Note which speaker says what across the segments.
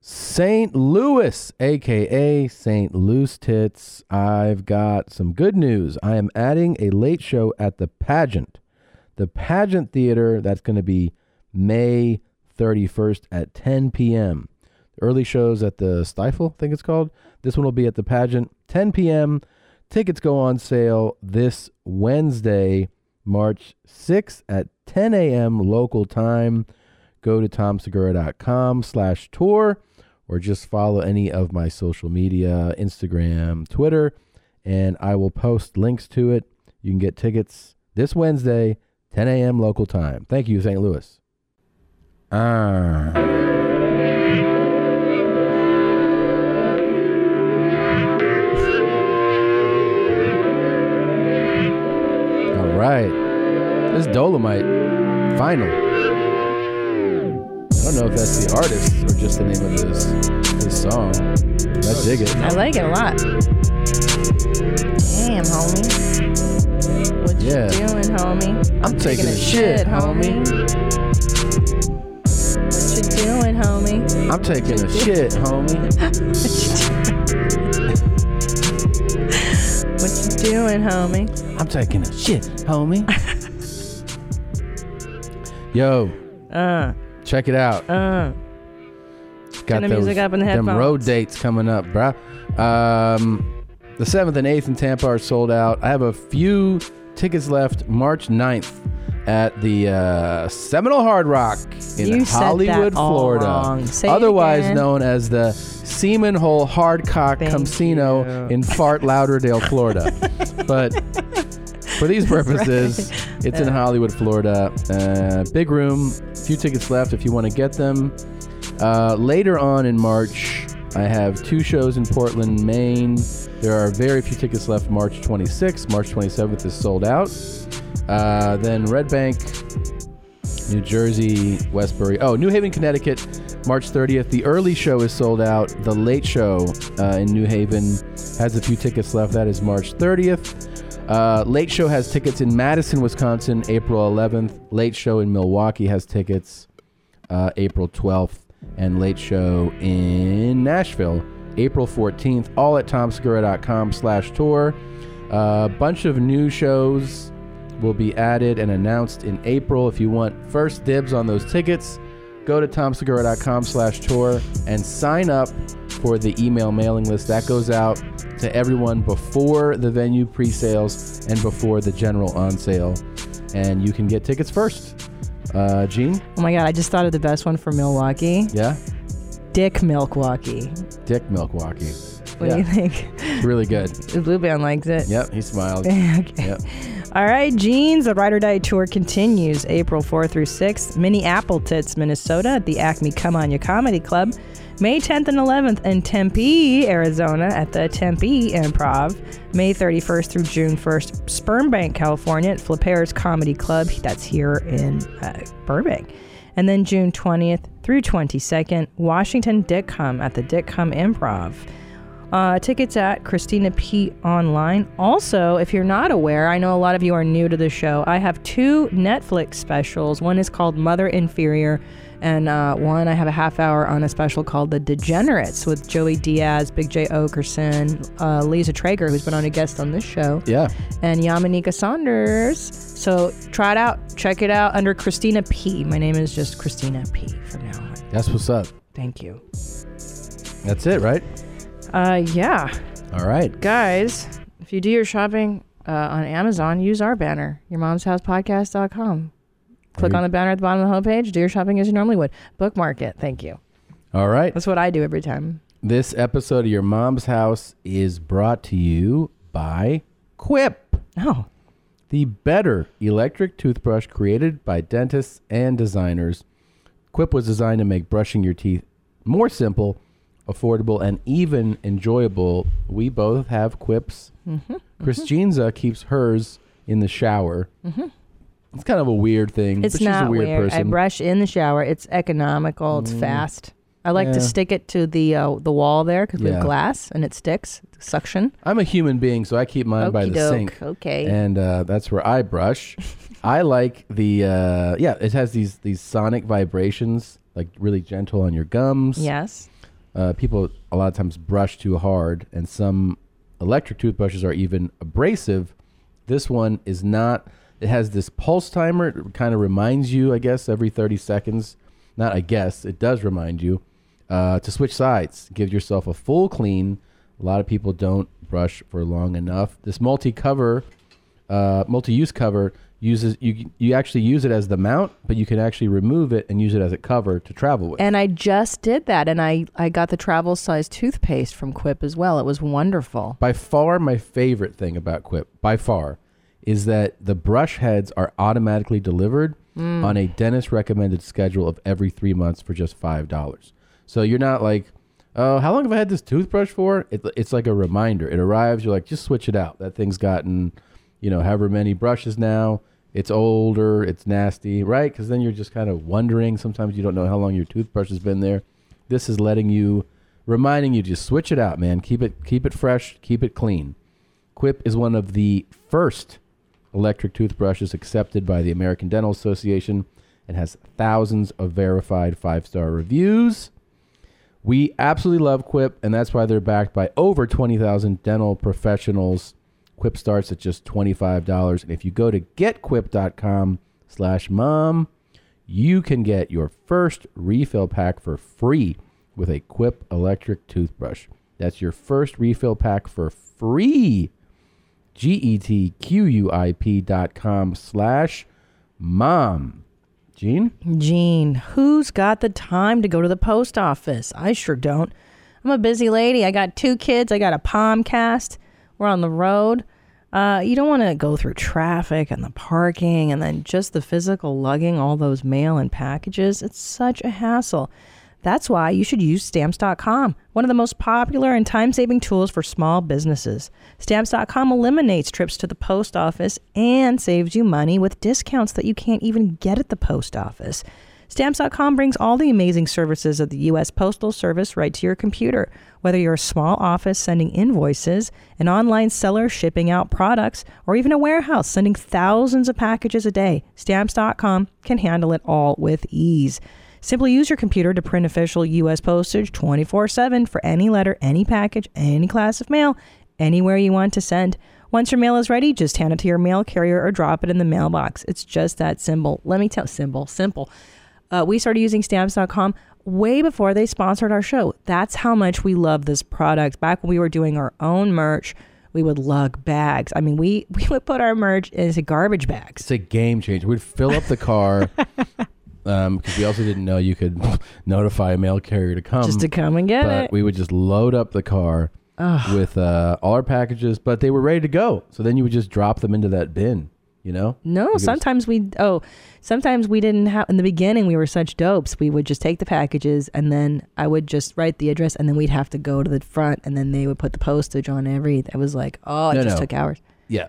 Speaker 1: St. Louis, aka St. Louis Tits. I've got some good news. I am adding a late show at the pageant. The pageant theater, that's going to be May 31st at 10 p.m. Early shows at the Stifle, I think it's called. This one will be at the pageant, 10 p.m. Tickets go on sale this Wednesday, March 6th at 10 a.m. local time. Go to tomsegura.com slash tour or just follow any of my social media, Instagram, Twitter, and I will post links to it. You can get tickets this Wednesday, 10 a.m. local time. Thank you, St. Louis. Ah. All right. This is Dolomite. Final. I don't know if that's the artist or just the name of this, this song. I dig it.
Speaker 2: I like it a lot. Damn, homie. What
Speaker 1: Yeah.
Speaker 2: you doing, homie?
Speaker 1: I'm taking a shit, homie.
Speaker 2: What you doing, homie?
Speaker 1: I'm taking a shit, homie.
Speaker 2: What you doing, homie?
Speaker 1: I'm taking a shit, homie. Yo,
Speaker 2: Uh,
Speaker 1: check it out.
Speaker 2: uh.
Speaker 1: Got
Speaker 2: Turn the music up in the
Speaker 1: them
Speaker 2: headphones.
Speaker 1: road dates coming up, bruh. Um, the seventh and eighth in Tampa are sold out. I have a few tickets left. March 9th at the uh, Seminole Hard Rock in
Speaker 2: You said that
Speaker 1: Hollywood,
Speaker 2: all
Speaker 1: Florida,
Speaker 2: wrong. Say it
Speaker 1: otherwise
Speaker 2: again.
Speaker 1: known as the Seaman Hole Hardcock
Speaker 2: Thank
Speaker 1: Casino
Speaker 2: you.
Speaker 1: in Fort Lauderdale, Florida. but for these purposes, it's in Hollywood, Florida. Uh, big room, few tickets left if you want to get them. Uh, later on in March, I have two shows in Portland, Maine. There are very few tickets left March 26th. March 27th is sold out. Uh, then Red Bank, New Jersey, Westbury. Oh, New Haven, Connecticut, March 30th. The early show is sold out. The late show uh, in New Haven has a few tickets left. That is March 30th. Uh, late show has tickets in Madison, Wisconsin, April 11th. Late show in Milwaukee has tickets uh, April 12th, and Late Show in Nashville, April 14th, all at tomsegura.com slash tour. A bunch of new shows will be added and announced in April. If you want first dibs on those tickets, go to tomsegura.com slash tour and sign up for the email mailing list that goes out to everyone before the venue pre-sales and before the general on sale and you can get tickets first uh, gene
Speaker 2: Oh my god, I just thought of the best one for Milwaukee.
Speaker 1: yeah
Speaker 2: Dick Milwaukee.
Speaker 1: Dick Milwaukee.
Speaker 2: What do you think?
Speaker 1: It's really good.
Speaker 2: The blue band likes it.
Speaker 1: Yep, he smiled.
Speaker 2: okay.
Speaker 1: Yep.
Speaker 2: All right, jeans. The Ride or Die tour continues April 4 through 6th, Minneapolis, Minnesota, at the Acme Come On Your Comedy Club. May 10th and 11th in Tempe, Arizona, at the Tempe Improv. May 31st through June 1st, Sperm Bank, California, at Flappers Comedy Club. That's here in uh, Burbank. And then June 20th through 22nd, Washington Dickham at the Dickham Improv. Uh, tickets at Christina P online. Also, if you're not aware, I know a lot of you are new to the show. I have two Netflix specials. One is called Mother Inferior, and uh, one I have a half hour on a special called The Degenerates with Joey Diaz, Big J Okerson, uh, Lisa Traeger, who's been on a guest on this show
Speaker 1: Yeah.
Speaker 2: and Yamanika Saunders. So try it out, check it out under Christina P. My name is just Christina P. From now on.
Speaker 1: That's what's up.
Speaker 2: Thank you.
Speaker 1: That's it, right?
Speaker 2: Uh, yeah,
Speaker 1: All right.
Speaker 2: guys, if you do your shopping uh, on Amazon, use our banner, your mom's house podcast.com. Click
Speaker 1: Are you-
Speaker 2: on the banner at the bottom of the homepage. Do your shopping as you normally would. Bookmark it. Thank you.
Speaker 1: All right.
Speaker 2: That's what I do every time.
Speaker 1: This episode of Your Mom's House is brought to you by Quip,
Speaker 2: Oh,
Speaker 1: the better electric toothbrush created by dentists and designers. Quip was designed to make brushing your teeth more simple, affordable, and even enjoyable. We both have Quips.
Speaker 2: Mm-hmm.
Speaker 1: Christinza keeps hers in the shower. It's kind of a weird thing.
Speaker 2: Mm-hmm. it's
Speaker 1: Mm, but she's
Speaker 2: not
Speaker 1: a weird, person. Mm.
Speaker 2: I brush in the shower. It's economical. It's fast. I like
Speaker 1: Yeah.
Speaker 2: to stick it to the uh, the wall there because we
Speaker 1: Yeah.
Speaker 2: have glass and it sticks. Suction.
Speaker 1: I'm a human being, so I keep mine by the
Speaker 2: Okey-doke.
Speaker 1: sink.
Speaker 2: Okay.
Speaker 1: And uh, that's where I brush. I like the uh, yeah. It has these these sonic vibrations, like really gentle on your gums.
Speaker 2: Yes.
Speaker 1: uh, people a lot of times brush too hard, and some electric toothbrushes are even abrasive. This one is not. It has this pulse timer. It kind of reminds you, I guess, every 30 seconds. Not I guess, it does remind you uh, to switch sides. Give yourself a full clean. A lot of people don't brush for long enough. This multi-cover, uh, multi-use cover uses you. You actually use it as the mount, but you can actually remove it and use it as a cover to travel with.
Speaker 2: And I just did that, and I, I got the travel size toothpaste from Quip as well. It was wonderful.
Speaker 1: By far, my favorite thing about Quip, by far, is that the brush heads are automatically delivered
Speaker 2: Mm.
Speaker 1: on a dentist recommended schedule of every three months for just five dollars. So you're not like, oh, how long have I had this toothbrush for? It, it's like a reminder. It arrives. You're like, just switch it out. That thing's gotten, you know, however many brushes now. It's older. It's nasty, right? Because then you're just kind of wondering. Sometimes you don't know how long your toothbrush has been there. This is letting you, reminding you, just switch it out, man. Keep it, keep it fresh. Keep it clean. Quip is one of the first electric toothbrushes accepted by the American Dental Association and has thousands of verified five star reviews. We absolutely love Quip, and that's why they're backed by over 20,000 dental professionals. Quip starts at just $25. And if you go to getquip.com slash mom, you can get your first refill pack for free with a Quip electric toothbrush. That's your first refill pack for free. E G-E-T-Q-U-I-P dot com slash mom. Gene?
Speaker 2: Jean, who's got the time to go to the post office? I sure don't. I'm a busy lady. I got two kids. I got a Palmcast. We're on the road. Uh, you don't want to go through traffic and the parking and then just the physical lugging all those mail and packages. It's such a hassle. That's why you should use stamps.com, one of the most popular and time saving tools for small businesses. Stamps.com eliminates trips to the post office and saves you money with discounts that you can't even get at the post office. Stamps.com brings all the amazing services of the U.S. Postal Service right to your computer. Whether you're a small office sending invoices, an online seller shipping out products, or even a warehouse sending thousands of packages a day, Stamps.com can handle it all with ease. Simply use your computer to print official U.S. postage 24 7 for any letter, any package, any class of mail, anywhere you want to send. Once your mail is ready, just hand it to your mail carrier or drop it in the mailbox. It's just that simple. Let me tell simple, simple. Uh, we started using stamps.com way before they sponsored our show. That's how much we love this product. Back when we were doing our own merch, we would lug bags. I mean, we, we would put our merch into garbage bags.
Speaker 1: It's a game changer. We'd fill up the car um, because we also didn't know you could notify a mail carrier to come.
Speaker 2: Just to come and get
Speaker 1: but
Speaker 2: it.
Speaker 1: we would just load up the car
Speaker 2: Ugh.
Speaker 1: with uh, all our packages, but they were ready to go. So then you would just drop them into that bin, you know?
Speaker 2: No, sometimes we oh, sometimes we didn't have in the beginning we were such dopes. We would just take the packages and then I would just write the address and then we'd have to go to the front and then they would put the postage on every. It was like, oh, it
Speaker 1: No,
Speaker 2: just
Speaker 1: no.
Speaker 2: took hours.
Speaker 1: Yeah.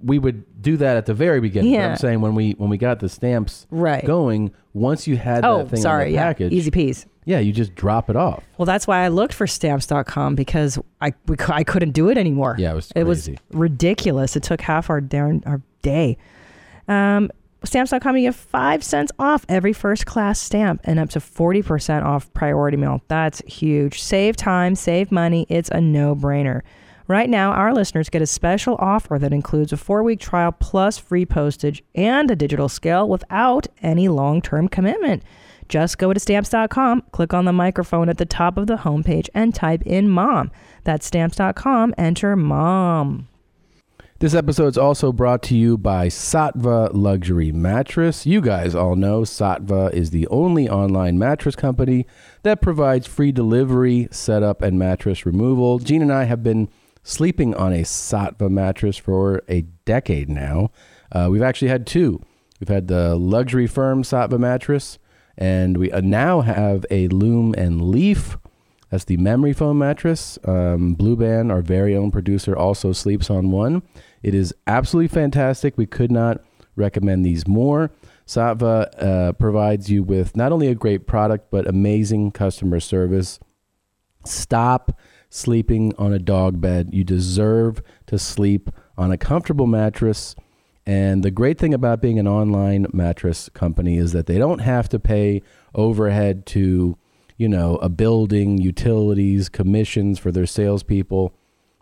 Speaker 1: We would do that at the very beginning. but
Speaker 2: Yeah.
Speaker 1: I'm saying when we when we got the stamps
Speaker 2: Right.
Speaker 1: going, once you had
Speaker 2: Oh,
Speaker 1: that thing on
Speaker 2: sorry,
Speaker 1: the
Speaker 2: yeah.
Speaker 1: package,
Speaker 2: Easy peas.
Speaker 1: Yeah, you just drop it off.
Speaker 2: Well, that's why I looked for stamps.com because I we, cou- I couldn't do it anymore.
Speaker 1: Yeah, it was crazy.
Speaker 2: ridiculous. It took half our darn our day. Um, stamps.com you get 5 cents off every first class stamp and up to 40% off priority mail. That's huge. Save time, save money. It's a no-brainer. Right now, our listeners get a special offer that includes a 4-week trial plus free postage and a digital scale without any long-term commitment. Just go to stamps.com, click on the microphone at the top of the homepage, and type in mom. That's stamps.com, enter mom.
Speaker 1: This episode is also brought to you by Satva Luxury Mattress. You guys all know Satva is the only online mattress company that provides free delivery, setup, and mattress removal. Gene and I have been sleeping on a Satva mattress for a decade now. Uh, we've actually had two. We've had the luxury firm Satva mattress, and we uh, now have a Loom and Leaf. That's the memory foam mattress. Um, Blue Band, our very own producer, also sleeps on one. It is absolutely fantastic. We could not recommend these more. Satva uh, provides you with not only a great product, but amazing customer service. Stop sleeping on a dog bed. You deserve to sleep on a comfortable mattress. And the great thing about being an online mattress company is that they don't have to pay overhead to you know, a building, utilities, commissions for their salespeople.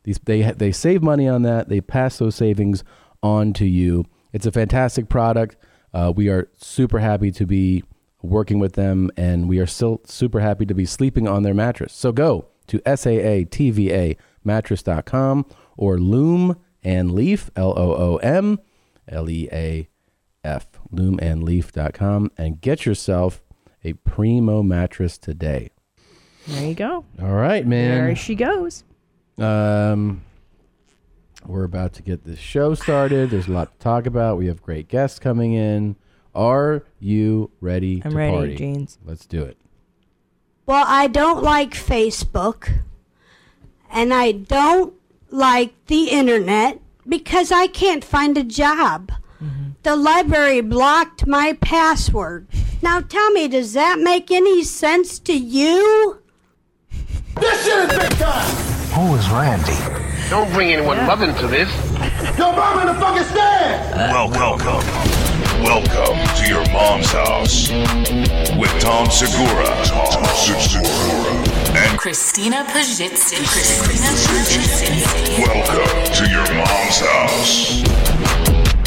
Speaker 1: These they ha- they save money on that. They pass those savings on to you. It's a fantastic product. Uh, we are super happy to be working with them, and we are still super happy to be sleeping on their mattress. So go to SAATVA mattress.com or Loom and Leaf, L O O M L E A F, loomandleaf.com, and get yourself a primo mattress today.
Speaker 2: There you go.
Speaker 1: All right,
Speaker 2: There
Speaker 1: man.
Speaker 2: she goes.
Speaker 1: Um, we're about to get this show started. There's a lot to talk about. We have great guests coming in. Are you ready
Speaker 2: I'm
Speaker 1: to
Speaker 2: ready,
Speaker 1: party?
Speaker 2: Jeans.
Speaker 1: Let's do it.
Speaker 3: Well, I don't like Facebook, and I don't like the internet because I can't find a job. The library blocked my password. Now tell me, does that make any sense to you?
Speaker 4: This shit is big time!
Speaker 5: Who is Randy?
Speaker 6: Don't bring anyone love into this.
Speaker 4: Yo, mom in the fucking stand!
Speaker 7: Welcome. Welcome to your mom's house with Tom Segura. Tom Segura. And
Speaker 8: Christina Pajitsky. Christina Pajitsky.
Speaker 7: welcome to your mom's house.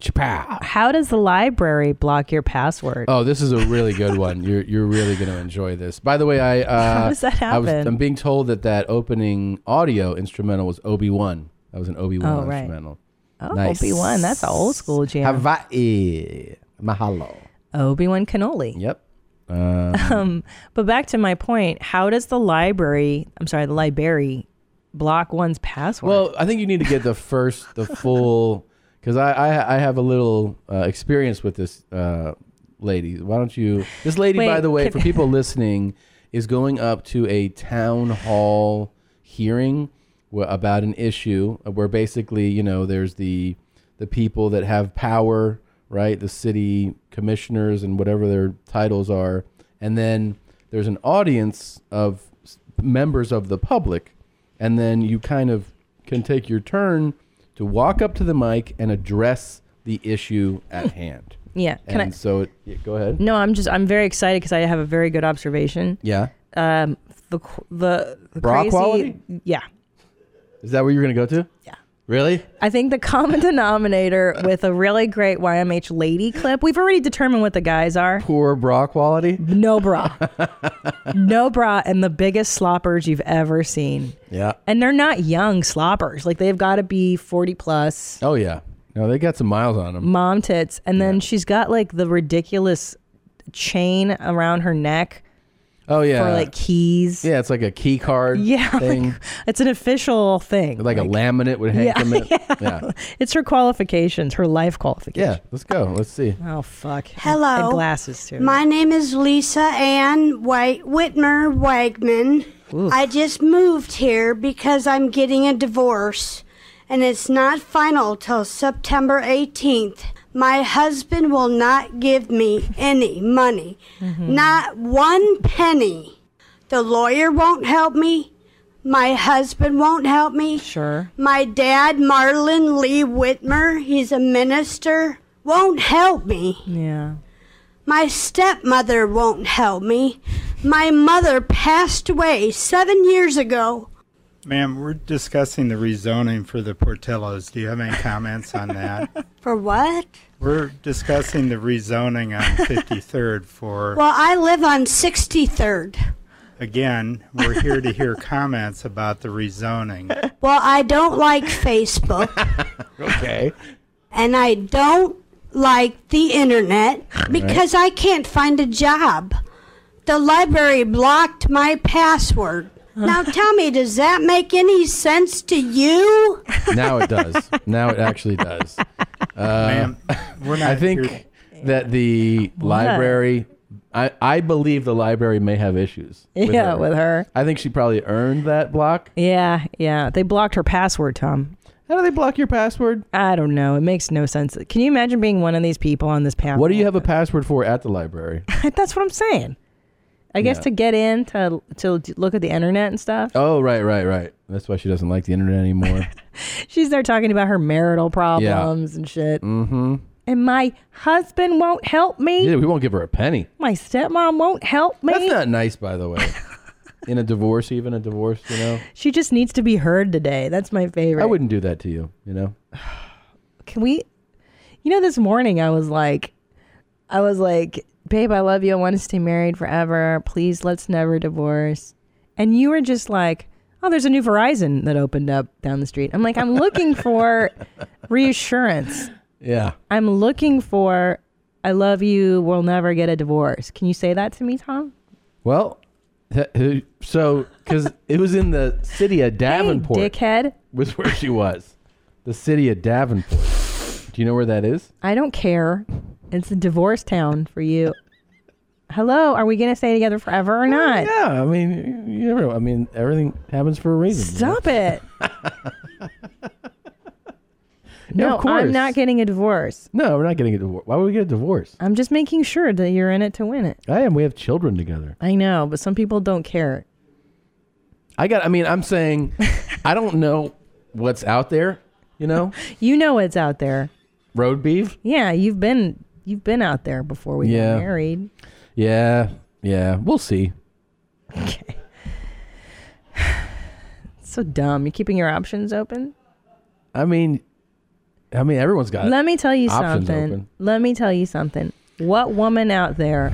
Speaker 1: Chapow.
Speaker 2: How does the library block your password?
Speaker 1: Oh, this is a really good one. You're you're really going to enjoy this. By the way, I uh,
Speaker 2: How does that
Speaker 1: I was,
Speaker 2: happen?
Speaker 1: I'm being told that that opening audio instrumental was Obi Wan. That was an Obi Wan
Speaker 2: Oh, right.
Speaker 1: instrumental.
Speaker 2: Oh, Obi Wan. That's an old school jam.
Speaker 1: Hawaii. Mahalo.
Speaker 2: Obi Wan cannoli.
Speaker 1: Yep. Um,
Speaker 2: But back to my point, how does the library, I'm sorry, the library block one's password?
Speaker 1: Well, I think you need to get the first, the full, because I, I I have a little uh, experience with this uh, lady. Why don't you? This lady, by
Speaker 2: Wait,
Speaker 1: the way,
Speaker 2: can-
Speaker 1: for people listening, is going up to a town hall hearing wh- about an issue uh, where basically, you know, there's the the people that have power, right? The city commissioners and whatever their titles are, and then there's an audience of s- members of the public and then you kind of can take your turn to walk up to the mic and address the issue at hand.
Speaker 2: yeah. Can
Speaker 1: and
Speaker 2: I?
Speaker 1: so, it, yeah, go ahead.
Speaker 2: No, I'm just, I'm very excited because I have a very good observation.
Speaker 1: Yeah,
Speaker 2: Um, the, qu- the, the
Speaker 1: Bra
Speaker 2: crazy,
Speaker 1: quality?
Speaker 2: yeah.
Speaker 1: is that where you're gonna go to? Yeah. Really?
Speaker 2: I think the common denominator with a really great YMH lady clip, we've already determined what the guys are.
Speaker 1: Poor bra quality.
Speaker 2: No bra. no bra and the biggest sloppers you've ever seen.
Speaker 1: Yeah.
Speaker 2: And they're not young sloppers. Like they've got to be 40 plus.
Speaker 1: Oh yeah. No, they got some miles on them.
Speaker 2: mom tits and then she's got like the ridiculous chain around her neck
Speaker 1: Oh yeah.
Speaker 2: for like keys
Speaker 1: yeah, it's like a key card.
Speaker 2: Yeah, like-
Speaker 1: Thing.
Speaker 2: it's an official thing
Speaker 1: Like, a laminate would hang
Speaker 2: Yeah,
Speaker 1: from it. Yeah. yeah.
Speaker 2: it's her qualifications her life qualifications
Speaker 1: Let's go. Let's see.
Speaker 2: oh fuck
Speaker 3: Hello.
Speaker 2: and glasses too
Speaker 3: My name is Lisa Ann White Whitmer Wagman. I just moved here because I'm getting a divorce, and it's not final till September 18th. My husband will not give me any money, not one penny. The lawyer won't help me. My husband won't help me.
Speaker 2: sure
Speaker 3: My dad, Marlon Lee Whitmer, he's a minister, won't help me.
Speaker 2: yeah
Speaker 3: My stepmother won't help me. My mother passed away seven years ago.
Speaker 9: Ma'am, we're discussing the rezoning for the Portillos. Do you have any comments on that?
Speaker 3: For what?
Speaker 9: We're discussing the rezoning on 53rd for,
Speaker 3: Well, I live on 63rd.
Speaker 9: again, we're here to hear comments about the rezoning.
Speaker 3: Well, I don't like Facebook,
Speaker 1: Okay.
Speaker 3: and I don't like the internet because I can't find a job. The library blocked my password. Now tell me, does that make any sense to you?
Speaker 1: Now it does. now it actually does.
Speaker 9: Ma'am, we're not
Speaker 1: I think
Speaker 9: here-
Speaker 1: that the library, I, I believe the library may have issues.
Speaker 2: Yeah, with her.
Speaker 1: I think she probably earned that block.
Speaker 2: Yeah, yeah. They blocked her password, Tom.
Speaker 1: How do they block your password?
Speaker 2: I don't know. It makes no sense. Can you imagine being one of these people on this panel?
Speaker 1: What do you have a password for at the library?
Speaker 2: That's what I'm saying. I guess
Speaker 1: Yeah.
Speaker 2: to get in to to look at the internet and stuff.
Speaker 1: Oh, right, right, right. That's why she doesn't like the internet anymore.
Speaker 2: She's there talking about her marital problems and shit.
Speaker 1: mm-hmm.
Speaker 2: And my husband won't help me.
Speaker 1: Yeah, we won't give her a penny.
Speaker 2: My stepmom won't help me.
Speaker 1: That's not nice, by the way. In a divorce, even a divorce, you know,
Speaker 2: she just needs to be heard today. That's my favorite.
Speaker 1: I wouldn't do that to you. You know,
Speaker 2: Can we? You know, this morning I was like, I was like, babe, I love you. I want to stay married forever. Please, let's never divorce. And you were just like, oh, there's a new Verizon that opened up down the street. I'm like, I'm looking for reassurance.
Speaker 1: yeah.
Speaker 2: I'm looking for, I love you. We'll never get a divorce. Can you say that to me, Tom?
Speaker 1: Well, th- who- so because it was in the city of Davenport,
Speaker 2: Dickhead.
Speaker 1: was where she was. The city of Davenport. Do you know where that is?
Speaker 2: I don't care. It's a divorce town for you. Hello, are we going to stay together forever or not?
Speaker 1: Yeah, I mean, you never. I mean, everything happens for a reason. you know?
Speaker 2: Stop it.
Speaker 1: Yeah,
Speaker 2: no,
Speaker 1: of
Speaker 2: I'm
Speaker 1: course.
Speaker 2: not getting a divorce.
Speaker 1: No, we're not getting a divorce. Why would we get a divorce?
Speaker 2: I'm just making sure that you're in it to win it.
Speaker 1: I am. We have children together.
Speaker 2: I know, but some people don't care.
Speaker 1: I got. I mean, I'm saying, I don't know what's out there. You know,
Speaker 2: You know it's out there.
Speaker 1: road beef.
Speaker 2: Yeah, you've been you've been out there before we
Speaker 1: Yeah.
Speaker 2: got married.
Speaker 1: Yeah, yeah. We'll see.
Speaker 2: It's so dumb. You're keeping your options open.
Speaker 1: I mean, I mean, everyone's got.
Speaker 2: Let me tell you
Speaker 1: options
Speaker 2: something.
Speaker 1: open.
Speaker 2: Let me tell you something. What woman out there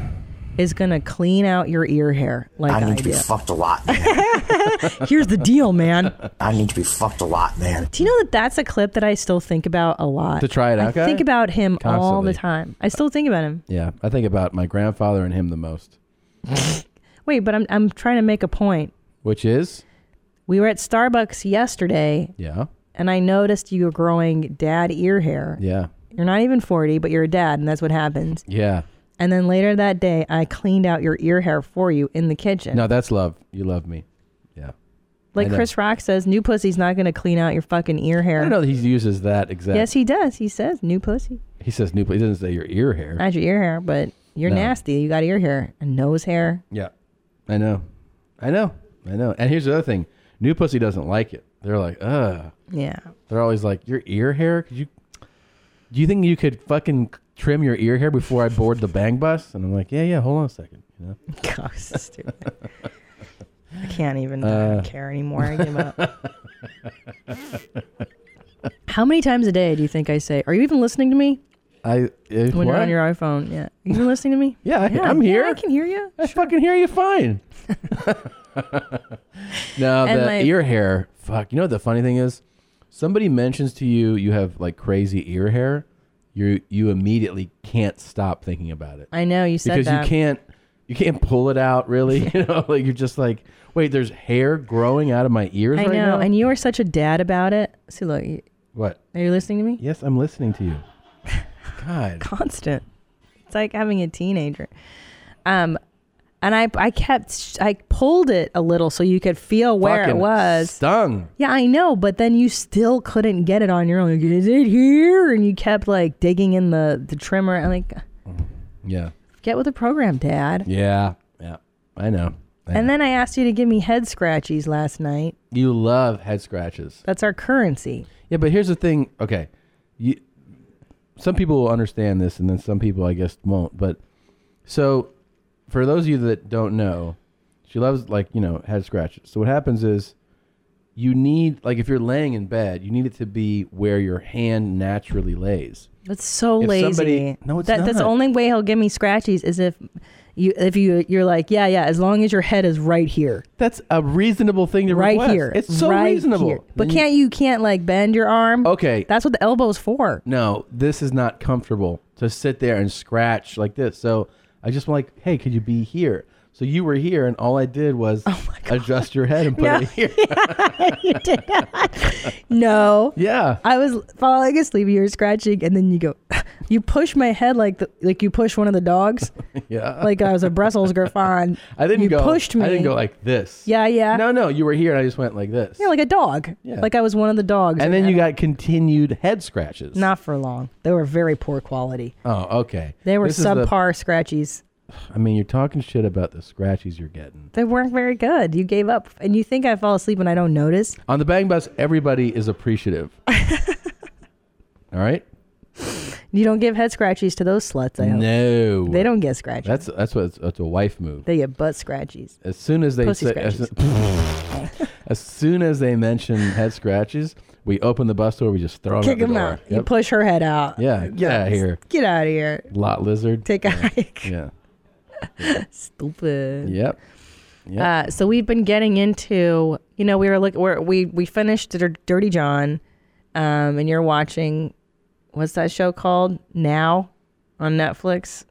Speaker 2: is gonna clean out your ear hair like I,
Speaker 5: I need to be
Speaker 2: do?
Speaker 5: fucked a lot, man.
Speaker 2: Here's the deal, man.
Speaker 5: I need to be fucked a lot, man.
Speaker 2: Do you know that that's a clip that I still think about a lot?
Speaker 1: The try it out
Speaker 2: I
Speaker 1: guy?
Speaker 2: think about him all
Speaker 1: Constantly.
Speaker 2: the time. I still think about him.
Speaker 1: yeah, I think about my grandfather and him the most,
Speaker 2: Wait, but I'm I'm trying to make a point.
Speaker 1: which is
Speaker 2: We were at Starbucks yesterday,
Speaker 1: yeah,
Speaker 2: and I noticed you were growing dad ear hair.
Speaker 1: yeah,
Speaker 2: You're not even 40, but you're a dad, and that's what happens.
Speaker 1: yeah.
Speaker 2: And then later that day, I cleaned out your ear hair for you in the kitchen.
Speaker 1: No, that's love. You love me. Yeah. I
Speaker 2: like
Speaker 1: know.
Speaker 2: Chris Rock says, new pussy's not going to clean out your fucking ear
Speaker 1: I
Speaker 2: hair.
Speaker 1: don't know that he uses that exactly.
Speaker 2: Yes, he does. He says, new pussy.
Speaker 1: He says new. He doesn't say your ear hair.
Speaker 2: Not your ear hair, but you're
Speaker 1: No.
Speaker 2: nasty. You got ear hair and nose hair.
Speaker 1: yeah, I know, I know, I know. And here's the other thing: new pussy doesn't like it. They're like, ugh.
Speaker 2: Yeah.
Speaker 1: They're always like, your ear hair. Could you? Do you think you could fucking trim your ear hair before I board the bang bus? And I'm like, yeah, yeah. Hold on a second. You know.
Speaker 2: God, so stupid. I can't even I
Speaker 1: Uh.
Speaker 2: don't care anymore. I give up. How many times a day do you think I say, "Are you even listening to me?"
Speaker 1: I if
Speaker 2: When you're
Speaker 1: what?
Speaker 2: on your iPhone, yeah, you even listening to me?
Speaker 1: Yeah, I- I'm
Speaker 2: yeah,
Speaker 1: here.
Speaker 2: I can hear you.
Speaker 1: I fucking hear you fine. no,
Speaker 2: And
Speaker 1: the
Speaker 2: my-
Speaker 1: ear hair. Fuck. You know what the funny thing is? Somebody mentions to you you have like crazy ear hair. You you immediately can't stop thinking about it
Speaker 2: I know you said
Speaker 1: because
Speaker 2: that.
Speaker 1: you can't you can't pull it out really. you know, like you're just like, wait, there's hair growing out of my ears
Speaker 2: I
Speaker 1: right
Speaker 2: know,
Speaker 1: now.
Speaker 2: and you are such a dad about it. See, look, you-
Speaker 1: what?
Speaker 2: are you listening to me?
Speaker 1: Yes, I'm listening to you. God.
Speaker 2: Constant. It's like having a teenager. Um, and I, I kept, I pulled it a little so you could feel where it
Speaker 1: fucking
Speaker 2: was.
Speaker 1: Stung.
Speaker 2: Yeah, I know, but then you still couldn't get it on your own. Like, is it here? And you kept like digging in the the trimmer. I'm like,
Speaker 1: Yeah.
Speaker 2: get with the program, Dad.
Speaker 1: Yeah. Yeah. I know. I
Speaker 2: And
Speaker 1: know.
Speaker 2: then I asked you to give me head scratchies last night.
Speaker 1: you love head scratches.
Speaker 2: That's our currency.
Speaker 1: Yeah, but here's the thing. Okay, you, some people will understand this, and then some people, I guess, won't. But so, for those of you that don't know, she loves like you know head scratches. So what happens is, you need like if you're laying in bed, you need it to be where your hand naturally lays.
Speaker 2: That's so
Speaker 1: If
Speaker 2: lazy.
Speaker 1: somebody- No, it's
Speaker 2: that, That's the
Speaker 1: not.
Speaker 2: only way he'll give me scratchies is if you if you you're like, yeah, yeah, as long as your head is right here,
Speaker 1: That's a reasonable thing to
Speaker 2: right
Speaker 1: request.
Speaker 2: here,
Speaker 1: It's so
Speaker 2: right
Speaker 1: reasonable.
Speaker 2: here. But
Speaker 1: Then you-
Speaker 2: can't you can't like bend your arm?
Speaker 1: okay.
Speaker 2: That's what the elbow's for.
Speaker 1: no, this is not comfortable to sit there and scratch like this. So I just like, hey, could you be here? So you were here, and all I did was
Speaker 2: Oh my
Speaker 1: adjust your head and put
Speaker 2: No.
Speaker 1: it here.
Speaker 2: you did not. No.
Speaker 1: Yeah.
Speaker 2: I was falling asleep. You were scratching, and then you go, you push my head like the, like you push one of the dogs,
Speaker 1: Yeah.
Speaker 2: like I was a Brussels Griffon.
Speaker 1: Uh-huh. I didn't
Speaker 2: you
Speaker 1: go.
Speaker 2: pushed me.
Speaker 1: I didn't go like this.
Speaker 2: Yeah, yeah.
Speaker 1: No, no, you were here, and I just went like this.
Speaker 2: yeah, like a dog.
Speaker 1: Yeah.
Speaker 2: Like I was one of the dogs.
Speaker 1: and then you got continued head scratches.
Speaker 2: not for long. They were very poor quality.
Speaker 1: Oh, okay.
Speaker 2: They were
Speaker 1: This is the-
Speaker 2: subpar scratchies.
Speaker 1: I mean, you're talking shit about the scratches you're getting.
Speaker 2: They weren't very good. You gave up, and you think I fall asleep and I don't notice.
Speaker 1: On the Bang Bus, everybody is appreciative. All right?
Speaker 2: You don't give head scratchies to those sluts. I hope
Speaker 1: No.
Speaker 2: they don't get scratched.
Speaker 1: That's that's what that's a wife move.
Speaker 2: They get butt scratchies.
Speaker 1: As soon as they
Speaker 2: Pussy
Speaker 1: say, as, as soon as they mention head scratches, we open the bus door. We just throw them
Speaker 2: Kick
Speaker 1: out the
Speaker 2: them
Speaker 1: door.
Speaker 2: out. You
Speaker 1: Yep.
Speaker 2: push her head out.
Speaker 1: yeah, get out of here,
Speaker 2: Get out of here.
Speaker 1: lot lizard.
Speaker 2: Take a hike.
Speaker 1: Yeah.
Speaker 2: Stupid.
Speaker 1: Yep.
Speaker 2: Uh, so we've been getting into, you know, we were look, we're, we we finished Dir- Dirty John, um, and you're watching, what's that show called now, on Netflix,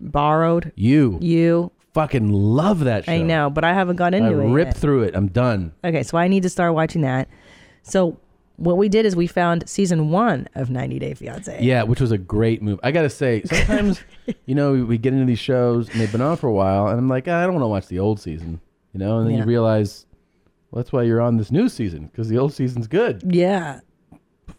Speaker 2: Borrowed.
Speaker 1: You
Speaker 2: You,
Speaker 1: fucking love that show.
Speaker 2: I know, but I haven't got
Speaker 1: I
Speaker 2: into it.
Speaker 1: rip
Speaker 2: yet.
Speaker 1: through it. I'm done.
Speaker 2: Okay, so I need to start watching that. So what we did is we found season one of 90 Day Fiance.
Speaker 1: Yeah, which was a great move. I gotta say, sometimes you know we, we get into these shows and they've been on for a while, and I'm like, "Ah, I don't want to watch the old season, you know. And then
Speaker 2: Yeah.
Speaker 1: you realize well, that's why you're on this new season because the old season's good,
Speaker 2: Yeah,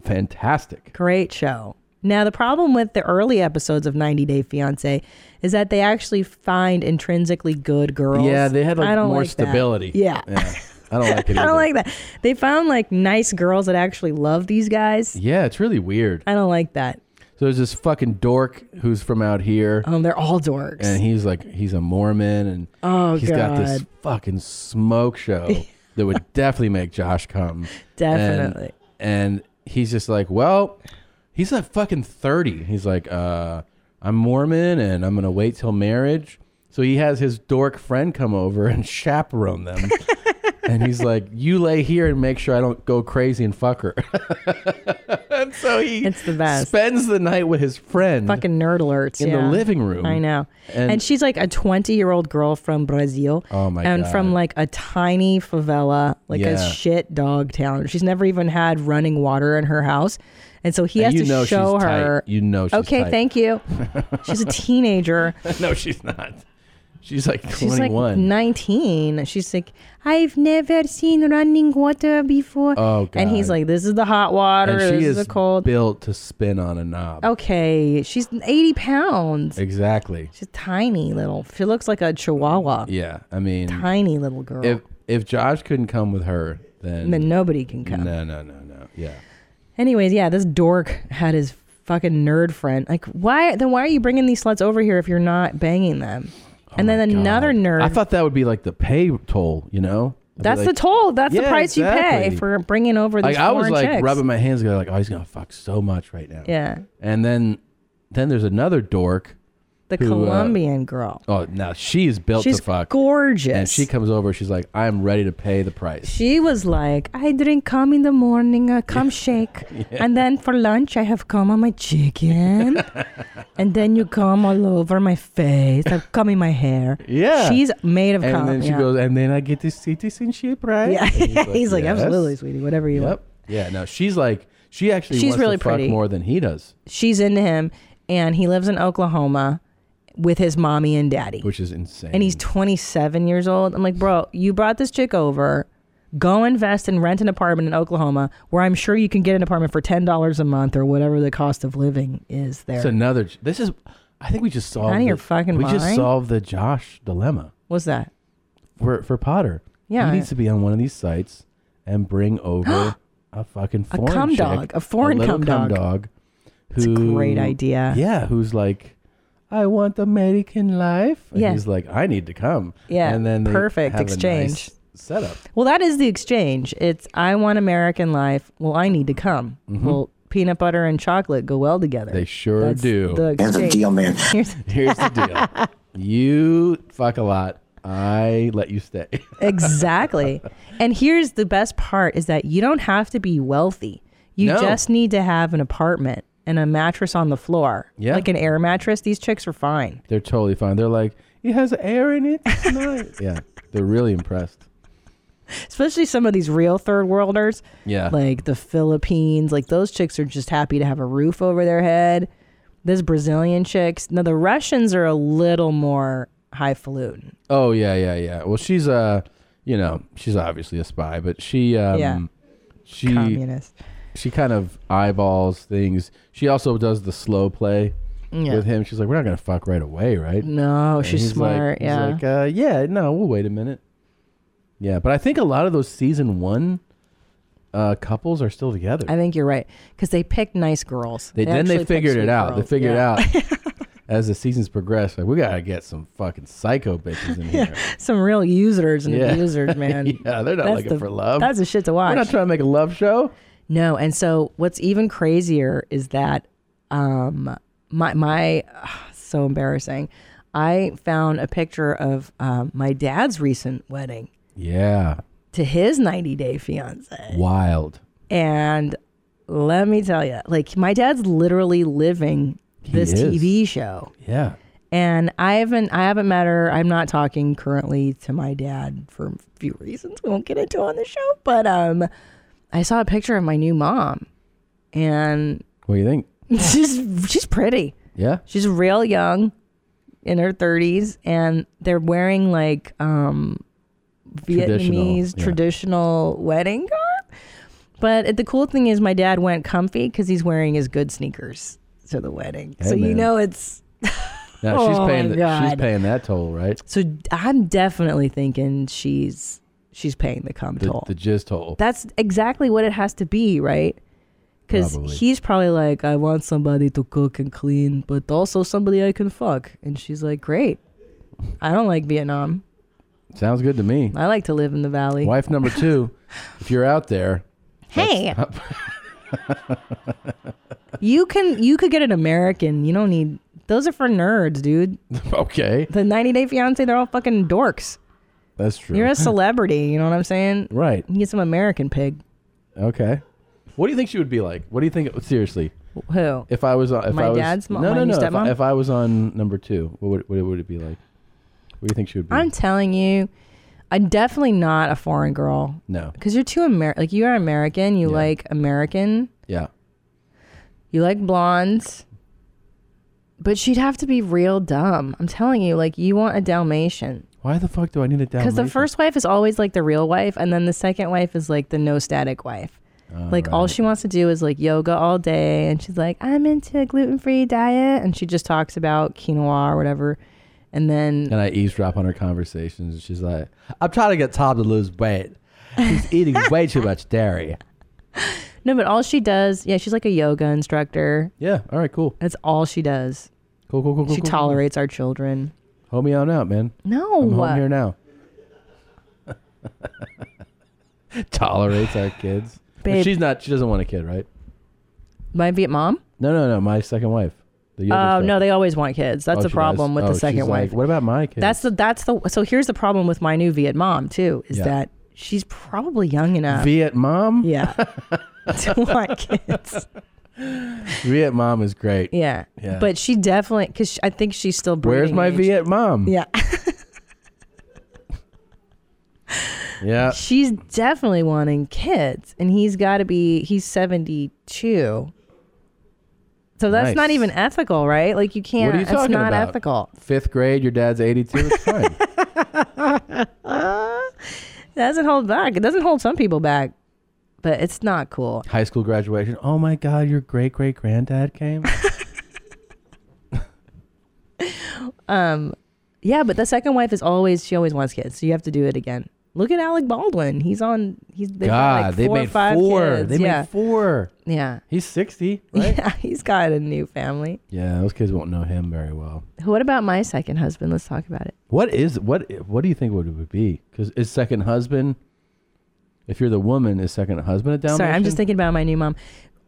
Speaker 1: fantastic.
Speaker 2: great show. Now the problem with the early episodes of 90 Day Fiance is that they actually find intrinsically good girls.
Speaker 1: Yeah, they had like
Speaker 2: I don't
Speaker 1: more
Speaker 2: like that.
Speaker 1: stability.
Speaker 2: Yeah.
Speaker 1: I don't like it.
Speaker 2: I
Speaker 1: either.
Speaker 2: don't like that. They found like nice girls that actually love these guys.
Speaker 1: Yeah, it's really weird.
Speaker 2: I don't like that.
Speaker 1: So there's this fucking dork who's from out here,
Speaker 2: Um, they're all dorks.
Speaker 1: and he's like, he's a Mormon, and
Speaker 2: Oh,
Speaker 1: he's got this
Speaker 2: God.
Speaker 1: fucking smoke show that would definitely make Josh come.
Speaker 2: Definitely.
Speaker 1: And, and he's just like, well, he's like fucking 30. He's like, uh, I'm Mormon, and I'm going to wait till marriage. So he has his dork friend come over and chaperone them. and he's like, you lay here and make sure I don't go crazy and fuck her. and so he
Speaker 2: It's the best.
Speaker 1: spends the night with his friend.
Speaker 2: Fucking nerd alerts
Speaker 1: in the
Speaker 2: yeah.
Speaker 1: living room.
Speaker 2: I know. And,
Speaker 1: And-
Speaker 2: she's like a 20 year old girl from Brazil.
Speaker 1: Oh, my
Speaker 2: And
Speaker 1: God.
Speaker 2: from like a tiny favela, like
Speaker 1: Yeah.
Speaker 2: a shit dog town. She's never even had running water in her house. And so he has
Speaker 1: And you
Speaker 2: to
Speaker 1: know
Speaker 2: show
Speaker 1: she's tight.
Speaker 2: her.
Speaker 1: You know she's
Speaker 2: Okay,
Speaker 1: tight.
Speaker 2: thank you. She's a teenager.
Speaker 1: no, she's not. She's like
Speaker 2: She's like
Speaker 1: 21.
Speaker 2: 19. She's like, I've never seen running water before.
Speaker 1: Oh,
Speaker 2: And he's
Speaker 1: God.
Speaker 2: like, this is the hot water.
Speaker 1: and she
Speaker 2: this is
Speaker 1: is
Speaker 2: the cold. Oh,
Speaker 1: built to spin on a knob.
Speaker 2: okay, she's 80 pounds.
Speaker 1: Exactly.
Speaker 2: She's tiny little. She looks like a chihuahua.
Speaker 1: Yeah. I mean,
Speaker 2: Tiny little girl.
Speaker 1: if if Josh couldn't come with her, then,
Speaker 2: and then nobody can come.
Speaker 1: no, no, no, no. Yeah.
Speaker 2: Anyways, yeah, this dork had his fucking nerd friend. Like, why? Then why are you bringing these sluts over here if you're not banging them? and then another
Speaker 1: Oh God.
Speaker 2: nerd.
Speaker 1: I thought that would be like the pay toll, you know? I'd be
Speaker 2: that's the
Speaker 1: like-
Speaker 2: toll. That's the
Speaker 1: Yeah,
Speaker 2: price you pay
Speaker 1: exactly.
Speaker 2: for bringing over these
Speaker 1: Like, I was
Speaker 2: foreign
Speaker 1: like
Speaker 2: chicks.
Speaker 1: rubbing my hands together, like, oh, he's going to fuck so much right now.
Speaker 2: Yeah.
Speaker 1: And then then there's another dork.
Speaker 2: The
Speaker 1: who, uh,
Speaker 2: Colombian girl.
Speaker 1: Oh, now she is built
Speaker 2: She's
Speaker 1: to fuck.
Speaker 2: gorgeous.
Speaker 1: And she comes over. She's like, I'm ready to pay the price.
Speaker 2: She was like, I drink cum in the morning, uh, cum shake. And then for lunch, I have cum on my chicken. and then you cum all over my face. I have cum in my hair.
Speaker 1: Yeah.
Speaker 2: She's made of
Speaker 1: and
Speaker 2: cum.
Speaker 1: then she
Speaker 2: yeah.
Speaker 1: goes, and then I get this citizenship, right?
Speaker 2: Yeah.
Speaker 1: And
Speaker 2: He's like,
Speaker 1: "Yes."
Speaker 2: absolutely, sweetie, whatever you want.
Speaker 1: Yep. Yeah. No, she's like, she actually
Speaker 2: She's
Speaker 1: wants
Speaker 2: really
Speaker 1: to fuck
Speaker 2: pretty.
Speaker 1: more than he does,
Speaker 2: She's into him, and he lives in Oklahoma with his mommy and daddy.
Speaker 1: which is insane.
Speaker 2: and he's 27 years old. I'm like, bro, you brought this chick over. Go invest and rent an apartment in Oklahoma, where I'm sure you can get an apartment for ten dollars a month or whatever the cost of living is there.
Speaker 1: it's another. This is, I think we just solved.
Speaker 2: Outta your
Speaker 1: the-
Speaker 2: fucking
Speaker 1: We just
Speaker 2: mind.
Speaker 1: solved the Josh dilemma
Speaker 2: What's that?
Speaker 1: for for Potter.
Speaker 2: Yeah.
Speaker 1: He needs to be on one of these sites and bring over a fucking
Speaker 2: A
Speaker 1: foreign
Speaker 2: cum
Speaker 1: chick,
Speaker 2: dog, a foreign
Speaker 1: little
Speaker 2: cum dog.
Speaker 1: Who,
Speaker 2: a great idea.
Speaker 1: Yeah, who's like, I want American life. And
Speaker 2: Yeah.
Speaker 1: he's like, I need to come.
Speaker 2: Yeah,
Speaker 1: and then they
Speaker 2: perfect
Speaker 1: have a nice
Speaker 2: exchange.
Speaker 1: setup.
Speaker 2: Well, that is the exchange. It's I want American life. Well, I need to come.
Speaker 1: Mm-hmm.
Speaker 2: Well, peanut butter and chocolate go well together.
Speaker 1: They sure
Speaker 2: That's
Speaker 1: do.
Speaker 2: The
Speaker 10: Here's the
Speaker 2: exchange.
Speaker 10: deal, man.
Speaker 1: Here's the deal: you fuck a lot. I let you stay.
Speaker 2: exactly. And here's the best part is that you don't have to be wealthy. You
Speaker 1: No.
Speaker 2: just need to have an apartment and a mattress on the floor.
Speaker 1: Yeah.
Speaker 2: Like an air mattress. These chicks are fine.
Speaker 1: They're totally fine. They're like, it has air in it. It's nice." yeah, they're really impressed.
Speaker 2: Especially some of these real third worlders.
Speaker 1: Yeah.
Speaker 2: Like the Philippines. Like those chicks are just happy to have a roof over their head. This Brazilian chicks. Now the Russians are a little more highfalutin.
Speaker 1: Oh yeah, yeah, yeah. Well, she's uh, you know, she's obviously a spy, but she um,
Speaker 2: Yeah.
Speaker 1: she
Speaker 2: Communist.
Speaker 1: She kind of eyeballs things. She also does the slow play
Speaker 2: Yeah.
Speaker 1: with him. She's like, "We're not gonna fuck right away, right?"
Speaker 2: No,
Speaker 1: And
Speaker 2: she's
Speaker 1: he's like-
Speaker 2: smart,
Speaker 1: he's
Speaker 2: yeah.
Speaker 1: like, uh, yeah, no, we'll wait a minute. Yeah, but I think a lot of those season one uh, couples are still together.
Speaker 2: I think you're right. Because they pick nice girls.
Speaker 1: They, then
Speaker 2: actually
Speaker 1: they
Speaker 2: pick
Speaker 1: figured
Speaker 2: sweet
Speaker 1: it out.
Speaker 2: girls.
Speaker 1: They figured
Speaker 2: Yeah.
Speaker 1: it out as the seasons progress. Like we gotta get some fucking psycho bitches in here.
Speaker 2: Some real users and
Speaker 1: Yeah.
Speaker 2: abusers, man.
Speaker 1: Yeah, they're not looking for love.
Speaker 2: That's the shit to watch.
Speaker 1: We're not trying to make a love show.
Speaker 2: No, and so what's even crazier is that um my my ah, so embarrassing. I found a picture of um, my dad's recent wedding
Speaker 1: Yeah,
Speaker 2: to his 90 day fiance.
Speaker 1: wild.
Speaker 2: And let me tell you, like my dad's literally living this
Speaker 1: is.
Speaker 2: TV show.
Speaker 1: Yeah,
Speaker 2: And I haven't I haven't met her. I'm not talking currently to my dad for a few reasons we won't get into on the show, but um I saw a picture of my new mom and
Speaker 1: what do you think?
Speaker 2: she's she's pretty.
Speaker 1: Yeah,
Speaker 2: She's real young in her 30s and they're wearing like um
Speaker 1: Traditional,
Speaker 2: Vietnamese
Speaker 1: yeah.
Speaker 2: traditional wedding garb. But it, the cool thing is my dad went comfy cuz he's wearing his good sneakers to the wedding.
Speaker 1: Hey,
Speaker 2: so you
Speaker 1: man.
Speaker 2: know it's
Speaker 1: now she's
Speaker 2: Oh
Speaker 1: paying.
Speaker 2: my
Speaker 1: The, she's
Speaker 2: God.
Speaker 1: paying that toll, right?
Speaker 2: So I'm definitely thinking she's she's paying the cum
Speaker 1: The,
Speaker 2: toll.
Speaker 1: the jizz toll.
Speaker 2: That's exactly what it has to be, right? Because
Speaker 1: Probably.
Speaker 2: he's probably like, I want somebody to cook and clean, but also somebody I can fuck. And she's like, Great. I don't like Vietnam.
Speaker 1: Sounds good to me.
Speaker 2: I like to live in the valley.
Speaker 1: Wife number two, if you're out there,
Speaker 2: Hey, you can you could get an American. You don't need those are for nerds, dude.
Speaker 1: okay,
Speaker 2: The 90 Day Fiance, they're all fucking dorks.
Speaker 1: that's true.
Speaker 2: You're a celebrity. You know what I'm saying?
Speaker 1: right.
Speaker 2: You get some American pig.
Speaker 1: Okay. What do you think she would be like? What do you think? Seriously,
Speaker 2: Who?
Speaker 1: if I was on, if
Speaker 2: My
Speaker 1: I was,
Speaker 2: dad's mo-
Speaker 1: no,
Speaker 2: my
Speaker 1: no,
Speaker 2: new
Speaker 1: no. If I,
Speaker 2: stepmom?
Speaker 1: if I was on number two, what would, what would it be like? What do you think she would be?
Speaker 2: I'm telling you, I'm definitely not a foreign girl.
Speaker 1: no.
Speaker 2: Because you're too Amer like you are American. You
Speaker 1: Yeah.
Speaker 2: like American.
Speaker 1: Yeah.
Speaker 2: You like blondes. But she'd have to be real dumb. I'm telling you, like you want a Dalmatian.
Speaker 1: Why the fuck do I need a down?
Speaker 2: Because the first wife is always like the real wife, and then the second wife is like the no static wife. like all she wants to do is like yoga all day, and she's like, I'm into a gluten free diet, and she just talks about quinoa or whatever. And then
Speaker 1: And I eavesdrop on her conversations, and she's like, "I'm trying to get Tom to lose weight. He's eating way too much dairy."
Speaker 2: no, but all she does, yeah, she's like a yoga instructor.
Speaker 1: Yeah. All right. Cool.
Speaker 2: That's all she does.
Speaker 1: Cool. Cool. Cool. Cool.
Speaker 2: she
Speaker 1: cool,
Speaker 2: tolerates our children.
Speaker 1: Cool. Hold me on out, man.
Speaker 2: No,
Speaker 1: I'm home here now. Tolerates our kids. But
Speaker 2: Babe.
Speaker 1: She's not. She doesn't want a kid, right?
Speaker 2: my Viet mom.
Speaker 1: No, no, no. My second wife. The
Speaker 2: Oh
Speaker 1: yoga instructor.
Speaker 2: no, they always want kids. That's
Speaker 1: Oh,
Speaker 2: the
Speaker 1: she
Speaker 2: problem
Speaker 1: does?
Speaker 2: with
Speaker 1: Oh,
Speaker 2: the
Speaker 1: she's
Speaker 2: second
Speaker 1: like,
Speaker 2: wife.
Speaker 1: what about my kids?
Speaker 2: that's the that's the so here's the problem with my new Viet mom too is
Speaker 1: Yeah.
Speaker 2: that she's probably young enough.
Speaker 1: Viet mom.
Speaker 2: yeah. to want kids.
Speaker 1: Viet mom is great.
Speaker 2: Yeah.
Speaker 1: Yeah.
Speaker 2: But she definitely cuz I think she's still
Speaker 1: Where's
Speaker 2: breeding
Speaker 1: my
Speaker 2: age.
Speaker 1: Viet mom?
Speaker 2: Yeah.
Speaker 1: Yeah.
Speaker 2: she's definitely wanting kids and he's got to be he's 72. So that's
Speaker 1: Nice.
Speaker 2: not even ethical, right? Like you can't
Speaker 1: What are you
Speaker 2: it's
Speaker 1: talking
Speaker 2: not
Speaker 1: about?
Speaker 2: ethical.
Speaker 1: Fifth grade. Your dad's 82. It's fine.
Speaker 2: It Ah, doesn't hold back. It doesn't hold some people back, but it's not cool.
Speaker 1: High school graduation. Oh my God! Your great great granddad came.
Speaker 2: Um, Yeah, but the second wife is always she always wants kids, so you have to do it again. Look at Alec Baldwin. He's on. He's they've got like four
Speaker 1: God, they
Speaker 2: or
Speaker 1: made
Speaker 2: five
Speaker 1: four.
Speaker 2: kids.
Speaker 1: They
Speaker 2: yeah,
Speaker 1: made four.
Speaker 2: yeah,
Speaker 1: He's 60, right?
Speaker 2: yeah. He's got a new family.
Speaker 1: Yeah, those kids won't know him very well.
Speaker 2: What about my second husband? Let's talk about it.
Speaker 1: What is what? What do you think would it be? Because is second husband, if you're the woman, is second husband a Dalmatian?
Speaker 2: Sorry, I'm just thinking about my new mom.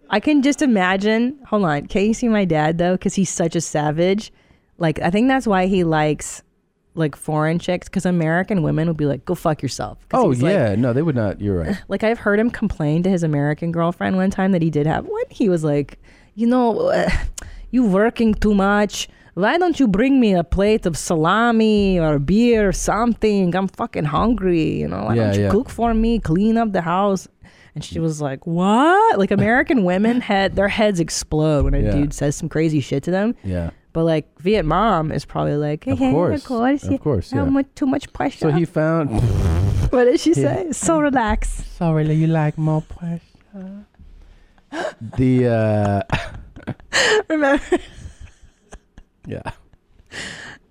Speaker 2: I can just imagine. Hold on, can you see my dad though? Because he's such a savage. Like I think that's why he likes like foreign chicks. Because American women would be like, "Go fuck yourself." 'Cause
Speaker 1: Oh
Speaker 2: he's like-
Speaker 1: yeah, no, they would not. You're right.
Speaker 2: Like I've heard him complain to his American girlfriend one time that he did have one. He was like, you know, uh, you working too much. Why don't you bring me a plate of salami or beer or something? I'm fucking hungry, you know. Why
Speaker 1: Yeah,
Speaker 2: don't you
Speaker 1: yeah.
Speaker 2: cook for me, clean up the house? And she was like, What? Like American women had their heads explode when a
Speaker 1: Yeah.
Speaker 2: dude says some crazy shit to them.
Speaker 1: Yeah.
Speaker 2: But like Vietnam is probably like,
Speaker 1: Of
Speaker 2: "Hey,
Speaker 1: course. Of
Speaker 2: yeah,
Speaker 1: course,
Speaker 2: How
Speaker 1: yeah.
Speaker 2: much too much pressure.
Speaker 1: So he found.
Speaker 2: what did she
Speaker 1: Yeah.
Speaker 2: say? So relaxed.
Speaker 1: Sorry, you like more pressure. the uh
Speaker 2: Remember?
Speaker 1: yeah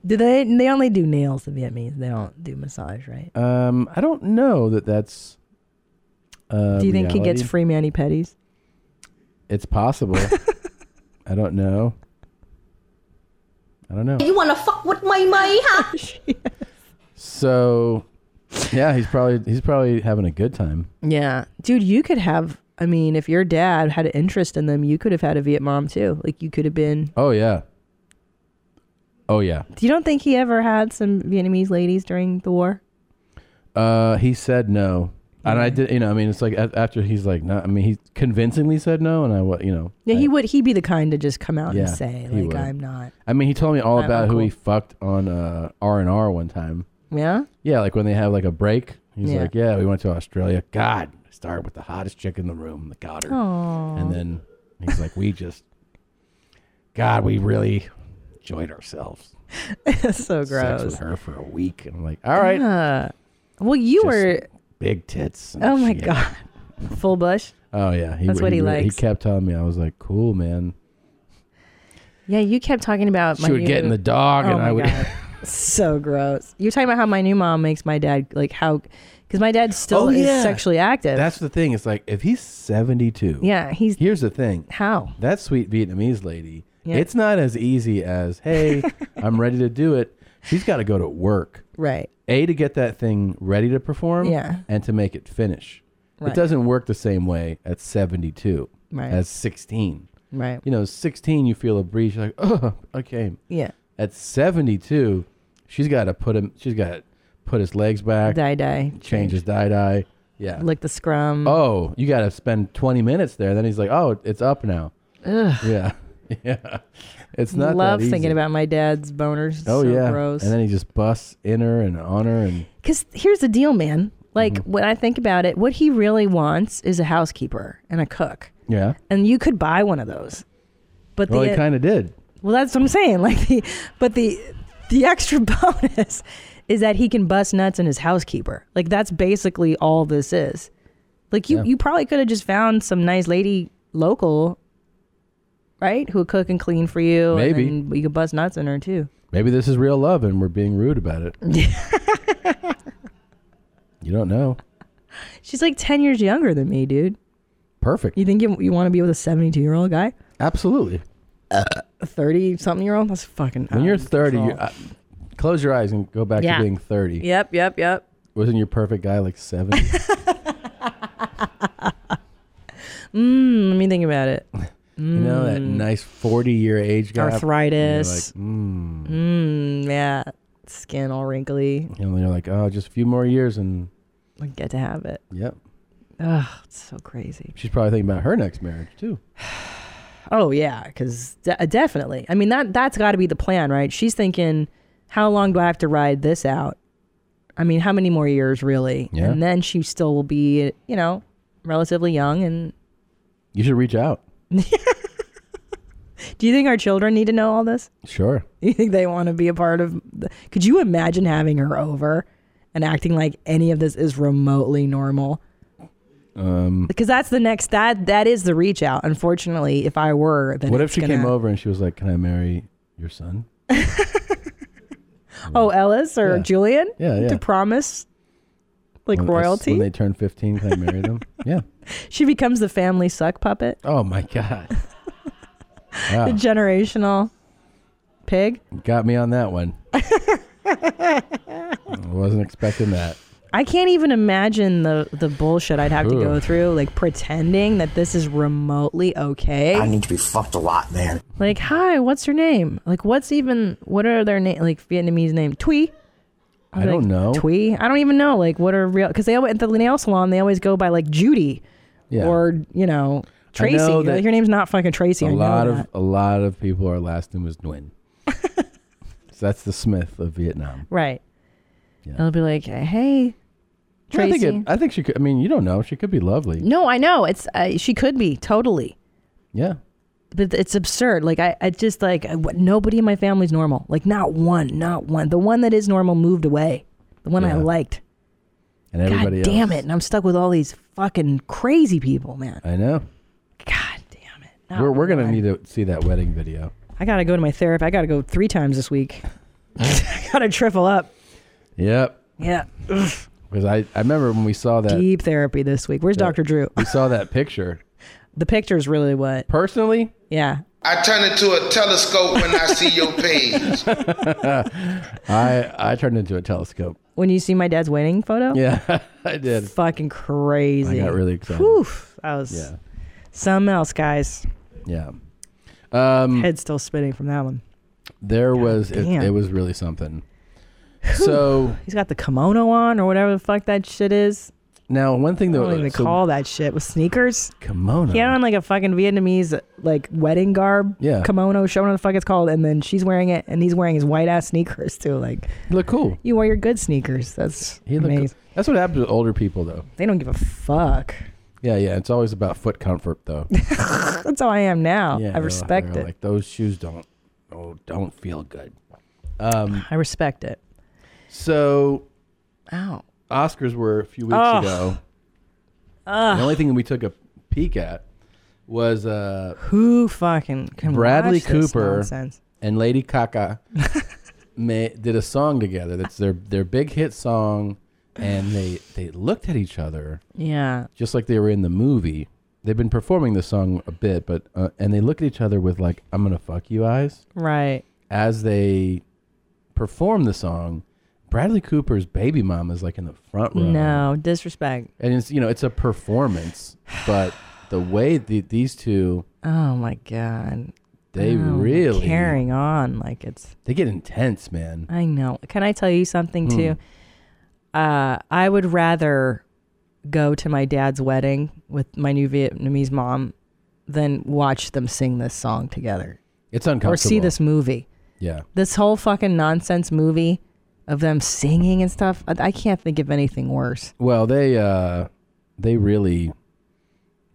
Speaker 2: Do they? They only do nails. The Vietnamese. They don't do massage, right?
Speaker 1: um i don't know that that's uh
Speaker 2: do you think he gets
Speaker 1: reality.
Speaker 2: free mani pedis?
Speaker 1: it's possible i don't know i don't know
Speaker 11: You wanna fuck with my money, huh?
Speaker 1: so yeah he's probably he's probably having a good time
Speaker 2: Yeah, dude. You could have. I mean, if your dad had an interest in them, you could have had a Vietnam too. Like you could have been.
Speaker 1: oh yeah oh yeah
Speaker 2: You don't think he ever had some Vietnamese ladies during the war?
Speaker 1: Uh, he said no, and I did. You know, I mean, it's like a- after he's like, no. I mean, he convincingly said no, and I, wa- you know,
Speaker 2: Yeah, he would. He'd be the kind to just come out
Speaker 1: yeah,
Speaker 2: and say,
Speaker 1: he
Speaker 2: like,
Speaker 1: would.
Speaker 2: I'm not.
Speaker 1: I mean, he told me all
Speaker 2: I'm
Speaker 1: about who he
Speaker 2: uncool.
Speaker 1: fucked on uh R and R one time.
Speaker 2: Yeah.
Speaker 1: Yeah, like when they have like a break, he's
Speaker 2: Yeah.
Speaker 1: like, yeah, we went to Australia. God, I started with the hottest chick in the room, the got her,
Speaker 2: Aw.
Speaker 1: and then he's like, we just, God, we really enjoyed ourselves.
Speaker 2: That's so
Speaker 1: Sex
Speaker 2: gross.
Speaker 1: with her for a week, and I'm like, all right,
Speaker 2: Yeah. Ah. well, you were.
Speaker 1: big tits. and
Speaker 2: Oh my
Speaker 1: shit."
Speaker 2: god, full bush.
Speaker 1: Oh yeah,
Speaker 2: That's what he
Speaker 1: re-
Speaker 2: likes.
Speaker 1: He kept telling me, I was like, cool, man.
Speaker 2: Yeah, you kept talking about.
Speaker 1: She
Speaker 2: my
Speaker 1: would
Speaker 2: new...
Speaker 1: get in the dog
Speaker 2: Oh
Speaker 1: and
Speaker 2: my
Speaker 1: I would-
Speaker 2: God. so gross. You're talking about how my new mom makes my dad like how, because my dad still
Speaker 1: Oh, yeah.
Speaker 2: is sexually active.
Speaker 1: That's the thing. It's like if he's 72.
Speaker 2: Yeah, he's-
Speaker 1: Here's the thing.
Speaker 2: How?
Speaker 1: That sweet Vietnamese lady,
Speaker 2: Yeah.
Speaker 1: it's not as easy as, "Hey, I'm ready to do it." She's got to go to work.
Speaker 2: right.
Speaker 1: A to get that thing ready to perform
Speaker 2: Yeah.
Speaker 1: and to make it finish.
Speaker 2: Right.
Speaker 1: It doesn't work the same way at 72
Speaker 2: Right.
Speaker 1: as 16.
Speaker 2: Right.
Speaker 1: You know, 16 you feel a breeze you're like, "Oh, I came."
Speaker 2: Yeah.
Speaker 1: At 72, she's got to put him she's got to put his legs back.
Speaker 2: Dye-dye.
Speaker 1: Change his dye-dye. Yeah.
Speaker 2: Like the scrum.
Speaker 1: Oh, you got to spend 20 minutes there. Then he's like, oh, it's up now.
Speaker 2: Ugh.
Speaker 1: Yeah. Yeah. It's not that
Speaker 2: Love
Speaker 1: easy.
Speaker 2: thinking about my dad's boners.
Speaker 1: Oh,
Speaker 2: so
Speaker 1: yeah.
Speaker 2: Gross.
Speaker 1: And then he just busts in her and on her. And
Speaker 2: Because here's the deal, man. Like
Speaker 1: Mm-hmm.
Speaker 2: when I think about it, what he really wants is a housekeeper and a cook,
Speaker 1: yeah.
Speaker 2: and you could buy one of those. But
Speaker 1: Well,
Speaker 2: the
Speaker 1: he kind of did.
Speaker 2: Well, that's what I'm saying. Like the, but the, the extra bonus is that he can bust nuts in his housekeeper. Like that's basically all this is. Like you,
Speaker 1: Yeah.
Speaker 2: you probably could have just found some nice lady local, right? Who would cook and clean for you.
Speaker 1: Maybe.
Speaker 2: and then you could bust nuts in her too.
Speaker 1: Maybe this is real love and we're being rude about it. you don't know.
Speaker 2: She's like ten years younger than me, dude.
Speaker 1: Perfect.
Speaker 2: You think you, you want to be with a seventy-two year old guy?
Speaker 1: Absolutely.
Speaker 2: A thirty-something year old? That's fucking.
Speaker 1: When you're 30,
Speaker 2: control.
Speaker 1: you uh, close your eyes and go back
Speaker 2: Yeah.
Speaker 1: to being 30.
Speaker 2: Yep, yep, yep.
Speaker 1: Wasn't your perfect guy like seven?
Speaker 2: Mm, let me think about it. Mm.
Speaker 1: You know, that nice 40 year age guy.
Speaker 2: Hmm. Arthritis.
Speaker 1: And you're like, mm.
Speaker 2: Mm, yeah. Skin all wrinkly.
Speaker 1: And they're like, oh, just a few more years and
Speaker 2: Like get to have it.
Speaker 1: yep.
Speaker 2: Ugh, it's so crazy.
Speaker 1: She's probably thinking about her next marriage too.
Speaker 2: Oh yeah, because de- uh, definitely. I mean that that's got to be the plan, right? She's thinking, how long do I have to ride this out? I mean, how many more years really?
Speaker 1: Yeah.
Speaker 2: And then she still will be, you know, relatively young. And
Speaker 1: You should reach out.
Speaker 2: do you think our children need to know all this?
Speaker 1: Sure.
Speaker 2: You think they want to be a part of? The, could you imagine having her over and acting like any of this is remotely normal?
Speaker 1: Um,
Speaker 2: Because that's the next that that is the reach out. Unfortunately, if I were, then
Speaker 1: what if
Speaker 2: it's
Speaker 1: she
Speaker 2: gonna-
Speaker 1: came over and she was like, "Can I marry your son?"
Speaker 2: Oh, Ellis or
Speaker 1: Yeah.
Speaker 2: Julian?
Speaker 1: Yeah, yeah.
Speaker 2: To promise like
Speaker 1: When-
Speaker 2: royalty.
Speaker 1: when they turn fifteen. Can I marry them? yeah.
Speaker 2: she becomes the family suck puppet,
Speaker 1: Oh my god. Wow.
Speaker 2: the generational pig.
Speaker 1: Got me on that one. I wasn't expecting that.
Speaker 2: I can't even imagine the the bullshit I'd have to go
Speaker 1: Ooh.
Speaker 2: through, like pretending that this is remotely okay.
Speaker 5: I need to be fucked a lot, man.
Speaker 2: like, hi, what's your name? Like, what's even what are their name? Like Vietnamese name, Thuy.
Speaker 1: I don't know.
Speaker 2: Twee. I don't even know like what are real because they always at the nail salon they always go by like Judy
Speaker 1: Yeah.
Speaker 2: or you know Tracy.
Speaker 1: know
Speaker 2: You're
Speaker 1: that
Speaker 2: like, Your name's not fucking Tracy.
Speaker 1: a
Speaker 2: I know
Speaker 1: lot
Speaker 2: that."
Speaker 1: of a lot of people. Our last name was Nguyen. So that's the Smith of Vietnam.
Speaker 2: Right. It'll be like, hey,
Speaker 1: Well, I think
Speaker 2: Tracy.
Speaker 1: it, I think she could. I mean, you don't know. She could be lovely.
Speaker 2: no, I know it's uh, she could be totally,
Speaker 1: Yeah.
Speaker 2: but it's absurd. Like I, I just like I- what, nobody in my family's normal. Like not one, not one. The one that is normal moved away. The one I
Speaker 1: Yeah.
Speaker 2: liked.
Speaker 1: And everybody
Speaker 2: God damn
Speaker 1: else.
Speaker 2: it! And I'm stuck with all these fucking crazy people, man.
Speaker 1: I know.
Speaker 2: God damn it. Not
Speaker 1: we're we're going to
Speaker 2: one.
Speaker 1: need to see that wedding video.
Speaker 2: I gotta go to my therapist. I gotta go three times this week. I gotta triple up.
Speaker 1: Yep.
Speaker 2: Yeah. Ugh.
Speaker 1: Because I, I remember when we saw that.
Speaker 2: Deep therapy this week. Where's Dr. Drew?
Speaker 1: We saw that picture.
Speaker 2: The picture's really what?
Speaker 1: Personally?
Speaker 2: Yeah.
Speaker 12: I turn into a telescope when I see your page.
Speaker 1: I I turned into a telescope.
Speaker 2: When you see my dad's wedding photo?
Speaker 1: Yeah, I did.
Speaker 2: Fucking crazy.
Speaker 1: I got really excited.
Speaker 2: Whew. That was
Speaker 1: Yeah.
Speaker 2: something else, guys.
Speaker 1: Yeah. Um,
Speaker 2: Head's still spinning from that one.
Speaker 1: There was it,
Speaker 2: damn.
Speaker 1: it was really something. So
Speaker 2: He's got the kimono on or whatever the fuck that shit is.
Speaker 1: now one thing
Speaker 2: I
Speaker 1: that uh,
Speaker 2: don't even
Speaker 1: so
Speaker 2: call that shit with sneakers.
Speaker 1: kimono.
Speaker 2: He had on like a fucking Vietnamese like wedding garb,
Speaker 1: Yeah.
Speaker 2: kimono, show what the fuck it's called, and then she's wearing it, and he's wearing his white ass sneakers too. Like,
Speaker 1: look cool.
Speaker 2: You wear your good sneakers. That's
Speaker 1: He looked-
Speaker 2: amazing.
Speaker 1: That's what happens with older people though.
Speaker 2: They don't give a fuck.
Speaker 1: Yeah, yeah. It's always about foot comfort though.
Speaker 2: That's how I am now.
Speaker 1: yeah,
Speaker 2: I respect
Speaker 1: they're
Speaker 2: it.
Speaker 1: Like those shoes don't oh don't feel good. Um,
Speaker 2: I respect it.
Speaker 1: So,
Speaker 2: ow.
Speaker 1: Oscars were a few weeks
Speaker 2: Ugh.
Speaker 1: ago.
Speaker 2: Ugh.
Speaker 1: The only thing we took a peek at was uh,
Speaker 2: Who fucking can
Speaker 1: Bradley
Speaker 2: watch this
Speaker 1: Cooper
Speaker 2: nonsense?
Speaker 1: and Lady Gaga ma- did a song together. That's their their big hit song, and they they looked at each other
Speaker 2: Yeah.
Speaker 1: just like they were in the movie. They've been performing the song a bit, but uh, and they look at each other with like "I'm gonna fuck you" eyes
Speaker 2: Right.
Speaker 1: as they perform the song. Bradley Cooper's baby mom is like in the front row.
Speaker 2: No disrespect.
Speaker 1: and it's you know it's a performance, but the way the, these two
Speaker 2: Oh my god.
Speaker 1: They
Speaker 2: Oh,
Speaker 1: really-
Speaker 2: carrying on like it's.
Speaker 1: they get intense, man.
Speaker 2: I know. Can I tell you something
Speaker 1: Hmm.
Speaker 2: too? Uh, I would rather go to my dad's wedding with my new Vietnamese mom than watch them sing this song together
Speaker 1: It's
Speaker 2: or see
Speaker 1: uncomfortable.
Speaker 2: this movie.
Speaker 1: Yeah,
Speaker 2: This whole fucking nonsense movie of them singing and stuff. I, I can't think of anything worse.
Speaker 1: Well, they uh they really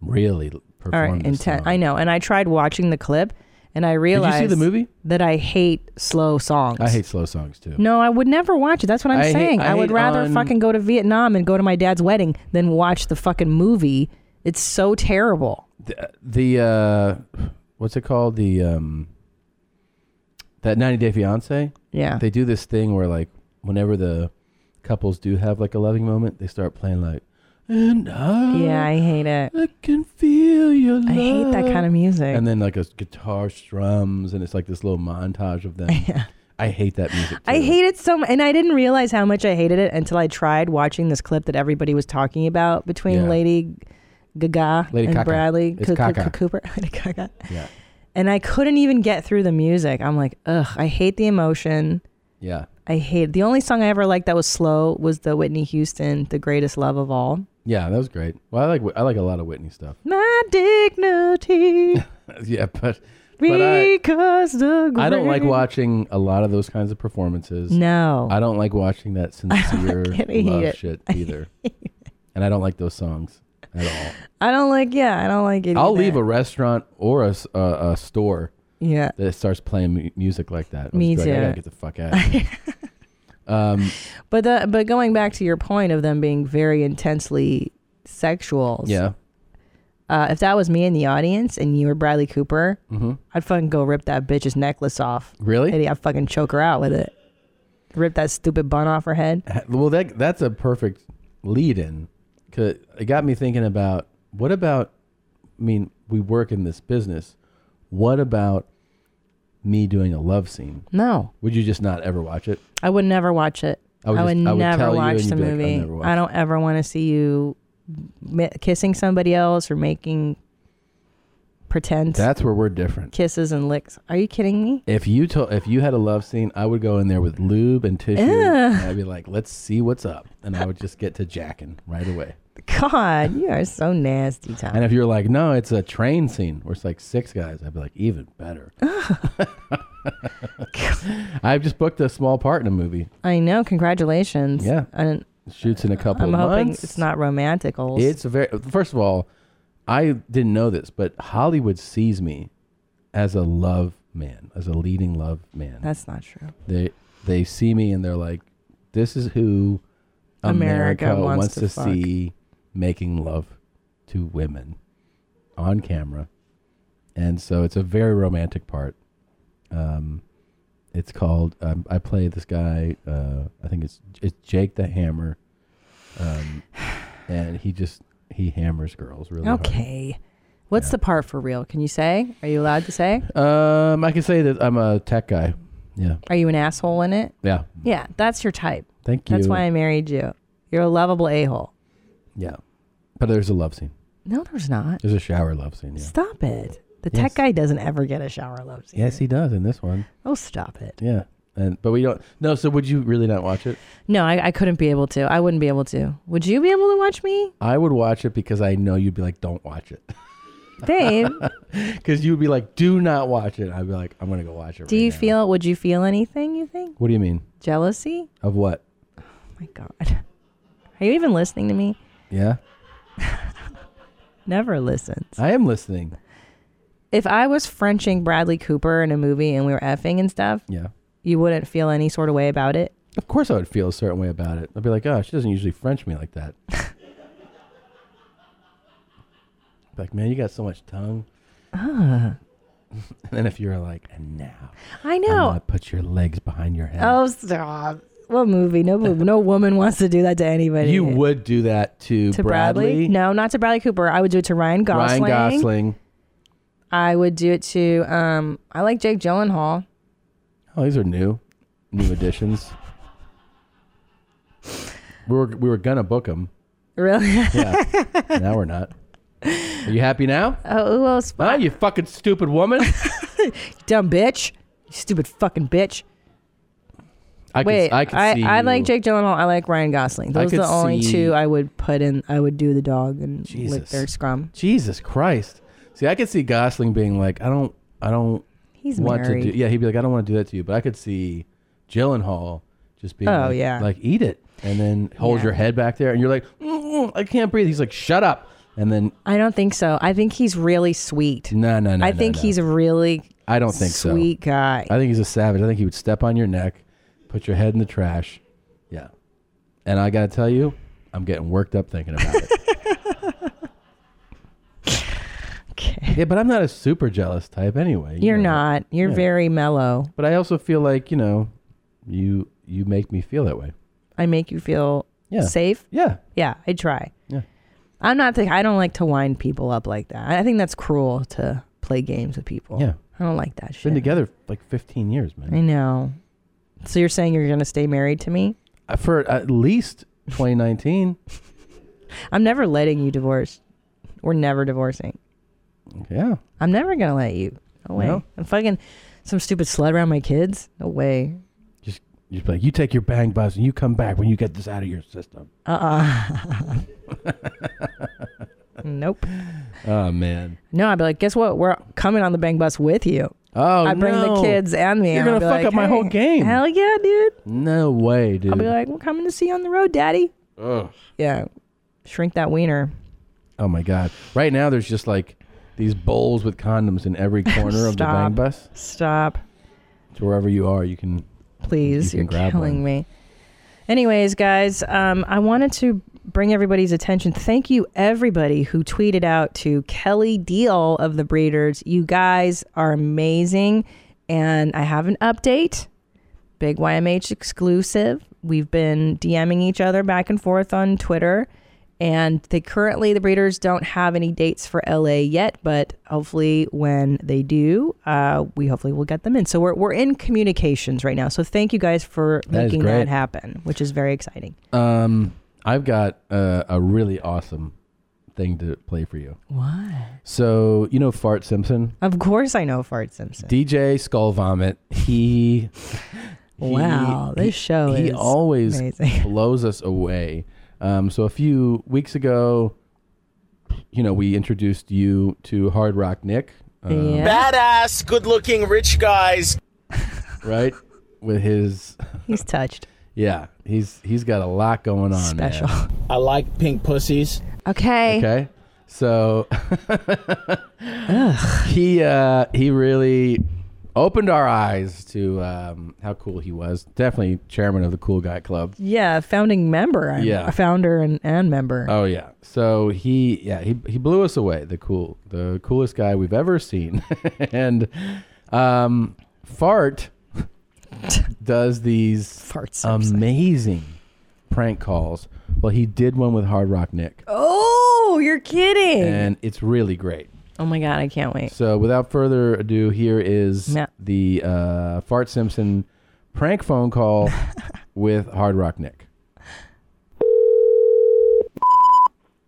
Speaker 1: really
Speaker 2: All
Speaker 1: performed.
Speaker 2: right, intent. I know. And I tried watching the clip and I
Speaker 1: you see the
Speaker 2: realized
Speaker 1: movie?
Speaker 2: that I hate slow songs.
Speaker 1: I hate slow songs too.
Speaker 2: No, I would never watch it. That's what I'm
Speaker 1: I hate-
Speaker 2: saying.
Speaker 1: I
Speaker 2: I, would
Speaker 1: hate
Speaker 2: rather
Speaker 1: on-
Speaker 2: fucking go to Vietnam and go to my dad's wedding than watch the fucking movie. It's so terrible.
Speaker 1: The, the uh what's it called? The um that 90 Day Fiance?
Speaker 2: Yeah.
Speaker 1: They do this thing where like whenever the couples do have like a loving moment, they start playing like and I
Speaker 2: yeah, I hate it.
Speaker 1: I can feel your
Speaker 2: I hate that kind of music.
Speaker 1: and then like a s- guitar strums and it's like this little montage of them. yeah. I hate that music.
Speaker 2: I hate it so much, and I didn't realize how much I hated it until I tried watching this clip that everybody was talking about between
Speaker 1: Yeah.
Speaker 2: Lady Gaga
Speaker 1: Lady
Speaker 2: and
Speaker 1: Gaga.
Speaker 2: Bradley
Speaker 1: It's
Speaker 2: Coo- Coo-
Speaker 1: Gaga.
Speaker 2: Coo- Cooper. Lady Gaga.
Speaker 1: Yeah.
Speaker 2: And I couldn't even get through the music. I'm like, ugh, I hate the emotion.
Speaker 1: Yeah.
Speaker 2: I hate the only song I ever liked that was slow was the Whitney Houston, "The Greatest Love of All."
Speaker 1: Yeah, that was great. Well, I like Whit- I like a lot of Whitney stuff.
Speaker 2: My dignity,
Speaker 1: yeah, but but I
Speaker 2: because the
Speaker 1: I don't like
Speaker 2: great-
Speaker 1: watching a lot of those kinds of performances.
Speaker 2: No.
Speaker 1: I don't like watching that sincere
Speaker 2: hate
Speaker 1: love
Speaker 2: it.
Speaker 1: shit either. and I don't like those songs at all.
Speaker 2: I don't like. Yeah, I don't like it.
Speaker 1: I'll leave a restaurant or a, s- a- a store
Speaker 2: Yeah.
Speaker 1: that starts playing mu- music like that. I'll
Speaker 2: Me
Speaker 1: just be like, I
Speaker 2: too.
Speaker 1: gotta get the fuck out. of here." um,
Speaker 2: But the, but going back to your point of them being very intensely sexual.
Speaker 1: yeah,
Speaker 2: Uh, if that was me in the audience and you were Bradley Cooper,
Speaker 1: Mhm.
Speaker 2: I'd fucking go rip that bitch's necklace off.
Speaker 1: Really?
Speaker 2: And I'd fucking choke her out with it. Rip that stupid bun off her head.
Speaker 1: Ha- Well, that that's a perfect lead in. Cause it got me thinking about what about? I mean, we work in this business. What about me doing a love scene?
Speaker 2: No,
Speaker 1: Would you just not ever watch it?
Speaker 2: I would never watch it.
Speaker 1: I would just- I would
Speaker 2: never
Speaker 1: tell you
Speaker 2: watch
Speaker 1: and
Speaker 2: the
Speaker 1: you'd be like, "I
Speaker 2: movie.
Speaker 1: never watched
Speaker 2: I don't ever want to see you mi- kissing somebody else or making pretend
Speaker 1: That's where we're different.
Speaker 2: kisses and licks. Are you kidding me?
Speaker 1: If you told, if you had a love scene, I would go in there with lube and tissue,
Speaker 2: Ugh.
Speaker 1: and I'd be like, "Let's see what's up," and I would just get to jacking right away.
Speaker 2: God, you are so nasty, Tom.
Speaker 1: And if you're like, no, it's a train scene where it's like six guys, I'd be like, even better. I've just booked a small part in a movie.
Speaker 2: I know. Congratulations.
Speaker 1: Yeah.
Speaker 2: And
Speaker 1: Shoots in a couple
Speaker 2: I'm
Speaker 1: of
Speaker 2: hoping
Speaker 1: months.
Speaker 2: it's not romanticals.
Speaker 1: It's a very first of all, I didn't know this, but Hollywood sees me as a love man, as a leading love man.
Speaker 2: That's not true.
Speaker 1: They they see me and they're like, This is who America,
Speaker 2: America
Speaker 1: wants,
Speaker 2: wants
Speaker 1: to,
Speaker 2: to fuck."
Speaker 1: see making love to women on camera. And so it's a very romantic part. Um it's called um, I play this guy, uh, I think it's it's Jake the Hammer. Um and he just he hammers girls really hard.
Speaker 2: okay. What's the part for real? Can you say? Are you allowed to say?
Speaker 1: Um, I can say that I'm a tech guy. Yeah,
Speaker 2: Are you an asshole in it?
Speaker 1: yeah.
Speaker 2: Yeah, that's your type.
Speaker 1: Thank
Speaker 2: That's
Speaker 1: you.
Speaker 2: why I married you. You're a lovable a hole.
Speaker 1: Yeah, but there's a love scene.
Speaker 2: No, there's not.
Speaker 1: There's a shower love scene. Yeah.
Speaker 2: Stop it. The
Speaker 1: Yes.
Speaker 2: tech guy doesn't ever get a shower love scene.
Speaker 1: Yes, he does in this one.
Speaker 2: Oh, stop it.
Speaker 1: Yeah, and but we don't. No, so would you really not watch it?
Speaker 2: No, I, I couldn't be able to. I wouldn't be able to. Would you be able to watch me?
Speaker 1: I would watch it because I know you'd be like, don't watch it,
Speaker 2: Babe,
Speaker 1: because you'd be like, do not watch it. I'd be like, I'm gonna go watch it.
Speaker 2: do you feel, would you feel anything, you think?
Speaker 1: What do you mean?
Speaker 2: Jealousy?
Speaker 1: Of what?
Speaker 2: Oh my God. Are you even listening to me?
Speaker 1: Yeah,
Speaker 2: Never listen.
Speaker 1: I am listening.
Speaker 2: If I was Frenching Bradley Cooper in a movie and we were effing and stuff,
Speaker 1: Yeah.
Speaker 2: you wouldn't feel any sort of way about it.
Speaker 1: Of course, I would feel a certain way about it. I'd be like, oh, she doesn't usually French me like that. Be like, man, you got so much tongue.
Speaker 2: Ah.
Speaker 1: And then if you're like, and now,
Speaker 2: I
Speaker 1: I'm
Speaker 2: know.
Speaker 1: gonna put your legs behind your head.
Speaker 2: Oh, stop. What movie? No, no woman wants to do that to anybody.
Speaker 1: you would do that to,
Speaker 2: to Bradley? No, not to Bradley Cooper. I would do it to Ryan Gosling.
Speaker 1: Ryan Gosling.
Speaker 2: I would do it to. Um, I like Jake Gyllenhaal.
Speaker 1: Oh, these are new, new additions. we were we were gonna book him.
Speaker 2: Really?
Speaker 1: Yeah. now we're not. Are you happy now?
Speaker 2: Oh, who else?
Speaker 1: Huh? You fucking stupid woman.
Speaker 2: Dumb bitch. You stupid fucking bitch.
Speaker 1: I could-
Speaker 2: Wait,
Speaker 1: I could see
Speaker 2: I like
Speaker 1: you.
Speaker 2: Jake Gyllenhaal. I like Ryan Gosling.
Speaker 1: I
Speaker 2: Those are
Speaker 1: could
Speaker 2: the only
Speaker 1: see-
Speaker 2: two I would put in. I would do the dog and lick
Speaker 1: Jesus.
Speaker 2: their scrum.
Speaker 1: Jesus Christ. See, I could see Gosling being like, I don't, I don't
Speaker 2: He's
Speaker 1: want to
Speaker 2: married.
Speaker 1: do. Yeah, he'd be like, I don't want to do that to you. But I could see Gyllenhaal just being,
Speaker 2: Oh,
Speaker 1: like,
Speaker 2: yeah.
Speaker 1: like eat it, and then hold
Speaker 2: Yeah.
Speaker 1: your head back there, and you're like, "Mm, mm, I can't breathe. He's like, shut up, and then
Speaker 2: I don't think so. I think he's really sweet.
Speaker 1: no, no, no.
Speaker 2: I
Speaker 1: no,
Speaker 2: think
Speaker 1: no.
Speaker 2: he's a really
Speaker 1: I don't think so.
Speaker 2: sweet guy.
Speaker 1: I think he's a savage. I think he would step on your neck, put your head in the trash. Yeah. And I gotta tell you, I'm getting worked up thinking about it. okay. Yeah, but I'm not a super jealous type anyway. you
Speaker 2: You're
Speaker 1: know.
Speaker 2: not. You're
Speaker 1: Yeah.
Speaker 2: very mellow.
Speaker 1: But I also feel like you know, you you make me feel that way.
Speaker 2: I make you feel
Speaker 1: Yeah.
Speaker 2: safe.
Speaker 1: Yeah.
Speaker 2: Yeah, I try.
Speaker 1: Yeah.
Speaker 2: I'm not the I don't like to wind people up like that. I think that's cruel to play games with people.
Speaker 1: Yeah.
Speaker 2: I don't like that shit.
Speaker 1: Been together like 15 years, man.
Speaker 2: I know. So you're saying you're going to stay married to me?
Speaker 1: Uh, For at least 2019.
Speaker 2: I'm never letting you divorce. We're never divorcing.
Speaker 1: Yeah.
Speaker 2: I'm never going to let you. No way.
Speaker 1: No.
Speaker 2: I'm fucking some stupid slut around my kids. No way.
Speaker 1: Just just be like, you take your bang bus and you come back when you get this out of your system.
Speaker 2: Uh. Uh-uh. nope.
Speaker 1: Oh man.
Speaker 2: No, I'd be like, guess what? We're coming on the bang bus with you.
Speaker 1: Oh,
Speaker 2: I bring
Speaker 1: no.
Speaker 2: the kids and me.
Speaker 1: You're
Speaker 2: and I'll
Speaker 1: gonna
Speaker 2: be
Speaker 1: fuck
Speaker 2: like,
Speaker 1: up my whole
Speaker 2: "Hey,
Speaker 1: game."
Speaker 2: Hell yeah, dude.
Speaker 1: No way, dude.
Speaker 2: I'll be like, we're coming to see you on the road, daddy.
Speaker 1: Ugh.
Speaker 2: Yeah. Shrink that wiener.
Speaker 1: Oh my god! Right now, there's just like these bowls with condoms in every corner of the
Speaker 2: Stop.
Speaker 1: bang bus.
Speaker 2: Stop.
Speaker 1: So wherever you are, you can.
Speaker 2: Please.
Speaker 1: You
Speaker 2: You
Speaker 1: can
Speaker 2: are
Speaker 1: grab
Speaker 2: killing
Speaker 1: one.
Speaker 2: me. Anyways, guys, um, I wanted to bring everybody's attention. Thank you, everybody who tweeted out to Kelly Deal of the Breeders. You guys are amazing. And I have an update. Big YMH exclusive. We've been DMing each other back and forth on Twitter. And they currently, the breeders don't have any dates for LA yet, but hopefully when they do, uh, we hopefully will get them in. So we're, we're in communications right now. So thank you guys for
Speaker 1: That is
Speaker 2: making that
Speaker 1: great.
Speaker 2: happen, which is very exciting.
Speaker 1: Um, I've got uh, a really awesome thing to play for you.
Speaker 2: What?
Speaker 1: So you know, Fart Simpson,
Speaker 2: Of course, I know Fart Simpson.
Speaker 1: DJ Skull Vomit. He. he-
Speaker 2: Wow, this show
Speaker 1: he
Speaker 2: is
Speaker 1: always
Speaker 2: amazing.
Speaker 1: blows us away. Um, so a few weeks ago, you know, we introduced you to Hard Rock Nick. um,
Speaker 13: Badass, good looking, rich guys.
Speaker 1: Right? With his,
Speaker 2: He's touched.
Speaker 1: yeah, he's he's got a lot going on.
Speaker 2: Special.
Speaker 13: I like pink pussies.
Speaker 2: Okay.
Speaker 1: Okay. So he uh, he really opened our eyes to um, how cool he was. Definitely chairman of the Cool Guy Club.
Speaker 2: Yeah, founding member. I'm
Speaker 1: Yeah.
Speaker 2: a founder and, and member.
Speaker 1: Oh yeah. So he yeah, he he blew us away. The cool the coolest guy we've ever seen. and um Fart does these amazing prank calls. Well, he did one with Hard Rock Nick
Speaker 2: Oh, you're kidding.
Speaker 1: and it's really great.
Speaker 2: oh my god, I can't wait.
Speaker 1: So without further ado, here is
Speaker 2: Yeah.
Speaker 1: the uh, Fart Simpson prank phone call with Hard Rock Nick.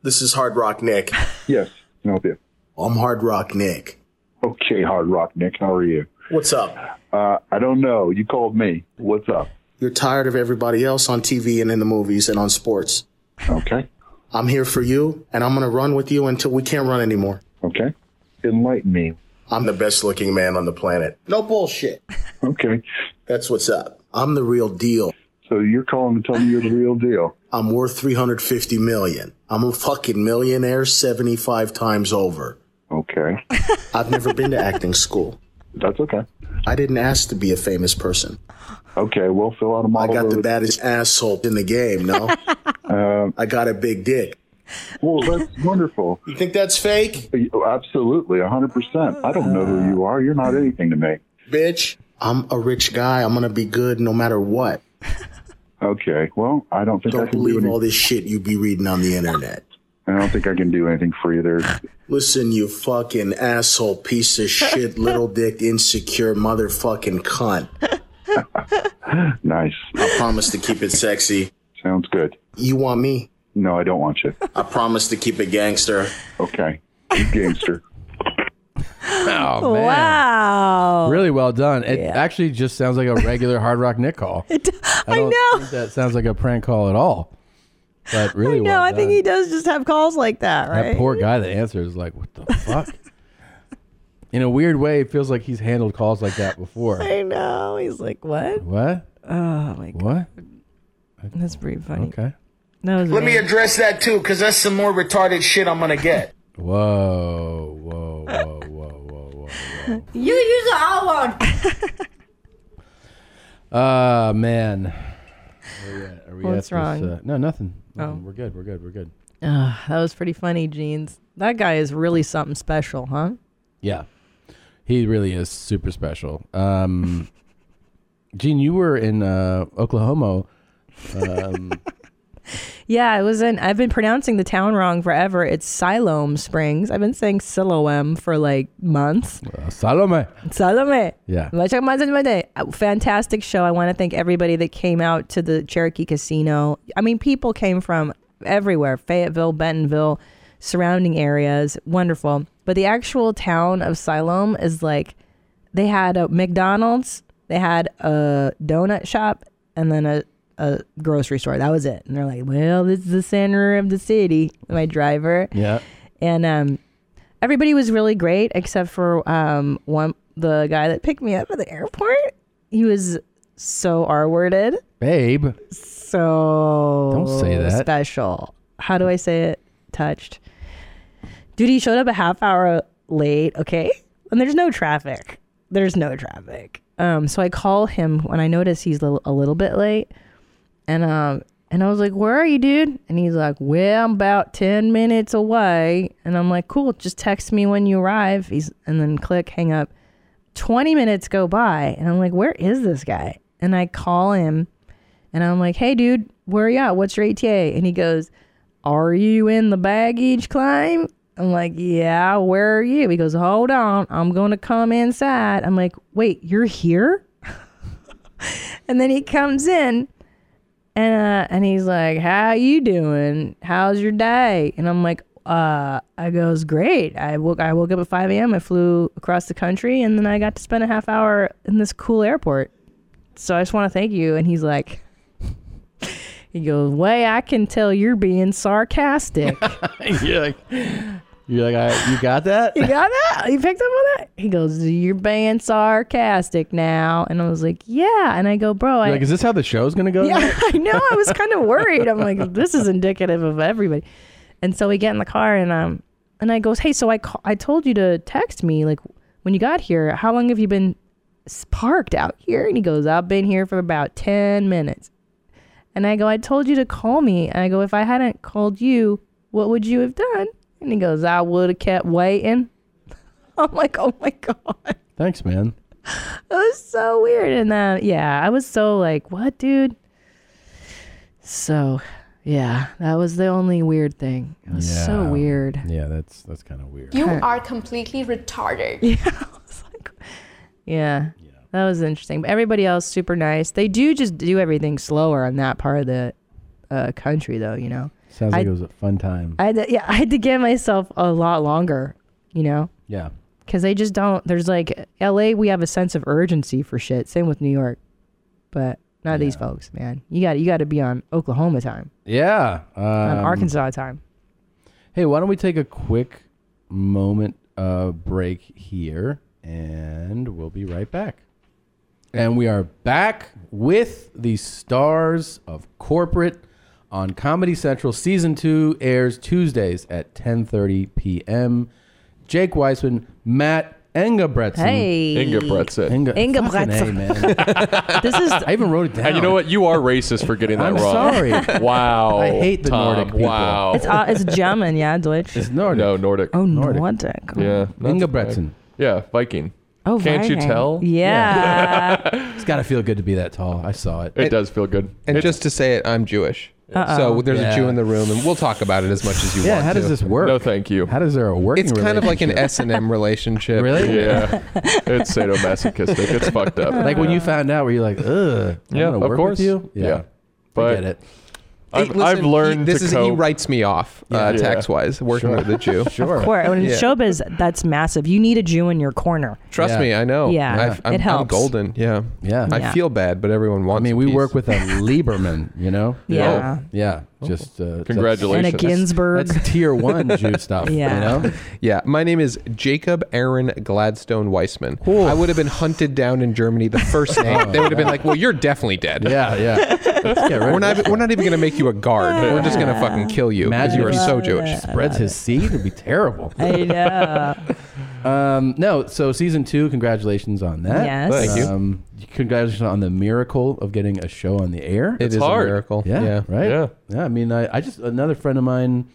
Speaker 5: This is Hard Rock Nick. Yes, can I help you? I'm Hard Rock Nick.
Speaker 14: Okay, Hard Rock Nick, how are you?
Speaker 5: What's up?
Speaker 14: Uh, I don't know. You called me. What's up?
Speaker 5: You're tired of everybody else on TV and in the movies and on sports.
Speaker 14: Okay.
Speaker 5: I'm here for you, and I'm going to run with you until we can't run anymore.
Speaker 14: Okay. Enlighten me.
Speaker 5: I'm the best looking man on the planet. No bullshit.
Speaker 14: okay.
Speaker 5: That's what's up. I'm the real deal.
Speaker 14: So you're calling to tell me you're the real deal?
Speaker 5: I'm worth 350 million. I'm a fucking millionaire 75 times over.
Speaker 14: Okay.
Speaker 5: I've never been to acting school.
Speaker 14: That's okay.
Speaker 5: I didn't ask to be a famous person.
Speaker 14: Okay, we'll fill out a model.
Speaker 5: I got the
Speaker 14: road.
Speaker 5: baddest asshole in the game, no? I got a big dick.
Speaker 14: Um, Well, that's wonderful.
Speaker 5: You think that's fake?
Speaker 14: Absolutely, 100%. I don't know who you are. You're not anything to me.
Speaker 5: Bitch, I'm a rich guy. I'm going to be good no matter what.
Speaker 14: Okay. Well, I don't think I
Speaker 5: Don't
Speaker 14: can do
Speaker 5: believe
Speaker 14: any-
Speaker 5: all this shit you be reading on the internet.
Speaker 14: I don't think I can do anything for you there.
Speaker 5: Listen, you fucking asshole, piece of shit, little dick, insecure motherfucking cunt.
Speaker 14: nice.
Speaker 5: I promise to keep it sexy.
Speaker 14: Sounds good.
Speaker 5: You want me?
Speaker 14: No, I don't want you.
Speaker 5: I promise to keep it gangster.
Speaker 14: Okay. You gangster.
Speaker 1: Oh man.
Speaker 2: Wow.
Speaker 1: Really well done. It actually just sounds like a regular Hard Rock Nick call. I, don't know. Think that sounds like a prank call at all. But really,
Speaker 2: no,
Speaker 1: well
Speaker 2: I think
Speaker 1: done.
Speaker 2: he does just have calls like that, right?
Speaker 1: That poor guy that answers is like, what the fuck? In a weird way, it feels like he's handled calls like that before.
Speaker 2: I know. He's like, what?
Speaker 1: What?
Speaker 2: Oh my god.
Speaker 1: What?
Speaker 2: That's pretty funny.
Speaker 1: Okay.
Speaker 2: That was
Speaker 12: Let me
Speaker 2: amazing.
Speaker 12: address that too, because that's some more retarded shit I'm gonna get.
Speaker 1: Whoa, whoa, whoa, whoa.
Speaker 11: You use the R word.
Speaker 1: Ah, man. Are we at- are we
Speaker 2: What's
Speaker 1: at
Speaker 2: wrong?
Speaker 1: uh, no, nothing. nothing.
Speaker 2: Oh.
Speaker 1: We're good. We're good. We're good.
Speaker 2: Ugh, that was pretty funny, Jeans. That guy is really something special, huh?
Speaker 1: Yeah. He really is super special. Um, Gene, you were in uh, Oklahoma. Um,
Speaker 2: Yeah, I was in. I've been pronouncing the town wrong forever. It's Siloam Springs. I've been saying Siloam for like months.
Speaker 1: uh, Salome.
Speaker 2: Salome.
Speaker 1: Yeah.
Speaker 2: Much of my- my day. Uh, Fantastic show. I want to thank everybody that came out to the Cherokee Casino. I mean, people came from everywhere Fayetteville, Bentonville, surrounding areas. Wonderful. But the actual town of Siloam is like they had a McDonald's, they had a donut shop, and then a, a grocery store. That was it. And they're like, well, this is the center of the city. My driver
Speaker 1: Yeah.
Speaker 2: and um, everybody was really great except for um, one the guy that picked me up at the airport. He was so R worded,
Speaker 1: babe.
Speaker 2: So
Speaker 1: Don't say that.
Speaker 2: Special. How do I say it? Touched. Dude, he showed up a half hour late. Okay, and there's no traffic. There's no traffic. Um, so I call him when I notice he's a a little bit late, and um, and I was like, "Where are you, dude?" And he's like, "Well, I'm about ten minutes away." And I'm like, "Cool, just text me when you arrive." He's and then click hang up. Twenty minutes go by, and I'm like, "Where is this guy?" And I call him, and I'm like, "Hey, dude, where are you at? What's your ATA?" And he goes, "Are you in the baggage claim?" I'm like, "Yeah, where are you?" He goes, "Hold on, I'm gonna come inside." I'm like, "Wait, you're here?" and then he comes in and uh, and he's like, "How you doing? How's your day?" And I'm like, "Uh, I goes great. I woke I woke up at 5 a.m. I flew across the country, and then I got to spend a half hour in this cool airport. So I just want to thank you." And he's like, He goes, Way I can tell you're being sarcastic.
Speaker 1: you're like, you're like I, you got that?
Speaker 2: you got that? You picked up on that? He goes, You're being sarcastic now. And I was like, Yeah. And I go, Bro,
Speaker 1: You're
Speaker 2: I,
Speaker 1: like, is this how the show's gonna go?
Speaker 2: yeah, I know. I was kind of worried. I'm like, this is indicative of everybody. And so we get in the car and um and I goes, hey, so I ca- I told you to text me like when you got here. How long have you been s- parked out here? And he goes, I've been here for about ten minutes. And I go, I told you to call me. And I go, if I hadn't called you, what would you have done? And he goes, I would have kept waiting. I'm like, oh my god.
Speaker 1: Thanks, man.
Speaker 2: It was so weird. And uh, yeah, I was so like, what, dude? So, yeah, that was the only weird thing. It was so
Speaker 1: Yeah.
Speaker 2: weird.
Speaker 1: Yeah, that's that's kind of weird.
Speaker 15: You
Speaker 2: Huh.
Speaker 15: are completely retarded.
Speaker 2: Yeah. That was interesting. But everybody else, super nice. They do just do everything slower on that part of the uh, country, though, you know?
Speaker 1: Sounds like
Speaker 2: I-
Speaker 1: it was a fun time.
Speaker 2: I had to, yeah, I had to give myself a lot longer, you know?
Speaker 1: Yeah.
Speaker 2: Because they just don't, there's like, LA, we have a sense of urgency for shit. Same with New York. But not these folks, man. You got you got to be on Oklahoma time,
Speaker 1: Yeah.
Speaker 2: on
Speaker 1: um,
Speaker 2: Arkansas time.
Speaker 1: Hey, why don't we take a quick moment uh, break here and we'll be right back. And we are back with the stars of corporate on Comedy Central. Season 2 airs Tuesdays at 10:30 p.m. Jake Weisman, Matt Engebretson.
Speaker 2: Hey. Engebretson.
Speaker 1: Inge-
Speaker 2: Engebretson.
Speaker 1: fucking A, man.
Speaker 2: this is I
Speaker 1: even wrote it down.
Speaker 16: And you know what? You are racist for getting that
Speaker 1: I'm
Speaker 16: wrong.
Speaker 1: sorry.
Speaker 16: Wow.
Speaker 1: I hate the
Speaker 16: Tom.
Speaker 1: Nordic people.
Speaker 16: Wow.
Speaker 2: It's uh, it's German, yeah, Deutsch.
Speaker 1: It's Nordic.
Speaker 16: No, Nordic.
Speaker 2: Oh, Nordic. Nordic.
Speaker 16: Yeah.
Speaker 1: Ingebretson.
Speaker 16: Yeah, Viking.
Speaker 2: Oh,
Speaker 16: Can't you
Speaker 2: Viking.
Speaker 16: tell?
Speaker 2: Yeah.
Speaker 1: it's got to feel good to be that tall. I saw it.
Speaker 16: It does feel good.
Speaker 17: And just to say it, I'm Jewish.
Speaker 1: Uh-oh.
Speaker 17: So there's
Speaker 1: Yeah.
Speaker 17: a Jew in the room, and we'll talk about it as much as you
Speaker 1: Yeah,
Speaker 17: want.
Speaker 1: how does
Speaker 17: to.
Speaker 1: this work? No, thank
Speaker 16: you.
Speaker 1: How does there a working
Speaker 17: It's kind of like an S
Speaker 1: relationship?
Speaker 17: and M relationship.
Speaker 1: Really?
Speaker 16: Yeah. it's sadomasochistic. It's fucked up.
Speaker 1: Like when you found out, were you like, ugh? I'm
Speaker 16: Yeah,
Speaker 1: gonna
Speaker 16: of
Speaker 1: work with
Speaker 16: course.
Speaker 1: you?
Speaker 16: Yeah.
Speaker 1: I
Speaker 16: But-
Speaker 1: get it.
Speaker 16: I've, I've learned
Speaker 17: this
Speaker 16: to
Speaker 17: is he
Speaker 16: cope.
Speaker 17: writes me off uh,
Speaker 16: Yeah.
Speaker 17: tax wise working
Speaker 16: Sure.
Speaker 17: with a Jew.
Speaker 1: sure,
Speaker 2: Of course. And in
Speaker 17: Yeah.
Speaker 2: showbiz, that's massive. You need a Jew in your corner.
Speaker 17: Trust me, I know.
Speaker 2: Yeah,
Speaker 17: I've- I'm,
Speaker 2: it helps.
Speaker 17: I'm golden. Yeah,
Speaker 1: yeah.
Speaker 17: I
Speaker 2: Yeah.
Speaker 17: feel bad, but everyone wants. I mean,
Speaker 1: we work with a Lieberman, you know.
Speaker 17: Yeah.
Speaker 1: Oh. yeah. Just uh, that's-
Speaker 17: Congratulations. And a Ginsburg.
Speaker 1: That's tier one Jew stuff. You know.
Speaker 17: Yeah, my name is Jacob Aaron Gladstone Weissman. I would have been hunted down in Germany the first name.
Speaker 1: Oh,
Speaker 17: they would have been like, "Well, you're definitely dead."
Speaker 1: Yeah, yeah. rid of
Speaker 17: we're not. We're not even gonna make you a guard. We're just gonna fucking kill you because
Speaker 1: Imagine if
Speaker 17: you are
Speaker 1: he
Speaker 17: so Jewish.
Speaker 1: Spreads his seed. It'd be terrible.
Speaker 2: I know.
Speaker 1: Um, no, so season two, congratulations on that.
Speaker 17: Yes. Thank you.
Speaker 1: Um, congratulations on the miracle of getting a show on the air.
Speaker 17: It's is a hard. miracle.
Speaker 1: Yeah,
Speaker 17: Yeah.
Speaker 1: Right?
Speaker 17: Yeah.
Speaker 1: I mean, I, I just, another friend of mine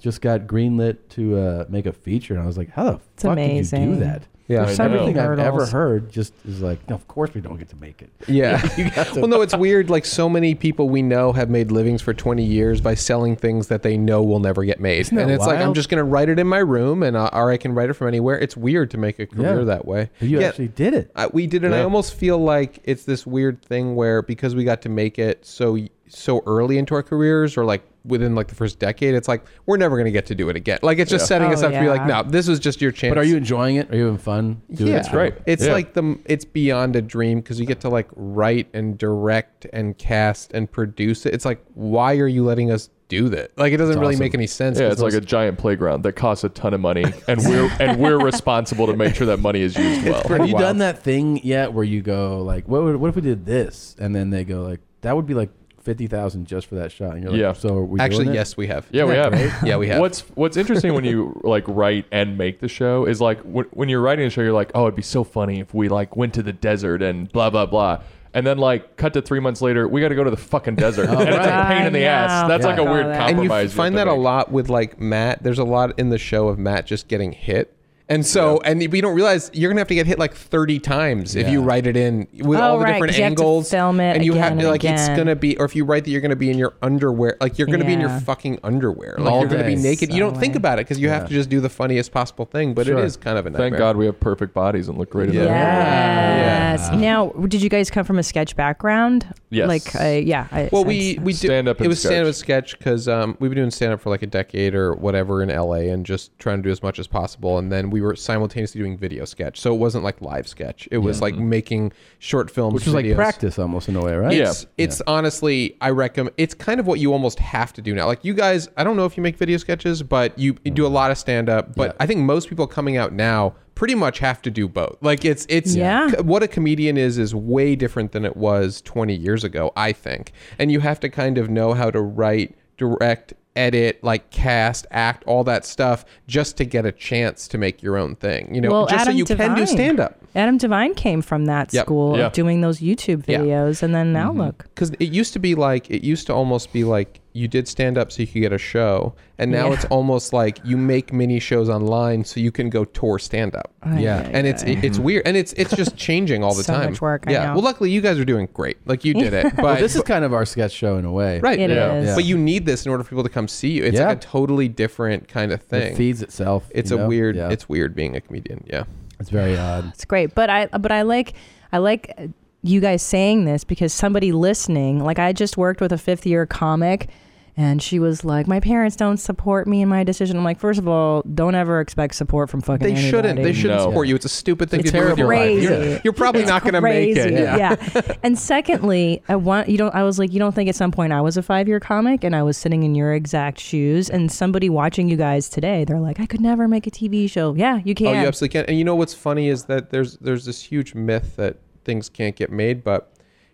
Speaker 1: just got greenlit to uh, make a feature, and I was like, how the
Speaker 2: It's
Speaker 1: fuck did you
Speaker 2: amazing.
Speaker 1: do that?
Speaker 17: Yeah,
Speaker 1: There's
Speaker 17: I know.
Speaker 1: everything I've ever
Speaker 17: Hurdles.
Speaker 1: heard just is like, no, of course we don't get to make it. You
Speaker 17: Yeah.
Speaker 1: got to-
Speaker 17: well, no, it's weird. Like so many people we know have made livings for 20 years by selling things that they know will never get made.
Speaker 1: that
Speaker 17: And it's like I'm
Speaker 1: wild?
Speaker 17: just going to write it in my room, and uh, or I can write it from anywhere. It's weird to make a career
Speaker 1: Yeah.
Speaker 17: that way.
Speaker 1: But you
Speaker 17: Yeah,
Speaker 1: actually did it.
Speaker 17: I, we did, and I
Speaker 1: Yeah.
Speaker 17: almost feel like it's this weird thing where because we got to make it so so early into our careers, or like within like the first decade, it's like we're never going to get to do it again. Like it's just
Speaker 1: Yeah.
Speaker 17: setting
Speaker 1: Oh,
Speaker 17: us up to be like,
Speaker 1: yeah.
Speaker 17: no, this was just your chance.
Speaker 1: But are you enjoying it? Are you having fun? doing it?
Speaker 17: It's It's like the it's beyond a dream because you get to like write and direct and cast and produce it. It's like why are you letting us do that? Like it doesn't really make any sense.
Speaker 16: Yeah,
Speaker 17: 'cause
Speaker 16: it's like a
Speaker 17: those-
Speaker 16: giant playground that costs a ton of money, and we're and we're responsible to make sure that money is used well.
Speaker 1: Have you done that thing yet where you go like, what, would, what if we did this? And then they go like, that would be like 50,000 just for that shot. And you're like,
Speaker 16: yeah.
Speaker 1: so are we doing it?
Speaker 16: Yeah,
Speaker 1: Isn't
Speaker 16: we
Speaker 1: that
Speaker 16: have.
Speaker 1: great?
Speaker 16: What's What's interesting when you like write and make the show is like when, when you're writing a show, you're like, oh, it'd be so funny if we like went to the desert and blah blah blah. And then, like, cut to three months later, we got to go to the fucking desert. and it's a pain in the ass. That's like a weird compromise.
Speaker 17: Oh, And you
Speaker 16: have
Speaker 17: f- find
Speaker 16: to
Speaker 17: that a
Speaker 16: make.
Speaker 17: lot with like Matt. There's a lot in the show of Matt just getting hit. And so, and you don't realize you're gonna have to get hit like 30 times if you write it in with
Speaker 2: Oh,
Speaker 17: all the
Speaker 2: right, 'cause
Speaker 17: different
Speaker 2: you have to
Speaker 17: angles.
Speaker 2: film it
Speaker 17: and you have
Speaker 2: again
Speaker 17: to
Speaker 2: and
Speaker 17: like it's
Speaker 2: again.
Speaker 17: gonna be, or if you write that you're gonna be in your underwear, like you're gonna be in your
Speaker 2: Yeah.
Speaker 17: fucking underwear, like
Speaker 16: All
Speaker 17: you're gonna be
Speaker 16: day.
Speaker 17: naked. You don't think about it because you have
Speaker 16: Yeah.
Speaker 17: to just do the funniest possible thing. But
Speaker 16: Sure.
Speaker 17: it is kind of a nightmare.
Speaker 16: Thank God we have perfect bodies and look great in
Speaker 17: Yeah.
Speaker 16: them.
Speaker 2: Yes. Uh, Now, did you guys come from a sketch background?
Speaker 16: Yes.
Speaker 2: Like, uh, yeah. I,
Speaker 17: well,
Speaker 2: sense-
Speaker 17: we we did stand up. It
Speaker 16: and
Speaker 17: was
Speaker 16: sketch.
Speaker 17: stand up sketch because um, we've been doing stand up for like a decade or whatever in LA, and just trying to do as much as possible. And then we were simultaneously doing video sketch, so it wasn't like live sketch. It was
Speaker 1: Yeah.
Speaker 17: like
Speaker 2: Mm-hmm.
Speaker 17: making short films,
Speaker 1: Which is like
Speaker 17: videos.
Speaker 1: practice almost in a way, right?
Speaker 17: It's, it's honestly, I recommend. It's kind of what you almost have to do now. Like you guys, I don't know if you make video sketches, but you, you do a lot of stand up. But I think most people coming out now pretty much have to do both. Like it's it's
Speaker 18: Yeah.
Speaker 17: c- what a comedian is is way different than it was 20 years ago. I think, and you have to kind of know how to write, direct. Edit, like cast, act, all that stuff, just to get a chance to make your own thing. You know,
Speaker 2: well,
Speaker 17: just
Speaker 2: Adam
Speaker 17: so you
Speaker 2: Devine.
Speaker 17: can do stand up.
Speaker 2: Adam Devine came from that
Speaker 17: Yep.
Speaker 2: school
Speaker 17: Yeah. Mm-hmm.
Speaker 2: of doing those YouTube
Speaker 17: Yeah.
Speaker 2: videos, and then now look.
Speaker 17: Because it used to be like it used to almost be like you did stand up so you could get a show, and now
Speaker 2: Yeah.
Speaker 17: it's almost like you make mini shows online so you can go tour stand up.
Speaker 2: Ay, Yeah. ay,
Speaker 17: and it's
Speaker 2: ay.
Speaker 17: it's weird, and it's it's just changing all the
Speaker 2: So
Speaker 17: time.
Speaker 2: much work, I
Speaker 17: yeah.
Speaker 2: know.
Speaker 17: Well, luckily you guys are doing great. Like you did it, but
Speaker 1: Well, this is kind of our sketch show in a way.
Speaker 17: right.
Speaker 1: It is.
Speaker 17: yeah. But you need this in order for people to come see you. It's
Speaker 1: Yeah.
Speaker 17: like a totally different kind of thing.
Speaker 1: feeds itself,
Speaker 17: It's
Speaker 1: you
Speaker 17: a
Speaker 1: know?
Speaker 17: weird.
Speaker 1: Yeah.
Speaker 17: It's weird being a comedian. Yeah.
Speaker 1: It's very odd.
Speaker 2: It's great, but I but I like I like uh, you guys saying this because somebody listening, like I just worked with a fifth year comic, and she was like, "My parents don't support me in my decision." I'm like, first of all, don't ever expect support from fucking.
Speaker 17: They shouldn't. They
Speaker 2: anybody."
Speaker 17: shouldn't support you. It's a stupid thing
Speaker 2: It's
Speaker 17: to do with your life.
Speaker 2: crazy.
Speaker 17: You're, you're probably
Speaker 2: It's
Speaker 17: not going to make it. Oh,
Speaker 2: crazy. and secondly, I want you don't. I was like, you don't think at some point I was a five year comic and I was sitting in your exact shoes, and somebody watching you guys today, they're like, I could never make a TV show. Yeah, you can.
Speaker 17: Oh, you absolutely can. And you know what's funny is that there's there's this huge myth that things can't get made, but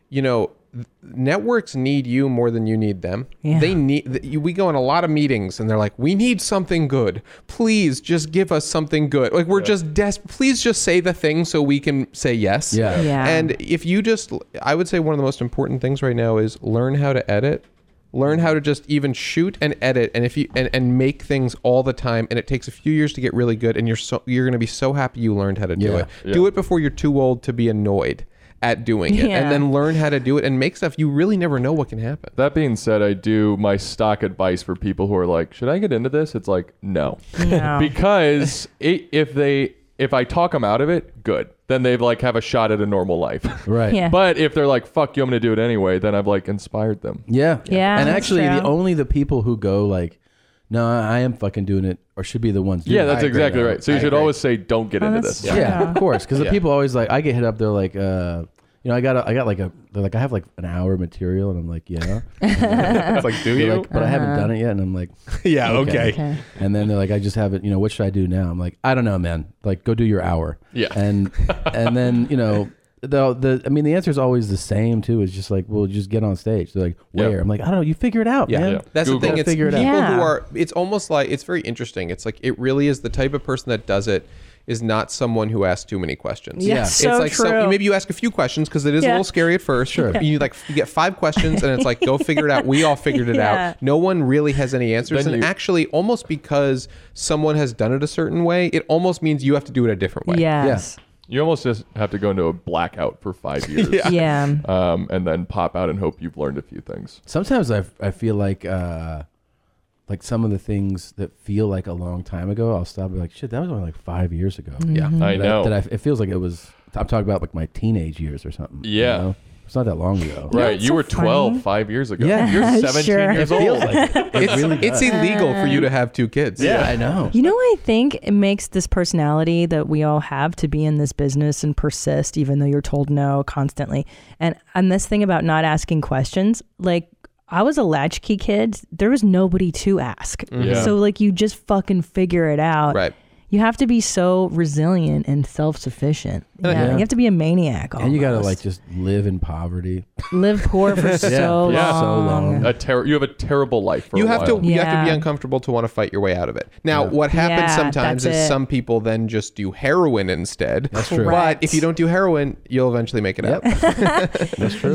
Speaker 17: you know, th- networks need you more than you need them.
Speaker 11: Yeah.
Speaker 17: They need th- you, we go in a lot of meetings and they're like, "We need something good. Please just give us something good." Like we're just des- please just say the thing so we can say yes.
Speaker 1: Yeah. Yeah.
Speaker 17: And if you just I would say one of the most important things right now is learn how to edit learn how to just even shoot and edit and if you and, and make things all the time and it takes a few years to get really good and you're so you're going to be so happy you learned how to do
Speaker 1: Yeah.
Speaker 17: it
Speaker 1: Yeah.
Speaker 17: do it before you're too old to be annoyed at doing it
Speaker 1: Yeah.
Speaker 17: and then learn how to do it and make stuff you really never know what can happen
Speaker 16: That being said, I do my stock advice for people who are like, "Should I get into this?" It's like, no,
Speaker 11: No.
Speaker 16: because i if they if I talk them out of it, good. Then they've like have a shot at a normal life,
Speaker 1: Right. Yeah.
Speaker 16: But if they're like, "Fuck you, I'm gonna do it anyway," then I've like inspired them.
Speaker 1: Yeah.
Speaker 16: Yeah,
Speaker 1: And
Speaker 16: that's
Speaker 1: actually, the
Speaker 16: true.
Speaker 1: only the people who go like, no, I I am fucking doing it, or should be the ones. doing
Speaker 16: yeah,
Speaker 1: it.
Speaker 16: that's exactly right. So you should always say, "Don't get
Speaker 1: Oh,
Speaker 16: into
Speaker 1: that's
Speaker 16: this."
Speaker 1: Yeah, of course. Because the
Speaker 16: Yeah.
Speaker 1: people always like, I get hit up. They're like, uh, you know, I got, a, I got like a, they're like, I have like an hour of material, and I'm like, yeah.
Speaker 17: It's like, do
Speaker 1: They're
Speaker 17: you?
Speaker 1: like, but I haven't
Speaker 17: Uh-huh.
Speaker 1: done it yet, and I'm like,
Speaker 17: Yeah, okay. Okay.
Speaker 1: And then they're like, I just haven't. You know, what should I do now? I'm like, I don't know, man. Like, go do your hour.
Speaker 16: Yeah.
Speaker 1: And and then you know. The, the I mean the answer is always the same too. It's just like well just get on stage. They're like where? I'm like I don't know. You figure it out, man.
Speaker 17: That's the thing. It's
Speaker 1: figure it
Speaker 17: people
Speaker 1: out.
Speaker 17: who are. It's almost like it's very interesting. It's like it really is the type of person that does it is not someone who asks too many questions.
Speaker 1: Yeah. Yeah.
Speaker 17: it's
Speaker 1: So
Speaker 17: like some-
Speaker 1: true.
Speaker 17: maybe you ask a few questions because it is
Speaker 1: Yeah.
Speaker 17: a little scary at first.
Speaker 1: Sure.
Speaker 17: you like you get five questions and it's like go figure it out. We all figured it
Speaker 1: Yeah.
Speaker 17: out. No one really has any answers.
Speaker 1: Then
Speaker 17: and
Speaker 1: you-
Speaker 17: actually, almost because someone has done it a certain way, it almost means you have to do it a different way.
Speaker 2: Yes.
Speaker 16: You almost just have to go into a blackout for five years.
Speaker 17: Yeah.
Speaker 2: Yeah.
Speaker 16: Um, and then pop out and hope you've learned a few things.
Speaker 1: Sometimes I I feel like uh like some of the things that feel like a long time ago, I'll stop and be like, shit, that was only like five years ago.
Speaker 16: Yeah.
Speaker 2: Mm-hmm.
Speaker 16: Mhm. I
Speaker 1: That-
Speaker 16: know.
Speaker 1: That I, it feels like it was. I'm talking about like my teenage years or something. you
Speaker 16: Yeah.
Speaker 1: know? It's not that long ago.
Speaker 16: Right, you were 12 five years ago.
Speaker 1: Yeah.
Speaker 16: you're 17
Speaker 1: Sure.
Speaker 16: years
Speaker 1: It
Speaker 16: old.
Speaker 1: feels like it. It
Speaker 17: It's,
Speaker 1: really
Speaker 17: it's
Speaker 1: does.
Speaker 17: illegal for you to have two kids.
Speaker 1: Yeah, I know.
Speaker 2: You know, I think it makes this personality that we all have to be in this business and persist, even though you're told no constantly. And and this thing about not asking questions, like I was a latchkey kid. There was nobody to ask.
Speaker 1: Mm-hmm.
Speaker 11: Yeah.
Speaker 2: So like you just fucking figure it out.
Speaker 17: Right.
Speaker 2: You have to be so resilient and self sufficient.
Speaker 1: And I-
Speaker 2: Yeah.
Speaker 1: Oh, Yeah.
Speaker 2: You have to be a maniac.
Speaker 1: And you gotta
Speaker 2: almost.
Speaker 1: like just live in poverty.
Speaker 2: live poor for
Speaker 1: Yeah.
Speaker 2: so
Speaker 1: Yeah.
Speaker 2: long.
Speaker 1: So long.
Speaker 16: A ter- you have a terrible life for
Speaker 17: you
Speaker 16: a
Speaker 17: have
Speaker 16: while.
Speaker 17: to you have to
Speaker 2: Yeah.
Speaker 17: be uncomfortable to want to fight your way out of it. Now,
Speaker 1: Yeah.
Speaker 17: what happens
Speaker 1: Yeah,
Speaker 17: sometimes is
Speaker 1: that's it.
Speaker 17: some people then just do heroin instead. That's
Speaker 1: true.
Speaker 17: But if you don't do heroin, you'll eventually make it out.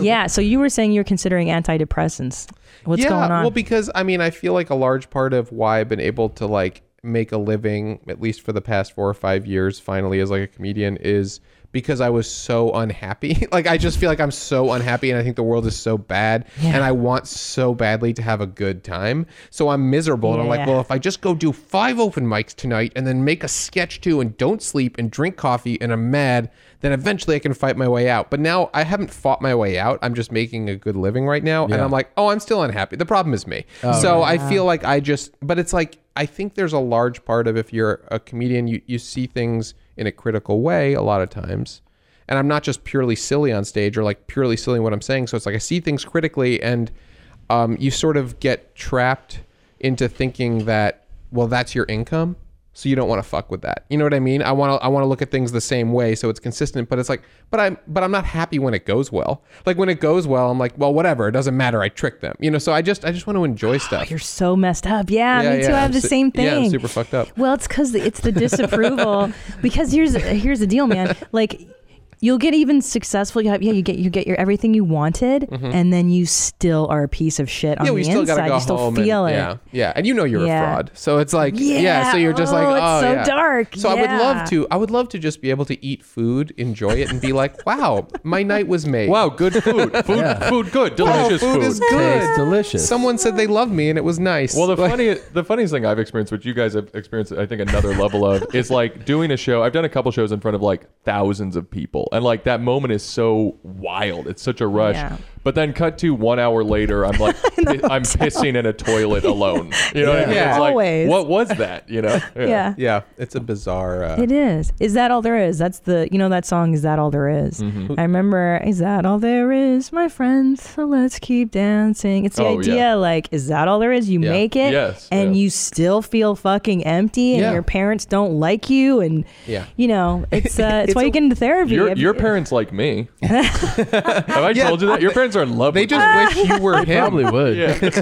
Speaker 2: Yeah. So you were saying you're considering antidepressants. What's
Speaker 17: yeah,
Speaker 2: going on?
Speaker 17: Well, because I mean, I feel like a large part of why I've been able to like make a living, at least for the past four or five years, finally as like a comedian, is because I was so unhappy. like I just feel like I'm so unhappy, and I think the world is so bad, and I want so badly to have a good time. So I'm miserable, and I'm like,
Speaker 1: Yeah.
Speaker 17: well, if I just go do five open mics tonight, and then make a sketch too, and don't sleep, and drink coffee, and I'm mad, then eventually I can fight my way out. But now I haven't fought my way out. I'm just making a good living right now. And
Speaker 1: Yeah.
Speaker 17: I'm like, oh, I'm still unhappy. The problem is me.
Speaker 1: Oh,
Speaker 17: so
Speaker 1: right.
Speaker 17: I feel like I just, but it's like, I think there's a large part of if you're a comedian, you, you see things in a critical way a lot of times. And I'm not just purely silly on stage or like purely silly in what I'm saying. So it's like I see things critically and um, you sort of get trapped into thinking that, well, that's your income. So you don't want to fuck with that. You know what I mean? I want to I want to look at things the same way so it's consistent, but it's like but I'm but I'm not happy when it goes well. Like when it goes well, I'm like, well, whatever, it doesn't matter. I tricked them. You know, so I just I just want to enjoy stuff.
Speaker 2: You're so messed up. Yeah, me too. I have
Speaker 17: I'm
Speaker 2: the
Speaker 17: su-
Speaker 2: same thing.
Speaker 17: Yeah, I'm super fucked up.
Speaker 2: Well, it's because it's the disapproval. because here's here's the deal, man. Like you'll get even successful. You have, yeah, you get you get your everything you wanted,
Speaker 17: Mhm.
Speaker 2: and then you still are a piece of shit on
Speaker 17: yeah,
Speaker 2: the
Speaker 17: we still
Speaker 2: inside.
Speaker 17: gotta go
Speaker 2: you still
Speaker 17: home.
Speaker 2: feel
Speaker 17: and,
Speaker 2: it.
Speaker 17: Yeah, yeah, and you know you're
Speaker 2: Yeah.
Speaker 17: a fraud. So it's like, yeah,
Speaker 2: Yeah,
Speaker 17: so you're just like,
Speaker 2: oh,
Speaker 17: oh,
Speaker 2: it's so
Speaker 17: yeah.
Speaker 2: dark,
Speaker 17: So I would
Speaker 2: yeah.
Speaker 17: love to, I would love to just be able to eat food, enjoy it, and be like, wow, my night was made. Wow,
Speaker 16: good food, food, food, good, delicious
Speaker 17: wow, food, is
Speaker 16: food.
Speaker 17: good.
Speaker 16: Tastes delicious.
Speaker 17: Someone said they loved me, and it was nice.
Speaker 16: Well, the funny, the funniest thing I've experienced, which you guys have experienced, I think another level of, is like doing a show. I've done a couple shows in front of like thousands of people, and like that moment is so wild. It's such a rush.
Speaker 19: Yeah.
Speaker 16: But then cut to one hour later, I'm like, I'm pissing in a toilet alone. You know what I mean?
Speaker 17: Yeah.
Speaker 16: It's like,
Speaker 2: Always.
Speaker 16: what was that? You know?
Speaker 2: Yeah.
Speaker 17: yeah, it's a bizarre. Uh,
Speaker 2: It is. Is that all there is? That's the you know that song. Is that all there is? I remember. Is that all there is, my friends? So let's keep dancing. It's the
Speaker 20: Oh, yeah.
Speaker 2: idea. Like, is that all there is? You
Speaker 20: Yeah.
Speaker 2: make it,
Speaker 20: Yes,
Speaker 2: and
Speaker 20: yeah.
Speaker 2: you still feel fucking empty, and
Speaker 16: Yeah.
Speaker 2: your parents don't like you, and
Speaker 16: Yeah.
Speaker 2: you know it's uh, it's,
Speaker 16: It's
Speaker 2: why you
Speaker 16: a-
Speaker 2: get into therapy.
Speaker 16: Your,
Speaker 2: If-
Speaker 16: your parents like me. Have I
Speaker 2: Yeah.
Speaker 16: told you that? Your parents are in love. They
Speaker 17: just wish you were him.
Speaker 16: Probably would.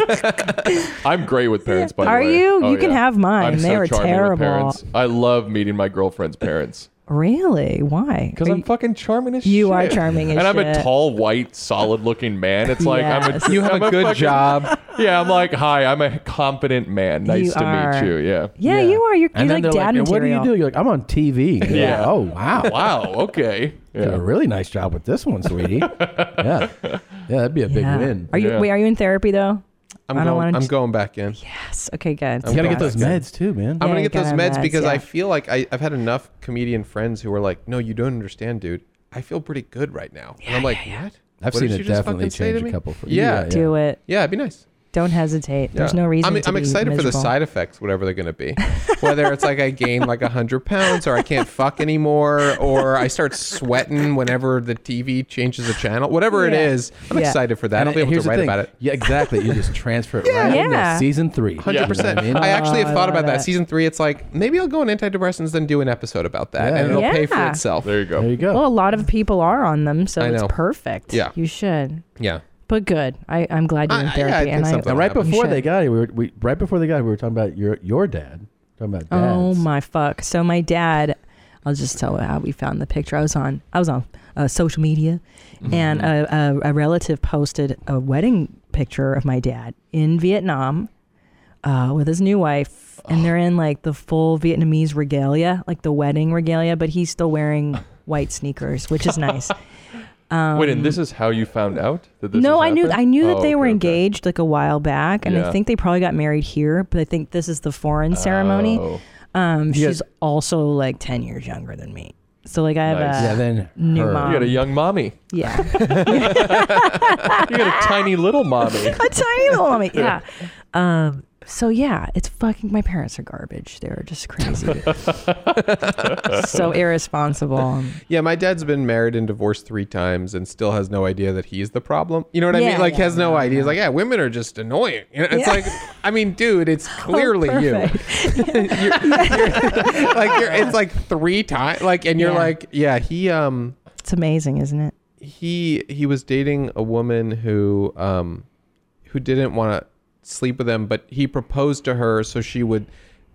Speaker 16: I'm great with parents. By
Speaker 2: Are
Speaker 16: the way, Oh,
Speaker 2: you? You can have mine.
Speaker 16: I'm
Speaker 2: They
Speaker 16: so
Speaker 2: were
Speaker 16: charming with
Speaker 2: terrible.
Speaker 16: parents. I love meeting my girlfriend's parents.
Speaker 2: really? Why? Because
Speaker 16: I'm fucking charming as
Speaker 2: you are charming as
Speaker 16: and I'm
Speaker 2: shit.
Speaker 16: a tall, white, solid-looking man. It's like
Speaker 2: Yes.
Speaker 16: I'm a
Speaker 2: You have
Speaker 16: I'm
Speaker 2: a good
Speaker 16: fucking-
Speaker 17: job.
Speaker 16: Yeah, I'm like, hi, I'm a confident man. Nice
Speaker 2: You
Speaker 16: to
Speaker 2: are.
Speaker 16: meet you. Yeah.
Speaker 2: Yeah, you are. You're,
Speaker 1: And
Speaker 2: you're like
Speaker 1: then they're
Speaker 2: dad
Speaker 1: "And what do
Speaker 2: material.
Speaker 1: you do? You're like, I'm on TV. You're like,
Speaker 16: Yeah.
Speaker 1: oh wow.
Speaker 16: Wow. Okay.
Speaker 1: Did a really nice job with this one, sweetie. yeah. Yeah, that'd be a big
Speaker 2: Yeah.
Speaker 1: win.
Speaker 2: Are you? Wait, are you in therapy though?
Speaker 17: I'm
Speaker 2: I do not
Speaker 17: going.
Speaker 2: want
Speaker 17: I'm
Speaker 2: to.
Speaker 17: going back in.
Speaker 2: Yes. Okay. Good. Yeah,
Speaker 17: I'm going back in. I'm gonna get
Speaker 2: you
Speaker 17: those
Speaker 2: gotta
Speaker 17: meds,
Speaker 2: have
Speaker 17: because I
Speaker 2: yeah.
Speaker 17: feel like I, I've had enough comedian friends who are like, "No, you don't understand, dude. I feel pretty good right now." and I'm like, "What?"
Speaker 1: I've
Speaker 17: What
Speaker 1: seen
Speaker 17: did
Speaker 1: it
Speaker 17: you just
Speaker 1: definitely
Speaker 17: fucking say to
Speaker 1: change a
Speaker 17: me?"
Speaker 1: couple for-
Speaker 17: yeah,
Speaker 1: Yeah,
Speaker 2: Do it.
Speaker 17: Yeah, it'd be nice.
Speaker 2: Don't hesitate. There's
Speaker 17: Yeah.
Speaker 2: no reason.
Speaker 17: I'm,
Speaker 2: to
Speaker 17: I'm
Speaker 2: be
Speaker 17: excited for the
Speaker 2: miserable.
Speaker 17: side effects, whatever they're going to be. Whether it's like I gain like hundred pounds, or I can't fuck anymore, or I start sweating whenever the TV changes the channel, whatever
Speaker 1: Yeah.
Speaker 17: it is, I'm
Speaker 1: Yeah.
Speaker 17: excited for that.
Speaker 1: And
Speaker 17: I'll be able
Speaker 1: here's
Speaker 17: to
Speaker 1: the
Speaker 17: write
Speaker 1: thing.
Speaker 17: about it.
Speaker 1: Yeah, exactly. You just transfer it right into season three.
Speaker 17: Hundred percent.
Speaker 1: You know what
Speaker 17: I
Speaker 1: mean?
Speaker 17: actually have thought about that.
Speaker 1: it.
Speaker 17: Season three, it's like maybe I'll go on antidepressants, then do an episode about that,
Speaker 1: Yeah.
Speaker 17: and it'll pay for
Speaker 2: Yeah.
Speaker 17: itself.
Speaker 16: There you go.
Speaker 1: There you go.
Speaker 2: Well, a lot of people are on them, so
Speaker 17: I
Speaker 2: it's
Speaker 17: know.
Speaker 2: perfect.
Speaker 17: Yeah.
Speaker 2: You should.
Speaker 17: Yeah.
Speaker 2: But good. I, I'm glad you're in therapy. and I,
Speaker 1: and right
Speaker 2: you
Speaker 1: before
Speaker 2: should.
Speaker 1: they got here, we, were, we right before they got here, we were talking about your your dad. Talking about dad.
Speaker 2: Oh my fuck! So my dad, I'll just tell how we found the picture. I was on I was on uh, social media,
Speaker 16: Mm-hmm.
Speaker 2: and a, a, a relative posted a wedding picture of my dad in Vietnam uh, with his new wife, and they're in like the full Vietnamese regalia, like the wedding regalia, but he's still wearing white sneakers, which is nice. Um,
Speaker 16: Wait, and this is how you found out that this?
Speaker 2: no,
Speaker 16: has
Speaker 2: I knew
Speaker 16: happened?
Speaker 2: I knew that
Speaker 16: Oh,
Speaker 2: they
Speaker 16: okay.
Speaker 2: were engaged like a while back, and I
Speaker 16: Yeah.
Speaker 2: think they probably got married here. But I think this is the foreign ceremony.
Speaker 1: Oh.
Speaker 2: Um,
Speaker 1: You
Speaker 2: she's also like ten years younger than me, so like I have
Speaker 16: Nice.
Speaker 2: a
Speaker 1: Yeah, then
Speaker 2: new mom.
Speaker 16: You got a young mommy.
Speaker 2: yeah,
Speaker 16: You got a tiny little mommy.
Speaker 2: a tiny little mommy. Yeah. Um. So yeah, it's fucking. My parents are garbage. They're just crazy, so irresponsible.
Speaker 17: Yeah, my dad's been married and divorced three times and still has no idea that he's the problem. You know what I
Speaker 2: Yeah,
Speaker 17: mean? Like
Speaker 2: yeah,
Speaker 17: has no idea. He's like, yeah, women are just annoying. You know, It's
Speaker 2: Yeah. Oh,
Speaker 17: like, I mean, dude, it's clearly you. You're- like you're, it's like three times. Like, and you're
Speaker 2: Yeah.
Speaker 17: like, yeah, he um
Speaker 2: It's amazing, isn't it?
Speaker 17: he he was dating a woman who um who didn't want to sleep with him, but he proposed to her so she would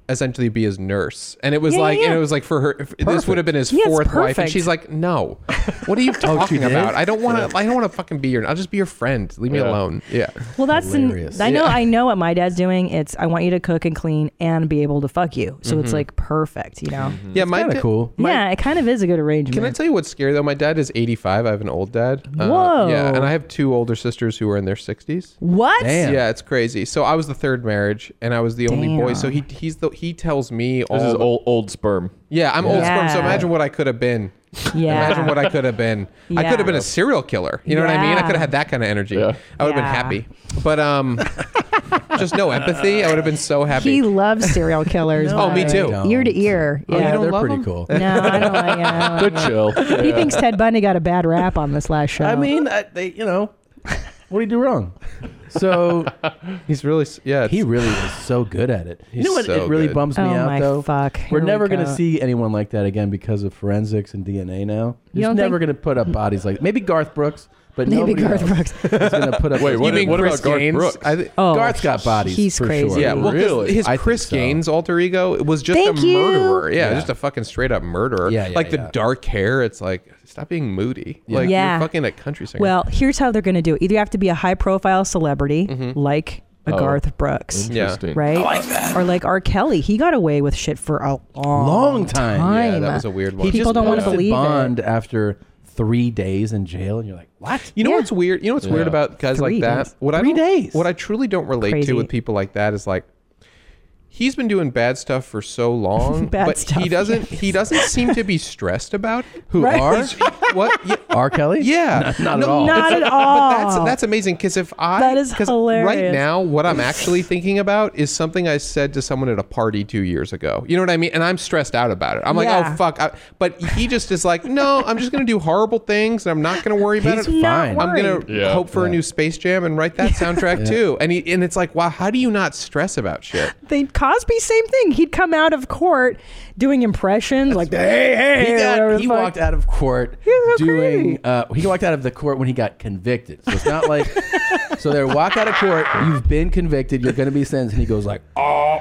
Speaker 17: essentially be his nurse. And it was
Speaker 1: Yeah, yeah,
Speaker 17: like and
Speaker 1: yeah.
Speaker 17: it was like for her if- this
Speaker 1: Perfect.
Speaker 17: would have been his
Speaker 1: Yeah, it's
Speaker 17: fourth wife. And
Speaker 1: perfect.
Speaker 17: she's like, "No. What are you
Speaker 1: Oh, she
Speaker 17: talking
Speaker 1: did?
Speaker 17: about? I don't want to I don't want to fucking be your I'll just be your friend. Leave me
Speaker 1: Yeah.
Speaker 17: alone." Yeah.
Speaker 2: Well, that's the,
Speaker 17: Hilarious.
Speaker 2: I know
Speaker 17: Yeah.
Speaker 2: I know what my dad's doing. It's I want you to cook and clean and be able to fuck you. So it's
Speaker 17: Mhm.
Speaker 2: like perfect, you know.
Speaker 17: Mm-hmm. Yeah, my da-
Speaker 2: yeah, it kind of is a good arrangement.
Speaker 17: Can I tell you what's scary though? My dad is 85. I have an old dad. Uh,
Speaker 2: Whoa.
Speaker 17: yeah, and I have two older sisters who are in their 60s.
Speaker 2: What? Damn.
Speaker 17: Yeah, it's crazy. So I was the third marriage, and I was the only boy. So he
Speaker 16: Damn.
Speaker 17: he's the he tells me all
Speaker 16: This is
Speaker 17: the-
Speaker 16: old old sperm.
Speaker 17: Yeah, I'm old sperm. So
Speaker 16: Yeah.
Speaker 17: imagine what I could have been
Speaker 20: Yeah.
Speaker 17: Imagine what I could have been. I
Speaker 20: Yeah.
Speaker 17: could have been a serial killer. You know what I mean? I
Speaker 20: Yeah.
Speaker 17: could have had that kind of energy. I would have
Speaker 20: Yeah.
Speaker 17: been happy. But um, just no empathy. I would have been so happy.
Speaker 2: He loves serial killers.
Speaker 17: No,
Speaker 2: by
Speaker 17: me
Speaker 2: the
Speaker 17: too.
Speaker 2: way.
Speaker 17: Don't.
Speaker 2: Ear to ear.
Speaker 17: Oh, you
Speaker 2: yeah.
Speaker 17: don't They're love
Speaker 1: pretty 'em? cool.
Speaker 2: No, I don't like yeah, I don't like
Speaker 1: chill.
Speaker 2: it. He thinks Ted Bundy got a bad rap on this last show.
Speaker 1: I mean, I, they, you know, what do you do wrong? So
Speaker 17: he's really yeah.
Speaker 1: He really is so good at it. you
Speaker 17: He's
Speaker 1: know what?
Speaker 17: so
Speaker 1: it really
Speaker 17: good.
Speaker 1: bums me
Speaker 17: Oh
Speaker 1: out
Speaker 17: my
Speaker 1: though.
Speaker 2: fuck.
Speaker 1: We're
Speaker 2: Here we
Speaker 1: never gonna
Speaker 2: go.
Speaker 1: see anyone like that again because of forensics and DNA now.
Speaker 2: You
Speaker 1: He's
Speaker 2: don't
Speaker 1: never
Speaker 2: think-
Speaker 1: gonna put up bodies like maybe Garth Brooks, but
Speaker 2: Maybe
Speaker 1: nobody
Speaker 2: Garth
Speaker 1: else is gonna put up.
Speaker 16: Wait, what- You mean what about Chris Garth Gaines? Brooks?
Speaker 17: I thi-
Speaker 1: Oh, Garth's got bodies.
Speaker 17: He's
Speaker 1: for
Speaker 17: crazy.
Speaker 1: Sure.
Speaker 17: Yeah, well, 'cause
Speaker 1: really.
Speaker 17: his Chris Gaines alter ego was just
Speaker 1: Thank
Speaker 17: a
Speaker 1: you.
Speaker 17: murderer. Yeah,
Speaker 1: Yeah.
Speaker 17: just a fucking straight up murderer.
Speaker 1: Yeah, yeah,
Speaker 17: like
Speaker 1: yeah.
Speaker 17: the dark hair. It's like stop being moody.
Speaker 20: Yeah.
Speaker 17: Like
Speaker 20: Yeah.
Speaker 17: you're fucking a country singer.
Speaker 20: Well, here's how they're going to do it. Either you have to be a high profile celebrity
Speaker 17: Mhm.
Speaker 20: like a
Speaker 17: Oh,
Speaker 20: Garth Brooks.
Speaker 17: interesting.
Speaker 20: Right?
Speaker 17: I like that.
Speaker 20: Or like R. Kelly. He got away with shit for a long,
Speaker 1: Long time.
Speaker 20: time. People
Speaker 1: He just
Speaker 20: don't want to
Speaker 1: posted
Speaker 20: believe it.
Speaker 1: bond after three days in jail, and you're like, what?
Speaker 17: You know what's weird? You know what's
Speaker 1: Yeah.
Speaker 17: weird about guys
Speaker 1: Three
Speaker 17: like that?
Speaker 1: days.
Speaker 17: What I
Speaker 1: Three
Speaker 17: don't-
Speaker 1: days.
Speaker 17: What I truly don't relate
Speaker 1: Crazy.
Speaker 17: to with people like that is like he's been doing bad stuff for so long,
Speaker 1: Bad
Speaker 17: but
Speaker 1: stuff,
Speaker 17: he doesn't. He doesn't seem to be stressed about it.
Speaker 1: Who
Speaker 17: Right?
Speaker 1: are?
Speaker 17: He's- what? Yeah.
Speaker 1: R. Kelly?
Speaker 17: Yeah,
Speaker 1: Not, not
Speaker 17: No,
Speaker 1: at all.
Speaker 17: but- But that's that's amazing because if I
Speaker 20: That is
Speaker 17: 'cause
Speaker 20: hilarious.
Speaker 17: Right now, what I'm actually thinking about is something I said to someone at a party two years ago. You know what I mean? And I'm stressed out about it. I'm like,
Speaker 20: Yeah.
Speaker 17: oh fuck. I, but he just is like, no, I'm just gonna do horrible things, and I'm not gonna worry about
Speaker 1: He's
Speaker 17: it.
Speaker 1: fine.
Speaker 17: I'm gonna
Speaker 1: worried. Yeah.
Speaker 17: hope for a new Space Jam and write that soundtrack
Speaker 1: Yeah.
Speaker 17: too. And he, and it's like, wow, how do you not stress about shit?
Speaker 20: They Cosby, same thing. He'd come out of court doing impressions like, hey, hey,
Speaker 1: he,
Speaker 20: or
Speaker 1: got-
Speaker 20: whatever the
Speaker 1: he
Speaker 20: fuck.
Speaker 1: walked out of court doing. Uh, he walked out of the court when he got convicted. So it's not like. so they walk out of court. You've been convicted. You're going to be sentenced. And he goes like, oh,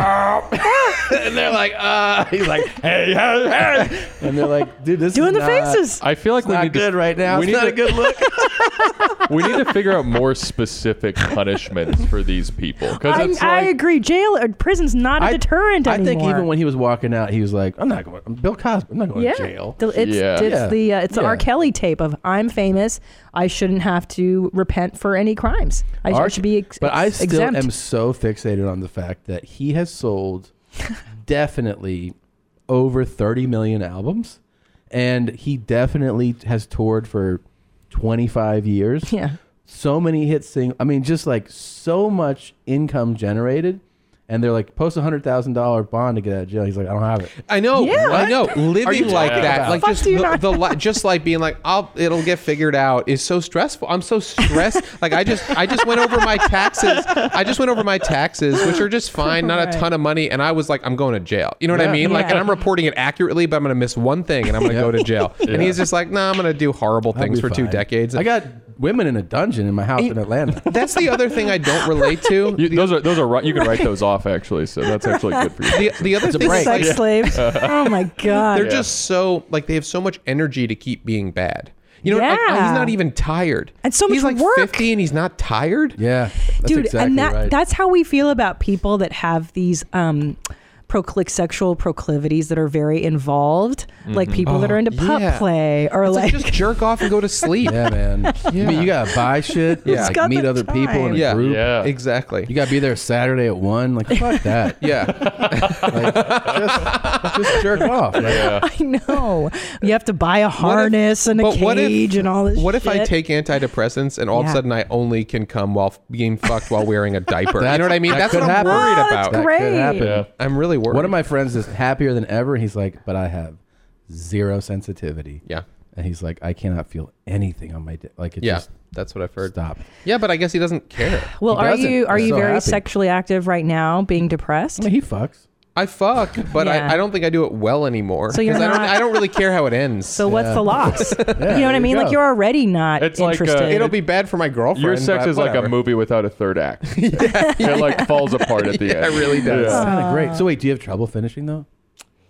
Speaker 17: and they're like, uh,
Speaker 1: he's like, hey, hey, hey, and they're like, dude, this
Speaker 20: doing
Speaker 1: is
Speaker 20: the
Speaker 1: not,
Speaker 20: faces.
Speaker 16: I feel like
Speaker 1: it's
Speaker 16: we
Speaker 1: not
Speaker 16: need to-
Speaker 1: good right now.
Speaker 16: we
Speaker 1: it's
Speaker 16: need
Speaker 1: not
Speaker 16: to-
Speaker 1: a good look.
Speaker 16: we need to figure out more specific punishments for these people because
Speaker 20: I,
Speaker 16: it's
Speaker 20: I
Speaker 16: like
Speaker 20: agree. Jail or prison's not a
Speaker 1: I-
Speaker 20: deterrent
Speaker 1: I
Speaker 20: anymore.
Speaker 1: think even when he was walking out, he was like, I'm not going. I'm Bill Cosby. I'm not going
Speaker 20: yeah.
Speaker 1: to jail.
Speaker 20: The- It's, it's the uh, it's the
Speaker 1: Yeah.
Speaker 20: R. Kelly tape of I'm famous. I shouldn't have to repent for any crimes. I,
Speaker 1: Our-
Speaker 20: should be ex-
Speaker 1: but I
Speaker 20: ex-
Speaker 1: still
Speaker 20: exempt.
Speaker 1: am so fixated on the fact that he has sold definitely over 30 million albums and he definitely has toured for 25 years.
Speaker 20: Yeah.
Speaker 1: So many hit sing I mean just like so much income generated and they're like post a $100,000 bond to get out of jail. He's like I don't have it.
Speaker 17: I know,
Speaker 1: Yeah.
Speaker 17: I know.
Speaker 1: What? Are you
Speaker 17: Living like
Speaker 1: talking
Speaker 17: that,
Speaker 1: about?
Speaker 17: like
Speaker 1: Fuck
Speaker 17: just
Speaker 1: do you
Speaker 17: the,
Speaker 1: not-
Speaker 17: the li- just like being like, I'll, it'll get figured out is so stressful. I'm so stressed. like I just, I just went over my taxes. I just went over my taxes, which are just fine, not
Speaker 1: Right.
Speaker 17: a ton of money, and I was like, I'm going to jail. You know what
Speaker 1: Yeah.
Speaker 17: I mean? Like,
Speaker 1: Yeah.
Speaker 17: and I'm reporting it accurately, but I'm going to miss one thing, and I'm going to go to jail. And
Speaker 1: Yeah.
Speaker 17: he's just like, Nah, I'm going to do horrible
Speaker 1: I'll
Speaker 17: things
Speaker 1: be
Speaker 17: for two
Speaker 1: fine.
Speaker 17: decades.
Speaker 1: I got women in a dungeon in my house in Atlanta.
Speaker 17: That's the other thing I don't relate to.
Speaker 16: you, those are those are ri- you can write those off actually, so that's actually good for you.
Speaker 17: The, the other thing is, like-
Speaker 20: oh my god.
Speaker 17: They're just so like they have so much energy to keep being bad. You know, like,
Speaker 20: Yeah.
Speaker 17: he's not even tired. And
Speaker 20: so much
Speaker 17: he's like
Speaker 20: work.
Speaker 17: fifty and he's not tired.
Speaker 1: Yeah,
Speaker 20: dude and that that's how we feel about people that have these um proclic sexual proclivities that are very involved like
Speaker 1: Mhm.
Speaker 20: people that
Speaker 1: Oh,
Speaker 20: are into pup
Speaker 1: yeah.
Speaker 20: play or
Speaker 17: It's
Speaker 20: like,
Speaker 17: like, just jerk off and go to sleep.
Speaker 1: Yeah, man. I mean, you gotta buy shit.
Speaker 17: Yeah.
Speaker 1: like
Speaker 17: Got
Speaker 1: meet
Speaker 17: the
Speaker 1: other people in a
Speaker 17: time.
Speaker 1: group.
Speaker 17: Yeah, exactly.
Speaker 1: You gotta be there Saturday at one. Like fuck that.
Speaker 17: yeah,
Speaker 1: like, just, just jerk off. Like,
Speaker 20: i know you have to buy a
Speaker 17: What if-
Speaker 20: harness and a
Speaker 17: but
Speaker 20: cage
Speaker 17: what if-
Speaker 20: and all this
Speaker 17: What if I
Speaker 20: shit.
Speaker 17: take antidepressants and all of
Speaker 20: Yeah.
Speaker 17: a sudden I only can come while f- being fucked while wearing a diaper? you
Speaker 1: That's-
Speaker 17: know what I mean?
Speaker 1: that
Speaker 17: That's
Speaker 1: could
Speaker 17: what I'm
Speaker 1: happen.
Speaker 17: worried
Speaker 1: Oh, that's
Speaker 17: about.
Speaker 1: That could great. happen.
Speaker 17: I'm really worried.
Speaker 1: One of my friends is happier than ever. He's like, but I have zero sensitivity.
Speaker 17: Yeah.
Speaker 1: And he's like, I cannot feel anything on my dick. Like it
Speaker 17: Yeah,
Speaker 1: just.
Speaker 17: That's what I've heard.
Speaker 1: Stop.
Speaker 17: yeah, but I guess he doesn't care.
Speaker 20: well
Speaker 1: He
Speaker 20: are
Speaker 1: doesn't.
Speaker 20: you are
Speaker 1: He's
Speaker 20: you
Speaker 1: so
Speaker 20: very
Speaker 1: happy.
Speaker 20: sexually active right now being depressed
Speaker 1: he fucks
Speaker 17: I fuck, but
Speaker 20: Yeah.
Speaker 17: I, I don't think I do it well anymore.
Speaker 20: So you're
Speaker 17: 'cause I don't
Speaker 20: not-
Speaker 17: I don't really care how it ends. So
Speaker 20: what's the loss you know what i mean like you're already not interested
Speaker 17: It'll be bad for my girlfriend.
Speaker 16: uh, Your sex
Speaker 17: but
Speaker 16: is like a
Speaker 17: whatever.
Speaker 16: movie without a third act. It like falls apart at the
Speaker 17: Yeah,
Speaker 16: end.
Speaker 17: it really does.
Speaker 1: That's
Speaker 20: Oh,
Speaker 1: kinda
Speaker 17: Aw.
Speaker 1: great. So wait, do you have trouble finishing though?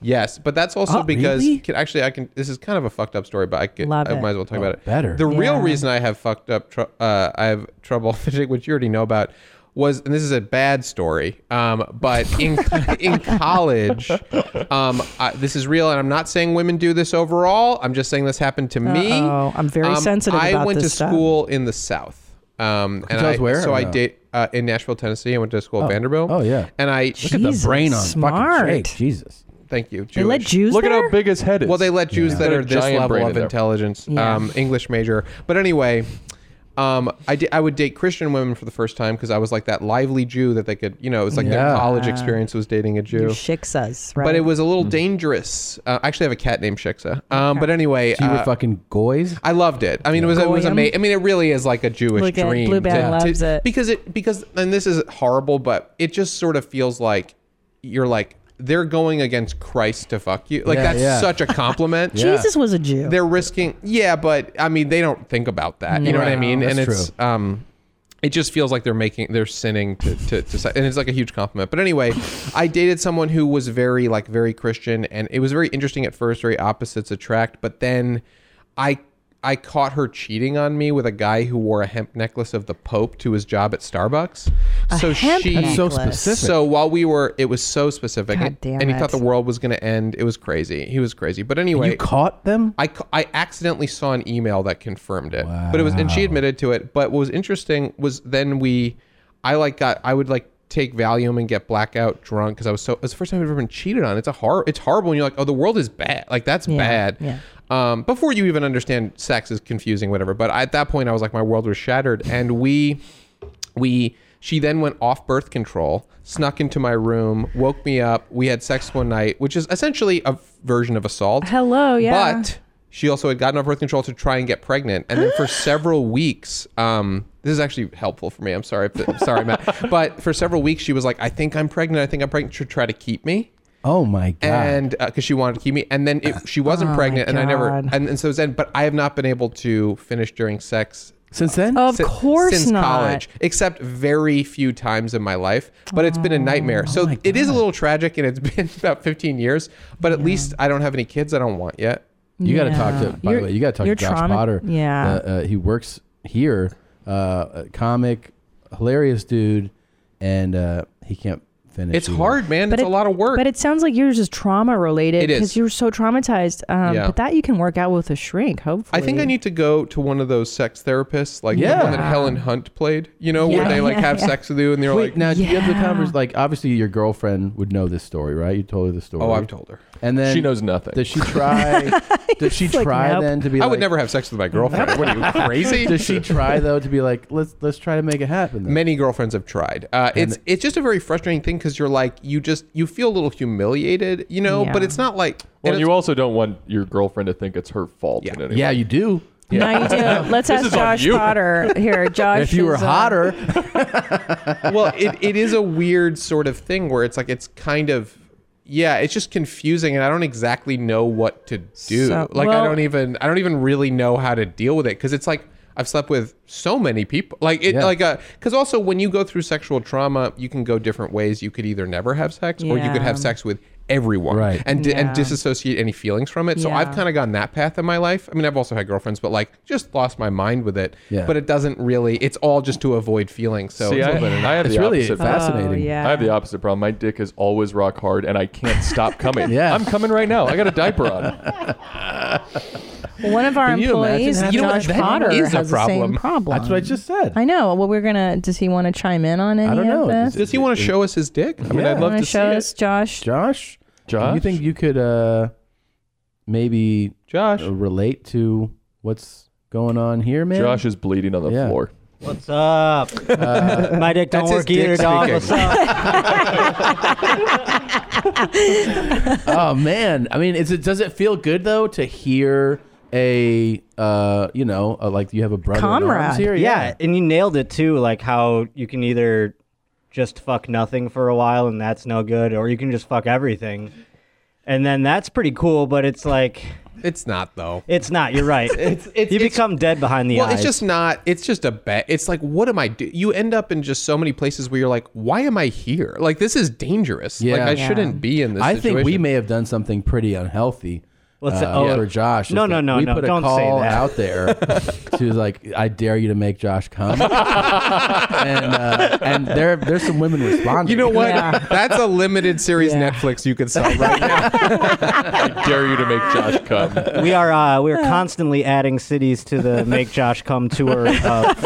Speaker 17: Yes, but that's also
Speaker 1: Oh,
Speaker 17: because
Speaker 1: really?
Speaker 17: can, actually I can. This is kind of a fucked up story, but I could,
Speaker 1: Love
Speaker 17: I
Speaker 1: it.
Speaker 17: might as well talk
Speaker 1: Oh,
Speaker 17: about it.
Speaker 1: better.
Speaker 17: The real
Speaker 1: Yeah.
Speaker 17: reason I have fucked up. Tr- uh, I have trouble finishing, which you already know about. Was and this is a bad story, um, but in in college, um, I, this is real, and I'm not saying women do this overall. I'm just saying this happened to me. Um,
Speaker 20: Uh-oh. I'm very sensitive
Speaker 17: I
Speaker 20: about
Speaker 17: went
Speaker 20: this
Speaker 17: to
Speaker 20: stuff.
Speaker 17: school in the South, um, and
Speaker 1: tell
Speaker 17: I,
Speaker 1: us where
Speaker 17: so
Speaker 1: or
Speaker 17: I
Speaker 1: no?
Speaker 17: date uh, in Nashville, Tennessee. I went to school at Vanderbilt.
Speaker 1: Oh yeah.
Speaker 17: and I
Speaker 1: Look at the brain on fucking Jake. Jesus.
Speaker 17: Thank you.
Speaker 20: They let
Speaker 17: Jewish.
Speaker 20: Jews
Speaker 16: Look at
Speaker 20: there?
Speaker 16: how big his head is.
Speaker 17: Well, they let Jews that
Speaker 16: Got a
Speaker 17: are this
Speaker 16: giant
Speaker 17: level
Speaker 16: brain
Speaker 17: of
Speaker 16: in there.
Speaker 17: intelligence,
Speaker 20: Yeah.
Speaker 17: um, English major. But anyway, um, I, di- I would date Christian women for the first time because I was like that lively Jew that they could, you know, it was like
Speaker 20: Yeah.
Speaker 17: their college
Speaker 20: Ah.
Speaker 17: experience was dating a Jew.
Speaker 20: Your shiksas, right?
Speaker 17: But it was a
Speaker 16: Mm.
Speaker 17: little dangerous. Uh, I actually have a cat named Shiksa. Um, But anyway,
Speaker 1: So you were
Speaker 17: uh,
Speaker 1: fucking goys.
Speaker 17: I loved it. I mean, it was it was
Speaker 1: Goyim?
Speaker 17: amazing. I mean, it really is like a Jewish
Speaker 20: Look at-
Speaker 17: dream.
Speaker 20: Blue Band loves it.
Speaker 17: because it because and this is horrible, but it just sort of feels like you're like they're going against Christ to fuck you. Like
Speaker 20: Yeah,
Speaker 17: that's
Speaker 20: yeah.
Speaker 17: such a compliment.
Speaker 20: Jesus was a Jew.
Speaker 17: They're risking. Yeah, but I mean, they don't think about that. You know what I
Speaker 20: No,
Speaker 17: mean?
Speaker 20: that's
Speaker 17: and it's um, it just feels like they're making they're sinning to, to, to si- and it's like a huge compliment. But anyway, I dated someone who was very like very Christian, and it was very interesting at first, very opposites attract. But then, I. I caught her cheating on me with a guy who wore a hemp necklace of the Pope to his job at Starbucks.
Speaker 20: A
Speaker 17: so
Speaker 20: hemp
Speaker 17: she
Speaker 20: That's so necklace. specific.
Speaker 17: So while we were, it was so specific,
Speaker 20: God
Speaker 17: and,
Speaker 20: damn
Speaker 17: and he
Speaker 20: it.
Speaker 17: thought the world was going to end. It was crazy. He was crazy. But anyway,
Speaker 1: you caught them.
Speaker 17: I, ca- I accidentally saw an email that confirmed it, but it was and she admitted to it. But what was interesting was then we, I like got I would like take Valium and get blackout drunk because I was so it's the first time I've ever been cheated on. It's a hor it's horrible when you're like oh the world is bad like that's bad.
Speaker 20: yeah.
Speaker 17: Um, before you even understand sex is confusing whatever. But at that point I was like my world was shattered and we we she then went off birth control snuck into my room woke me up we had sex one night which is essentially a version of assault
Speaker 20: Hello, yeah.
Speaker 17: but she also had gotten off birth control to try and get pregnant and then for several weeks um this is actually helpful for me i'm sorry if- I'm sorry matt but for several weeks she was like i think i'm pregnant i think i'm pregnant to try to keep me
Speaker 1: Oh my god.
Speaker 17: and because she wanted to keep me, and then
Speaker 1: Uh,
Speaker 17: it, she wasn't
Speaker 20: Oh my
Speaker 17: pregnant, and I never,
Speaker 20: God.
Speaker 17: and, and so it's then. But I have not been able to finish during sex
Speaker 1: since then.
Speaker 20: Of
Speaker 17: si-
Speaker 20: course
Speaker 17: since
Speaker 20: not.
Speaker 17: college, except very few times in my life. But it's been a nightmare.
Speaker 1: Oh
Speaker 17: so it is a little tragic, and it's been about 15 years. But at least I don't have any kids. I don't want yet.
Speaker 1: You got to talk
Speaker 20: Yeah.
Speaker 1: to. By
Speaker 20: You're-
Speaker 1: the way, you got to talk to
Speaker 20: you're
Speaker 1: Josh
Speaker 20: trauma-
Speaker 1: Potter.
Speaker 20: Yeah.
Speaker 1: uh, uh, he works here. Uh, a comic, hilarious dude, and uh, he can't finish.
Speaker 17: It's
Speaker 1: either.
Speaker 17: hard, man. it's
Speaker 20: it-
Speaker 17: a lot of work.
Speaker 20: But it sounds like yours is trauma related
Speaker 17: It is.
Speaker 20: because you were so traumatized. Um,
Speaker 17: Yeah.
Speaker 20: But that you can work out with a shrink, hopefully.
Speaker 17: I think I need to go to one of those sex therapists, like
Speaker 1: Yeah.
Speaker 17: the one that Helen Hunt played. You know, where
Speaker 1: Yeah.
Speaker 17: they like
Speaker 1: Yeah,
Speaker 17: have
Speaker 1: yeah.
Speaker 17: sex with you, and they're
Speaker 1: Wait,
Speaker 17: like,
Speaker 1: now do you have the
Speaker 17: Yeah.
Speaker 1: conversation? Like, obviously, your girlfriend would know this story, right? You told her the story.
Speaker 17: Oh, I've told her.
Speaker 1: And then
Speaker 16: She knows nothing.
Speaker 1: Does she try? does she
Speaker 17: like,
Speaker 1: try
Speaker 17: nope.
Speaker 1: then to be?
Speaker 17: I would
Speaker 1: like-
Speaker 17: never have sex with my girlfriend. What are you, crazy?
Speaker 1: does she try though to be like, let's let's try to make it happen? Then?
Speaker 17: Many girlfriends have tried. Uh,
Speaker 1: And
Speaker 17: it's it's just a very frustrating thing because you're like you just you feel a little humiliated, you know. But
Speaker 20: Yeah.
Speaker 17: it's not like
Speaker 16: Well, and
Speaker 17: and
Speaker 16: you also don't want your girlfriend to think it's her fault. Yeah, in any
Speaker 1: Yeah,
Speaker 16: way.
Speaker 1: you do.
Speaker 20: No, you do. Let's
Speaker 16: This
Speaker 20: ask
Speaker 16: is on
Speaker 20: Josh
Speaker 16: you.
Speaker 20: Potter here. Josh,
Speaker 1: If you were
Speaker 20: is, uh,
Speaker 1: hotter,
Speaker 17: it's- well, it, it is a weird sort of thing where it's like it's kind of yeah, it's just confusing, and I don't exactly know what to do.
Speaker 20: So-
Speaker 17: like
Speaker 20: well-
Speaker 17: I don't even I don't even really know how to deal with it because it's like. I've slept with so many people. Like it,
Speaker 1: Yeah.
Speaker 17: like a, because also when you go through sexual trauma, you can go different ways. You could either never have sex, or you could
Speaker 20: Yeah.
Speaker 17: have sex with everyone,
Speaker 1: Right.
Speaker 17: And di-
Speaker 20: Yeah.
Speaker 17: and disassociate any feelings from it. So I've
Speaker 20: Yeah.
Speaker 17: kind of gone that path in my life. I mean, I've also had girlfriends, but like just lost my mind with it.
Speaker 1: Yeah.
Speaker 17: But it doesn't really. It's all just to avoid feelings. So
Speaker 16: See,
Speaker 17: it's
Speaker 16: I,
Speaker 17: a little bit of-
Speaker 16: I have
Speaker 1: It's
Speaker 16: the
Speaker 1: really
Speaker 16: opposite
Speaker 1: fascinating.
Speaker 20: Oh, yeah.
Speaker 16: I have the opposite problem. My dick is always rock hard, and I can't stop coming.
Speaker 1: Yeah.
Speaker 16: I'm coming right now. I got a diaper on.
Speaker 20: One of our
Speaker 1: Can you imagine
Speaker 20: employees,
Speaker 1: having-
Speaker 17: You know what?
Speaker 20: Josh
Speaker 17: That
Speaker 20: Potter,
Speaker 17: is a
Speaker 20: has the same
Speaker 17: problem.
Speaker 20: problem.
Speaker 1: that's what I just said.
Speaker 20: I know. Well, we're gonna. Does he want to chime in on any
Speaker 1: I don't
Speaker 20: of
Speaker 1: know.
Speaker 20: this?
Speaker 17: Does he want to show us his dick? I mean,
Speaker 1: Yeah.
Speaker 17: I'd love
Speaker 20: Want
Speaker 17: to
Speaker 20: to
Speaker 17: see
Speaker 20: show
Speaker 17: it.
Speaker 20: us, Josh?
Speaker 1: Josh?
Speaker 16: Josh,
Speaker 1: You think you could uh maybe
Speaker 17: Josh.
Speaker 1: uh, relate to what's going on here, man?
Speaker 16: Josh is bleeding on the
Speaker 1: Yeah.
Speaker 16: floor.
Speaker 19: What's up? Uh, My dick don't
Speaker 17: Uh, that's his
Speaker 19: work either,
Speaker 17: dick
Speaker 19: dog.
Speaker 17: speaking.
Speaker 19: What's up?
Speaker 1: oh man. I mean, is it does it feel good though to hear a uh you know, uh like you have a brother in arms
Speaker 20: Comrade.
Speaker 1: here?
Speaker 19: yeah, and you nailed it too. Like how you can either just fuck nothing for a while and that's no good, or you can just fuck everything, and then that's pretty cool. But it's like
Speaker 17: It's not though.
Speaker 19: it's not. You're right.
Speaker 17: It's- it's-
Speaker 19: you
Speaker 17: it's-
Speaker 19: become dead behind the
Speaker 17: Well,
Speaker 19: eyes.
Speaker 17: it's just not. It's just a bet. It's like, what am I do? You end up in just so many places where you're like, why am I here? Like this is dangerous. Like
Speaker 1: Yeah.
Speaker 17: I
Speaker 1: Yeah.
Speaker 17: shouldn't be in this.
Speaker 1: I
Speaker 17: situation.
Speaker 1: think we may have done something pretty unhealthy
Speaker 19: Let's-
Speaker 1: uh,
Speaker 19: oh.
Speaker 1: for Josh. is
Speaker 19: No, no,
Speaker 1: that
Speaker 19: no,
Speaker 1: We
Speaker 19: no,
Speaker 1: put a
Speaker 19: don't say
Speaker 1: call
Speaker 19: that.
Speaker 1: out there to like, I dare you to make Josh come. and uh, and there there's some women responding.
Speaker 17: You know what? That's a limited series Netflix you could sell right now.
Speaker 16: I dare you to make Josh come.
Speaker 19: we are uh, we are constantly adding cities to the Make Josh Come tour of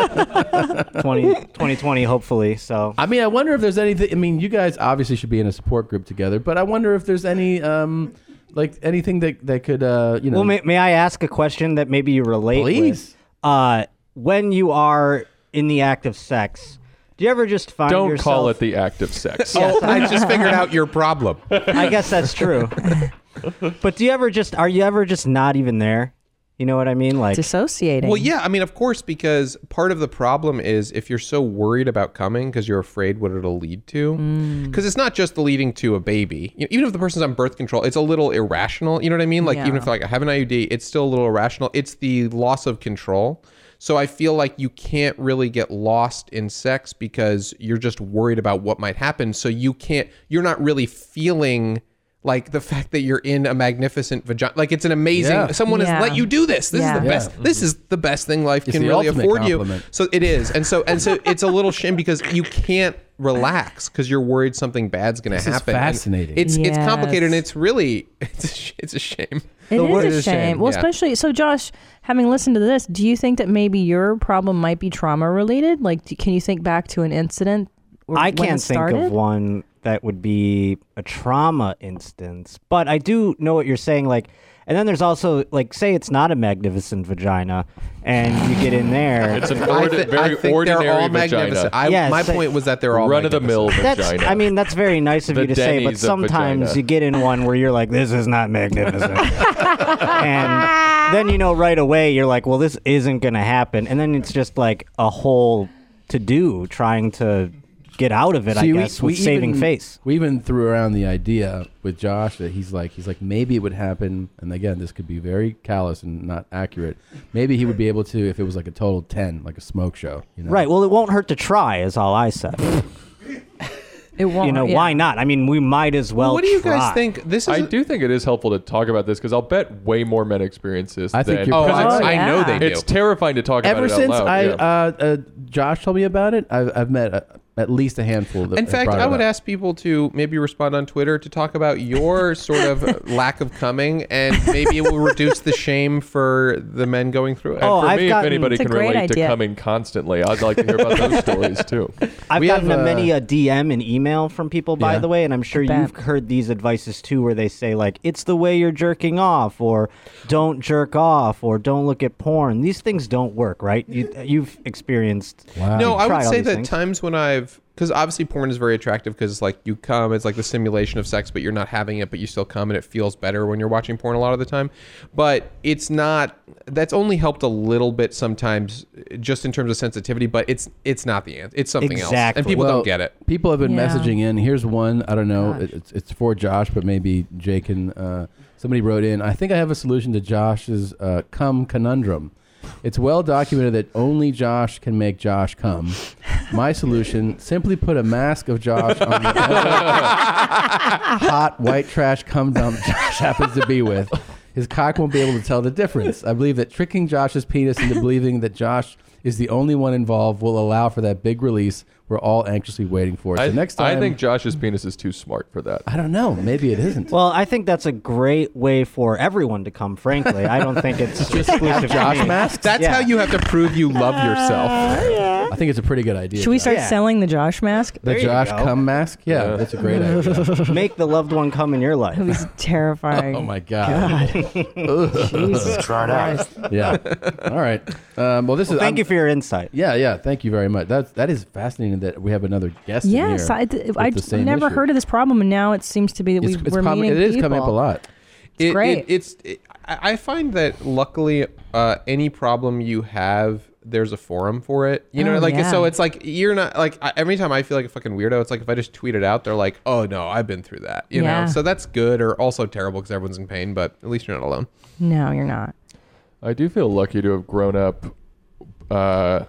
Speaker 19: 20, 2020, hopefully. So
Speaker 1: I mean, I wonder if there's anything. I mean, you guys obviously should be in a support group together, but I wonder if there's any um like anything that that could uh you know.
Speaker 19: Well, may, may I ask a question that maybe you relate?
Speaker 1: Please.
Speaker 19: With? Uh, when you are in the act of sex, do you ever just find
Speaker 16: Don't
Speaker 19: yourself?
Speaker 16: call it the act of sex.
Speaker 19: Yes,
Speaker 17: I just figured out your problem.
Speaker 19: I guess that's true. but do you ever just? Are you ever just not even there? You know what I mean? Like
Speaker 20: dissociating.
Speaker 17: Well, yeah, I mean, of course, because part of the problem is if you're so worried about coming because you're afraid what it'll lead to,
Speaker 1: Mm.
Speaker 17: because it's not just the leading to a baby. You know, even if the person's on birth control, it's a little irrational. You know what I mean? Like even
Speaker 21: Yeah.
Speaker 17: if like I have an IUD, it's still a little irrational. It's the loss of control. So I feel like you can't really get lost in sex because you're just worried about what might happen. So you can't. You're not really feeling. Like the fact that you're in a magnificent vagina, like it's an amazing.
Speaker 1: Yeah.
Speaker 17: Someone
Speaker 1: Yeah.
Speaker 17: has let you do this. This
Speaker 1: Yeah.
Speaker 17: is the
Speaker 1: Yeah.
Speaker 17: best. This is the best thing life
Speaker 1: Mm-hmm. It's
Speaker 17: can
Speaker 1: the
Speaker 17: really
Speaker 1: ultimate
Speaker 17: afford
Speaker 1: compliment.
Speaker 17: you. So it is, and so and so it's a little shame because you can't relax because you're worried something bad's going
Speaker 1: This
Speaker 17: to
Speaker 1: is
Speaker 17: happen. And
Speaker 1: fascinating.
Speaker 17: It's it's
Speaker 1: Yes.
Speaker 17: complicated and it's really it's a, sh- it's a shame.
Speaker 20: It is a shame. Well,
Speaker 17: yeah.
Speaker 20: especially so, Josh. Having listened to this, do you think that maybe your problem might be trauma related? Like, do, can you think back to an incident? or
Speaker 19: I
Speaker 20: when it
Speaker 19: can't think
Speaker 20: started?
Speaker 19: of one that would be a trauma instance, but I do know what you're saying. Like, and then there's also like, say it's not a magnificent vagina, and you get in there.
Speaker 16: It's an ordi- very ordinary vagina.
Speaker 19: Yeah,
Speaker 17: my
Speaker 19: it's like-
Speaker 17: point was that they're all
Speaker 16: run of the mill
Speaker 19: That's,
Speaker 16: vagina.
Speaker 19: I mean, that's very nice of
Speaker 16: The
Speaker 19: you to say, but
Speaker 16: Denny's of
Speaker 19: sometimes
Speaker 16: vagina.
Speaker 19: you get in one where you're like, this is not magnificent. and then you know right away, you're like, well, this isn't going to happen. And then it's just like a whole to do trying to get out of it, I
Speaker 1: See,
Speaker 19: guess, with saving
Speaker 1: even,
Speaker 19: face.
Speaker 1: We even threw around the idea with Josh that he's like he's like maybe it would happen, and again this could be very callous and not accurate. Maybe he would be able to if it was like a total ten, like a smoke show. You know?
Speaker 19: Right. Well, it won't hurt to try, is all I said.
Speaker 20: it won't.
Speaker 19: You know,
Speaker 20: yeah.
Speaker 19: why not? I mean, we might as well. try.
Speaker 17: This
Speaker 16: I do think it is helpful to talk about this because I'll bet way more men experience this.
Speaker 1: I think
Speaker 16: than-
Speaker 1: you're Oh,
Speaker 16: 'cause
Speaker 1: I-
Speaker 16: it's-
Speaker 1: I know they do.
Speaker 16: It's terrifying to talk
Speaker 1: Ever
Speaker 16: about it
Speaker 1: since
Speaker 16: out loud.
Speaker 1: I
Speaker 16: yeah.
Speaker 1: uh, uh, Josh told me about it, I've, I've met uh at least a handful. That
Speaker 17: In
Speaker 1: have
Speaker 17: fact,
Speaker 1: brought
Speaker 17: I
Speaker 1: it
Speaker 17: would
Speaker 1: up.
Speaker 17: ask people to maybe respond on Twitter to talk about your sort of lack of coming, and maybe it will reduce the shame for the men going through it.
Speaker 20: Oh,
Speaker 16: And for me, if anybody can relate to coming constantly, I'd like to hear about those stories too.
Speaker 19: I've
Speaker 16: We
Speaker 19: gotten
Speaker 16: have,
Speaker 19: a
Speaker 16: uh,
Speaker 19: many a DM and email from people, by
Speaker 16: Yeah.
Speaker 19: the way, and I'm sure
Speaker 16: I bet.
Speaker 19: you've heard these advices too, where they say like, "It's the way you're jerking off," or "Don't jerk off," or "Don't look at porn." These things don't work, right? You, you've experienced. you've
Speaker 17: No, I
Speaker 19: tried
Speaker 17: would
Speaker 19: all
Speaker 17: say
Speaker 19: these
Speaker 17: that
Speaker 19: things.
Speaker 17: times when I've because obviously porn is very attractive because like you come, it's like the simulation of sex, but you're not having it, but you still come, and it feels better when you're watching porn a lot of the time. But it's not. That's only helped a little bit sometimes, just in terms of sensitivity. But it's it's not the answer. It's something else, and people
Speaker 1: Well,
Speaker 17: don't get it.
Speaker 1: People have been
Speaker 17: Yeah.
Speaker 1: messaging in. Here's one. I don't know.
Speaker 17: Gosh.
Speaker 1: It- It's, it's for Josh, but maybe Jay can. Uh, somebody wrote in. I think I have a solution to Josh's uh, cum conundrum. It's well documented that only Josh can make Josh come. My solution: simply put a mask of Josh on the hot white trash cum dump Josh happens to be with. His cock won't be able to tell the difference. I believe that tricking Josh's penis into believing that Josh is the only one involved will allow for that big release we're all anxiously waiting for. So
Speaker 16: I,
Speaker 1: next time,
Speaker 16: I think Josh's penis is too smart for that.
Speaker 1: I don't know. Maybe it isn't.
Speaker 19: Well, I think that's a great way for everyone to come. Frankly, I don't think it's
Speaker 1: Just have
Speaker 19: exclusive. to
Speaker 1: Josh
Speaker 19: me.
Speaker 1: masks? That's
Speaker 19: Yeah.
Speaker 1: how
Speaker 17: You have to prove you love yourself.
Speaker 1: I think it's a pretty good idea.
Speaker 20: Should we
Speaker 1: Josh.
Speaker 20: start selling the Josh mask?
Speaker 1: the Josh cum mask? Yeah, that's a great idea.
Speaker 19: Make the loved one come in your life. It
Speaker 20: was terrifying.
Speaker 1: Oh my god!
Speaker 19: Jesus Try it out. Christ.
Speaker 1: Yeah. All right. Um, well, this
Speaker 19: Well,
Speaker 1: is.
Speaker 19: thank you for your insight.
Speaker 1: Yeah, yeah. Thank you very much. That's that is fascinating that we have another guest. in
Speaker 20: Yes,
Speaker 1: here
Speaker 20: I,
Speaker 1: with
Speaker 20: I
Speaker 1: the
Speaker 20: have
Speaker 1: same
Speaker 20: never
Speaker 1: issue.
Speaker 20: heard of this problem, and now it seems to be that we,
Speaker 1: It's, it's
Speaker 20: we're
Speaker 1: probably-
Speaker 20: meeting
Speaker 1: it is coming up a
Speaker 20: people.
Speaker 1: lot.
Speaker 17: It,
Speaker 20: great.
Speaker 17: It, it's. It, I I find that luckily, uh, any problem you have, there's a forum for it. You know,
Speaker 16: Oh,
Speaker 17: like
Speaker 16: yeah.
Speaker 17: so. It's like you're not like I, every time I feel like a fucking weirdo. It's like if I just tweet it out, they're like, "Oh no, I've been through that." You
Speaker 20: Yeah.
Speaker 17: know, so that's good or also terrible because everyone's in pain. But at least you're not alone.
Speaker 20: No, you're not.
Speaker 16: I do feel lucky to have grown up uh,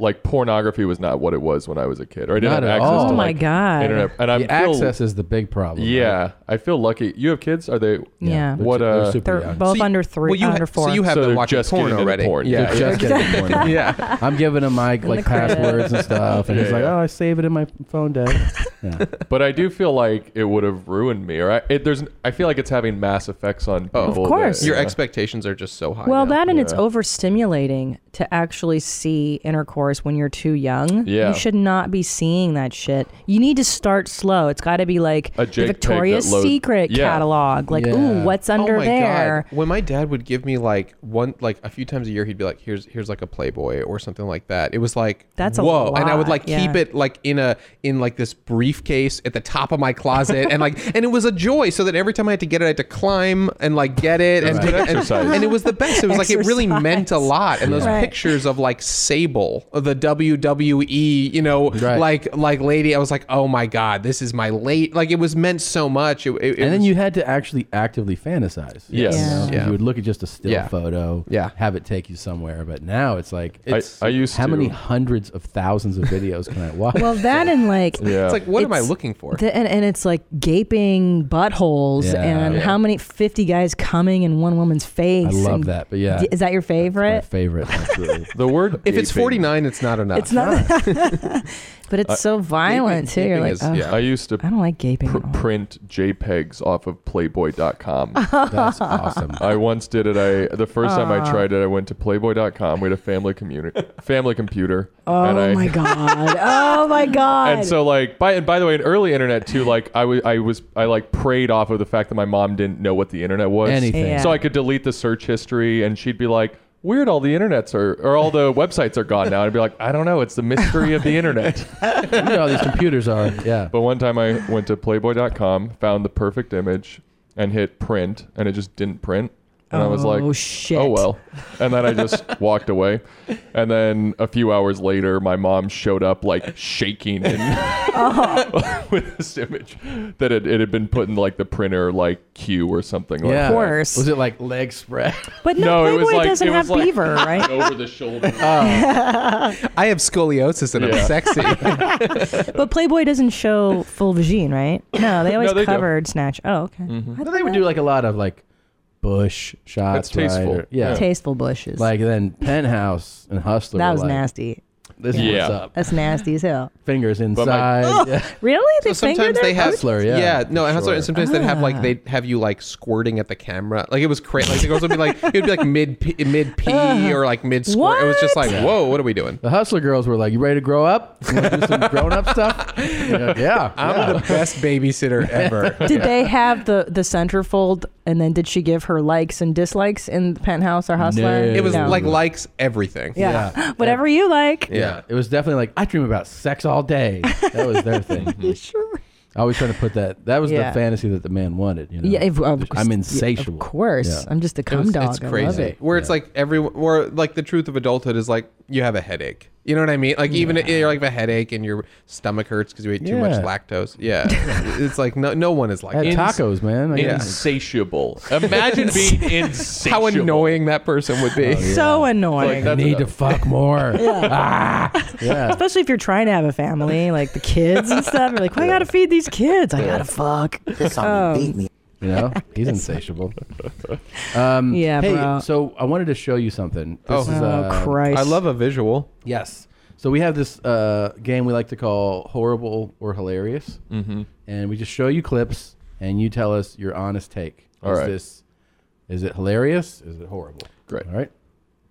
Speaker 16: like pornography was not what it was when I was a kid, or I didn't
Speaker 1: Not
Speaker 16: have
Speaker 1: at
Speaker 16: access
Speaker 1: all.
Speaker 16: to
Speaker 1: Oh my
Speaker 16: like,
Speaker 1: God.
Speaker 16: internet. And I'm
Speaker 1: The access is the big problem.
Speaker 16: Yeah, I feel lucky. You have kids? Are they?
Speaker 2: Yeah.
Speaker 16: What?
Speaker 1: They're- they're
Speaker 16: uh,
Speaker 1: super
Speaker 2: They're both under three,
Speaker 17: well, you ha-
Speaker 2: under
Speaker 17: so
Speaker 2: four.
Speaker 17: you have-
Speaker 16: so
Speaker 17: been
Speaker 16: they're
Speaker 17: watching
Speaker 16: just
Speaker 17: porn
Speaker 16: getting into
Speaker 17: already.
Speaker 16: Porn.
Speaker 17: Yeah,
Speaker 1: They're just getting into porn.
Speaker 17: Yeah.
Speaker 1: I'm giving him my like
Speaker 2: credit.
Speaker 1: passwords and stuff, and he's
Speaker 16: Yeah,
Speaker 1: like,
Speaker 16: yeah.
Speaker 1: "Oh, I save it in my phone, Dad." Yeah.
Speaker 16: but I do feel like it would have ruined me, or I, it, there's. I feel like it's having mass effects on people.
Speaker 17: Of
Speaker 2: course.
Speaker 17: Oh, Your
Speaker 16: yeah.
Speaker 17: expectations are just so high.
Speaker 2: well,
Speaker 17: now.
Speaker 2: that and it's overstimulating to actually see intercourse when you're too young.
Speaker 17: Yeah.
Speaker 2: You should not be seeing that shit. You need to start slow. It's got to be like
Speaker 16: A
Speaker 2: the
Speaker 16: JPEG
Speaker 2: Victoria's
Speaker 16: that loads-
Speaker 2: Secret
Speaker 16: Yeah.
Speaker 2: catalog. Like, ooh, what's under
Speaker 17: oh my
Speaker 2: there?
Speaker 17: God. When my dad would give me like one, like a few times a year, he'd be like, "Here's here's like a Playboy or something like that." It was like
Speaker 2: That's a
Speaker 17: whoa, and I would
Speaker 2: lot,
Speaker 17: like keep
Speaker 2: yeah.
Speaker 17: it like in a in like this briefcase at the top of my closet, and like and it was a joy. So that every time I had to get it, I had to climb and like get it, and,
Speaker 16: Right. Good
Speaker 17: and,
Speaker 16: exercise.
Speaker 17: and it was the best. It was like it really
Speaker 16: Exercise.
Speaker 17: meant a lot. And those
Speaker 16: Yeah. Right.
Speaker 17: pictures of like Sable, of the WWE, you know, like like lady, I was like, oh my god, this is my late. Like it was meant so much. It, it, it
Speaker 1: and then you had to actually actively fantasize.
Speaker 17: Yes.
Speaker 1: You, know? 'Cause
Speaker 17: Yeah.
Speaker 1: you would look at just a still
Speaker 17: Yeah.
Speaker 1: photo, yeah. have it take you somewhere. But now it's like,
Speaker 16: I-
Speaker 1: it's,
Speaker 16: I used
Speaker 1: how
Speaker 16: to-
Speaker 1: many hundreds of thousands of videos can I watch?
Speaker 2: Well, that and like,
Speaker 1: Yeah. It's like,
Speaker 17: what am I looking for?
Speaker 2: the- and, and it's like gaping buttholes
Speaker 1: Yeah.
Speaker 2: and
Speaker 1: Yeah.
Speaker 2: how many 50 guys coming in one woman's face.
Speaker 1: I love
Speaker 2: and-
Speaker 1: that, but yeah.
Speaker 2: D- Is that your favorite?
Speaker 1: favorite. Absolutely.
Speaker 16: the word.
Speaker 17: If it's
Speaker 16: gaping-
Speaker 17: 49, it's not enough.
Speaker 2: It's not, but it's
Speaker 16: I-
Speaker 2: so violent too. You're like, oh. "Ugh."
Speaker 16: I used to. I
Speaker 2: don't like gaping.
Speaker 16: print JPEGs off of Playboy.com.
Speaker 2: That's
Speaker 1: awesome.
Speaker 16: I once did it. I the first time I
Speaker 2: Aw.
Speaker 16: tried it, I went to Playboy.com. We had a family community, family computer.
Speaker 2: Oh
Speaker 16: and I,
Speaker 2: my god! Oh my god!
Speaker 16: And so like by and by the way, in early internet too, like I was I was I like preyed off of the fact that my mom didn't know what the internet was.
Speaker 1: Anything. Yeah.
Speaker 16: So I could delete the search history and she'd be like Weird, all the internets are, or all the websites are gone now. And I'd be like, I don't know. It's the mystery of the internet.
Speaker 1: you know how these computers are. Yeah.
Speaker 16: But one time I went to Playboy.com, found the perfect image, and hit print, and it just didn't print. And I was like,
Speaker 2: Oh, shit.
Speaker 16: Oh, well. And then I just walked away. And then a few hours later, my mom showed up like shaking and
Speaker 2: Uh-huh.
Speaker 16: with this image that it, it had been put in like the printer, like queue or something.
Speaker 1: Yeah.
Speaker 16: Like
Speaker 1: Of course. Was it
Speaker 16: like leg spread?
Speaker 2: But no,
Speaker 16: no, it was
Speaker 2: Playboy
Speaker 16: like,
Speaker 2: doesn't
Speaker 16: it was
Speaker 2: have
Speaker 16: like
Speaker 2: beaver, right?
Speaker 16: Over the
Speaker 1: Oh,
Speaker 16: shoulder.
Speaker 17: I have scoliosis and
Speaker 16: Yeah.
Speaker 17: I'm sexy.
Speaker 2: but Playboy doesn't show full vagine, right? No, they always
Speaker 1: No, they do.
Speaker 2: covered snatch. Oh, okay.
Speaker 16: Mm-hmm.
Speaker 1: No, they would do like a lot of like bush shots.
Speaker 16: That's tasteful.
Speaker 1: Right? Or- yeah.
Speaker 2: Tasteful bushes.
Speaker 1: Like then Penthouse and Hustler.
Speaker 2: that
Speaker 1: were
Speaker 2: was
Speaker 1: like,
Speaker 2: nasty.
Speaker 1: This is
Speaker 16: Yeah.
Speaker 1: what's up.
Speaker 2: That's nasty as hell. Oh,
Speaker 1: Fingers inside. yeah.
Speaker 2: Really?
Speaker 17: So
Speaker 2: They fingered
Speaker 17: sometimes they
Speaker 2: their
Speaker 17: have
Speaker 1: Hustler, yeah,
Speaker 17: no,
Speaker 1: for
Speaker 17: and Hustler,
Speaker 1: sure.
Speaker 17: and sometimes they'd have
Speaker 2: Ah.
Speaker 17: like they would have you like squirting at the camera, like it was crazy. Like the girls would be like, it would be like mid p- mid pee or like mid squirt. It was just like,
Speaker 1: What?
Speaker 17: whoa, what are we doing?
Speaker 1: The Hustler girls were like, "You ready to grow up? You wanna do some grown-up stuff?" Yeah, yeah.
Speaker 17: I'm the best babysitter ever.
Speaker 2: Did they have the the centerfold? And then did she give her likes and dislikes in the penthouse or hustler?
Speaker 17: It was
Speaker 2: No.
Speaker 17: like likes everything.
Speaker 2: yeah, whatever you like.
Speaker 1: Yeah. It was definitely like I dream about sex all day. That was their thing. Always trying to put that. That was
Speaker 2: Yeah.
Speaker 1: the fantasy that the man wanted. You know.
Speaker 2: Yeah, if- of course-
Speaker 1: I'm
Speaker 2: yeah,
Speaker 1: insatiable.
Speaker 2: of course. I'm just a
Speaker 17: It was-
Speaker 2: cum dog.
Speaker 17: It's
Speaker 2: I love
Speaker 17: crazy.
Speaker 2: it.
Speaker 17: Where it's like every where like the truth of adulthood is like you have a headache. You know what I mean? Like even if you're like a headache and your stomach hurts because you ate too much
Speaker 1: Yeah.
Speaker 17: lactose. Yeah, it's like no no one is like
Speaker 1: I had
Speaker 17: Ins-
Speaker 1: tacos, man. I got-
Speaker 16: Insatiable. Imagine being insatiable.
Speaker 17: How annoying that person would be.
Speaker 2: So annoying.
Speaker 1: I need to fuck more. Ah, yeah.
Speaker 2: Especially if you're trying to have a family, like the kids and stuff. You're like, well, I gotta feed these kids. I gotta fuck. Um,
Speaker 1: You know, he's insatiable. Um,
Speaker 2: Yeah,
Speaker 1: hey,
Speaker 2: bro.
Speaker 1: So I wanted to show you something. This
Speaker 17: Oh.
Speaker 1: is,
Speaker 17: Oh,
Speaker 1: uh,
Speaker 2: Christ. I love
Speaker 17: a visual.
Speaker 1: Yes. So we have this uh, game we like to call horrible or hilarious,
Speaker 16: Mhm.
Speaker 1: and we just show you clips, and you tell us your honest take.
Speaker 16: All
Speaker 1: is
Speaker 16: right.
Speaker 1: this is it hilarious? Is it horrible?
Speaker 16: Great.
Speaker 1: All right.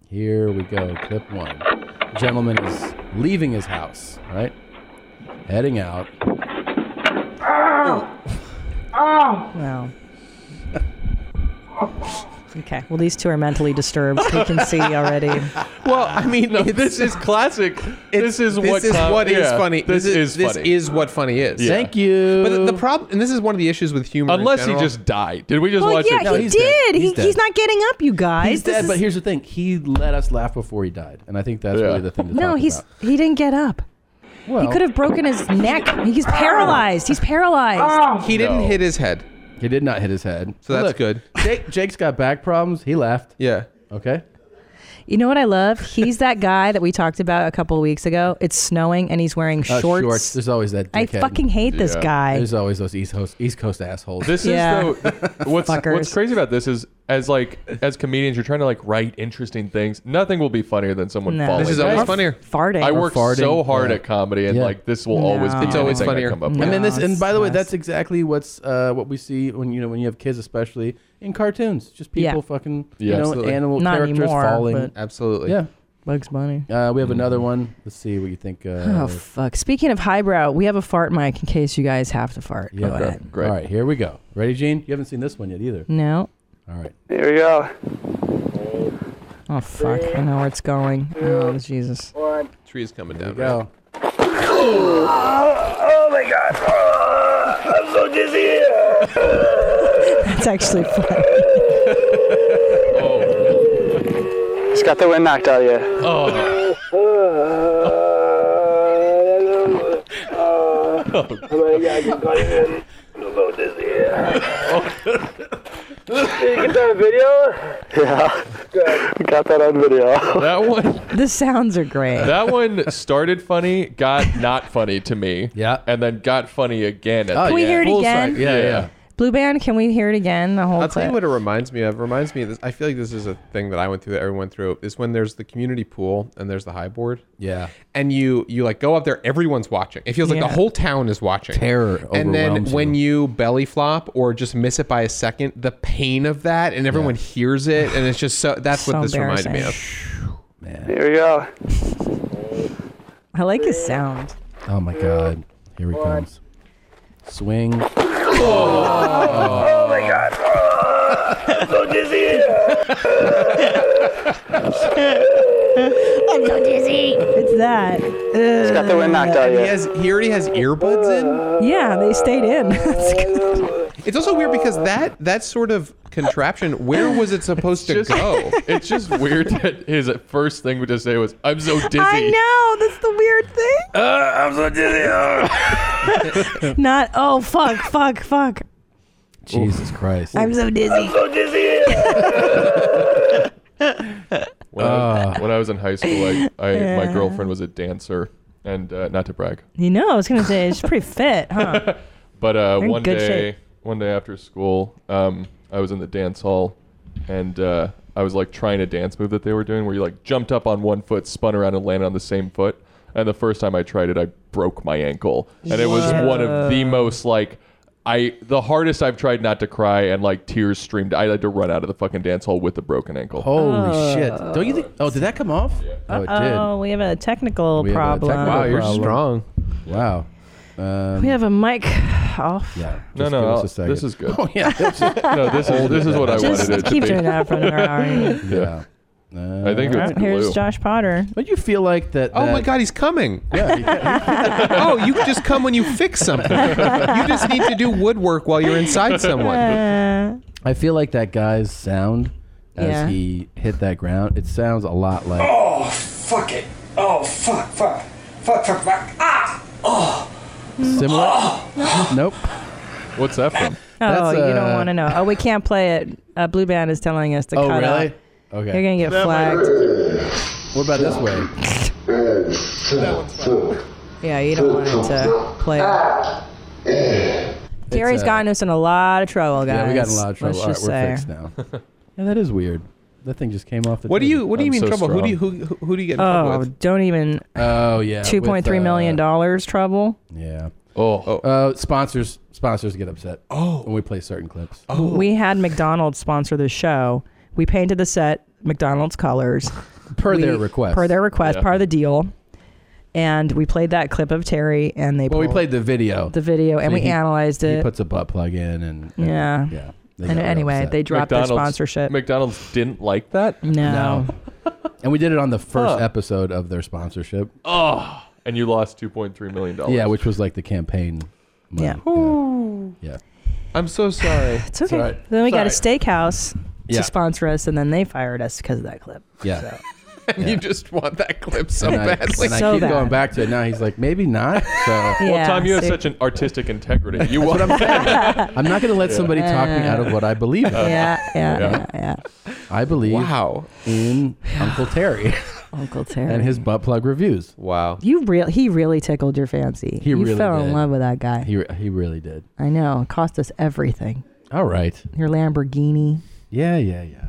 Speaker 1: Here we go. Clip one. Gentleman is leaving his house. all Right. Heading out.
Speaker 11: Oh.
Speaker 2: Wow. Okay. Well, these two are mentally disturbed. We can see already.
Speaker 17: Well, I mean,
Speaker 16: No, this is classic. This is
Speaker 17: this
Speaker 16: what
Speaker 17: is
Speaker 16: com-
Speaker 17: what is
Speaker 16: yeah,
Speaker 17: funny.
Speaker 16: This, is,
Speaker 17: this
Speaker 16: funny.
Speaker 17: is what funny is.
Speaker 16: Yeah. Thank
Speaker 1: you.
Speaker 17: But the, the problem, and this is one of the issues with humor. in
Speaker 16: Unless he
Speaker 17: general.
Speaker 16: just died. Did we just
Speaker 2: well,
Speaker 16: watch
Speaker 2: yeah,
Speaker 16: it?
Speaker 2: he did. He, he's,
Speaker 1: dead.
Speaker 2: not getting up, you guys.
Speaker 1: He's
Speaker 2: This
Speaker 1: dead,
Speaker 2: is-
Speaker 1: but here's the thing. He let us laugh before he died, and I think that's really the thing to
Speaker 2: no,
Speaker 1: talk
Speaker 2: he's
Speaker 1: about.
Speaker 2: he didn't get up.
Speaker 1: Well- Ah.
Speaker 2: he could have broken his neck. He's paralyzed. He's
Speaker 1: Oh.
Speaker 2: paralyzed.
Speaker 17: He didn't hit his head.
Speaker 1: He did not hit his head.
Speaker 17: So that's good.
Speaker 1: Jake, Jake's got back problems. He left.
Speaker 17: Yeah.
Speaker 1: Okay.
Speaker 2: You know what I love? He's that guy that we talked about a couple of weeks ago. It's snowing and he's wearing
Speaker 1: Uh,
Speaker 2: shorts.
Speaker 1: There's always that.
Speaker 2: I
Speaker 1: dickhead.
Speaker 2: fucking hate this Yeah. guy.
Speaker 1: There's always those East Coast East Coast assholes.
Speaker 16: This is though, what's what's crazy about this is as like as comedians you're trying to like write interesting things. Nothing will be funnier than someone
Speaker 2: No.
Speaker 16: falling.
Speaker 2: This is always
Speaker 16: Or
Speaker 2: funnier. farting.
Speaker 16: I
Speaker 2: Or
Speaker 16: work
Speaker 2: farting,
Speaker 16: so hard
Speaker 1: yeah.
Speaker 16: at comedy, and
Speaker 1: Yeah.
Speaker 16: like this will always be
Speaker 1: It's always
Speaker 16: anything I
Speaker 1: funnier.
Speaker 16: come up with.
Speaker 1: And then this, and by the way, that's exactly what's uh, what we see when you know when you have kids, especially in cartoons. Just people
Speaker 2: Yeah.
Speaker 1: fucking
Speaker 2: Yeah.
Speaker 1: you know
Speaker 2: Absolutely.
Speaker 1: animal
Speaker 2: Not
Speaker 1: characters
Speaker 2: anymore,
Speaker 1: falling.
Speaker 2: but-
Speaker 17: Absolutely.
Speaker 1: Yeah.
Speaker 2: Bugs Bunny.
Speaker 1: Uh, we have another one. Let's see what you think. Uh,
Speaker 2: oh fuck! Speaking of highbrow, we have a fart mic in case you guys have to fart.
Speaker 1: yeah,
Speaker 2: Go
Speaker 1: okay,
Speaker 2: ahead.
Speaker 1: All right, here we go. Ready, Gene? You haven't seen this one yet either.
Speaker 2: No.
Speaker 1: All right.
Speaker 2: Here we go. Oh fuck! I know where it's going. Oh Jesus!
Speaker 17: Tree is coming down.
Speaker 1: Go.
Speaker 4: Oh my god.
Speaker 21: Oh.
Speaker 4: Ah, I'm so dizzy.
Speaker 2: That's actually fun.
Speaker 21: He's got the wind knocked out of you.
Speaker 16: Oh.
Speaker 4: Oh my god, you got it. I'm so dizzy. Did you get that video?
Speaker 21: Yeah. got that on video.
Speaker 16: That one.
Speaker 2: The sounds are great.
Speaker 16: That one started funny, got not funny to me. Yeah. And then got funny again. At
Speaker 2: Oh,
Speaker 16: the
Speaker 2: Can we
Speaker 16: end.
Speaker 2: hear it Full again? cycle.
Speaker 16: Yeah,
Speaker 17: Yeah.
Speaker 16: yeah.
Speaker 2: Blue band, can we hear it again? The whole
Speaker 17: I'll tell you
Speaker 2: clip?
Speaker 17: what it reminds me of. It reminds me of this. I feel like this is a thing that I went through that everyone went through. Is when there's the community pool and there's the high board.
Speaker 1: Yeah.
Speaker 17: And you you like go up there, everyone's watching. It feels like
Speaker 1: Yeah.
Speaker 17: the whole town is watching.
Speaker 1: Terror
Speaker 17: And then
Speaker 1: overwhelms
Speaker 17: when you belly flop or just miss it by a second, the pain of that and everyone hears it and it's just so that's
Speaker 2: So
Speaker 17: what this reminded me of.
Speaker 21: Here we go.
Speaker 2: I like his sound.
Speaker 1: Oh my God. Here he comes. Swing.
Speaker 4: Oh my god. Ah, I'm so dizzy.
Speaker 2: I'm so dizzy. It's that. He's
Speaker 21: got the wind knocked out of
Speaker 17: And he
Speaker 21: you.
Speaker 17: has he already has earbuds in.
Speaker 2: Yeah, they stayed in. That's good.
Speaker 17: It's also weird because that that sort of contraption, where was it supposed to go?
Speaker 16: It's just weird that his first thing to say was, I'm so dizzy.
Speaker 2: I know. That's the weird thing.
Speaker 16: Ah, I'm so dizzy.
Speaker 2: Not. Oh fuck! Fuck! Fuck!
Speaker 1: Jesus Christ.
Speaker 2: I'm so dizzy.
Speaker 4: I'm so dizzy.
Speaker 16: When, I was, when I was in high school, I, I
Speaker 2: Yeah.
Speaker 16: my girlfriend was a dancer, and uh, not to brag,
Speaker 2: You know, I was gonna say it's pretty fit, huh?
Speaker 16: but uh,
Speaker 2: You're in
Speaker 16: one
Speaker 2: good
Speaker 16: day,
Speaker 2: shape.
Speaker 16: one day after school, um, I was in the dance hall, and uh, I was like trying a dance move that they were doing, where you like jumped up on one foot, spun around, and landed on the same foot. And the first time I tried it, I broke my ankle, and it was one of the most like. I the hardest I've tried not to cry and like tears streamed. I had to run out of the fucking dance hall with a broken ankle.
Speaker 1: Holy shit. Don't you think? Oh, did that come off? Oh, it did.
Speaker 2: Oh, we have a technical
Speaker 1: We have a
Speaker 2: problem.
Speaker 1: technical
Speaker 17: Wow, you're
Speaker 1: problem.
Speaker 17: strong.
Speaker 1: Wow. Um,
Speaker 2: We have a mic off.
Speaker 1: yeah.
Speaker 16: No,
Speaker 1: just
Speaker 16: no,
Speaker 1: give us
Speaker 16: I'll-
Speaker 1: a second.
Speaker 16: this is good.
Speaker 1: Oh yeah.
Speaker 16: No, this
Speaker 1: Oh,
Speaker 16: is- this is what I Just wanted it to keep be. doing that for another hour.
Speaker 1: Yeah.
Speaker 16: I think it's
Speaker 2: Here's
Speaker 16: blue.
Speaker 2: Josh Potter.
Speaker 1: But you feel like that.
Speaker 17: Oh my
Speaker 1: that-
Speaker 17: God, he's coming! oh, you just come when you fix something. You just need to do woodwork while you're inside someone.
Speaker 1: I feel like that guy's sound as
Speaker 17: Yeah.
Speaker 1: he hit that ground. It sounds a lot like.
Speaker 4: Oh, fuck it. Oh, fuck, fuck. Fuck, fuck, fuck. Ah! Oh!
Speaker 1: Similar? nope.
Speaker 16: What's that from?
Speaker 2: Oh,
Speaker 1: That's,
Speaker 2: you don't
Speaker 1: uh,
Speaker 2: want to know. Oh, we can't play it. Uh, Blue Band is telling us to
Speaker 1: Oh,
Speaker 2: cut
Speaker 1: really?
Speaker 2: out.
Speaker 1: Okay.
Speaker 2: You're gonna get flagged.
Speaker 1: What about this way?
Speaker 2: Yeah, you don't want it to play. Gary's
Speaker 1: uh,
Speaker 2: gotten us in a lot of trouble, guys.
Speaker 1: Yeah, we got in a lot of trouble.
Speaker 2: Let's
Speaker 1: All right,
Speaker 2: just
Speaker 1: we're
Speaker 2: say.
Speaker 1: fixed now. yeah, that is weird. That thing just came off the.
Speaker 17: What do you
Speaker 1: table.
Speaker 17: What do you
Speaker 1: I'm
Speaker 17: mean
Speaker 1: so
Speaker 17: trouble? Who do you
Speaker 1: strong.
Speaker 17: who, who do you get in trouble
Speaker 2: Oh,
Speaker 17: with?
Speaker 2: don't even.
Speaker 1: Oh yeah. uh,
Speaker 2: Two point three million dollars trouble.
Speaker 1: Yeah.
Speaker 16: Oh.
Speaker 1: Uh, sponsors sponsors get upset. Oh. When we play certain clips.
Speaker 17: Oh.
Speaker 2: We had McDonald's sponsor the show. We painted the set McDonald's colors.
Speaker 1: Per
Speaker 2: We-
Speaker 1: their request.
Speaker 2: Per their request,
Speaker 1: Yeah.
Speaker 2: part of the deal. And we played that clip of Terry, and they.
Speaker 1: Well, we
Speaker 2: pulled
Speaker 1: played the video.
Speaker 2: The video, and
Speaker 1: So
Speaker 2: we
Speaker 1: he-
Speaker 2: analyzed
Speaker 1: He
Speaker 2: it.
Speaker 1: puts a butt plug in and. and-
Speaker 2: yeah.
Speaker 1: Yeah. They got
Speaker 2: And
Speaker 1: real
Speaker 2: anyway,
Speaker 1: upset.
Speaker 2: they dropped their sponsorship.
Speaker 16: McDonald's didn't like that.
Speaker 2: No.
Speaker 1: and we did it on the first
Speaker 16: Huh.
Speaker 1: episode of their sponsorship.
Speaker 16: Oh, and you lost two point three million dollars.
Speaker 1: Yeah, which was like the campaign. Money.
Speaker 2: Yeah.
Speaker 1: Yeah.
Speaker 17: I'm so sorry.
Speaker 2: It's okay. Then we got a steakhouse
Speaker 1: Yeah.
Speaker 2: to sponsor us, and then they fired us because of that clip.
Speaker 1: Yeah.
Speaker 17: and you just want that clip so
Speaker 1: and I,
Speaker 17: badly.
Speaker 1: and I keep going back to it now. He's like, maybe not. So
Speaker 16: Well, Tom, you have such an artistic integrity. You want
Speaker 1: I'm not going to let somebody talk me out of what I believe in.
Speaker 2: Yeah, yeah, yeah, yeah.
Speaker 1: I believe
Speaker 17: Wow.
Speaker 1: in Uncle Terry
Speaker 20: Uncle Terry.
Speaker 1: and his butt plug reviews.
Speaker 17: Wow.
Speaker 20: you real he really tickled your fancy.
Speaker 1: He
Speaker 20: you
Speaker 1: really
Speaker 20: fell in
Speaker 1: did.
Speaker 20: love with that guy.
Speaker 1: He, re- he really did.
Speaker 20: I know. It cost us everything.
Speaker 1: All right.
Speaker 20: Your Lamborghini.
Speaker 1: Yeah, yeah, yeah.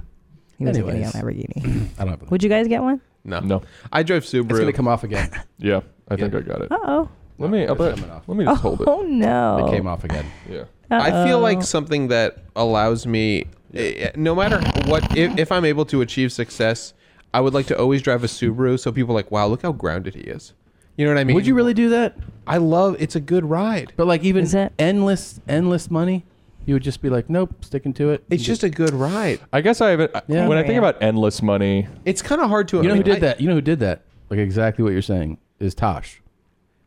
Speaker 20: He was getting a
Speaker 1: Anyways.
Speaker 20: Lamborghini.
Speaker 1: I don't have
Speaker 20: Would you guys get one?
Speaker 17: No.
Speaker 16: No.
Speaker 17: I drove Subaru.
Speaker 1: It's gonna come off again.
Speaker 16: Yeah, I think I got it.
Speaker 20: Uh oh.
Speaker 16: Let me, I bet, let me just hold it.
Speaker 20: Oh no.
Speaker 1: It came off again.
Speaker 16: Yeah.
Speaker 17: I feel
Speaker 20: Uh-oh.
Speaker 17: like something that allows me, eh, no matter what, if, if I'm able to achieve success, I would like to always drive a Subaru so people are like, wow, look how grounded he is. You know what I mean?
Speaker 1: Would you really do that?
Speaker 17: I love. It's a good ride.
Speaker 1: But like even endless, endless money, you would just be like, nope, sticking to it.
Speaker 17: It's just a good ride.
Speaker 16: I guess I haven't.
Speaker 1: Yeah.
Speaker 16: When I think about endless money,
Speaker 17: It's kind of hard to.
Speaker 1: You know who
Speaker 17: I-
Speaker 1: did that? You know who did that? Like exactly what you're saying is Tosh.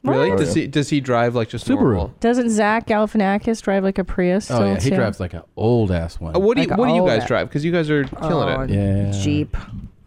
Speaker 17: Really?
Speaker 1: Oh,
Speaker 17: Does
Speaker 1: yeah.
Speaker 17: he does he drive like just
Speaker 1: Subaru.
Speaker 17: normal?
Speaker 2: Doesn't Zach Galifianakis drive like a Prius?
Speaker 1: Oh
Speaker 2: still,
Speaker 1: yeah, he
Speaker 2: too?
Speaker 1: drives like an old ass one.
Speaker 17: Uh, what do you,
Speaker 2: Like
Speaker 17: what do you
Speaker 2: all
Speaker 17: guys
Speaker 2: that.
Speaker 17: drive? Because you guys are killing
Speaker 2: Oh,
Speaker 17: it.
Speaker 1: Yeah.
Speaker 2: Jeep.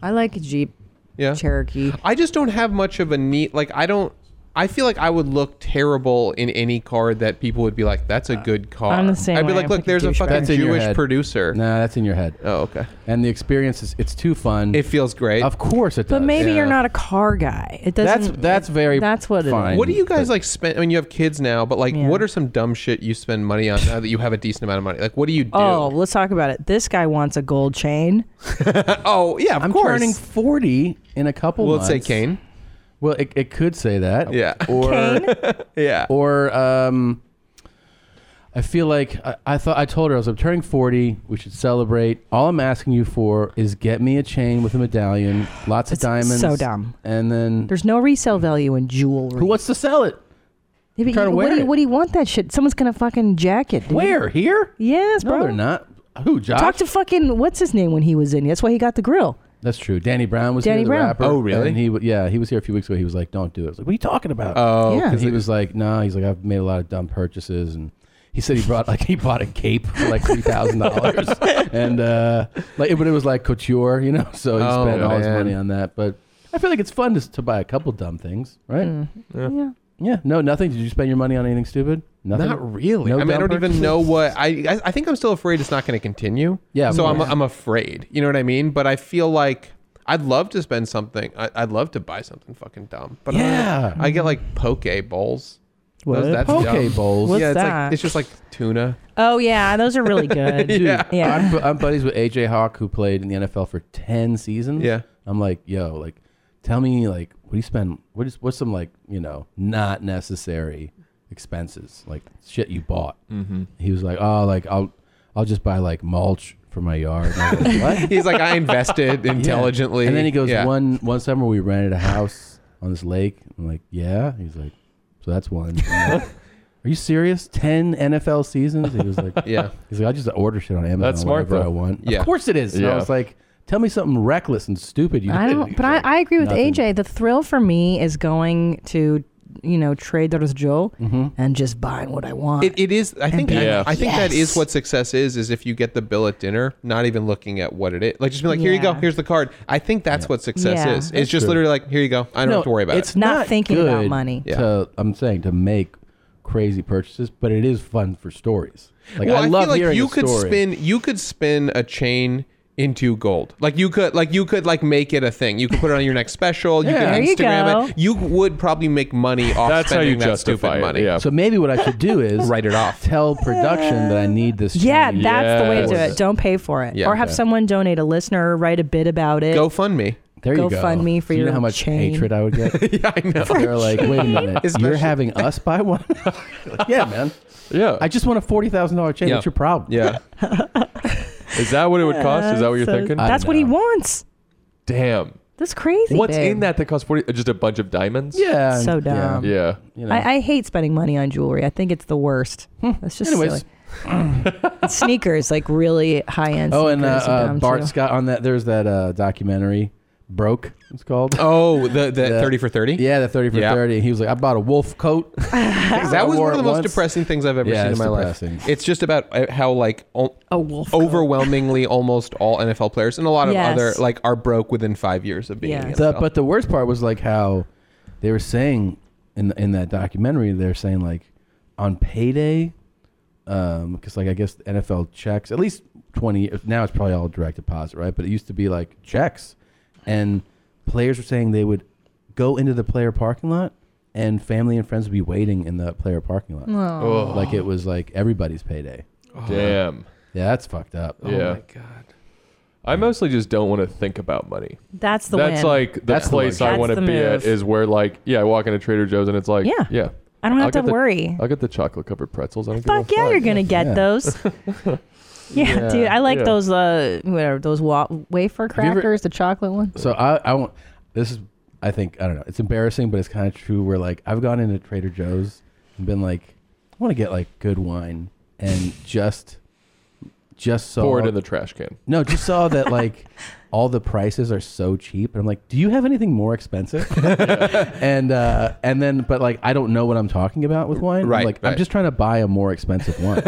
Speaker 2: I like a Jeep.
Speaker 17: Yeah.
Speaker 2: Cherokee.
Speaker 17: I just don't have much of a neat like I don't. I feel like I would look terrible in any car that people would be like, "That's a good car."
Speaker 2: I'm the same
Speaker 17: I'd be
Speaker 2: way.
Speaker 17: like,
Speaker 2: I'm
Speaker 17: "Look,
Speaker 2: like a
Speaker 17: there's a
Speaker 2: douchebag."
Speaker 17: fucking
Speaker 1: That's in your
Speaker 17: Jewish
Speaker 1: head.
Speaker 17: producer."
Speaker 1: No, that's in your head.
Speaker 17: Oh, okay.
Speaker 1: And the experience is it's too fun. It
Speaker 17: feels great.
Speaker 1: Of course it does.
Speaker 2: But maybe you're not a car guy. It doesn't.
Speaker 1: That's that's very
Speaker 2: That's what it is.
Speaker 1: fine.
Speaker 17: What do you guys like spend? I mean, you have kids now, but like, what are some dumb shit you spend money on now that you have a decent amount of money? Like, what do you do?
Speaker 2: Oh, let's talk about it. This guy wants a gold chain.
Speaker 17: oh yeah, of
Speaker 1: I'm
Speaker 17: course.
Speaker 1: turning 40 in a couple
Speaker 17: Will it
Speaker 1: months.
Speaker 17: say Kane?
Speaker 1: Well, it, it could say that.
Speaker 17: Yeah.
Speaker 1: Or
Speaker 17: yeah.
Speaker 1: Or um I feel like I, I thought I told her I was I'm turning 40, we should celebrate. All I'm asking you for is get me a chain with a medallion, lots of diamonds.
Speaker 2: so dumb.
Speaker 1: And then
Speaker 2: There's no resale value in jewelry.
Speaker 1: who wants to sell it?
Speaker 2: Yeah, but
Speaker 1: trying to
Speaker 2: you- what
Speaker 1: wear
Speaker 2: do you,
Speaker 1: it.
Speaker 2: what do you want that shit? Someone's gonna fucking jack it. dude.
Speaker 1: Where? Here?
Speaker 2: Yes,
Speaker 1: No,
Speaker 2: bro.
Speaker 1: they're not. Who, Josh?
Speaker 2: Talk to fucking what's his name when he was in. That's why he got the grill.
Speaker 1: That's true. Danny Brown was
Speaker 2: Danny
Speaker 1: here, the
Speaker 2: Brown.
Speaker 1: rapper.
Speaker 17: Oh, really?
Speaker 1: And he, w- yeah, he was here a few weeks ago. He was like, "Don't do it." I was like, "What are you talking about?"
Speaker 17: Oh, Yeah.
Speaker 1: yeah.
Speaker 17: 'cause
Speaker 1: He
Speaker 17: it-
Speaker 1: was like, "No." Nah. He's like, "I've made a lot of dumb purchases," and he said he brought like he bought a cape for like three thousand dollars,
Speaker 17: Oh,
Speaker 1: and uh, like, but it was like couture, you know. So he
Speaker 17: Oh,
Speaker 1: spent all his
Speaker 17: man.
Speaker 1: money on that. But I feel like it's fun to, to buy a couple dumb things, right?
Speaker 2: Mm. Yeah.
Speaker 1: Yeah. No, nothing. Did you spend your money on anything stupid? Nothing.
Speaker 17: Not really.
Speaker 1: No
Speaker 17: I mean, I
Speaker 1: dumb
Speaker 17: don't even
Speaker 1: purchases?
Speaker 17: know what I, I. I think I'm still afraid it's not going to continue.
Speaker 1: Yeah, of
Speaker 17: So I'm,
Speaker 1: course.
Speaker 17: I'm afraid. You know what I mean? But I feel like I'd love to spend something. I, I'd love to buy something fucking dumb. But I don't
Speaker 1: Yeah.
Speaker 17: know. I, get like poke bowls.
Speaker 1: What? Poke bowls?
Speaker 17: yeah,
Speaker 1: What's
Speaker 17: it's like
Speaker 1: that?
Speaker 17: it's just like tuna.
Speaker 2: Oh yeah, those are really good.
Speaker 1: Dude,
Speaker 17: Yeah.
Speaker 2: Yeah.
Speaker 1: I'm, bu- I'm buddies with AJ Hawk, who played in the NFL for ten seasons.
Speaker 17: Yeah.
Speaker 1: I'm like, yo, like, tell me, like, what do you spend? What is what's some like, you know, not necessary expenses, like shit you bought?
Speaker 17: Mhm.
Speaker 1: He was like, oh, like I'll I'll just buy like mulch for my yard. And I was like, what?
Speaker 17: He's like, I invested
Speaker 1: Yeah.
Speaker 17: intelligently.
Speaker 1: And then he goes,
Speaker 17: Yeah.
Speaker 1: one one summer we rented a house on this lake. I'm like, yeah. He's like, so that's one. I'm like, Are you serious? Ten NFL seasons? He was like,
Speaker 17: Yeah.
Speaker 1: He's like, I just order shit on Amazon.
Speaker 16: That's smart,
Speaker 1: whatever I
Speaker 16: though.
Speaker 1: want.
Speaker 16: Yeah.
Speaker 1: Of course it is. And
Speaker 16: Yeah.
Speaker 1: I was like, tell me something reckless and stupid. You
Speaker 2: I
Speaker 1: did.
Speaker 2: don't. But I, I agree with
Speaker 1: Nothing.
Speaker 2: AJ. The thrill for me is going to you know Trader's Joe and just buying what I want.
Speaker 17: It, it is. I
Speaker 2: And
Speaker 17: think.
Speaker 2: be
Speaker 17: I,
Speaker 2: like,
Speaker 17: I think that is
Speaker 2: "Yes."
Speaker 17: what success is. Is if you get the bill at dinner, not even looking at what it is, like just be like, here you go,
Speaker 2: Yeah.
Speaker 17: here's the card. I think that's what success
Speaker 2: Yeah.
Speaker 17: is. It's
Speaker 2: That's
Speaker 17: just
Speaker 1: true.
Speaker 17: literally like, here you go. I don't
Speaker 1: No,
Speaker 17: have to worry about
Speaker 1: it's
Speaker 17: it.
Speaker 2: Not thinking about
Speaker 1: good
Speaker 2: money.
Speaker 1: To, I'm saying to make crazy purchases, but it is fun for stories. Like I love
Speaker 17: feel like
Speaker 1: hearing
Speaker 17: you
Speaker 1: a
Speaker 17: could
Speaker 1: story.
Speaker 17: spin. You could spin a chain into gold. Like you could. Like you could. Like make it a thing. You could put it on your next special. You
Speaker 1: Yeah. There
Speaker 17: could
Speaker 1: you
Speaker 17: Instagram
Speaker 1: go.
Speaker 17: it. You would probably make money off
Speaker 16: That's how
Speaker 17: spending
Speaker 16: you
Speaker 17: that
Speaker 16: justify
Speaker 17: stupid
Speaker 16: it,
Speaker 17: money.
Speaker 16: yeah.
Speaker 1: So maybe what I should do is
Speaker 17: write it off.
Speaker 1: Tell production that I need this.
Speaker 2: Yeah,
Speaker 1: change.
Speaker 2: that's the way to do it. Don't pay for it,
Speaker 1: Yeah,
Speaker 2: or have
Speaker 1: okay.
Speaker 2: someone donate a listener, write a bit about it.
Speaker 17: GoFundMe.
Speaker 1: There you go.
Speaker 2: GoFundMe for
Speaker 1: Do you know
Speaker 2: your
Speaker 1: how much
Speaker 2: chain.
Speaker 1: hatred I would get.
Speaker 17: yeah, I know.
Speaker 1: They're like, wait a minute, you're
Speaker 17: Especially-
Speaker 1: having us buy one? Like, yeah, man.
Speaker 16: Yeah.
Speaker 1: I just want a forty thousand dollar chain.
Speaker 16: Yeah.
Speaker 1: What's your problem?
Speaker 17: Yeah.
Speaker 16: is that what it would cost? Is that what you're
Speaker 2: So
Speaker 16: thinking?
Speaker 2: That's what he wants.
Speaker 16: Damn.
Speaker 2: That's crazy.
Speaker 16: What's
Speaker 2: babe.
Speaker 16: in that that costs forty? Just a bunch of diamonds?
Speaker 1: Yeah.
Speaker 2: So yeah. dumb.
Speaker 16: Yeah.
Speaker 2: I, I hate spending money on jewelry. I think it's the worst. That's just
Speaker 1: Anyways.
Speaker 2: silly. sneakers, like really high end.
Speaker 1: Oh, and uh,
Speaker 2: sneakers are
Speaker 1: uh,
Speaker 2: dumb,
Speaker 1: Bart
Speaker 2: too.
Speaker 1: Scott on that. There's that uh, documentary, Broke. It's called.
Speaker 17: Oh, the, the 30 for 30?
Speaker 1: Yeah, the thirty for
Speaker 17: Yeah.
Speaker 1: thirty. He was like, I bought a wolf coat.
Speaker 17: that was one of the most
Speaker 1: once.
Speaker 17: depressing things I've ever
Speaker 1: Yeah,
Speaker 17: seen in
Speaker 1: it's
Speaker 17: my
Speaker 1: depressing.
Speaker 17: life. It's just about uh, how like o- overwhelmingly almost all NFL players and a lot of
Speaker 1: Yes.
Speaker 17: other like are broke within five years of being. in
Speaker 1: The-
Speaker 17: NFL.
Speaker 1: but the worst part was like how they were saying in in that documentary, they're saying like on payday, because like I guess NFL checks at least twenty. Now it's probably all direct deposit, right? But it used to be like checks, and players were saying they would go into the player parking lot, and family and friends would be waiting in the player parking lot,
Speaker 16: Aw. Oh.
Speaker 1: like it was like everybody's payday.
Speaker 16: Damn.
Speaker 1: Yeah, that's fucked up.
Speaker 16: yeah. Oh god. I mostly just don't want to think about money.
Speaker 2: That's the
Speaker 16: That's
Speaker 2: win.
Speaker 16: like the
Speaker 2: That's the
Speaker 16: place
Speaker 2: move.
Speaker 16: I want to
Speaker 2: That's
Speaker 16: be
Speaker 2: the move.
Speaker 16: at is where like yeah, I walk into Trader Joe's and it's like
Speaker 2: Yeah.
Speaker 16: yeah.
Speaker 2: I don't have
Speaker 16: I'll
Speaker 2: to
Speaker 16: get the-
Speaker 2: worry.
Speaker 16: I'll get the chocolate covered pretzels. I don't give a
Speaker 2: Fuck yeah, you're gonna get
Speaker 16: Yeah.
Speaker 2: those. yeah,
Speaker 1: Yeah,
Speaker 2: dude, I like
Speaker 1: yeah.
Speaker 2: those uh whatever those wa- wafer
Speaker 1: you ever-
Speaker 2: crackers, the chocolate one.
Speaker 1: So I, I won't. This is, I think, I don't know. It's embarrassing, but it's kind of true. Where like I've gone into Trader Joe's and been like, I want to get like good wine, and just, just saw
Speaker 16: Pour it in the trash can.
Speaker 1: No, just saw that like all the prices are so cheap, and I'm like, do you have anything more expensive? and uh, and then, but like I don't know what I'm talking about with wine. I'm
Speaker 17: Right,
Speaker 1: like I'm
Speaker 17: right.
Speaker 1: just trying to buy a more expensive wine.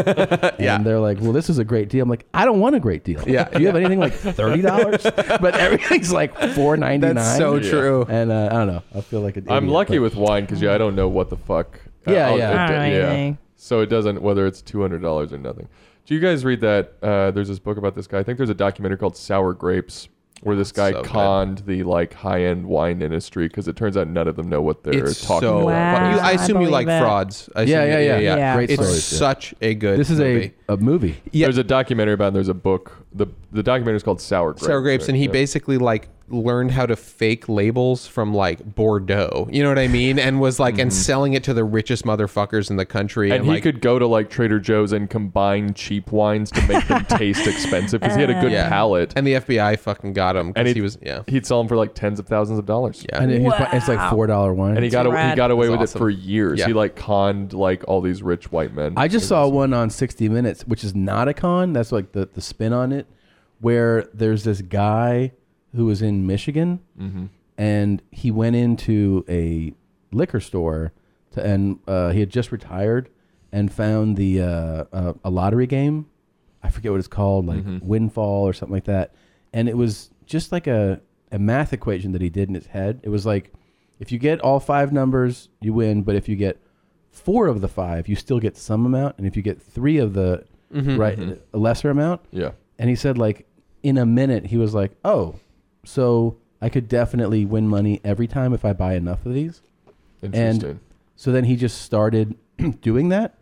Speaker 1: yeah. And they're like, well, this is a great deal. I'm like, I don't want a great deal.
Speaker 17: Yeah.
Speaker 1: Do you have anything like thirty dollars? but everything's like four ninety nine.
Speaker 16: That's so Yeah. true.
Speaker 1: And uh, I don't know. I feel like an
Speaker 16: I'm
Speaker 1: idiot,
Speaker 16: lucky
Speaker 1: but-
Speaker 16: with wine because yeah, I don't know what the fuck. Uh,
Speaker 1: Yeah,
Speaker 16: I'll-
Speaker 1: yeah.
Speaker 16: it-
Speaker 1: I don't know anything.
Speaker 16: So it doesn't whether it's two hundred dollars or nothing. Do you guys read that? Uh, there's this book about this guy. I think there's a documentary called Sour Grapes where this guy
Speaker 17: so good.
Speaker 16: conned the like high end wine industry because it turns out none of them know what they're
Speaker 17: It's
Speaker 16: talking
Speaker 17: so
Speaker 16: about.
Speaker 17: Wow, I assume you like
Speaker 16: believe it.
Speaker 17: frauds. I
Speaker 1: Yeah,
Speaker 17: assume
Speaker 1: yeah,
Speaker 17: you-
Speaker 1: yeah, yeah. Great
Speaker 17: it's
Speaker 1: stories, yeah.
Speaker 17: such a good.
Speaker 1: This is a-
Speaker 17: movie.
Speaker 1: a movie.
Speaker 16: There's a documentary about. It and there's a book. the The documentary is called Sour Grapes.
Speaker 17: sour grapes, and he
Speaker 16: Yeah.
Speaker 17: basically like learned how to fake labels from like Bordeaux. You know what I mean? And was like and
Speaker 16: Mm-hmm.
Speaker 17: selling it to the richest motherfuckers in the country.
Speaker 16: And, he
Speaker 17: like,
Speaker 16: could go to like Trader Joe's and combine cheap wines to make them taste expensive because he had a good
Speaker 17: Yeah.
Speaker 16: palate.
Speaker 17: And the FBI fucking got him
Speaker 16: And
Speaker 17: because
Speaker 16: he'd,
Speaker 17: he was yeah.
Speaker 16: He'd sell them for like tens of thousands of dollars.
Speaker 17: Yeah,
Speaker 1: And it- he's bu- it's like Wow. $4 wine.
Speaker 16: And he got
Speaker 1: That's
Speaker 16: a, he
Speaker 1: rad.
Speaker 16: got away
Speaker 1: That's
Speaker 16: with it
Speaker 1: awesome.
Speaker 16: for years.
Speaker 1: Yeah.
Speaker 16: He like conned like all these rich white men.
Speaker 1: I just saw one on 60 Minutes, which is not a con. That's like the, the spin on it, where there's this guy who was in Michigan
Speaker 16: Mhm.
Speaker 1: and he went into a liquor store to, and uh, he had just retired and found the uh, uh, a lottery game. I forget what it's called, like
Speaker 16: Mm-hmm.
Speaker 1: Windfall or something like that. And it was just like a, a math equation that he did in his head. It was like, if you get all five numbers, you win. But if you get four of the five, you still get some amount, and if you get three of the
Speaker 16: Mhm.
Speaker 1: right
Speaker 16: Mhm.
Speaker 1: a lesser amount,
Speaker 16: Yeah.
Speaker 1: And he said like in a minute he was like, oh, so I could definitely win money every time if I buy enough of these.
Speaker 16: Interesting.
Speaker 1: And so then he just started doing that,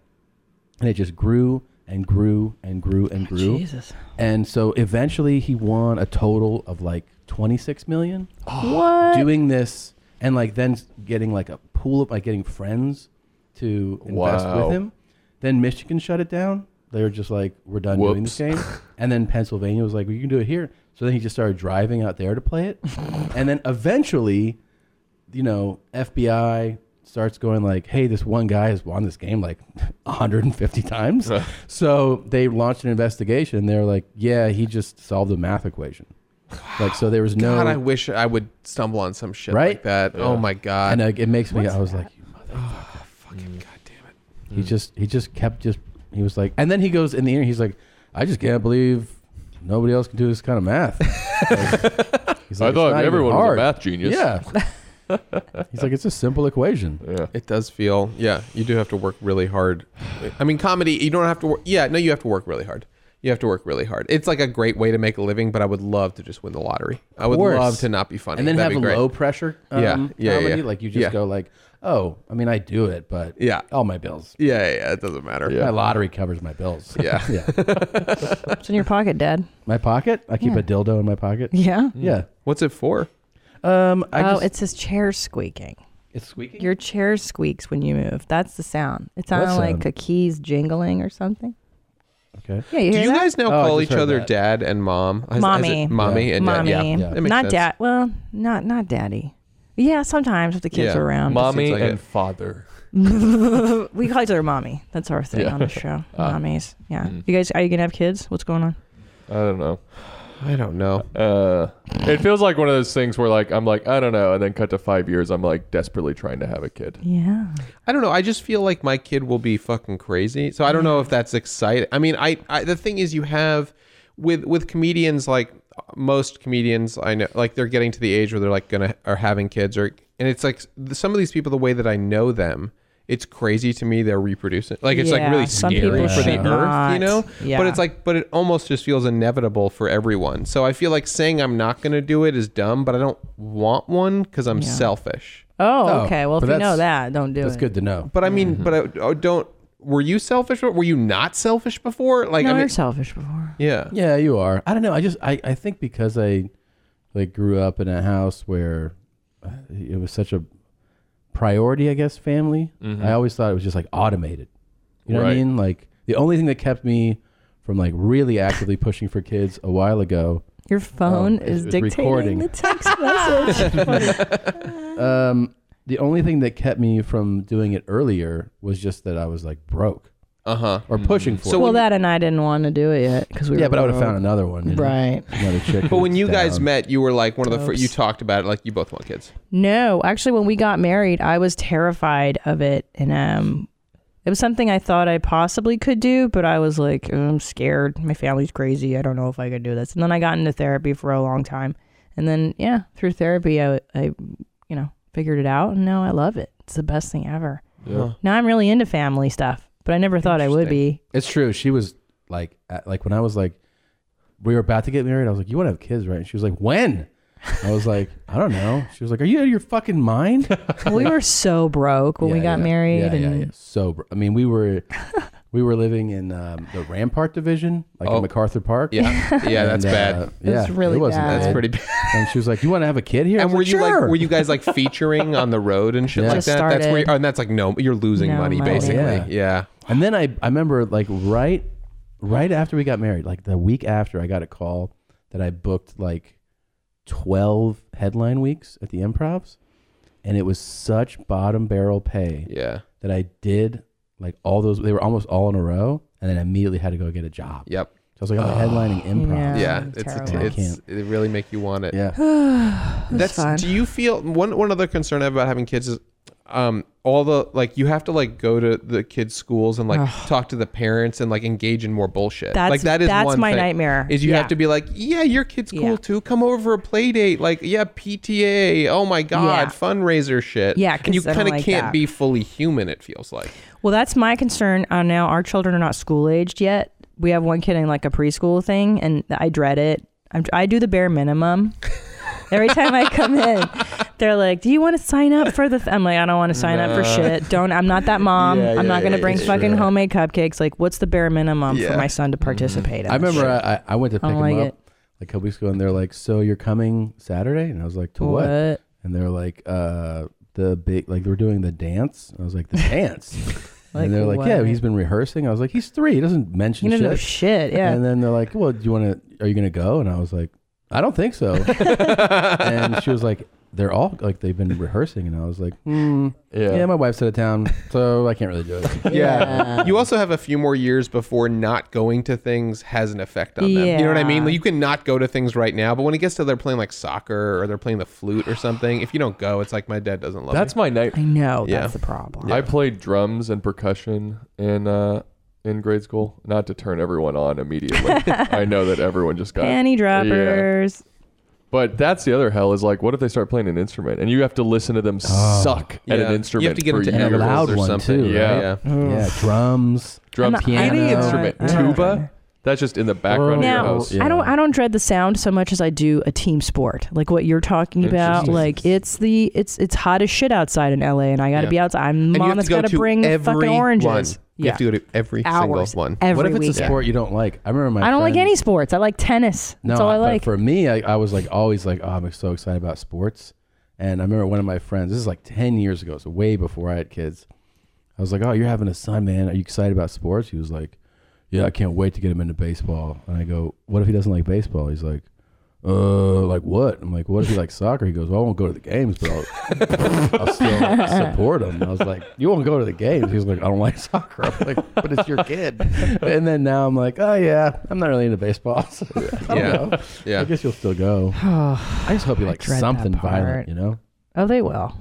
Speaker 1: and it just grew and grew and grew and grew.
Speaker 2: Jesus.
Speaker 1: And so eventually he won a total of like 26 million.
Speaker 2: What?
Speaker 1: Doing this and like then getting like a pool of like getting friends to invest
Speaker 16: Wow.
Speaker 1: with him. Then Michigan shut it down. They were just like, we're done doing this game. and then Pennsylvania was like, well, you can do it here. So then he just started driving out there to play it. and then eventually, you know, FBI starts going like, hey, this one guy has won this game like 150 times. so they launched an investigation. They were like, yeah, he just solved the math equation. Like, so there was no.
Speaker 17: God, I wish I would stumble on some shit
Speaker 1: right?
Speaker 17: like that. Oh my god!
Speaker 1: And like, it makes me,
Speaker 17: What's
Speaker 1: I was like, you motherfucker. fucking goddamn it. He just, he just kept just, he was like, Hmm. and then he goes in the interview, he's like, I just can't believe nobody else can do this kind of math. Like, he's
Speaker 16: I
Speaker 1: like, "It's
Speaker 16: thought
Speaker 1: not even
Speaker 16: everyone was a
Speaker 1: hard."
Speaker 16: math genius.
Speaker 1: Yeah. He's like, it's a simple equation.
Speaker 16: Yeah.
Speaker 17: It does feel, yeah, you do have to work really hard. I mean, comedy, you don't have to work. Yeah, no, you have to work really hard. You have to work really hard. It's like a great way to make a living, but I would love to just win the lottery. I would
Speaker 1: course.
Speaker 17: love to not be funny.
Speaker 1: And then
Speaker 17: That'd
Speaker 1: have
Speaker 17: be great.
Speaker 1: low pressure um,
Speaker 17: yeah. Yeah, yeah,
Speaker 1: comedy.
Speaker 17: yeah.
Speaker 1: Like you just
Speaker 17: Yeah.
Speaker 1: go like, oh, I mean, I do it, but
Speaker 17: yeah,
Speaker 1: all my bills.
Speaker 17: Yeah, yeah, yeah, it doesn't matter.
Speaker 1: My lottery covers my bills.
Speaker 17: Yeah.
Speaker 1: yeah.
Speaker 2: It's in your pocket, Dad.
Speaker 1: my pocket? I keep
Speaker 2: Yeah.
Speaker 17: Hmm.
Speaker 1: a dildo in my pocket.
Speaker 2: Yeah.
Speaker 1: Yeah.
Speaker 17: What's it for?
Speaker 1: Um, I
Speaker 2: oh,
Speaker 1: just,
Speaker 2: it's his chair squeaking.
Speaker 1: It's squeaking.
Speaker 2: Your chair squeaks when you move. That's the sound. It
Speaker 17: What
Speaker 2: sounded like
Speaker 17: sound?
Speaker 2: a keys jingling or something.
Speaker 1: Okay.
Speaker 2: Yeah, you
Speaker 17: do
Speaker 2: hear
Speaker 17: you
Speaker 2: that?
Speaker 17: guys now
Speaker 2: Oh, I
Speaker 17: call
Speaker 2: just
Speaker 17: each
Speaker 2: heard
Speaker 17: other
Speaker 2: that.
Speaker 17: dad and mom? Has- has it-
Speaker 2: mommy,
Speaker 17: mommy, and
Speaker 2: mommy,
Speaker 17: dad. Yeah, That makes
Speaker 2: not
Speaker 17: sense.
Speaker 2: dad. Well, not not daddy. Yeah, sometimes if the kids
Speaker 16: Yeah.
Speaker 2: are around.
Speaker 16: Mommy and father.
Speaker 2: we call each other mommy. That's our thing
Speaker 16: Yeah.
Speaker 2: on the show.
Speaker 16: Ah.
Speaker 2: Mommies. Yeah. You guys, are you gonna have kids? What's going on?
Speaker 16: I don't know.
Speaker 17: I don't know.
Speaker 16: Uh, it feels like one of those things where like I'm like I don't know, and then cut to five years, I'm like desperately trying to have a kid.
Speaker 2: Yeah.
Speaker 17: I don't know. I just feel like my kid will be fucking crazy. So I don't
Speaker 2: Mm-hmm.
Speaker 17: know if that's exciting. I mean, I, I the thing is, you have with with comedians like most comedians I know, like they're getting to the age where they're like gonna are having kids or and it's like some of these people the way that I know them it's crazy to me they're reproducing. Like it's like
Speaker 2: Yeah,
Speaker 17: really
Speaker 2: some
Speaker 17: scary
Speaker 2: people
Speaker 17: for the
Speaker 2: should
Speaker 17: earth,
Speaker 2: not.
Speaker 17: you know.
Speaker 2: Yeah.
Speaker 17: But it's like, but it almost just feels inevitable for everyone. So I feel like saying I'm not going to do it is dumb, but I don't want one because I'm selfish.
Speaker 2: Oh, okay. Well, if you know that, don't do it.
Speaker 1: to know.
Speaker 17: But I mean, but I, I don't. Were you selfish? Were you not selfish before? Like
Speaker 2: no,
Speaker 17: I mean,
Speaker 2: you're selfish before.
Speaker 17: Yeah.
Speaker 1: Yeah, you are. I don't know. I just I, I think because I like grew up in a house where uh, it was such a priority, I guess, family.
Speaker 16: Mhm.
Speaker 1: I always thought it was just like automated. You know what I
Speaker 16: Right.
Speaker 1: mean? Like the only thing that kept me from like really actively pushing for kids a while ago.
Speaker 2: Your phone
Speaker 1: um,
Speaker 2: is
Speaker 1: was
Speaker 2: dictating
Speaker 1: recording.
Speaker 2: the text message.
Speaker 1: um, the only thing that kept me from doing it earlier was just that I was like broke.
Speaker 17: Uh huh.
Speaker 1: Or pushing for.
Speaker 2: well,
Speaker 1: it.
Speaker 2: that and I didn't want to do it yet because we.
Speaker 1: yeah,
Speaker 2: were
Speaker 1: but I would have
Speaker 2: broke.
Speaker 1: found another one, you know?
Speaker 2: Right.
Speaker 1: Another chick.
Speaker 17: But when
Speaker 1: who's
Speaker 17: you guys
Speaker 1: down.
Speaker 17: met, you were like one of the
Speaker 1: Oops.
Speaker 17: first. You talked about it like you both want kids.
Speaker 2: No, actually, when we got married, I was terrified of it, and um, it was something I thought I possibly could do, but I was like, "Oh, I'm scared. My family's crazy. I don't know if I could do this. And then I got into therapy for a long time, and then yeah, through therapy, I, I you know, figured it out, and now I love it. It's the best thing ever.
Speaker 1: Yeah.
Speaker 2: Now I'm really into family stuff, but I never thought I would be.
Speaker 1: It's true. She was like, at, like when I was like, we were about to get married. I was like, you want to have kids, right? And she was like, when? I was like, I don't know. She was like, are you out of your fucking mind?
Speaker 2: we were so broke when we got married,
Speaker 1: Yeah, yeah,
Speaker 2: and
Speaker 1: yeah. So, br- I mean, we were, we were living in um, the Rampart division, like in MacArthar Park.
Speaker 17: Oh.
Speaker 1: uh,
Speaker 17: Yeah. Yeah, that's bad.
Speaker 1: yeah,
Speaker 17: That's really
Speaker 1: it wasn't
Speaker 17: bad. That's pretty bad.
Speaker 1: And she was like, you want to have a kid here? I
Speaker 17: And
Speaker 1: was
Speaker 17: were
Speaker 1: like,
Speaker 17: you
Speaker 1: sure.
Speaker 17: like were you guys like featuring on the road and shit
Speaker 1: Yeah.
Speaker 17: like
Speaker 1: Just
Speaker 17: that? That's where
Speaker 1: started.
Speaker 17: you, oh, and that's like no, you're losing
Speaker 1: No
Speaker 17: money,
Speaker 1: money.
Speaker 17: basically.
Speaker 1: Yeah.
Speaker 17: Yeah.
Speaker 1: And then I, I remember like right right after we got married, like the week after I got a call that I booked like 12 headline weeks at the Improvs and it was such bottom barrel pay.
Speaker 17: Yeah.
Speaker 1: That I did like all those they were almost all in a row and then I immediately had to go get a job.
Speaker 17: Yep.
Speaker 1: So I was like, oh, headlining improv.
Speaker 17: Yeah, it's, a t-
Speaker 1: I
Speaker 17: it's
Speaker 1: can't.
Speaker 17: it really make you want it.
Speaker 1: Yeah.
Speaker 17: That's,
Speaker 1: fine.
Speaker 17: do you feel one one other concern I have about having kids is um all the like you have to like go to the kids schools and like
Speaker 2: Ugh.
Speaker 17: talk to the parents and like engage in more bullshit.
Speaker 2: That's-
Speaker 17: like that is
Speaker 2: that's
Speaker 17: one
Speaker 2: my
Speaker 17: thing,
Speaker 2: nightmare.
Speaker 17: Is you
Speaker 2: Yeah.
Speaker 17: have to be like, "Yeah, your kid's cool
Speaker 2: Yeah.
Speaker 17: too. Come over for a play date." Like, "Yeah, PTA. Oh my god,
Speaker 2: Yeah.
Speaker 17: fundraiser shit."
Speaker 2: Yeah,
Speaker 17: And you
Speaker 2: 'cause I don't
Speaker 17: kinda
Speaker 2: like
Speaker 17: can't
Speaker 2: that.
Speaker 17: be fully human it feels like.
Speaker 2: Well, that's my concern. Uh, now our children are not school aged yet. We have one kid in like a preschool thing, and I dread it. I'm, I do the bare minimum. Every time I come in, they're like, "Do you want to sign up for the?" Th-? I'm like, "I don't want to sign up for
Speaker 20: Nah.
Speaker 2: shit. Don't. I'm not that mom.
Speaker 20: Yeah,
Speaker 2: I'm
Speaker 20: yeah,
Speaker 2: not gonna
Speaker 20: yeah,
Speaker 2: bring
Speaker 20: yeah,
Speaker 2: fucking
Speaker 20: sure.
Speaker 2: homemade cupcakes. Like, what's the bare minimum
Speaker 1: Yeah.
Speaker 2: for my son to participate?" in
Speaker 1: Mm-hmm. I
Speaker 2: this
Speaker 1: remember
Speaker 2: shit?
Speaker 1: I, I- I went to pick
Speaker 2: don't
Speaker 1: him
Speaker 2: like
Speaker 1: up
Speaker 2: it.
Speaker 1: like a couple weeks ago, and they're like, "So you're coming Saturday?" And I was like, "To what?"
Speaker 2: What?
Speaker 1: And they're like, "Uh, the big like they were doing the dance." I was like, "The dance."
Speaker 2: Like
Speaker 1: and they're like, "Yeah,
Speaker 2: what?
Speaker 1: he's been rehearsing." I was like, "He's three. He doesn't mention
Speaker 2: He
Speaker 1: shit."
Speaker 2: doesn't know shit, yeah.
Speaker 1: And then they're like, "Well, do you want to? Are you gonna go?" And I was like, "I don't think so." and she was like, "They're all like they've been rehearsing," and I was like, "Hmm,
Speaker 16: Yeah.
Speaker 1: yeah, my wife's out of town, so I can't really do it."
Speaker 17: Yeah. you also have a few more years before not going to things has an effect on them. You know what I mean?
Speaker 2: Yeah.
Speaker 17: Like you can not go to things right now, but when it gets to they're playing like soccer or they're playing the flute or something, if you don't go, it's like my dad doesn't love
Speaker 16: That's
Speaker 17: me.
Speaker 16: my night.
Speaker 2: I know
Speaker 17: Yeah.
Speaker 2: Oh, that's the problem.
Speaker 16: I played drums and percussion in uh, in grade school. Not to turn everyone on immediately. I know that everyone just got
Speaker 2: Panty droppers.
Speaker 16: But that's the other hell is like, what if they start playing an instrument and you have to listen to them
Speaker 2: Oh.
Speaker 16: suck at
Speaker 17: Oh. Yeah. You
Speaker 16: an
Speaker 17: have
Speaker 16: instrument?
Speaker 17: to get them
Speaker 16: for
Speaker 17: to
Speaker 16: years.
Speaker 1: and a loud one too.
Speaker 16: Yeah,
Speaker 1: right?
Speaker 2: Mm.
Speaker 1: yeah, drums,
Speaker 16: Drum,
Speaker 1: piano,
Speaker 16: any instrument, tuba. That's just in the background of your
Speaker 2: Now,
Speaker 16: house.
Speaker 2: I don't I don't dread the sound so much as I do a team sport, like what you're talking about.
Speaker 16: Interesting.
Speaker 2: Like it's the it's it's hot as shit outside in LA, and I got to
Speaker 17: Yeah.
Speaker 2: be outside. I'm
Speaker 17: And
Speaker 2: the
Speaker 17: you
Speaker 2: mom
Speaker 17: have
Speaker 2: that's
Speaker 17: to go
Speaker 2: got to
Speaker 17: to
Speaker 2: bring
Speaker 17: every
Speaker 2: fucking
Speaker 17: one.
Speaker 2: oranges.
Speaker 17: You have to go to every
Speaker 2: Hours,
Speaker 17: single one.
Speaker 2: every
Speaker 1: what if it's
Speaker 2: weekend.
Speaker 1: a sport you don't like? I remember my.
Speaker 2: I don't like
Speaker 1: friend-
Speaker 2: any sports. I like tennis. that's all I
Speaker 1: but
Speaker 2: like.
Speaker 1: For me, I, I was like always like, oh, I'm so excited about sports. And I remember one of my friends. This is like ten years ago, so way before I had kids. I was like, oh, you're having a son, man. Are you excited about sports? He was like, yeah, I can't wait to get him into baseball. And I go, what if he doesn't like baseball? He's like. Uh, like what? I'm like, what if he likes soccer? He goes, well, I won't go to the games, but I'll, I'll still support him. And I was like, you won't go to the games. He's like, I don't like soccer. I'm like, but it's your kid. and then now I'm like, oh yeah, I'm not really into baseball. So I don't
Speaker 17: Yeah.
Speaker 1: know.
Speaker 17: Yeah.
Speaker 1: I guess you'll still go. I just hope you
Speaker 2: I
Speaker 1: like
Speaker 2: dread that
Speaker 1: something
Speaker 2: part.
Speaker 1: violent, you know?
Speaker 2: oh, they will.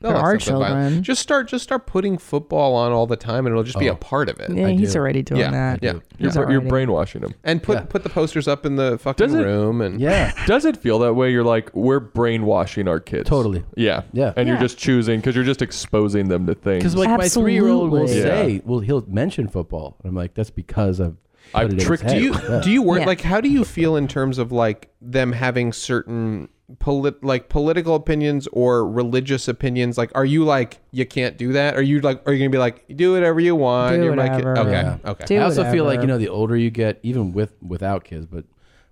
Speaker 17: Not
Speaker 2: There
Speaker 17: like
Speaker 2: are
Speaker 17: something violent.
Speaker 2: children.
Speaker 17: Just start, just start putting football on all the time, and it'll just be
Speaker 2: Oh.
Speaker 17: a part of it.
Speaker 2: Yeah, I he's do. already doing
Speaker 17: Yeah,
Speaker 2: that.
Speaker 17: Yeah,
Speaker 2: I do. He's You're- you're already-
Speaker 16: brainwashing him.
Speaker 17: And put
Speaker 16: Yeah.
Speaker 17: put the posters up in the fucking
Speaker 16: Does it-
Speaker 17: room, and
Speaker 1: yeah.
Speaker 16: Does it feel that way? You're like we're brainwashing our kids. Totally. Yeah.
Speaker 1: Yeah.
Speaker 16: And you're
Speaker 1: Yeah.
Speaker 16: just choosing because you're just exposing them to things.
Speaker 1: Because like my three-year-old will
Speaker 16: Yeah.
Speaker 1: say, well, he'll mention football. And I'm like, that's because I've put it in his
Speaker 17: Do
Speaker 1: head."
Speaker 17: you
Speaker 1: Yeah.
Speaker 17: do you work like how do you feel in terms of like them having certain polit like political opinions or religious opinions? Like, are you like you can't do that? Are you like are you gonna be like do whatever you want?
Speaker 1: Do
Speaker 17: You're my kid."
Speaker 1: whatever.
Speaker 17: Okay,
Speaker 1: Yeah.
Speaker 17: okay.
Speaker 1: I also feel like you know the older you get, even with without kids, but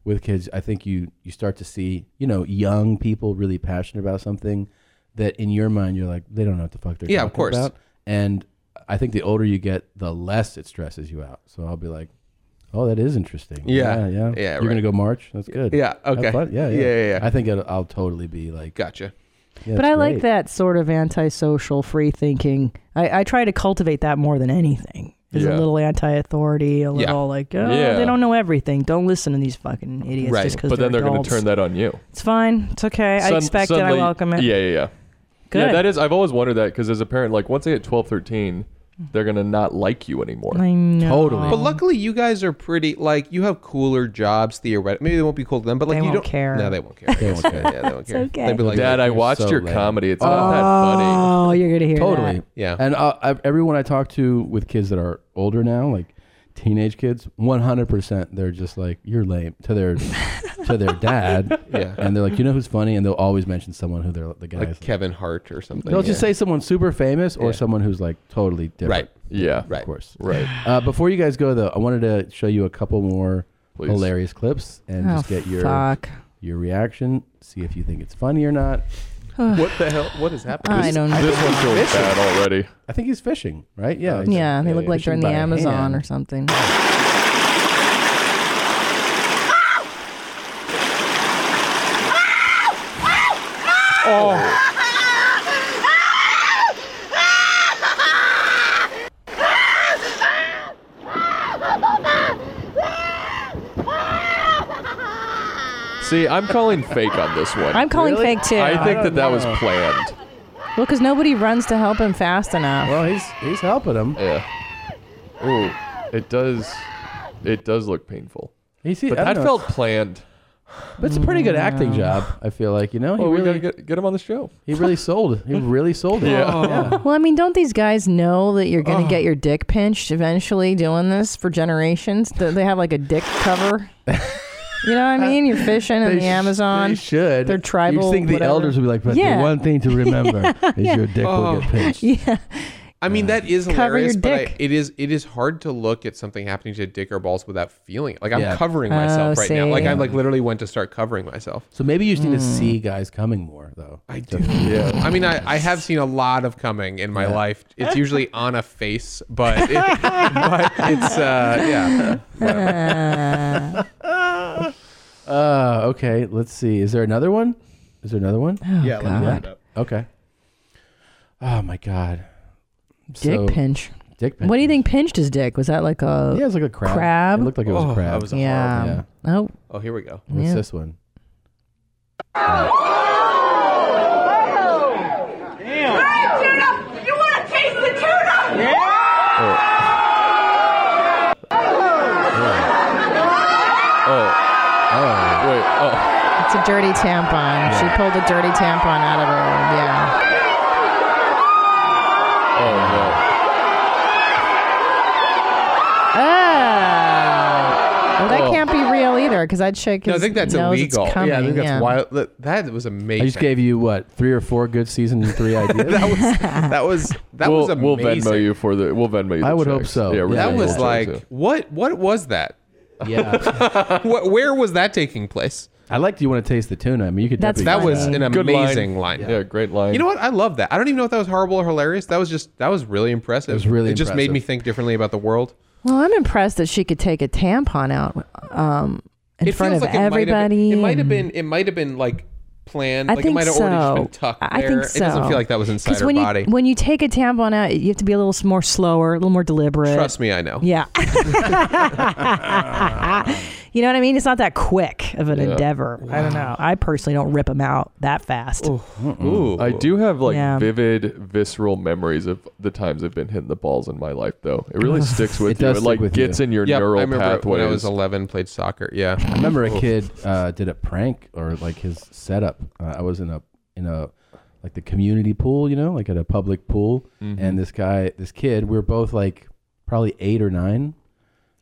Speaker 1: with kids, I think you you start to see you know young people really passionate about something that in your mind you're like they don't know what the fuck they're
Speaker 17: Yeah, of
Speaker 1: talking
Speaker 17: course.
Speaker 1: about. And I think the older you get, the less it stresses you out. So I'll be like, oh, that is interesting.
Speaker 17: Yeah.
Speaker 1: yeah. yeah.
Speaker 17: Yeah,
Speaker 1: You're
Speaker 17: right.
Speaker 1: gonna go march. That's good.
Speaker 17: Yeah,
Speaker 1: Have
Speaker 17: okay.
Speaker 1: fun. Yeah, yeah,
Speaker 17: Yeah, yeah, yeah.
Speaker 1: I think it'll, I'll totally be like,
Speaker 17: gotcha.
Speaker 20: but I like that sort of antisocial, free thinking. I, I try to cultivate that more than anything. Is
Speaker 2: Yeah.
Speaker 20: a little anti-authority, a
Speaker 2: Yeah.
Speaker 20: little like, oh,
Speaker 2: Yeah.
Speaker 20: they don't know everything. Don't listen to these fucking idiots
Speaker 16: right.
Speaker 20: just because
Speaker 16: but
Speaker 20: they're
Speaker 16: then they're
Speaker 20: adults.
Speaker 16: to turn that on you.
Speaker 20: It's fine. It's okay. I
Speaker 16: Sud-
Speaker 20: expect it. I
Speaker 16: suddenly-
Speaker 20: welcome it.
Speaker 16: Yeah, yeah, yeah. Yeah,
Speaker 20: Good.
Speaker 16: that is. I've always wondered that because as a parent, like once they hit 12, 13, they're gonna not like you anymore.
Speaker 20: I know. Totally.
Speaker 17: But luckily, you guys are pretty like you have cooler jobs theoretically. Maybe they won't be cool to them, but like
Speaker 20: They
Speaker 17: you
Speaker 20: won't
Speaker 17: don't
Speaker 20: care.
Speaker 17: No, they won't care.
Speaker 1: They won't care.
Speaker 17: yeah, they won't
Speaker 1: It's
Speaker 17: care.
Speaker 1: okay.
Speaker 17: They'd be like,
Speaker 16: Dad, I
Speaker 1: "You're
Speaker 16: watched
Speaker 1: so
Speaker 16: your
Speaker 1: lame."
Speaker 16: comedy. It's not that funny.
Speaker 20: Oh, you're gonna hear
Speaker 1: totally.
Speaker 20: that.
Speaker 17: Yeah.
Speaker 1: And uh, I, everyone I talk to with kids that are older now, like teenage kids, 100% they're just like, you're lame to their to their dad.
Speaker 17: Yeah.
Speaker 1: And they're like, you know who's funny? And they'll always mention someone who they're the guy.
Speaker 17: like
Speaker 1: is-
Speaker 17: Kevin Hart or something.
Speaker 1: they'll just say someone super famous or
Speaker 17: Yeah.
Speaker 1: someone who's like totally different.
Speaker 17: Right.
Speaker 16: Yeah.
Speaker 1: Of course.
Speaker 16: Right.
Speaker 1: Uh, before you guys go, though, I wanted to show you a couple more hilarious clips and
Speaker 20: Oh,
Speaker 1: just get your
Speaker 20: fuck.
Speaker 1: your reaction, see if you think it's funny or not.
Speaker 17: What the hell? What is happening?
Speaker 20: I don't know.
Speaker 16: This one feels
Speaker 1: Fishing.
Speaker 16: bad already.
Speaker 1: I think he's fishing, right? Yeah. he's-
Speaker 20: Yeah, they look like they're in
Speaker 1: fishing
Speaker 20: the
Speaker 1: by
Speaker 20: Amazon
Speaker 1: hand.
Speaker 20: or something.
Speaker 17: Oh.
Speaker 16: See, I'm calling fake on this one.
Speaker 2: I'm calling Really? fake, too.
Speaker 16: I think
Speaker 2: I
Speaker 16: that
Speaker 2: don't
Speaker 16: that was
Speaker 2: know.
Speaker 16: planned.
Speaker 2: Well, because nobody runs to help him fast enough.
Speaker 1: Well, he's he's helping him.
Speaker 16: Yeah. Ooh, it does. It does look painful.
Speaker 1: You see,
Speaker 16: but
Speaker 1: I don't
Speaker 16: that
Speaker 1: know.
Speaker 16: felt planned.
Speaker 1: But it's a pretty good acting
Speaker 16: Yeah.
Speaker 1: job, I feel like. You know, he
Speaker 16: Well, we
Speaker 1: really
Speaker 16: gotta get, get him on the show.
Speaker 1: he really sold. He really sold it.
Speaker 16: Yeah.
Speaker 1: Oh.
Speaker 2: Well, I mean, don't these guys know that you're gonna get your dick pinched eventually doing this for generations? Th- They have like a dick cover. You know what I mean? You're fishing in
Speaker 1: They
Speaker 2: the
Speaker 1: sh-
Speaker 2: Amazon.
Speaker 1: They should.
Speaker 2: They're tribal.
Speaker 1: You think the
Speaker 2: whatever.
Speaker 1: elders would be like, but
Speaker 2: Yeah.
Speaker 1: the one thing to remember is your dick will
Speaker 17: Oh.
Speaker 1: get pinched.
Speaker 2: Yeah.
Speaker 17: I mean, that is
Speaker 2: Cover your
Speaker 17: hilarious, but I,
Speaker 2: dick.
Speaker 17: it is it is hard to look at something happening to dick or balls without feeling it. Like I'm
Speaker 1: Yeah.
Speaker 17: covering
Speaker 1: Oh,
Speaker 17: myself right now. Like
Speaker 1: see.
Speaker 17: I like literally went to start covering myself.
Speaker 1: So maybe you just need to
Speaker 2: Hmm.
Speaker 1: see guys coming more, though.
Speaker 17: I do. Yeah. I mean, I, I have seen a lot of coming in my
Speaker 1: Yeah.
Speaker 17: life. It's usually on a face, but it, but it's uh, yeah.
Speaker 1: Uh, okay, let's see. Is there another one? Is there another one?
Speaker 2: Oh,
Speaker 17: Yeah, let me look God. it up.
Speaker 1: Okay. Oh, my God.
Speaker 2: Dick pinch.
Speaker 1: Dick pinch.
Speaker 2: What do you think pinched his dick? Was that like a?
Speaker 1: Yeah, it was like a crab. It looked like it was a
Speaker 17: Oh,
Speaker 1: crab.
Speaker 17: that was a
Speaker 2: Yeah.
Speaker 17: horrible-
Speaker 2: Oh.
Speaker 17: Oh, here we go.
Speaker 1: What's
Speaker 2: Yeah.
Speaker 1: this one?
Speaker 11: You want to taste the tuna?
Speaker 16: Oh.
Speaker 1: Oh.
Speaker 16: Wait. Oh.
Speaker 2: It's a dirty tampon. She pulled a dirty tampon out of her. Yeah.
Speaker 16: Oh
Speaker 2: Oh. Well, that
Speaker 17: Oh.
Speaker 2: can't be real either, because I'd shake his
Speaker 17: No, I think that's
Speaker 2: nose.
Speaker 17: illegal.
Speaker 2: It's coming.
Speaker 17: yeah, I think that's
Speaker 2: yeah.
Speaker 17: wild. That, that was amazing.
Speaker 1: I just gave you what three or four good season three ideas.
Speaker 17: that was that was that
Speaker 16: we'll,
Speaker 17: was
Speaker 16: we'll
Speaker 17: amazing.
Speaker 16: Venmo you for the. We'll Venmo you.
Speaker 1: I
Speaker 16: the
Speaker 1: would hope
Speaker 16: checks.
Speaker 1: so.
Speaker 16: Yeah, we're
Speaker 17: that
Speaker 16: gonna
Speaker 17: was
Speaker 16: Venmo you
Speaker 17: like
Speaker 16: too.
Speaker 17: what what was that?
Speaker 1: Yeah.
Speaker 17: what, where was that taking place?
Speaker 1: I liked you want to taste the tuna. I mean, you could.
Speaker 17: That's
Speaker 1: definitely
Speaker 17: That
Speaker 1: do
Speaker 17: was
Speaker 1: that.
Speaker 17: an Good line. amazing line.
Speaker 16: Yeah, great line.
Speaker 17: You know what? I love that. I don't even know if that was horrible or hilarious. That was just that was really impressive. It
Speaker 1: was really
Speaker 17: It just made
Speaker 1: impressive.
Speaker 17: me think differently about the world.
Speaker 2: Well, I'm impressed that she could take a tampon out um, in
Speaker 17: it
Speaker 2: front
Speaker 17: feels
Speaker 2: of
Speaker 17: like
Speaker 2: everybody.
Speaker 17: It might have
Speaker 2: and-
Speaker 17: been. It might have been like planned.
Speaker 2: I
Speaker 17: like
Speaker 2: think
Speaker 17: it might have
Speaker 2: so.
Speaker 17: already just been tucked
Speaker 2: I I
Speaker 17: there.
Speaker 2: think so.
Speaker 17: It doesn't feel like that was inside
Speaker 2: 'Cause
Speaker 17: her
Speaker 2: when
Speaker 17: body.
Speaker 2: You, when you take a tampon out, you have to be a little s- more slower, a little more deliberate.
Speaker 17: Trust me, I know.
Speaker 2: Yeah.
Speaker 20: You know what I mean? It's not that quick of an
Speaker 16: Yeah.
Speaker 20: endeavor. I don't know. I personally don't rip them out that fast.
Speaker 16: Ooh. I do have like
Speaker 20: Yeah.
Speaker 16: vivid, visceral memories of the times I've been hitting the balls in my life, though. It really sticks with you. it like gets in your
Speaker 17: Yep, I
Speaker 16: neural
Speaker 17: remember
Speaker 16: pathways.
Speaker 17: When I was 11, played soccer. Yeah.
Speaker 1: I remember a
Speaker 17: Oof.
Speaker 1: kid uh, did a prank or like his setup. Uh, I was in a in a like the community pool, you know, like at a public pool,
Speaker 17: Mhm.
Speaker 16: Mm-hmm.
Speaker 1: and this guy, this kid, we were both like probably eight or nine,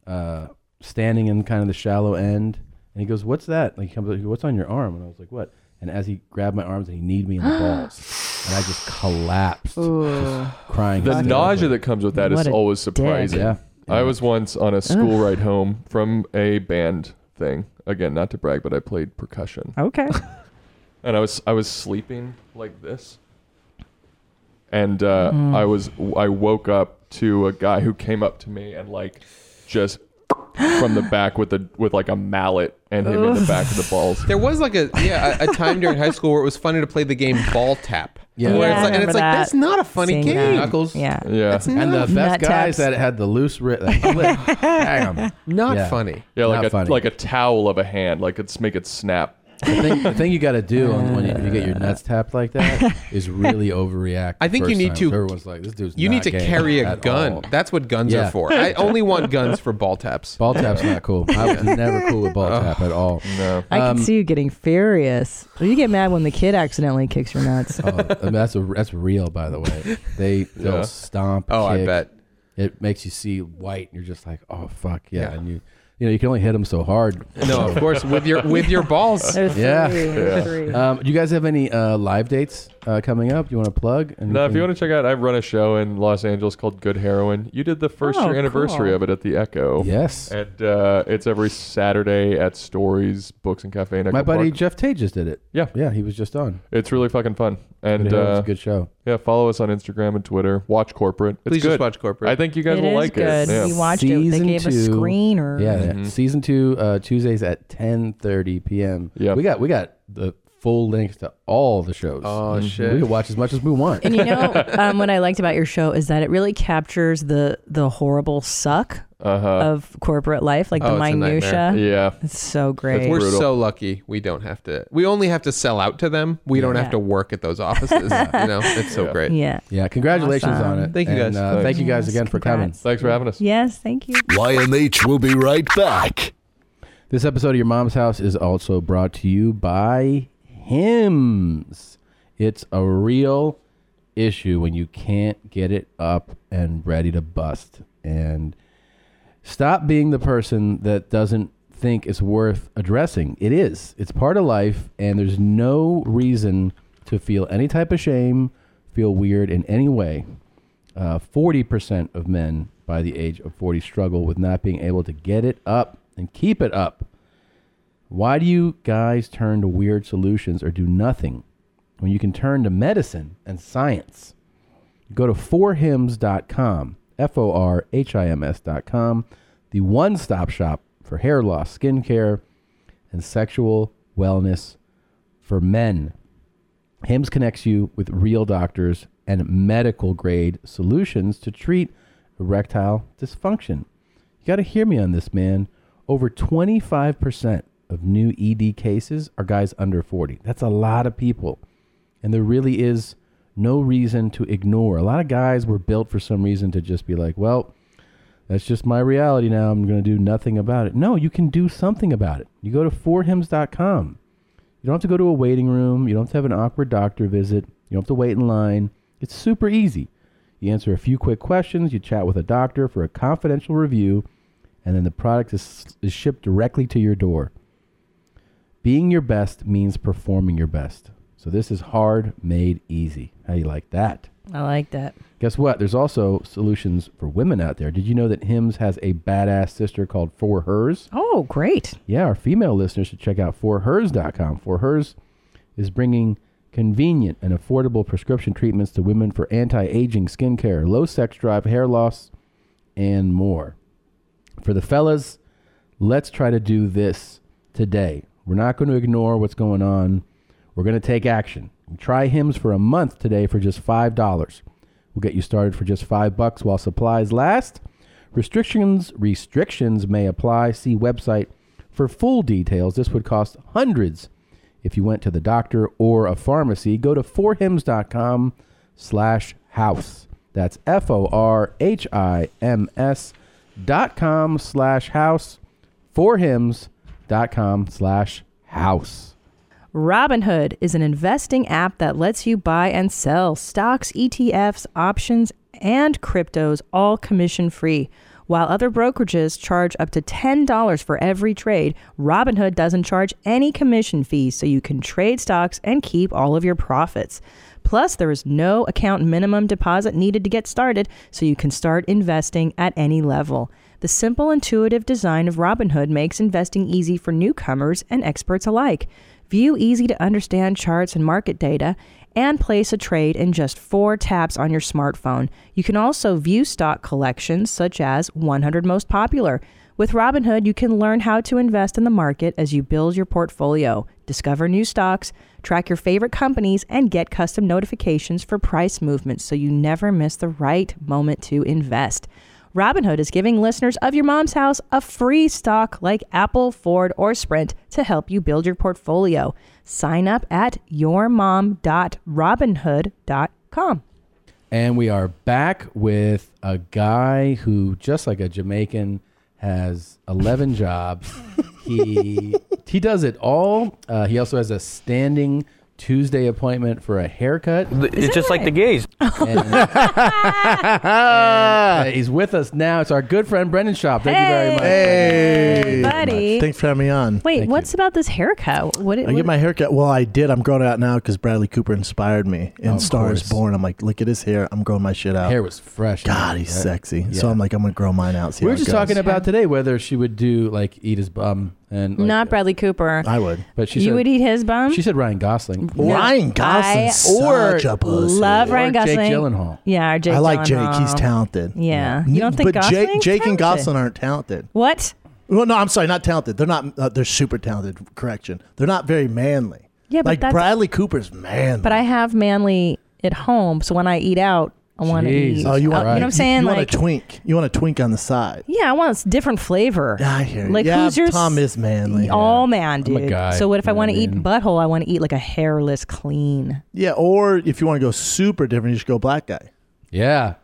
Speaker 1: uh, standing in kind of the shallow end, and he goes, "What's that?" Like he comes, up, he goes, "What's on your arm?" And I was like, "What?" And as he grabbed my arms and he kneed me in the balls, and I just collapsed, just crying.
Speaker 16: The
Speaker 1: hysterically.
Speaker 16: nausea that comes with that is
Speaker 1: What a
Speaker 16: always
Speaker 1: dick.
Speaker 16: surprising.
Speaker 1: Yeah.
Speaker 16: I was once on a school ride home from a band thing. Again, not to brag, but I played percussion.
Speaker 20: Okay.
Speaker 16: and I was I was sleeping like this, and uh,
Speaker 17: Mm.
Speaker 16: I was I woke up to a guy who came up to me and like just from the back with a with like a mallet and hit me in the
Speaker 17: Ugh.
Speaker 16: back of the balls.
Speaker 17: There was like a yeah a, a time during high school where it was funny to play the game ball tap.
Speaker 1: Yeah. Yeah,
Speaker 17: Where it's
Speaker 1: I
Speaker 17: like, and
Speaker 1: remember
Speaker 17: it's like
Speaker 1: that.
Speaker 17: that's not a funny
Speaker 1: Seeing
Speaker 17: game.
Speaker 1: that. Knuckles.
Speaker 20: Yeah.
Speaker 16: Yeah.
Speaker 17: That's
Speaker 1: and the
Speaker 17: not-
Speaker 1: best
Speaker 17: Nut
Speaker 1: guys
Speaker 17: taps.
Speaker 1: that had the loose wrist, like, clip. Damn.
Speaker 17: Not
Speaker 1: Yeah.
Speaker 17: funny.
Speaker 16: Yeah, like
Speaker 1: Not
Speaker 16: a
Speaker 1: funny.
Speaker 16: like a towel of a hand, like it's make it snap.
Speaker 1: The thing, the thing you got to do on when you, if you get your nuts tapped like that is really overreact.
Speaker 17: I think you
Speaker 1: first
Speaker 17: need
Speaker 1: time.
Speaker 17: to.
Speaker 1: Everyone's like, this dude's.
Speaker 17: You need
Speaker 1: not
Speaker 17: to
Speaker 1: gay
Speaker 17: carry a
Speaker 1: at
Speaker 17: gun.
Speaker 1: all."
Speaker 17: That's what guns
Speaker 1: Yeah.
Speaker 17: are for. I only want guns for ball taps.
Speaker 1: Ball tap's not cool. I was
Speaker 17: Yeah.
Speaker 1: never cool with ball tap at all.
Speaker 16: No.
Speaker 20: I
Speaker 1: Um,
Speaker 20: can see you getting furious. Or you get mad when the kid accidentally kicks your nuts.
Speaker 1: And oh, that's a, that's real, by the way. They they'll
Speaker 17: Yeah.
Speaker 1: stomp.
Speaker 17: Oh, I
Speaker 1: kick.
Speaker 17: bet.
Speaker 1: it makes you see white. and You're just like, oh fuck yeah,
Speaker 17: Yeah.
Speaker 1: and you you know you can only hit them so hard.
Speaker 17: No, of course, with your- with your balls. They're free,
Speaker 1: yeah.
Speaker 17: they're Yeah. free.
Speaker 1: Um, do you guys have any uh, live dates uh, coming up? You want to plug? And
Speaker 16: Now, if you want to check out, I run a show in Los Angeles called Good Heroin. You did the first
Speaker 1: Oh,
Speaker 16: year anniversary
Speaker 1: cool.
Speaker 16: of it at the Echo.
Speaker 1: Yes.
Speaker 16: and uh, it's every Saturday at Stories Books and Cafe. In Echo
Speaker 1: My buddy
Speaker 16: Park.
Speaker 1: Jeff Tate just did it.
Speaker 16: Yeah,
Speaker 1: yeah, he was just on.
Speaker 16: It's really fucking fun.
Speaker 1: Good
Speaker 16: And
Speaker 1: Heroin's
Speaker 16: uh,
Speaker 1: a good show.
Speaker 16: Yeah, follow us on Instagram and Twitter. Watch Corporate. It's
Speaker 17: Please
Speaker 16: good.
Speaker 17: just watch Corporate.
Speaker 16: I think you guys
Speaker 20: It
Speaker 16: will
Speaker 20: is
Speaker 16: like
Speaker 20: good.
Speaker 16: it. Yeah.
Speaker 20: We watched it. They
Speaker 1: season
Speaker 20: gave
Speaker 1: two,
Speaker 20: a screener.
Speaker 1: Yeah, yeah. season two uh, Tuesdays at ten thirty p.m. Yeah, we got we got the full links to all the shows. Oh
Speaker 17: shit.
Speaker 1: we can watch as much as we want.
Speaker 20: And you know um, what I liked about your show is that it really captures the the horrible suck
Speaker 16: Uh-huh.
Speaker 20: of corporate life,
Speaker 17: Oh,
Speaker 20: like the minutia. it's so great.
Speaker 17: We're so lucky. We don't have to. We only have to sell out to them. We don't
Speaker 20: Yeah.
Speaker 17: have to work at those offices. you know, it's so
Speaker 20: Yeah.
Speaker 17: great.
Speaker 20: Yeah.
Speaker 1: Yeah, congratulations on it.
Speaker 17: Thank you guys.
Speaker 1: And, uh, thank you guys again for coming.
Speaker 16: Thanks for having us.
Speaker 20: Yes, thank you.
Speaker 1: YMH will be right back. This episode of Your Mom's House is also brought to you by Hims. It's a real issue when you can't get it up and ready to bust. And stop being the person that doesn't think it's worth addressing. It is. It's part of life, and there's no reason to feel any type of shame, feel weird in any way. uh, Forty percent of men by the age of forty struggle with not being able to get it up and keep it up. Why do you guys turn to weird solutions or do nothing when you can turn to medicine and science? Go to forhims.com, F O R H I M S.com, the one stop shop for hair loss, skincare, and sexual wellness for men. HIMS connects you with real doctors and medical grade solutions to treat erectile dysfunction. You got to hear me on this, man. Over 25% of new ED cases are guys under 40. That's a lot of people. And there really is no reason to ignore. A lot of guys were built for some reason to just be like, well, that's just my reality now. I'm going to do nothing about it. No, you can do something about it. You go to forhims.com. You don't have to go to a waiting room. You don't have to have an awkward doctor visit. You don't have to wait in line. It's super easy. You answer a few quick questions. You chat with a doctor for a confidential review, and then the product is, is shipped directly to your door. Being your best means performing your best. So this is hard made easy. How you like that?
Speaker 20: I like that.
Speaker 1: Guess what? There's also solutions for women out there. Did you know that Hims has a badass sister called For Hers?
Speaker 20: Oh, great.
Speaker 1: Yeah, our female listeners should check out forhers.com. For Hers is bringing convenient and affordable prescription treatments to women for anti-aging skincare, low sex drive, hair loss, and more. For the fellas, let's try to do this today. We're not going to ignore what's going on. We're going to take action. Try hymns for a month today for just five dollars. We'll get you started for just five bucks while supplies last. Restrictions restrictions may apply. See website For full details, this would cost hundreds if you went to the doctor or a pharmacy. Go to forhims.com slash house. That's F-O-R-H-I-M-S dot com slash house. Forhims.com slash house.
Speaker 2: Robinhood is an investing app that lets you buy and sell stocks, ETFs, options, and cryptos all commission free. While other brokerages charge up to $10 for every trade, Robinhood doesn't charge any commission fees so you can trade stocks and keep all of your profits. Plus, there is no account minimum deposit needed to get started, so you can start investing at any level. The simple, intuitive design of Robinhood makes investing easy for newcomers and experts alike. View easy to understand charts and market data, and place a trade in just four taps on your smartphone. You can also view stock collections such as 100 Most Popular. With Robinhood, you can learn how to invest in the market as you build your portfolio, discover new stocks, track your favorite companies, and get custom notifications for price movements so you never miss the right moment to invest. Robinhood is giving listeners of your mom's house a free stock like Apple, Ford, or Sprint to help you build your portfolio. Sign up at yourmom.robinhood.com.
Speaker 1: And we are back with a guy who, just like a Jamaican, has 11 jobs. He he does it all. Uh, he also has a standing Tuesday appointment for a haircut.
Speaker 22: It's just like the gays.
Speaker 1: Uh, he's with us now. It's our good friend Brendan Shop. Thank you very much.
Speaker 2: Hey, buddy.
Speaker 23: Thanks for having me on.
Speaker 2: Wait, what's about this haircut? What?
Speaker 23: Mm, I
Speaker 2: what-
Speaker 23: get my haircut. Well, I did. I'm growing it out now because Bradley Cooper inspired me in
Speaker 1: Oh, of
Speaker 23: Star
Speaker 1: course.
Speaker 23: Is Born. I'm like, look at his hair. I'm growing my shit out.
Speaker 1: Hair was fresh.
Speaker 23: God, he's
Speaker 1: Yeah.
Speaker 23: sexy. So I'm like, I'm gonna grow mine out. See
Speaker 1: we were
Speaker 23: how it
Speaker 1: just
Speaker 23: goes.
Speaker 1: talking about today whether she would do like eat his bum and like,
Speaker 2: Not Bradley Cooper.
Speaker 23: I would,
Speaker 1: but she
Speaker 2: you
Speaker 1: said,
Speaker 2: would eat his bum.
Speaker 1: she said Ryan Gosling.
Speaker 2: No, Ryan Gosling's I
Speaker 23: such a pussy.
Speaker 2: Love Ryan
Speaker 1: Or Jake
Speaker 2: Gosling.
Speaker 1: Gyllenhaal.
Speaker 2: Yeah, or Jake.
Speaker 23: I like Jake.
Speaker 2: Gyllenhaal.
Speaker 23: He's talented.
Speaker 2: Yeah, you don't think
Speaker 23: but
Speaker 2: Gosling's
Speaker 23: Jake, Jake and
Speaker 2: talented?
Speaker 23: Gosling aren't talented.
Speaker 2: What?
Speaker 23: Well, no, I'm sorry, not talented. They're not. Uh, they're super talented. Correction. They're not very manly.
Speaker 2: Yeah, but
Speaker 23: like
Speaker 2: that's-
Speaker 23: Bradley Cooper's manly.
Speaker 2: But I have manly at home, so when I eat out, I want to eat.
Speaker 23: Oh, you
Speaker 2: out- You know
Speaker 23: want?
Speaker 2: what I'm saying?
Speaker 23: You
Speaker 2: like,
Speaker 23: want a twink? You want a twink on the side?
Speaker 2: yeah, I want s- different flavor.
Speaker 23: Yeah, I hear. you.
Speaker 2: Like
Speaker 23: yeah,
Speaker 2: who's your
Speaker 23: Tom
Speaker 2: s-
Speaker 23: is manly.
Speaker 2: all man, dude?
Speaker 23: a guy,
Speaker 2: So what if I
Speaker 23: you know
Speaker 2: want to
Speaker 23: what I
Speaker 2: eat butthole? I want to eat like a hairless, clean.
Speaker 23: Yeah, or if you want to go super different, you just go black guy.
Speaker 1: Yeah.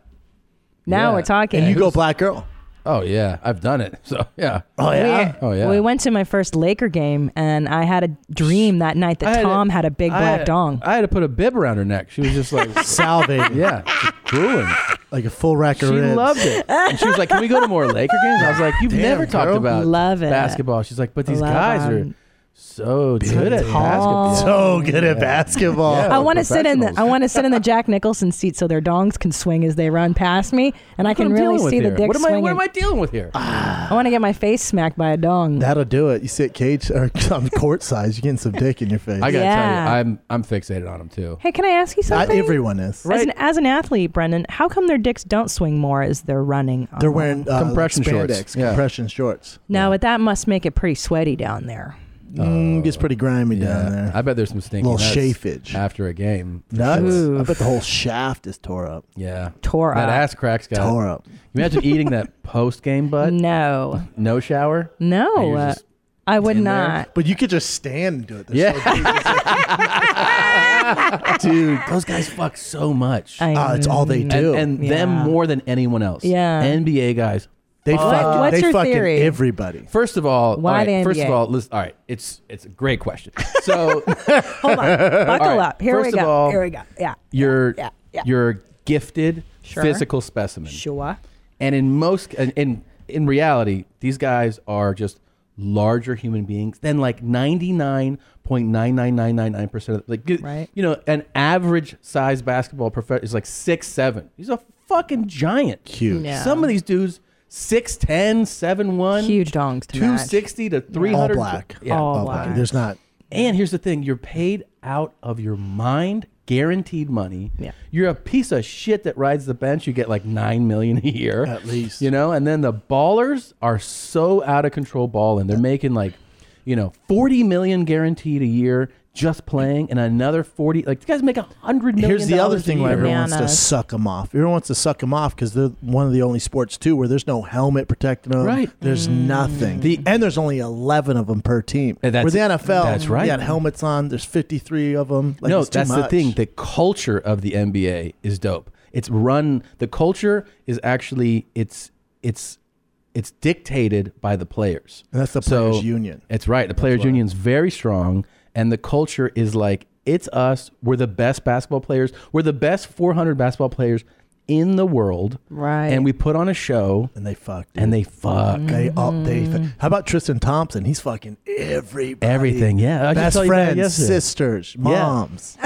Speaker 2: Now we're talking.
Speaker 23: And you go black girl.
Speaker 1: Oh yeah, I've done it. So yeah.
Speaker 23: Oh
Speaker 2: We-
Speaker 1: Oh yeah.
Speaker 2: We went to my first Laker game, and I had a dream that night that Tom had a big
Speaker 1: I
Speaker 2: black
Speaker 1: had-
Speaker 2: dong.
Speaker 1: I had to put a bib around her neck. She was just like
Speaker 23: salivating.
Speaker 1: Yeah, just drooling.
Speaker 23: Like a full rack
Speaker 1: she
Speaker 23: of ribs.
Speaker 1: loved it. And she was like, "Can we go to more Laker games?" I was like, "You've
Speaker 23: Damn,
Speaker 1: never talked
Speaker 23: girl.
Speaker 1: about
Speaker 23: Love it.
Speaker 1: basketball." She's like, "But these
Speaker 23: Love
Speaker 1: guys are
Speaker 23: them.
Speaker 1: so good at basketball.
Speaker 23: So good at basketball.
Speaker 1: Yeah,
Speaker 2: I
Speaker 1: we're
Speaker 2: want to sit in the I
Speaker 1: professionals.
Speaker 2: want to sit in the Jack Nicholson seat so their dongs can swing as they run past me, and I
Speaker 1: That's what
Speaker 2: can
Speaker 1: I'm
Speaker 2: really
Speaker 1: dealing with
Speaker 2: see the
Speaker 1: here.
Speaker 2: dick
Speaker 1: What am I?
Speaker 2: swinging.
Speaker 1: What am I dealing with here?
Speaker 2: I want to get my face smacked by a dong.
Speaker 23: That'll do it. You sit cage or on court size, you're getting some dick in your face.
Speaker 1: I gotta tell
Speaker 2: Yeah.
Speaker 1: you, I'm I'm fixated on him too.
Speaker 2: Hey, can I ask you
Speaker 23: Not
Speaker 2: something?
Speaker 23: everyone is.
Speaker 2: As an as an athlete, Brendan, how come their dicks don't swing more as they're running?
Speaker 23: They're
Speaker 2: online?
Speaker 23: wearing uh,
Speaker 1: Compression
Speaker 23: like
Speaker 1: shorts.
Speaker 23: spandex,
Speaker 1: Yeah.
Speaker 23: compression shorts.
Speaker 2: Now, but that must make it pretty sweaty down there.
Speaker 23: Mm, gets
Speaker 1: Oh.
Speaker 23: pretty grimy down there.
Speaker 1: I bet there's some stinky
Speaker 23: Little
Speaker 1: nuts
Speaker 23: chafage.
Speaker 1: after a game. for
Speaker 23: Nuts.
Speaker 1: sure.
Speaker 23: I bet the whole shaft is tore up.
Speaker 1: Yeah,
Speaker 2: tore
Speaker 1: that
Speaker 2: up.
Speaker 1: ass cracks got
Speaker 23: Tore up.
Speaker 1: Imagine eating that post game butt.
Speaker 2: No,
Speaker 1: no shower. And
Speaker 2: no,
Speaker 1: you're
Speaker 2: uh,
Speaker 1: just
Speaker 2: I would
Speaker 1: in there?
Speaker 2: not.
Speaker 23: But you could just stand and do it. They're
Speaker 1: Yeah.
Speaker 23: so big.
Speaker 1: dude those guys fuck so much
Speaker 23: I Oh, it's all they
Speaker 1: And-
Speaker 23: do.
Speaker 1: and, them
Speaker 23: Yeah.
Speaker 1: more than anyone else
Speaker 23: Yeah.
Speaker 1: nba guys
Speaker 23: They
Speaker 1: fuck-
Speaker 23: fucking, they fucking everybody.
Speaker 1: First of all,
Speaker 23: Why
Speaker 1: all right,
Speaker 23: the
Speaker 1: First of
Speaker 23: NBA?
Speaker 1: all, listen, all right, it's it's a great question. So
Speaker 2: hold on, buckle up. Here
Speaker 1: first
Speaker 2: we
Speaker 1: Of
Speaker 2: go.
Speaker 1: all,
Speaker 2: Here we go. Yeah.
Speaker 1: You're
Speaker 2: yeah, yeah.
Speaker 1: you're a gifted
Speaker 2: Sure.
Speaker 1: physical specimen.
Speaker 2: Sure.
Speaker 1: And in most and in in reality, these guys are just larger human beings than like 99.99999% of like you- you know an average size basketball professional is like six seven he's a fucking giant
Speaker 23: Huge.
Speaker 2: Mm, Yeah.
Speaker 1: some of these dudes 6'10 7'1
Speaker 2: huge dongs to match.
Speaker 1: 260 to
Speaker 23: All
Speaker 1: 300
Speaker 23: black.
Speaker 1: yeah,
Speaker 23: All black. There's not
Speaker 1: and here's the thing: you're paid out of your mind, guaranteed money. Yeah. You're a piece of shit that rides the bench. You get like nine million a year at least. You know, and then the ballers are so out of control balling. They're making like, you know, forty million guaranteed a year. just playing, and another forty. Like these guys make a hundred million.
Speaker 23: Here's the other
Speaker 1: dollars a
Speaker 23: thing why
Speaker 1: year.
Speaker 23: everyone wants to suck them off. Everyone wants to suck them off because they're one of the only sports too where there's no helmet protecting them.
Speaker 1: Right.
Speaker 23: There's
Speaker 1: Mm.
Speaker 23: nothing. The and there's only eleven of them per team.
Speaker 1: And that's-
Speaker 23: With the NFL,
Speaker 1: that's right.
Speaker 23: They had helmets on. There's fifty three of them. Like,
Speaker 1: no,
Speaker 23: it's too
Speaker 1: that's the
Speaker 23: much.
Speaker 1: thing. The culture of the NBA is dope. It's run. The culture is actually it's it's it's dictated by the players.
Speaker 23: And that's the players' union.
Speaker 1: It's right. The players' union's very strong, and the culture is like it's us. We're the best basketball players. We're the best 400 basketball players in the world.
Speaker 2: Right.
Speaker 1: And we put on a show,
Speaker 23: and they fuck,
Speaker 1: and they fuck.
Speaker 23: They all they. fu- How about Tristan Thompson? He's fucking everybody.
Speaker 1: Everything, yeah. I just
Speaker 23: Best
Speaker 1: saw you that
Speaker 23: friends,
Speaker 1: yesterday.
Speaker 23: sisters,
Speaker 1: Yeah.
Speaker 23: moms.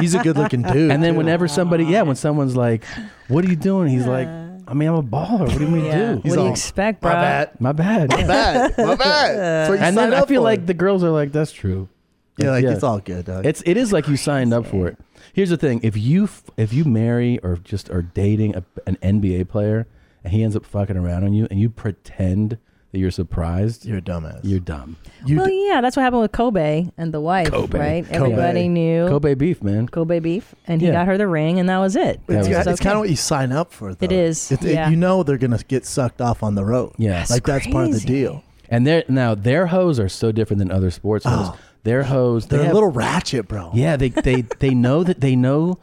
Speaker 23: He's a good looking dude.
Speaker 1: And then
Speaker 23: too.
Speaker 1: whenever somebody, yeah, when someone's like, "What are you doing?" He's like, "I mean, I'm a baller. What do you mean
Speaker 2: Yeah.
Speaker 1: do?
Speaker 2: What do you expect, bro?
Speaker 1: My bad. My bad.
Speaker 23: My bad. My bad. That's what you
Speaker 1: and then
Speaker 23: signed
Speaker 1: I
Speaker 23: up
Speaker 1: feel
Speaker 23: for.
Speaker 1: like the girls are like, "That's true."
Speaker 23: Yeah, like, it's all good, dog.
Speaker 1: It's it is like you signed up for it. Here's the thing: if you f- if you marry or just are dating a, an NBA player and he ends up fucking around on you and you pretend that you're surprised,
Speaker 23: you're a dumbass.
Speaker 1: You're dumb.
Speaker 2: well, yeah, that's what happened with Kobe and the wife,
Speaker 1: Kobe.
Speaker 2: right?
Speaker 1: Kobe.
Speaker 2: Everybody knew Kobe.
Speaker 1: Kobe beef, man.
Speaker 2: beef, and he
Speaker 1: Yeah.
Speaker 2: got her the ring, and that was it.
Speaker 1: That
Speaker 23: It's,
Speaker 1: was-
Speaker 23: it's kind of what you sign up for. Though.
Speaker 2: It is,
Speaker 23: It's- it-
Speaker 2: yeah.
Speaker 23: you know they're gonna get sucked off on the road.
Speaker 1: Yeah. That's
Speaker 23: like that's part of the
Speaker 1: crazy.
Speaker 23: deal.
Speaker 1: And their now their hoes are so different than other sports hoes. Their hoes,
Speaker 23: They're
Speaker 1: they
Speaker 23: a
Speaker 1: have-
Speaker 23: little ratchet, bro.
Speaker 1: Yeah, they they they know that they know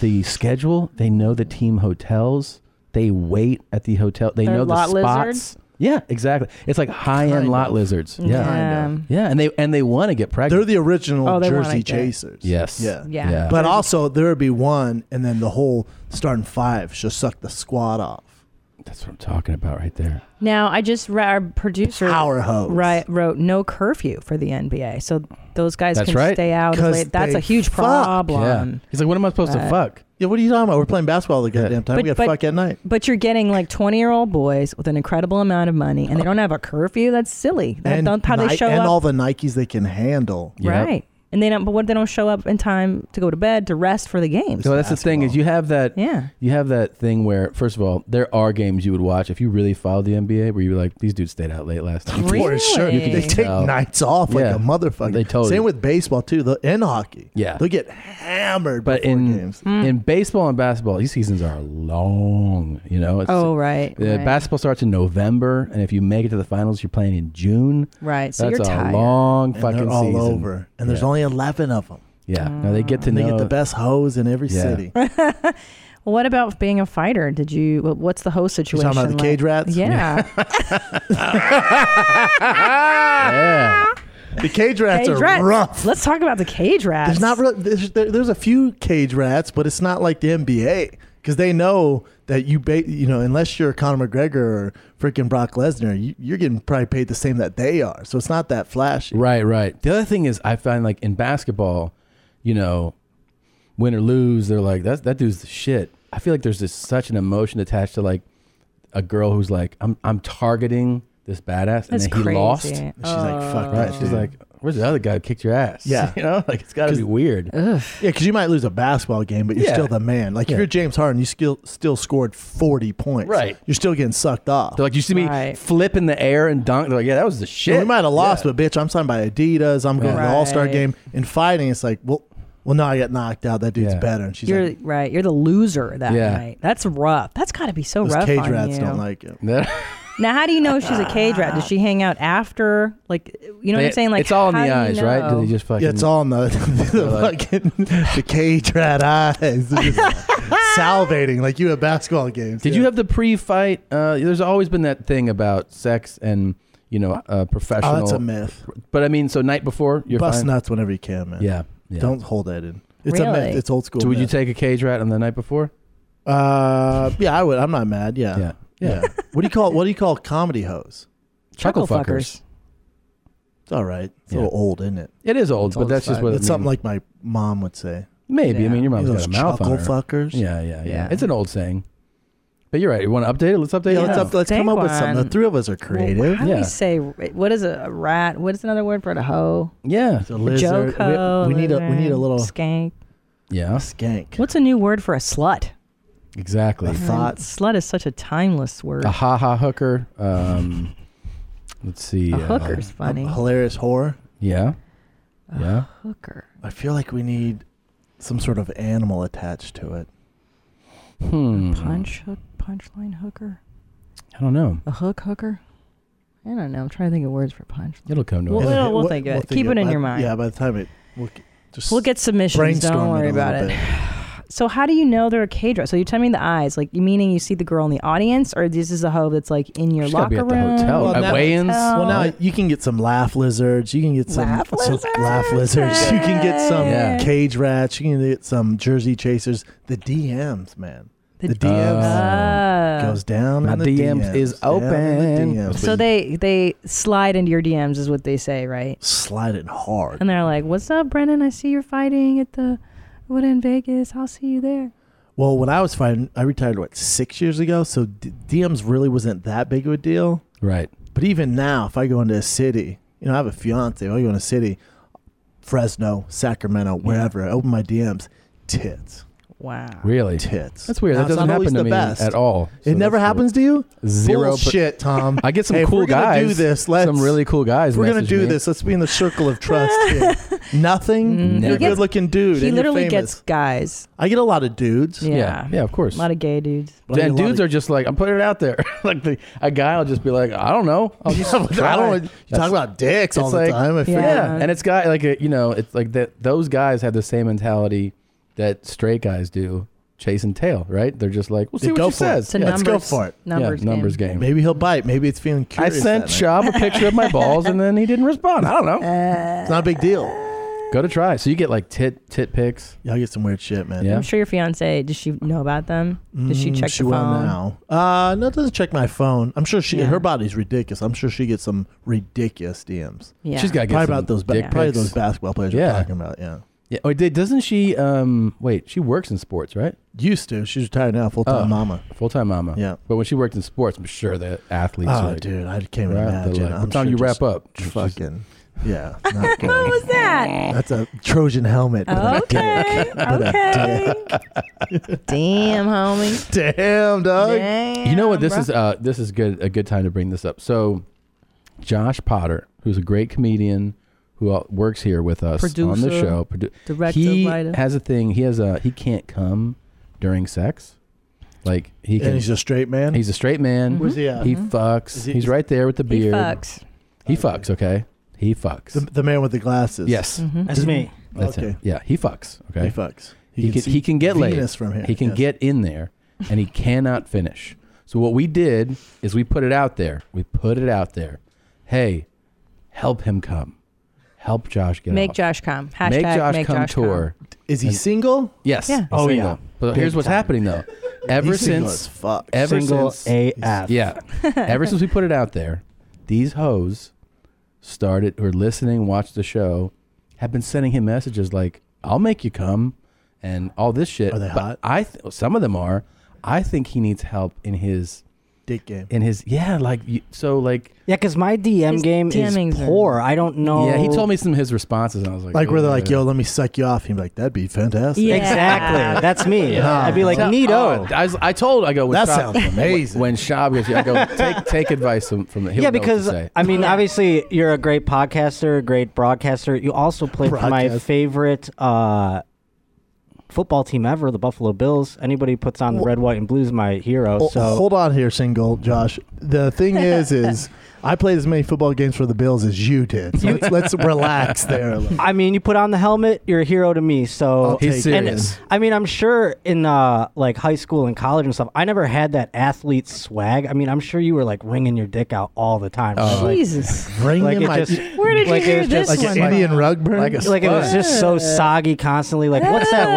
Speaker 1: the schedule. They know the team hotels. They wait at the hotel. They
Speaker 2: They're
Speaker 1: know the
Speaker 2: lot
Speaker 1: spots.
Speaker 2: lizards?
Speaker 1: Yeah, exactly. It's like high end lot lizards. Yeah,
Speaker 2: Kind of.
Speaker 1: yeah, and they and they want to get pregnant.
Speaker 23: They're the original
Speaker 2: Oh, they wanna
Speaker 23: Jersey
Speaker 2: get-
Speaker 23: Chasers.
Speaker 1: Yes.
Speaker 23: Yeah.
Speaker 1: Yeah. Yeah.
Speaker 23: But also there would be one, and then the whole starting five should suck the squad off.
Speaker 1: That's what I'm talking about right there.
Speaker 2: Now, I just re- our producer
Speaker 23: Power hose.
Speaker 2: ri- wrote no curfew for the NBA, so those guys
Speaker 1: That's
Speaker 2: can
Speaker 1: right.
Speaker 2: stay out. as
Speaker 23: 'Cause
Speaker 2: late. That's
Speaker 23: they
Speaker 2: a huge
Speaker 23: fuck.
Speaker 2: problem.
Speaker 1: He's like, what am I supposed
Speaker 2: But-
Speaker 1: to fuck?
Speaker 23: Yeah. What are you talking about? We're playing basketball the goddamn time. we got fuck at night.
Speaker 2: But you're getting like 20 year old boys with an incredible amount of money, and they don't have a curfew. That's silly. That,
Speaker 23: And
Speaker 2: don't, how
Speaker 23: Ni-
Speaker 2: they show
Speaker 23: and
Speaker 2: up,
Speaker 23: all the Nikes they can handle.
Speaker 2: right? And they don't. But what they don't show up in time to go to bed to rest for the games.
Speaker 1: So that's the thing is you have that
Speaker 2: Yeah.
Speaker 1: you have that thing where first of all there are games you would watch if you really followed the NBA where you were like these dudes stayed out late last night.
Speaker 23: For sure.
Speaker 1: You could
Speaker 23: They
Speaker 1: just
Speaker 23: take
Speaker 1: tell.
Speaker 23: nights off like
Speaker 1: Yeah.
Speaker 23: a motherfucker.
Speaker 1: They totally-
Speaker 23: Same with baseball too. The and hockey.
Speaker 1: Yeah.
Speaker 23: They'll get hammered
Speaker 1: But
Speaker 23: before
Speaker 1: in
Speaker 23: games.
Speaker 2: Mm.
Speaker 1: in baseball and basketball, these seasons are long. You know,
Speaker 2: Oh, right,
Speaker 1: Uh,
Speaker 2: right.
Speaker 1: Basketball starts in November, and if you make it to the finals, you're playing in June.
Speaker 2: Right, so
Speaker 1: That's
Speaker 2: you're
Speaker 1: a
Speaker 2: tired.
Speaker 1: long
Speaker 23: And
Speaker 1: fucking
Speaker 23: they're all
Speaker 1: season.
Speaker 23: over. And there's
Speaker 1: Yeah.
Speaker 23: only eleven of them.
Speaker 1: yeah. No, they get to
Speaker 23: And they
Speaker 1: know
Speaker 23: get the best hoes in every
Speaker 1: Yeah.
Speaker 23: city.
Speaker 2: What about being a fighter? Did you? wh- What's the host
Speaker 23: You
Speaker 2: situation?
Speaker 23: talking about the
Speaker 2: like?
Speaker 23: cage rats?
Speaker 2: Yeah.
Speaker 1: Yeah.
Speaker 23: The cage rats
Speaker 2: Cage
Speaker 23: are
Speaker 2: rats.
Speaker 23: rough.
Speaker 2: Let's talk about the cage rats.
Speaker 23: There's not really, there's, there, there's a few cage rats, but it's not like the NBA because they know that you ba- you know unless you're Conor McGregor or freaking Brock Lesnar, you, you're getting probably paid the same that they are. So it's not that flashy.
Speaker 1: Right, right. The other thing is, I find like in basketball, you know, win or lose, they're like that. That dude's the shit. I feel like there's just such an emotion attached to like a girl who's like, I'm I'm targeting this badass, and
Speaker 23: That's
Speaker 1: then he lost.
Speaker 23: crazy. Oh. And she's like, "Fuck that
Speaker 1: She's
Speaker 23: dude."
Speaker 1: like, where's the other guy who kicked your ass?
Speaker 23: Yeah.
Speaker 1: you know, like it's got to be weird.
Speaker 23: Yeah, because you might lose a basketball game, but you're
Speaker 1: Yeah.
Speaker 23: still the man. Like
Speaker 1: Yeah.
Speaker 23: if you're James Harden, you still still scored 40 points.
Speaker 1: Right.
Speaker 23: You're still getting sucked off.
Speaker 1: They're like, you see me flip in the air and dunk. They're like, yeah, that was the shit.
Speaker 23: And we might have lost, but bitch, I'm signed by Adidas. I'm going to
Speaker 1: Right.
Speaker 23: the All Star game and fighting. It's like, well, well, no, I got knocked out. That dude's
Speaker 1: Yeah.
Speaker 23: better. And she's
Speaker 2: You're
Speaker 23: like,
Speaker 2: right. You're the loser that
Speaker 23: Yeah.
Speaker 2: night. That's rough. That's got to be so
Speaker 23: those
Speaker 2: rough.
Speaker 23: cage
Speaker 2: on
Speaker 23: rats
Speaker 2: you.
Speaker 23: don't like it.
Speaker 2: Now, how do you know she's a cage rat? Does she hang out after? Like, you know what I'm
Speaker 23: They-
Speaker 2: saying? Like,
Speaker 23: it's all in
Speaker 2: how
Speaker 23: the
Speaker 2: do you
Speaker 1: eyes, right? Do
Speaker 2: know?
Speaker 1: they just fucking?
Speaker 23: Yeah, it's all in the, the fucking the cage rat Oh, eyes, They're just salivating like you at basketball games.
Speaker 1: Did you have the pre-fight? Uh, there's always been that thing about sex and you know uh, professional.
Speaker 23: Oh, that's a myth.
Speaker 1: But I mean, so night before you're
Speaker 23: bust
Speaker 1: fine?
Speaker 23: nuts whenever you can, man?
Speaker 1: Yeah, yeah.
Speaker 23: Don't hold that in. It's a myth.
Speaker 1: Really?
Speaker 23: It's old school.
Speaker 1: So would you
Speaker 23: take
Speaker 1: a cage rat on the night before?
Speaker 23: Uh, yeah, I would. I'm not mad. Yeah, yeah,
Speaker 1: Yeah.
Speaker 23: what do you call what do you call comedy hoes?
Speaker 1: Chuckle Chuckle fuckers. fuckers.
Speaker 23: It's all right. It's
Speaker 1: Yeah.
Speaker 23: a little old, isn't it?
Speaker 1: It is old, It's but old that's as just fuck. what it
Speaker 23: it's something
Speaker 1: means.
Speaker 23: like my mom would say.
Speaker 1: Maybe. I mean, your mom's
Speaker 23: You know,
Speaker 1: got a
Speaker 23: those
Speaker 1: mouth on her.
Speaker 23: chuckle fuckers.
Speaker 1: Yeah, yeah, yeah, It's an old saying. But you're right. You want to update it? Let's update
Speaker 23: Yeah,
Speaker 1: it.
Speaker 23: let's
Speaker 1: now.
Speaker 23: up- let's come up with something. The three of us are creative.
Speaker 2: How do we say what is a a rat? What is another word for a hoe?
Speaker 1: Yeah,
Speaker 2: a
Speaker 23: lizard.
Speaker 2: joke hoe.
Speaker 23: We- we need a- we need a
Speaker 2: lizard,
Speaker 23: little-
Speaker 2: skank.
Speaker 1: Yeah.
Speaker 23: Skank.
Speaker 2: What's a new word for a slut?
Speaker 1: Exactly.
Speaker 2: Slut is such a timeless word.
Speaker 23: Ah.
Speaker 1: A ha ha hooker. Um, let's see.
Speaker 2: A
Speaker 1: uh,
Speaker 2: hooker's funny.
Speaker 23: Hilarious horror.
Speaker 1: Yeah. Yeah.
Speaker 2: Hooker.
Speaker 23: I feel like we need some sort of animal attached to it.
Speaker 1: Hmm.
Speaker 2: Punch hook, punchline hooker,
Speaker 1: I don't know.
Speaker 2: a hook hooker. I don't know. I'm trying to think of words for punch.
Speaker 1: It'll come to
Speaker 2: Well,
Speaker 1: us.
Speaker 2: we'll, we'll
Speaker 23: What-
Speaker 2: think of
Speaker 23: we'll
Speaker 2: it. Keep it in
Speaker 23: by-
Speaker 2: your mind.
Speaker 23: Yeah, by the time it, we'll g- just
Speaker 2: We'll get submissions. Don't
Speaker 23: brainstorm
Speaker 2: worry
Speaker 23: a little
Speaker 2: about it.
Speaker 23: bit.
Speaker 2: So how do you know they're a K dress? So you're telling me the eyes, like meaning you see the girl in the audience, or this is a hoe that's like in your
Speaker 1: She's
Speaker 2: locker
Speaker 1: gotta be at the
Speaker 2: room?
Speaker 1: hotel. Well, At now- weigh-ins?
Speaker 23: Well, now you can get some laugh lizards. You can get some laugh lizards. laugh lizards. You can get some
Speaker 1: Yeah.
Speaker 23: cage rats. You can get some Jersey chasers. The DMs, man. The, DMs goes down.
Speaker 1: Uh, My
Speaker 23: in the
Speaker 1: DMs is
Speaker 23: down in the
Speaker 1: open.
Speaker 23: DMs.
Speaker 2: So they they slide into your DMs is what they say, right?
Speaker 23: slide it hard.
Speaker 2: And they're like, "What's up, Brendan? I see you're fighting at the what in Vegas. I'll see you there."
Speaker 23: Well, when I was fighting, I retired what six years ago, so d- DMs really wasn't that big of a deal.
Speaker 1: Right.
Speaker 23: But even now, if I go into a city, you know, I have a fiance. If I go in a city, Fresno, Sacramento, wherever, I open my DMs, tits.
Speaker 2: Wow.
Speaker 1: Really?
Speaker 23: Tits.
Speaker 1: That's weird.
Speaker 23: Now,
Speaker 1: that
Speaker 23: it's
Speaker 1: doesn't
Speaker 23: not always
Speaker 1: happen to
Speaker 23: the
Speaker 1: me
Speaker 23: best.
Speaker 1: at all.
Speaker 23: It never happens to you.
Speaker 1: Zero but-
Speaker 23: Bullshit, Tom.
Speaker 1: I get some
Speaker 23: Hey, if
Speaker 1: cool
Speaker 23: we're gonna
Speaker 1: guys.
Speaker 23: Do this. Let's,
Speaker 1: some really cool guys.
Speaker 23: If we're gonna
Speaker 1: message
Speaker 23: do
Speaker 1: me.
Speaker 23: this. Let's be in the circle of trust. here.
Speaker 2: Mm-hmm.
Speaker 23: Nothing. You're
Speaker 1: Never.
Speaker 23: a good-looking dude.
Speaker 2: he
Speaker 23: and you're
Speaker 2: literally
Speaker 23: famous.
Speaker 2: gets guys.
Speaker 23: I get a lot of dudes.
Speaker 2: Yeah.
Speaker 1: Yeah. Yeah, of course.
Speaker 2: A lot of gay dudes.
Speaker 1: Then dudes are just like I'm putting it out there. like the, a guy will just be like, I don't know. I'll just try.
Speaker 23: I don't. You talk
Speaker 1: That's-
Speaker 23: about dicks all
Speaker 1: it's
Speaker 23: the
Speaker 1: like-
Speaker 23: time. I feel
Speaker 1: Yeah, and it's got like a you know it's like that. Those guys have the same mentality that straight guys do, chasing tail. Right? They're just like, we'll see
Speaker 23: They
Speaker 1: what
Speaker 23: go
Speaker 1: she
Speaker 23: for it.
Speaker 1: says.
Speaker 23: It's a
Speaker 1: Yeah,
Speaker 23: Let's go numbers- for it.
Speaker 1: Yeah,
Speaker 23: numbers game.
Speaker 1: numbers game.
Speaker 23: Maybe he'll bite. Maybe it's feeling
Speaker 1: I
Speaker 23: curious.
Speaker 1: sent
Speaker 23: that night.
Speaker 1: Shab a picture of my balls and then he didn't respond. I don't know.
Speaker 2: Uh,
Speaker 23: It's not a big deal.
Speaker 1: Go to try. So you get like tit tit pics.
Speaker 23: Y'all get some weird shit, man.
Speaker 1: Yeah.
Speaker 2: I'm sure your fiance. Does she know about them? Does she
Speaker 23: Mm,
Speaker 2: check
Speaker 23: she
Speaker 2: the
Speaker 23: will
Speaker 2: phone?
Speaker 23: now. Uh, no, it doesn't check my phone. I'm sure she. Her body's ridiculous. I'm sure she gets some ridiculous DMs.
Speaker 1: Yeah. She's gotta get
Speaker 23: probably
Speaker 1: some
Speaker 23: about those. Ba-
Speaker 1: dick
Speaker 23: probably
Speaker 1: pics.
Speaker 23: those basketball players
Speaker 1: Yeah.
Speaker 23: we're talking about. Yeah.
Speaker 1: Yeah. Oh, did doesn't she? Um, wait, she works in sports, right?
Speaker 23: Used to. She's retired now. Full time mama.
Speaker 1: Full time mama. Yeah. But when she worked in sports, I'm sure that athletes.
Speaker 23: Oh,
Speaker 1: were like,
Speaker 23: dude, I can't
Speaker 1: right, they're
Speaker 23: imagine.
Speaker 1: Like,
Speaker 23: I'm
Speaker 1: by the time
Speaker 23: sure
Speaker 1: you
Speaker 23: just
Speaker 1: wrap up,
Speaker 23: fucking. Yeah. Not good.
Speaker 2: What was that?
Speaker 23: That's a Trojan helmet. with a dick. With a
Speaker 2: okay. Damn, homie.
Speaker 23: Damn, dog.
Speaker 1: You know what? This is uh, this is good. A good time to bring this up. So, Josh Potter, who's a great comedian who uh, works here with us on the
Speaker 2: Producer,
Speaker 1: show, produ-
Speaker 2: director,
Speaker 1: he
Speaker 2: writer.
Speaker 1: has a thing. He has a he can't come during sex. Like he
Speaker 23: And
Speaker 1: can,
Speaker 23: he's a straight man?
Speaker 1: He's a straight man.
Speaker 23: Where's he at?
Speaker 1: He
Speaker 2: Mm-hmm.
Speaker 23: Mhm.
Speaker 1: fucks.
Speaker 23: Is he-
Speaker 1: he's right there with the
Speaker 23: He
Speaker 1: beard.
Speaker 23: fucks.
Speaker 1: He fucks. Okay. He fucks.
Speaker 23: The, the man with the glasses.
Speaker 1: Yes.
Speaker 2: Mm-hmm.
Speaker 19: That's me.
Speaker 1: That's
Speaker 23: okay.
Speaker 1: it. Yeah, he fucks. Okay,
Speaker 23: He fucks.
Speaker 1: He,
Speaker 23: He
Speaker 1: can,
Speaker 23: can see
Speaker 1: he can get
Speaker 23: Venus
Speaker 1: laid.
Speaker 23: from here,
Speaker 1: He can
Speaker 23: yes.
Speaker 1: get in there, and he cannot finish. So what we did is we put it out there. We put it out there. Hey, help him come. Help Josh get
Speaker 2: Make
Speaker 1: off.
Speaker 2: Josh come. Hashtag
Speaker 1: make Josh
Speaker 2: make
Speaker 1: come
Speaker 2: Josh come.
Speaker 1: tour.
Speaker 23: Is he single?
Speaker 1: Yes.
Speaker 2: Yeah.
Speaker 1: he's
Speaker 23: Oh,
Speaker 1: single.
Speaker 23: yeah.
Speaker 1: But
Speaker 23: Big
Speaker 1: here's what's
Speaker 23: time.
Speaker 1: happening though. Ever
Speaker 23: He's single
Speaker 1: since
Speaker 23: as fuck.
Speaker 1: ever
Speaker 23: Single
Speaker 1: since
Speaker 23: AF.
Speaker 1: Yeah. ever since we put it out there, these hoes started or listening, watched the show, have been sending him messages like, "I'll make you come," and all this shit. Are they hot? I th- some of them are. I think he needs help in his
Speaker 23: dick game.
Speaker 1: In his yeah, like you- so like
Speaker 19: Yeah, because my DM game
Speaker 1: DMings
Speaker 19: is
Speaker 1: are-
Speaker 19: poor. I don't know.
Speaker 1: yeah. He told me some of his responses, and I was like,
Speaker 23: Like where they're like,
Speaker 1: "Ugh."
Speaker 23: "Yo, let me suck you off." He'd be like, "That'd be fantastic."
Speaker 19: Yeah. Exactly. That's me. I'd be like,
Speaker 1: Yeah.
Speaker 19: "Neato."
Speaker 1: Oh, I, was- I told, I go, when
Speaker 19: That
Speaker 1: Shab-
Speaker 19: sounds
Speaker 1: amazing. When Shab gets here, I go, take, take advice from, from he'll
Speaker 19: yeah,
Speaker 1: know what to
Speaker 19: because
Speaker 1: say.
Speaker 19: I mean, obviously, you're a great podcaster, a great broadcaster. You also played for my
Speaker 1: Broadcast.
Speaker 19: favorite uh, football team ever, the Buffalo Bills. Anybody who puts on the red, white, and blue is my hero.
Speaker 23: Oh,
Speaker 19: so
Speaker 23: hold on here, single Josh. The thing is, is I played as many football games for the Bills as you did. So let's, let's relax there. a little.
Speaker 19: I mean, you put on the helmet, you're a hero to me. So
Speaker 23: I'll He's take it. serious.
Speaker 19: And, I mean, I'm sure in uh, like high school and college and stuff, I never had that athlete swag. I mean, I'm sure you were like wringing your dick out all the time. Like-
Speaker 2: Jesus.
Speaker 23: Ring
Speaker 19: like
Speaker 23: in
Speaker 19: it
Speaker 23: Oh. my-
Speaker 19: just-
Speaker 2: Where did
Speaker 19: like
Speaker 2: you
Speaker 19: it
Speaker 2: hear
Speaker 19: was
Speaker 2: this one?
Speaker 19: just
Speaker 23: an Indian rug burn.
Speaker 19: Like, it was just so soggy constantly. Like, what's that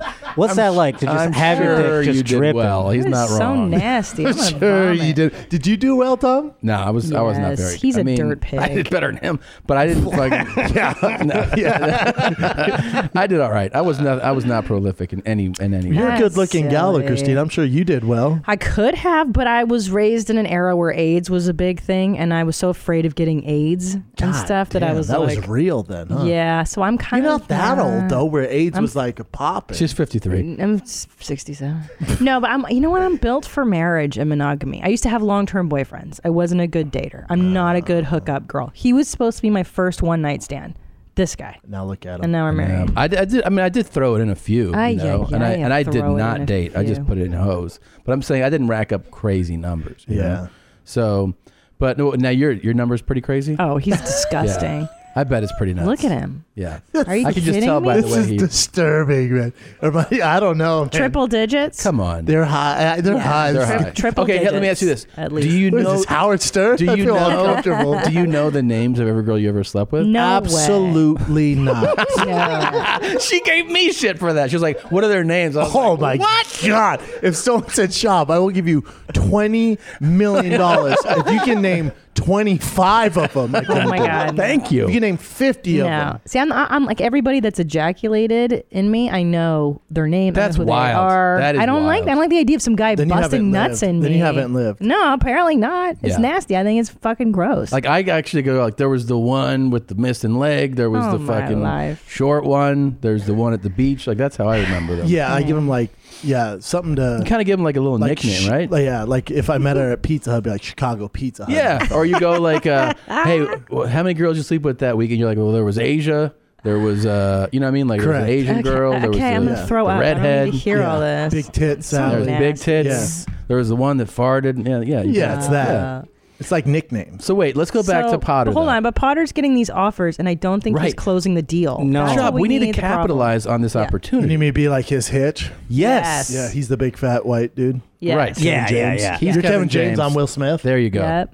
Speaker 19: like? What's that like to just
Speaker 23: I'm
Speaker 19: have
Speaker 1: sure
Speaker 19: your dick
Speaker 1: you
Speaker 19: just
Speaker 1: did
Speaker 19: dripping?
Speaker 1: well. He's That is not so wrong.
Speaker 2: nasty. I'm gonna
Speaker 23: sure you did. Did you do well, Tom?
Speaker 1: No, I was I was not
Speaker 23: Yes,
Speaker 1: very.
Speaker 23: he's
Speaker 1: I
Speaker 23: a
Speaker 1: mean,
Speaker 23: dirt
Speaker 1: I
Speaker 23: pig.
Speaker 1: did better than him, but I didn't like. yeah, no. I did all right. I was not I was not prolific in any in any.
Speaker 23: You're a
Speaker 2: That's
Speaker 23: good-looking gal, though,
Speaker 2: silly.
Speaker 23: Christine. I'm sure you did well.
Speaker 2: I could have, but I was raised in an era where AIDS was a big thing, and I was so afraid of getting AIDS and stuff that I
Speaker 23: Damn,
Speaker 2: was
Speaker 23: that
Speaker 2: like,
Speaker 23: was real then, huh?
Speaker 2: yeah. So I'm kind
Speaker 23: You're
Speaker 2: of
Speaker 23: not that old though, where AIDS
Speaker 2: I'm-
Speaker 23: was like a popping.
Speaker 1: She's 53.
Speaker 2: I'm s- 67. no, but I'm. You know what? I'm built for marriage and monogamy. I used to have long-term
Speaker 23: Ah.
Speaker 2: boyfriends. I wasn't a good dater. I'm not a good hookup girl. He was supposed to be my first one-night stand. This guy.
Speaker 23: Now look at him.
Speaker 2: And now we're married.
Speaker 1: I, did- I did. I mean, I did throw it in a few,
Speaker 2: Ay,
Speaker 1: you know,
Speaker 2: ay,
Speaker 1: and I
Speaker 2: ay,
Speaker 1: and I did
Speaker 2: throw it in a
Speaker 1: not date. I just
Speaker 2: few.
Speaker 1: put it in hoes. But I'm saying I didn't rack up crazy numbers. you
Speaker 23: Yeah.
Speaker 1: know? So, but no, now your your number's pretty crazy.
Speaker 2: Oh, he's disgusting.
Speaker 1: I bet it's pretty nuts.
Speaker 2: Look at him.
Speaker 1: Yeah.
Speaker 2: Are you
Speaker 1: I can just
Speaker 2: kidding
Speaker 1: tell
Speaker 2: me?
Speaker 1: by the
Speaker 23: this
Speaker 1: way
Speaker 23: is
Speaker 1: he.
Speaker 23: disturbing, man. Everybody- I don't know. man.
Speaker 2: Triple digits.
Speaker 1: Come on.
Speaker 23: They're high. uh, They're high.
Speaker 1: They're high. okay, let me ask you this. Do you
Speaker 23: What is
Speaker 1: know
Speaker 23: this, Howard Stern?
Speaker 1: Do you
Speaker 23: I feel
Speaker 1: know?
Speaker 23: uncomfortable.
Speaker 1: Do you know the names of every girl you ever slept with?
Speaker 23: No Absolutely not.
Speaker 1: she gave me shit for that. She was like, "What are their names?" I was
Speaker 23: Oh
Speaker 1: like,
Speaker 23: my
Speaker 1: what?
Speaker 23: god! If someone said shop, I will give you twenty million dollars if you can name twenty-five of them. I can
Speaker 2: Oh my
Speaker 23: do it.
Speaker 2: God.
Speaker 1: Thank you.
Speaker 23: You can name fifty of
Speaker 2: No.
Speaker 23: them.
Speaker 2: See, I'm, I'm like everybody that's ejaculated in me. I know their name. I know
Speaker 1: That's
Speaker 2: who
Speaker 1: wild.
Speaker 2: They are.
Speaker 1: That is
Speaker 2: I don't like.
Speaker 1: wild.
Speaker 2: that. I don't like the idea of some guy
Speaker 1: Then you
Speaker 2: busting
Speaker 1: haven't
Speaker 2: nuts
Speaker 1: lived.
Speaker 2: in
Speaker 1: Then
Speaker 2: me.
Speaker 1: you haven't lived.
Speaker 2: No, apparently not. It's
Speaker 1: Yeah.
Speaker 2: nasty. I think it's fucking gross.
Speaker 1: Like I actually go like there was the one with the missing leg. There was
Speaker 2: Oh,
Speaker 1: the
Speaker 2: my
Speaker 1: fucking
Speaker 2: life.
Speaker 1: short one. There's the one at the beach. Like that's how I remember them.
Speaker 23: Yeah, I give them like yeah something to.
Speaker 1: kind of give them like a little
Speaker 23: like
Speaker 1: nickname,
Speaker 23: sh-
Speaker 1: right?
Speaker 23: like, yeah, like if I met her at Pizza Hut, I'd be like Chicago Pizza Hut.
Speaker 1: Yeah. or you go like, uh, hey, wh- how many girls you sleep with that week? And you're like, well, there was Asia. There was, uh, you know what I mean? Like there was
Speaker 23: Correct.
Speaker 1: an Asian
Speaker 23: Okay,
Speaker 1: girl. There was
Speaker 2: okay, I'm
Speaker 1: the,
Speaker 2: gonna throw
Speaker 1: the
Speaker 2: up. I don't need to
Speaker 1: redhead.
Speaker 2: hear all Yeah. this.
Speaker 23: Big tits. uh,
Speaker 2: So
Speaker 1: There was
Speaker 2: nasty.
Speaker 1: big tits.
Speaker 2: Yeah.
Speaker 1: There was the one that farted. Yeah, yeah. you
Speaker 23: Yeah,
Speaker 1: can-
Speaker 23: it's that.
Speaker 1: yeah.
Speaker 23: It's like nicknames.
Speaker 1: So wait, let's go back
Speaker 2: So-
Speaker 1: to Potter.
Speaker 2: but Hold
Speaker 1: though.
Speaker 2: on, but Potter's getting these offers, and I don't think he's
Speaker 1: Right.
Speaker 2: closing the deal. That's
Speaker 1: Good job.
Speaker 2: what
Speaker 1: We, need,
Speaker 2: the
Speaker 1: to
Speaker 2: problem.
Speaker 1: capitalize on this
Speaker 23: You
Speaker 1: opportunity.
Speaker 23: need me to be like his hitch?
Speaker 1: Yes. Yes.
Speaker 23: Yeah, he's the big fat white dude.
Speaker 2: Yes. Right.
Speaker 23: Kevin
Speaker 19: Yeah, yeah,
Speaker 23: James.
Speaker 19: yeah.
Speaker 23: You're Kevin James. I'm Will Smith.
Speaker 1: There you go.
Speaker 2: Yep.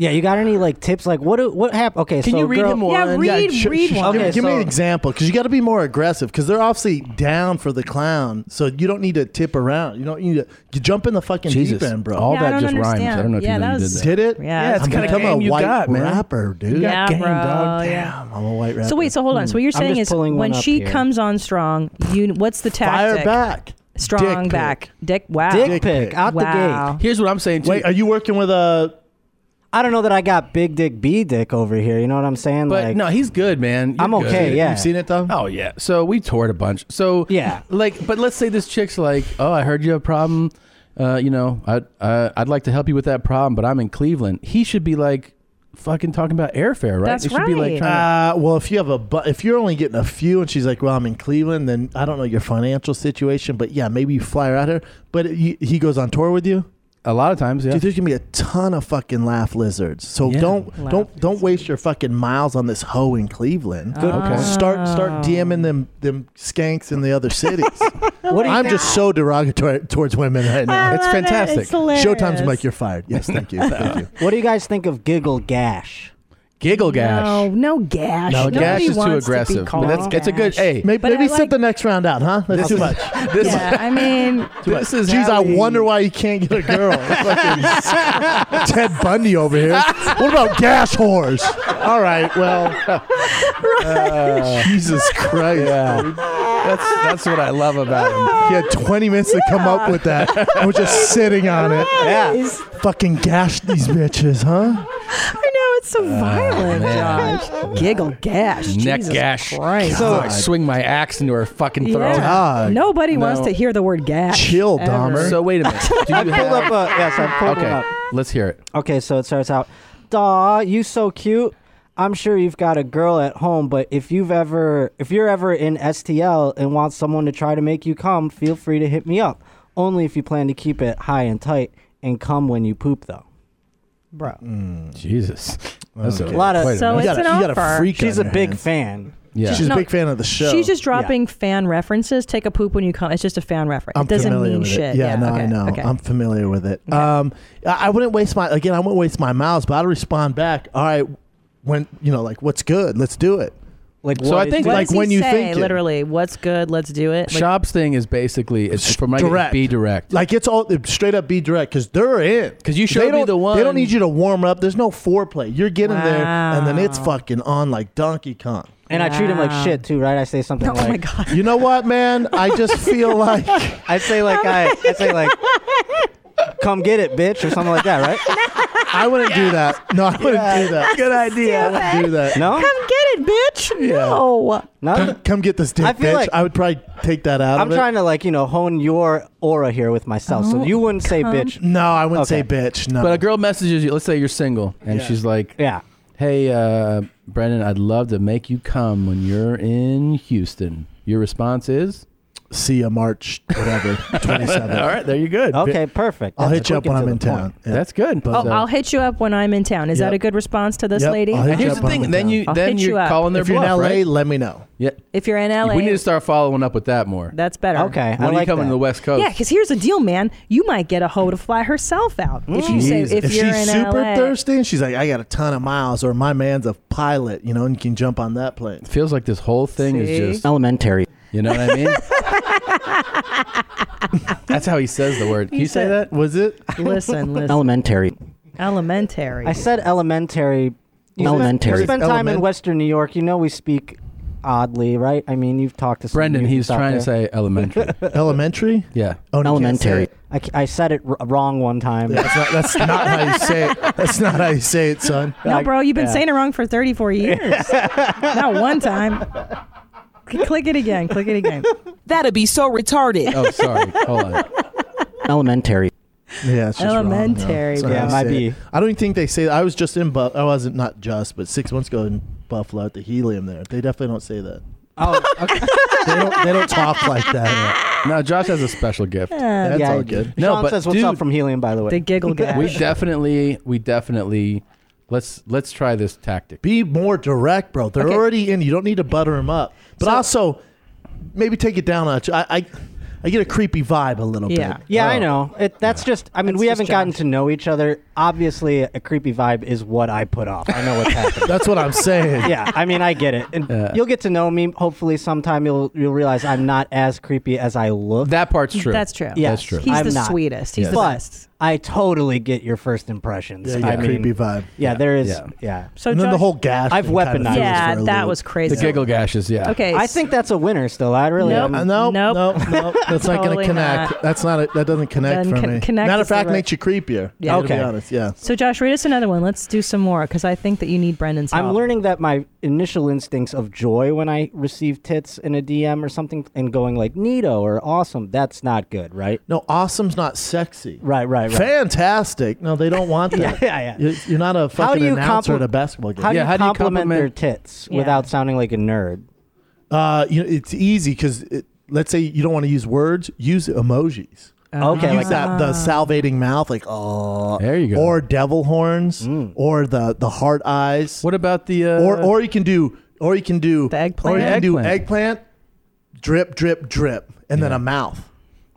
Speaker 19: Yeah, you got any like tips? Like what? do- What happened? Okay,
Speaker 23: Can
Speaker 19: so
Speaker 23: you read
Speaker 19: girl-
Speaker 23: him Yeah, one?
Speaker 2: read- read one.
Speaker 19: Okay,
Speaker 23: give, give me
Speaker 19: so-
Speaker 23: an example, because you got to be more aggressive, because they're obviously down for the clown. So you don't need to tip around. You don't need to. You jump in the fucking
Speaker 1: Jesus.
Speaker 23: deep end, bro.
Speaker 1: All Yeah, I that don't just rhymes. I understand. don't know if you
Speaker 23: you
Speaker 1: Yeah, know that you was-
Speaker 23: did
Speaker 1: did
Speaker 23: it.
Speaker 2: Yeah, that's
Speaker 23: I'm
Speaker 2: kinda
Speaker 23: become
Speaker 2: game
Speaker 23: a
Speaker 2: you
Speaker 23: white
Speaker 2: got, man.
Speaker 23: rapper, dude.
Speaker 2: You got Yeah, game, bro, dog. yeah.
Speaker 23: Damn, I'm a white rapper.
Speaker 2: So wait, so hold on. So what you're
Speaker 19: I'm
Speaker 2: saying
Speaker 19: just
Speaker 2: is
Speaker 19: pulling
Speaker 2: when
Speaker 19: one up
Speaker 2: she
Speaker 19: here.
Speaker 2: comes on strong, you what's the
Speaker 23: Fire
Speaker 2: tactic?
Speaker 23: back. Dick
Speaker 2: Strong
Speaker 23: pic.
Speaker 2: back. Dick wow.
Speaker 19: Dick Dick pic, pic. out the
Speaker 2: wow.
Speaker 1: Here's what I'm saying. Too.
Speaker 23: Wait, are you working with a?
Speaker 19: I don't know that I got big dick B dick over here. You know what I'm saying?
Speaker 1: But
Speaker 19: like,
Speaker 1: no, he's good, man. You're
Speaker 19: I'm okay,
Speaker 1: good.
Speaker 19: yeah.
Speaker 23: You've seen it though.
Speaker 1: Oh yeah. So we toured a bunch. So
Speaker 19: Yeah.
Speaker 1: like, but let's say this chick's like, oh, I heard you have a problem. Uh, you know, I uh, I'd like to help you with that problem, but I'm in Cleveland. He should be like, fucking talking about airfare, right?
Speaker 2: That's
Speaker 1: They should be like,
Speaker 2: right.
Speaker 1: trying
Speaker 23: Uh, well, if you have a, bu- if you're only getting a few, and she's like, "Well, I'm in Cleveland," then I don't know your financial situation, but yeah, maybe you fly her out here. But you, he goes on tour with you.
Speaker 1: to- a lot of times, yeah.
Speaker 23: Dude, there's gonna be a ton of fucking laugh lizards. So
Speaker 1: Yeah.
Speaker 23: don't
Speaker 2: Laugh
Speaker 23: don't don't waste your fucking miles on this hoe in Cleveland.
Speaker 1: Good. Okay.
Speaker 23: Start
Speaker 2: Oh.
Speaker 23: start DMing them them skanks in the other cities. I'm just so derogatory towards women right now.
Speaker 1: it's fantastic.
Speaker 23: Showtime's like you're fired. Yes, thank you, thank you.
Speaker 19: what do you guys think of giggle gash?
Speaker 1: Giggle gash.
Speaker 2: No, no gash.
Speaker 1: No,
Speaker 2: Nobody
Speaker 1: gash is too
Speaker 2: wants to be
Speaker 1: aggressive.
Speaker 2: called
Speaker 1: But that's, it's a good.
Speaker 2: gash.
Speaker 1: Hey,
Speaker 23: Maybe,
Speaker 2: But I
Speaker 23: maybe
Speaker 2: like-
Speaker 23: set the next round out, huh? That's too much.
Speaker 1: this,
Speaker 2: Yeah, I mean,
Speaker 1: this is.
Speaker 23: Jeez,
Speaker 1: how
Speaker 23: I
Speaker 1: we-
Speaker 23: wonder why you can't get a girl. Fucking Ted Bundy over here. What about gas whores? All right, well, uh, Jesus Christ.
Speaker 1: Yeah. That's that's what I love about him.
Speaker 23: He had 20 minutes to come up with that. and we're just sitting on it.
Speaker 19: Yeah.
Speaker 23: Fucking gash these bitches, huh?
Speaker 2: I know it's so violent,
Speaker 1: Ah, man.
Speaker 2: Josh. Giggle gash.
Speaker 1: Neck
Speaker 2: Jesus
Speaker 1: gash.
Speaker 2: Christ.
Speaker 1: So I swing my axe into her fucking throat.
Speaker 2: Yeah.
Speaker 23: God.
Speaker 2: Nobody wants
Speaker 1: No.
Speaker 2: to hear the word gash.
Speaker 23: Chill,
Speaker 2: ever.
Speaker 23: Dahmer.
Speaker 1: So wait a minute. Do you
Speaker 19: I pulled up
Speaker 1: have,
Speaker 19: a yes. I pulled one
Speaker 1: okay,
Speaker 19: up.
Speaker 1: let's hear it.
Speaker 19: Okay, so it starts out, "Daw, you so cute. I'm sure you've got a girl at home, but if you've ever, if you're ever in STL and want someone to try to make you come, feel free to hit me up. Only if you plan to keep it high and tight and come when you poop, though." Bro,
Speaker 1: Jesus. That's
Speaker 19: A lot of-
Speaker 1: wait
Speaker 2: So
Speaker 1: minute.
Speaker 2: it's
Speaker 23: you got,
Speaker 2: an
Speaker 23: a, you got a
Speaker 2: offer.
Speaker 23: freak.
Speaker 19: she's a
Speaker 23: on your
Speaker 19: big
Speaker 23: hands.
Speaker 19: fan.
Speaker 1: yeah.
Speaker 23: She's
Speaker 2: No.
Speaker 23: a big fan of the show.
Speaker 2: She's just dropping fan references. Take a poop when you come. It's just a fan reference.
Speaker 23: I'm
Speaker 2: it doesn't
Speaker 23: familiar
Speaker 2: mean
Speaker 23: with
Speaker 2: shit.
Speaker 23: It. Yeah, no,
Speaker 2: okay,
Speaker 23: I know.
Speaker 2: Okay.
Speaker 23: I'm familiar with it. Um, I, I wouldn't waste my again. I wouldn't waste my miles, but I'd respond back. All right, when you know, like, what's good? Let's do it.
Speaker 19: Like,
Speaker 1: So
Speaker 19: what
Speaker 1: I
Speaker 19: is-
Speaker 1: think
Speaker 2: what
Speaker 1: like
Speaker 2: does he
Speaker 23: when you
Speaker 2: say,
Speaker 23: think it.
Speaker 2: literally, what's good? Let's do it. Like,
Speaker 1: Shop's thing is basically it's from my
Speaker 23: direct.
Speaker 1: be direct.
Speaker 23: Like it's all straight up be direct because they're in.
Speaker 1: 'Cause you showed
Speaker 23: They
Speaker 1: me
Speaker 23: don't-
Speaker 1: the
Speaker 23: They
Speaker 1: one-
Speaker 23: don't need you to warm up. There's no foreplay. You're getting there, and then it's fucking on like Donkey Kong.
Speaker 19: and I treat him like shit too, right? I say something
Speaker 2: oh
Speaker 19: like,
Speaker 2: my god.
Speaker 23: You know what, man? I just feel like
Speaker 19: I say like I, I say like, "Come get it, bitch," or something like that, right?
Speaker 23: I wouldn't do that. No, I wouldn't do that. Good idea. I wouldn't do that.
Speaker 19: No,
Speaker 2: eh? Come get it, bitch. No.
Speaker 19: no.
Speaker 23: Come get this dick,
Speaker 19: I feel
Speaker 23: bitch.
Speaker 19: like-
Speaker 23: I would probably take that out.
Speaker 19: I'm
Speaker 23: of it.
Speaker 19: trying to like you know hone your aura here with myself,
Speaker 2: Oh,
Speaker 19: so you wouldn't say bitch.
Speaker 23: No, I wouldn't
Speaker 19: Okay.
Speaker 23: say bitch. No.
Speaker 1: But a girl messages you. Let's say you're single, and
Speaker 23: Yeah.
Speaker 1: she's like,
Speaker 19: Yeah.
Speaker 1: "Hey, uh, Brendan, I'd love to make you come when you're in Houston. Your response is?
Speaker 23: See you March, whatever, 27th.
Speaker 1: All right, there you good.
Speaker 19: Okay, perfect.
Speaker 23: I'll
Speaker 19: That's
Speaker 23: hit you up
Speaker 19: quick
Speaker 23: when
Speaker 19: and
Speaker 23: I'm
Speaker 19: to
Speaker 23: in
Speaker 19: the point.
Speaker 23: town. Yeah.
Speaker 1: That's good.
Speaker 2: Oh, I'll hit you up when I'm in town. Is
Speaker 1: Yep.
Speaker 2: that a good response to this lady?
Speaker 1: And here's the thing. Then you
Speaker 2: I'll
Speaker 1: then
Speaker 2: hit
Speaker 1: you're
Speaker 2: you up.
Speaker 1: calling their
Speaker 2: If you're in
Speaker 1: bluff,
Speaker 2: LA,
Speaker 1: right?
Speaker 23: let me know.
Speaker 1: Yeah.
Speaker 2: If you're in LA,
Speaker 1: we need to start following up with that more.
Speaker 2: that's better.
Speaker 1: Okay, When I are you like coming that. to the West Coast?
Speaker 2: Yeah, because here's the deal, man. You might get a hoe to fly herself out if you say
Speaker 23: Jesus.
Speaker 2: if, you're
Speaker 23: she's
Speaker 2: in
Speaker 23: super
Speaker 2: LA.
Speaker 23: thirsty and she's like, I got a ton of miles, or my man's a pilot, you know, and can jump on that plane.
Speaker 1: Feels like this whole thing is See? just-
Speaker 19: elementary.
Speaker 1: You know what I mean? That's how he says the word. Can you say that? Was it?
Speaker 2: Listen, listen.
Speaker 19: Elementary.
Speaker 2: elementary.
Speaker 19: I said elementary.
Speaker 2: You
Speaker 19: elementary.
Speaker 2: spent- you
Speaker 19: You
Speaker 2: spent
Speaker 19: spend
Speaker 2: time
Speaker 19: time
Speaker 2: in
Speaker 19: in Western New York. You know we speak oddly, right? I mean, you've talked to some
Speaker 1: Brendan,
Speaker 19: youths
Speaker 1: he's
Speaker 19: out
Speaker 1: trying to
Speaker 19: there.
Speaker 1: say elementary.
Speaker 23: elementary?
Speaker 1: Yeah.
Speaker 19: Oh,
Speaker 23: no, you can't say
Speaker 19: elementary.
Speaker 23: it.
Speaker 19: I, c- I said it r- wrong one time.
Speaker 23: Yeah, that's, not, that's not how you say it. That's not how you say it, son.
Speaker 2: No, bro, you've been
Speaker 23: Yeah.
Speaker 2: saying it wrong for 34 years. Not one time. C- Click it again. Click it again.
Speaker 24: That'd be so retarded.
Speaker 1: Oh, sorry. Hold on.
Speaker 19: Elementary.
Speaker 23: Yeah, it's just wrong, you know.
Speaker 2: Elementary,
Speaker 23: It's not
Speaker 19: bro.
Speaker 23: how
Speaker 19: Yeah,
Speaker 23: you
Speaker 19: might
Speaker 23: say it.
Speaker 19: be.
Speaker 23: I don't even think they say. I was just in. Bu- I wasn't not just, but six months ago in Buffalo at the Helium. There, they definitely don't say that.
Speaker 19: Oh,
Speaker 23: they don't. They don't talk like that.
Speaker 1: No, Josh has a special gift.
Speaker 23: That's
Speaker 19: yeah,
Speaker 23: all good.
Speaker 19: No,
Speaker 1: No, but
Speaker 19: says what's up
Speaker 1: dude-
Speaker 19: from Helium, by the way.
Speaker 1: We definitely, we definitely, let's let's try this tactic.
Speaker 23: Be more direct, bro. They're already in. You don't need to butter them up. But also, maybe take it down a notch. I, I, I get a creepy vibe a little
Speaker 19: Yeah,
Speaker 23: bit.
Speaker 19: yeah, I
Speaker 23: Oh.
Speaker 19: know. It, that's just. I mean,
Speaker 23: That's
Speaker 19: we
Speaker 23: just
Speaker 19: haven't gotten to know each other. Obviously, a creepy vibe is what I put off. I know what's happening.
Speaker 23: That's what I'm saying.
Speaker 19: yeah, I mean, I get it, and
Speaker 23: Uh,
Speaker 19: you'll get to know me. Hopefully, sometime you'll you'll realize I'm not as creepy as I look.
Speaker 1: That part's
Speaker 2: true. That's true.
Speaker 19: Yeah,
Speaker 2: That's true. He's the sweetest. He's the
Speaker 19: but
Speaker 2: best.
Speaker 19: I totally get your first impressions.
Speaker 23: Yeah, you
Speaker 19: I
Speaker 23: got creepy vibe.
Speaker 19: Yeah, there is.
Speaker 23: Yeah.
Speaker 19: Yeah.
Speaker 2: So And then the Josh- whole
Speaker 23: gash
Speaker 19: I've
Speaker 23: thing kind of
Speaker 19: weaponized.
Speaker 2: threw us Yeah, for a that loop. was crazy.
Speaker 1: The giggle gashes, yeah.
Speaker 2: Okay,
Speaker 19: I
Speaker 2: s-
Speaker 19: think that's a winner still. I really Uh,
Speaker 2: Nope.
Speaker 19: am.
Speaker 23: No,
Speaker 2: Nope.
Speaker 23: no, no. That's not going to
Speaker 2: Totally
Speaker 23: connect.
Speaker 2: not.
Speaker 23: That's not. A, that doesn't connect
Speaker 2: Doesn't
Speaker 23: for
Speaker 2: con-
Speaker 23: me.
Speaker 2: connect
Speaker 23: Matter
Speaker 2: is
Speaker 23: of
Speaker 2: the
Speaker 23: fact,
Speaker 2: right-
Speaker 23: makes you creepier.
Speaker 2: Yeah.
Speaker 23: To
Speaker 19: Okay.
Speaker 23: be honest, yeah.
Speaker 2: So, Josh, read us another one. Let's do some more because I think that you need Brendan's help.
Speaker 19: I'm learning that my initial instincts of joy when I receive tits in a DM or something and going like neato or awesome, that's not good, right?
Speaker 23: No, awesome's not sexy.
Speaker 19: Right, right, right.
Speaker 23: Fantastic. No, they don't want that.
Speaker 19: Yeah, yeah.
Speaker 23: You're, you're not a fucking announcer
Speaker 19: compli-
Speaker 23: at a basketball game.
Speaker 19: How, do, you compliment their tits
Speaker 23: Yeah.
Speaker 19: without sounding like a nerd?
Speaker 23: Uh, you know, it's easy because it, let's say you don't want to use words, use emojis.
Speaker 19: Okay,
Speaker 23: use
Speaker 19: like-
Speaker 23: that the salvating mouth, like oh,
Speaker 1: there you Mm.
Speaker 23: go, or devil horns, or the the heart eyes.
Speaker 1: What about the uh,
Speaker 23: or or you can do or you can do the eggplant, or you can do
Speaker 1: Eggplant.
Speaker 23: eggplant, drip drip drip, and then a mouth.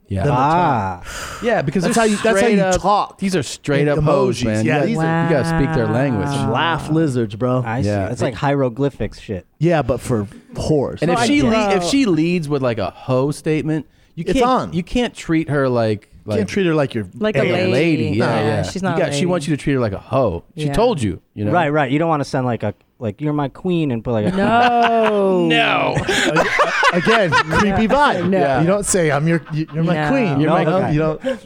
Speaker 1: Yeah.
Speaker 23: Then a
Speaker 19: Ah.
Speaker 23: tongue.
Speaker 1: Yeah, because
Speaker 23: that's
Speaker 1: they're
Speaker 23: how you that's how
Speaker 1: straight
Speaker 23: you
Speaker 1: up-
Speaker 23: talk.
Speaker 1: These are straight up
Speaker 23: Emojis,
Speaker 1: hoes, man.
Speaker 23: yeah,
Speaker 1: you,
Speaker 23: these
Speaker 1: gotta,
Speaker 23: are-
Speaker 1: you gotta speak their language.
Speaker 23: Laugh lizards, bro.
Speaker 19: I
Speaker 1: Yeah.
Speaker 19: see. It's like hieroglyphics shit.
Speaker 23: Yeah, but for whores.
Speaker 1: And
Speaker 23: No,
Speaker 1: if
Speaker 23: I
Speaker 1: she
Speaker 23: get it.
Speaker 19: uh,
Speaker 1: le- if she leads with like a hoe statement, you
Speaker 23: It's
Speaker 1: can't
Speaker 23: on.
Speaker 1: you can't treat her like, like
Speaker 23: can't treat her like you're
Speaker 2: Like a lady.
Speaker 1: Yeah,
Speaker 2: No.
Speaker 1: yeah.
Speaker 2: She's not
Speaker 1: You
Speaker 2: a
Speaker 1: She
Speaker 2: lady.
Speaker 1: wants you to treat her like a hoe. She
Speaker 2: Yeah.
Speaker 1: told you. You know.
Speaker 19: Right, right. You don't want to sound like a like you're my queen and put like a
Speaker 2: No.
Speaker 1: no.
Speaker 23: Again, creepy vibe.
Speaker 2: No.
Speaker 23: You don't say I'm your you- you're my
Speaker 2: No.
Speaker 23: queen.
Speaker 2: You're my
Speaker 23: No,
Speaker 2: queen.
Speaker 23: You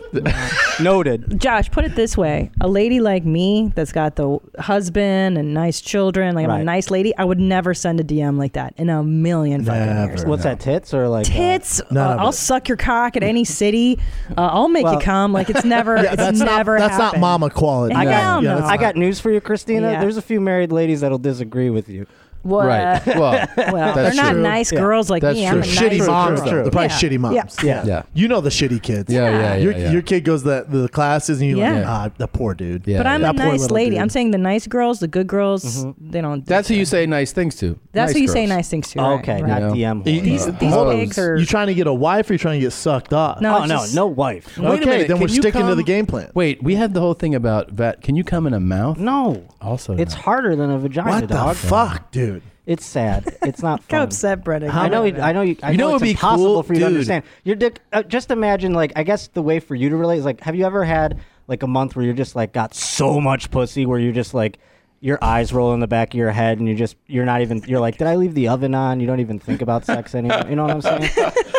Speaker 23: don't.
Speaker 19: Noted.
Speaker 2: Josh, put it this way: a lady like me that's got the husband and nice children, like I'm a
Speaker 19: Right.
Speaker 2: nice lady, I would never send a DM like that in a million fucking years.
Speaker 19: What's that? Tits or like uh,
Speaker 2: Tits. Uh,
Speaker 19: none of
Speaker 2: I'll
Speaker 19: it.
Speaker 2: suck your cock at any city. Uh, I'll make
Speaker 19: Well-
Speaker 2: you come. Like it's never.
Speaker 19: Yeah,
Speaker 2: it's
Speaker 19: that's not-
Speaker 2: never.
Speaker 19: that's not
Speaker 2: happened.
Speaker 23: mama quality.
Speaker 2: I got,
Speaker 19: I got news for you, Christina.
Speaker 2: Yeah.
Speaker 19: There's a few married ladies that'll disagree with you.
Speaker 2: What? Right. Well, Well, they're not nice girls like me. I'm a nice
Speaker 23: shitty moms,
Speaker 2: girl.
Speaker 23: though. They're probably
Speaker 2: Yeah.
Speaker 23: shitty moms.
Speaker 2: Yeah.
Speaker 23: Yeah.
Speaker 1: Yeah.
Speaker 23: You know the shitty kids.
Speaker 1: Yeah, yeah, yeah,
Speaker 23: Your,
Speaker 1: yeah.
Speaker 23: your kid goes to the, the classes and you're
Speaker 2: Yeah.
Speaker 23: like, ah, the poor dude.
Speaker 1: Yeah,
Speaker 2: But I'm
Speaker 1: yeah.
Speaker 2: a nice lady. I'm saying the nice girls, the good girls,
Speaker 19: Mm-hmm.
Speaker 2: they don't.
Speaker 1: That's who you say nice things to.
Speaker 2: That's
Speaker 1: nice
Speaker 2: who you say
Speaker 1: girls.
Speaker 2: nice things to. right, right. These, these pigs are.
Speaker 23: You trying to get a wife or you trying to get sucked off?
Speaker 2: No, Oh, it's no, just-
Speaker 19: no wife.
Speaker 1: Wait a
Speaker 23: okay,
Speaker 1: minute,
Speaker 23: then we're
Speaker 1: can you
Speaker 23: sticking to
Speaker 1: come-
Speaker 23: the game plan.
Speaker 1: Wait, we had the whole thing about vet. Can you come in a mouth?
Speaker 19: No.
Speaker 1: Also,
Speaker 19: It's harder than a vagina.
Speaker 1: What the
Speaker 19: dog.
Speaker 1: fuck,
Speaker 23: dude?
Speaker 19: It's sad. It's not fun.
Speaker 2: upset, Brendan.
Speaker 19: I know. I know. You, I
Speaker 1: You know
Speaker 19: know it's
Speaker 1: it'd be
Speaker 19: impossible
Speaker 1: cool-
Speaker 19: for you
Speaker 1: dude.
Speaker 19: to understand. Your dick. Uh, just imagine, like, I guess the way for you to relate is like, have you ever had like a month where you're just like got so much pussy where you're just like. Your eyes roll in the back of your head, and you just you're not even you're like, did I leave the oven on? You don't even think about sex anymore. You know what I'm saying?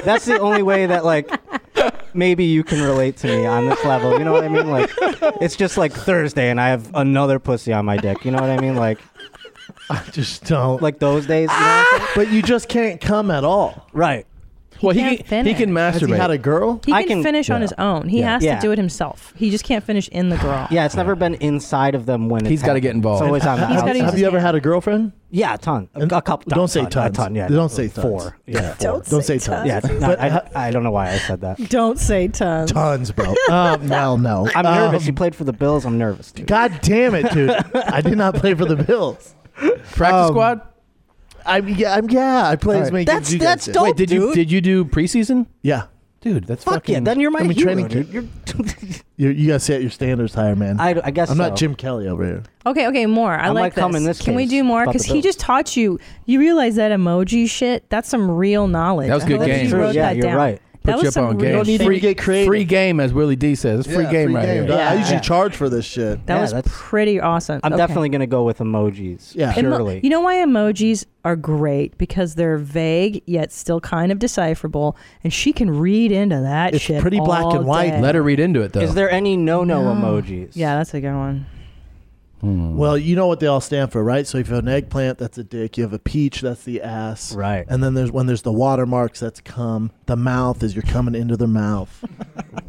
Speaker 19: That's the only way that like maybe you can relate to me on this level. You know what I mean? Like it's just like Thursday, and I have another pussy on my dick. You know what I mean? Like
Speaker 23: I just don't.
Speaker 19: like those days. You know?
Speaker 23: But you just can't come at all.
Speaker 19: Right.
Speaker 1: well, he
Speaker 2: can't
Speaker 1: can, he can
Speaker 2: finish.
Speaker 1: masturbate.
Speaker 2: Has he had a
Speaker 23: girl?
Speaker 2: He can, finish on his own. He
Speaker 1: Yeah.
Speaker 2: has
Speaker 1: Yeah.
Speaker 2: to do it himself. He just can't finish in the garage.
Speaker 19: Yeah, it's never been inside of them when it's
Speaker 23: He's gotta
Speaker 19: happened.
Speaker 23: get involved.
Speaker 19: It's always on the
Speaker 23: He's gotta
Speaker 19: outside.
Speaker 23: use Have his you ever hand. had a girlfriend?
Speaker 19: Yeah, a ton. A, a couple.
Speaker 23: Don't say
Speaker 19: ton, A
Speaker 23: tons.
Speaker 19: ton. Yeah.
Speaker 23: Don't say tons.
Speaker 19: Four.
Speaker 23: Yeah.
Speaker 19: Yeah. four.
Speaker 23: Don't Don't say say tons.
Speaker 19: Yeah.
Speaker 23: tons.
Speaker 19: no,
Speaker 23: But-
Speaker 19: I, I don't know why I said that.
Speaker 2: Don't say tons.
Speaker 23: Tons, bro.
Speaker 19: Oh,
Speaker 23: Um, well, no.
Speaker 19: I'm
Speaker 23: Um,
Speaker 19: nervous. He played for the Bills. I'm nervous. Dude.
Speaker 23: God damn it, dude! I did not play for the Bills.
Speaker 1: Practice squad.
Speaker 23: Um, I'm yeah, I'm yeah. I play
Speaker 1: All
Speaker 23: as
Speaker 1: right.
Speaker 23: many games as you guys did.
Speaker 1: Wait, did you did you do preseason?
Speaker 23: Yeah,
Speaker 1: dude, that's
Speaker 23: Fuck
Speaker 1: fucking.
Speaker 23: yeah, then you're my I mean, hero, training- dude.
Speaker 19: You're,
Speaker 23: you you gotta set your standards higher, man.
Speaker 19: I- I guess
Speaker 23: I'm not
Speaker 19: so.
Speaker 23: Jim Kelly over here.
Speaker 2: Okay, okay, more. I
Speaker 23: I might
Speaker 2: like this.
Speaker 23: come in this
Speaker 2: Can we
Speaker 23: case
Speaker 2: do more?
Speaker 23: about the
Speaker 2: Because he
Speaker 23: Bills.
Speaker 2: just taught you. You realize that emoji shit? That's some real knowledge.
Speaker 1: That was
Speaker 2: I
Speaker 1: good
Speaker 2: hope
Speaker 1: game.
Speaker 2: you wrote that down.
Speaker 1: Put
Speaker 2: that
Speaker 1: you
Speaker 2: was
Speaker 1: up
Speaker 2: some
Speaker 1: on
Speaker 2: real
Speaker 1: game.
Speaker 2: shit.
Speaker 1: free, free game, as Willie D says. It's free
Speaker 23: Yeah,
Speaker 1: game right
Speaker 23: game,
Speaker 1: here.
Speaker 23: dog. I usually charge for this shit.
Speaker 2: That was pretty awesome.
Speaker 19: I'm
Speaker 2: Okay.
Speaker 19: definitely gonna go with emojis.
Speaker 2: Emo-
Speaker 19: Purely.
Speaker 2: you know why emojis are great? Because they're vague yet still kind of decipherable, and she can read into that shit. all day.
Speaker 1: Let her read into it though.
Speaker 19: Is there any
Speaker 2: No.
Speaker 19: no-no emojis?
Speaker 2: Yeah, that's a good one.
Speaker 23: Well, you know what they all stand for, right? So if you have an eggplant, that's a dick. You have a peach, that's the ass. Right. And then there's when there's the watermarks, that's cum. The mouth is you're coming into their mouth.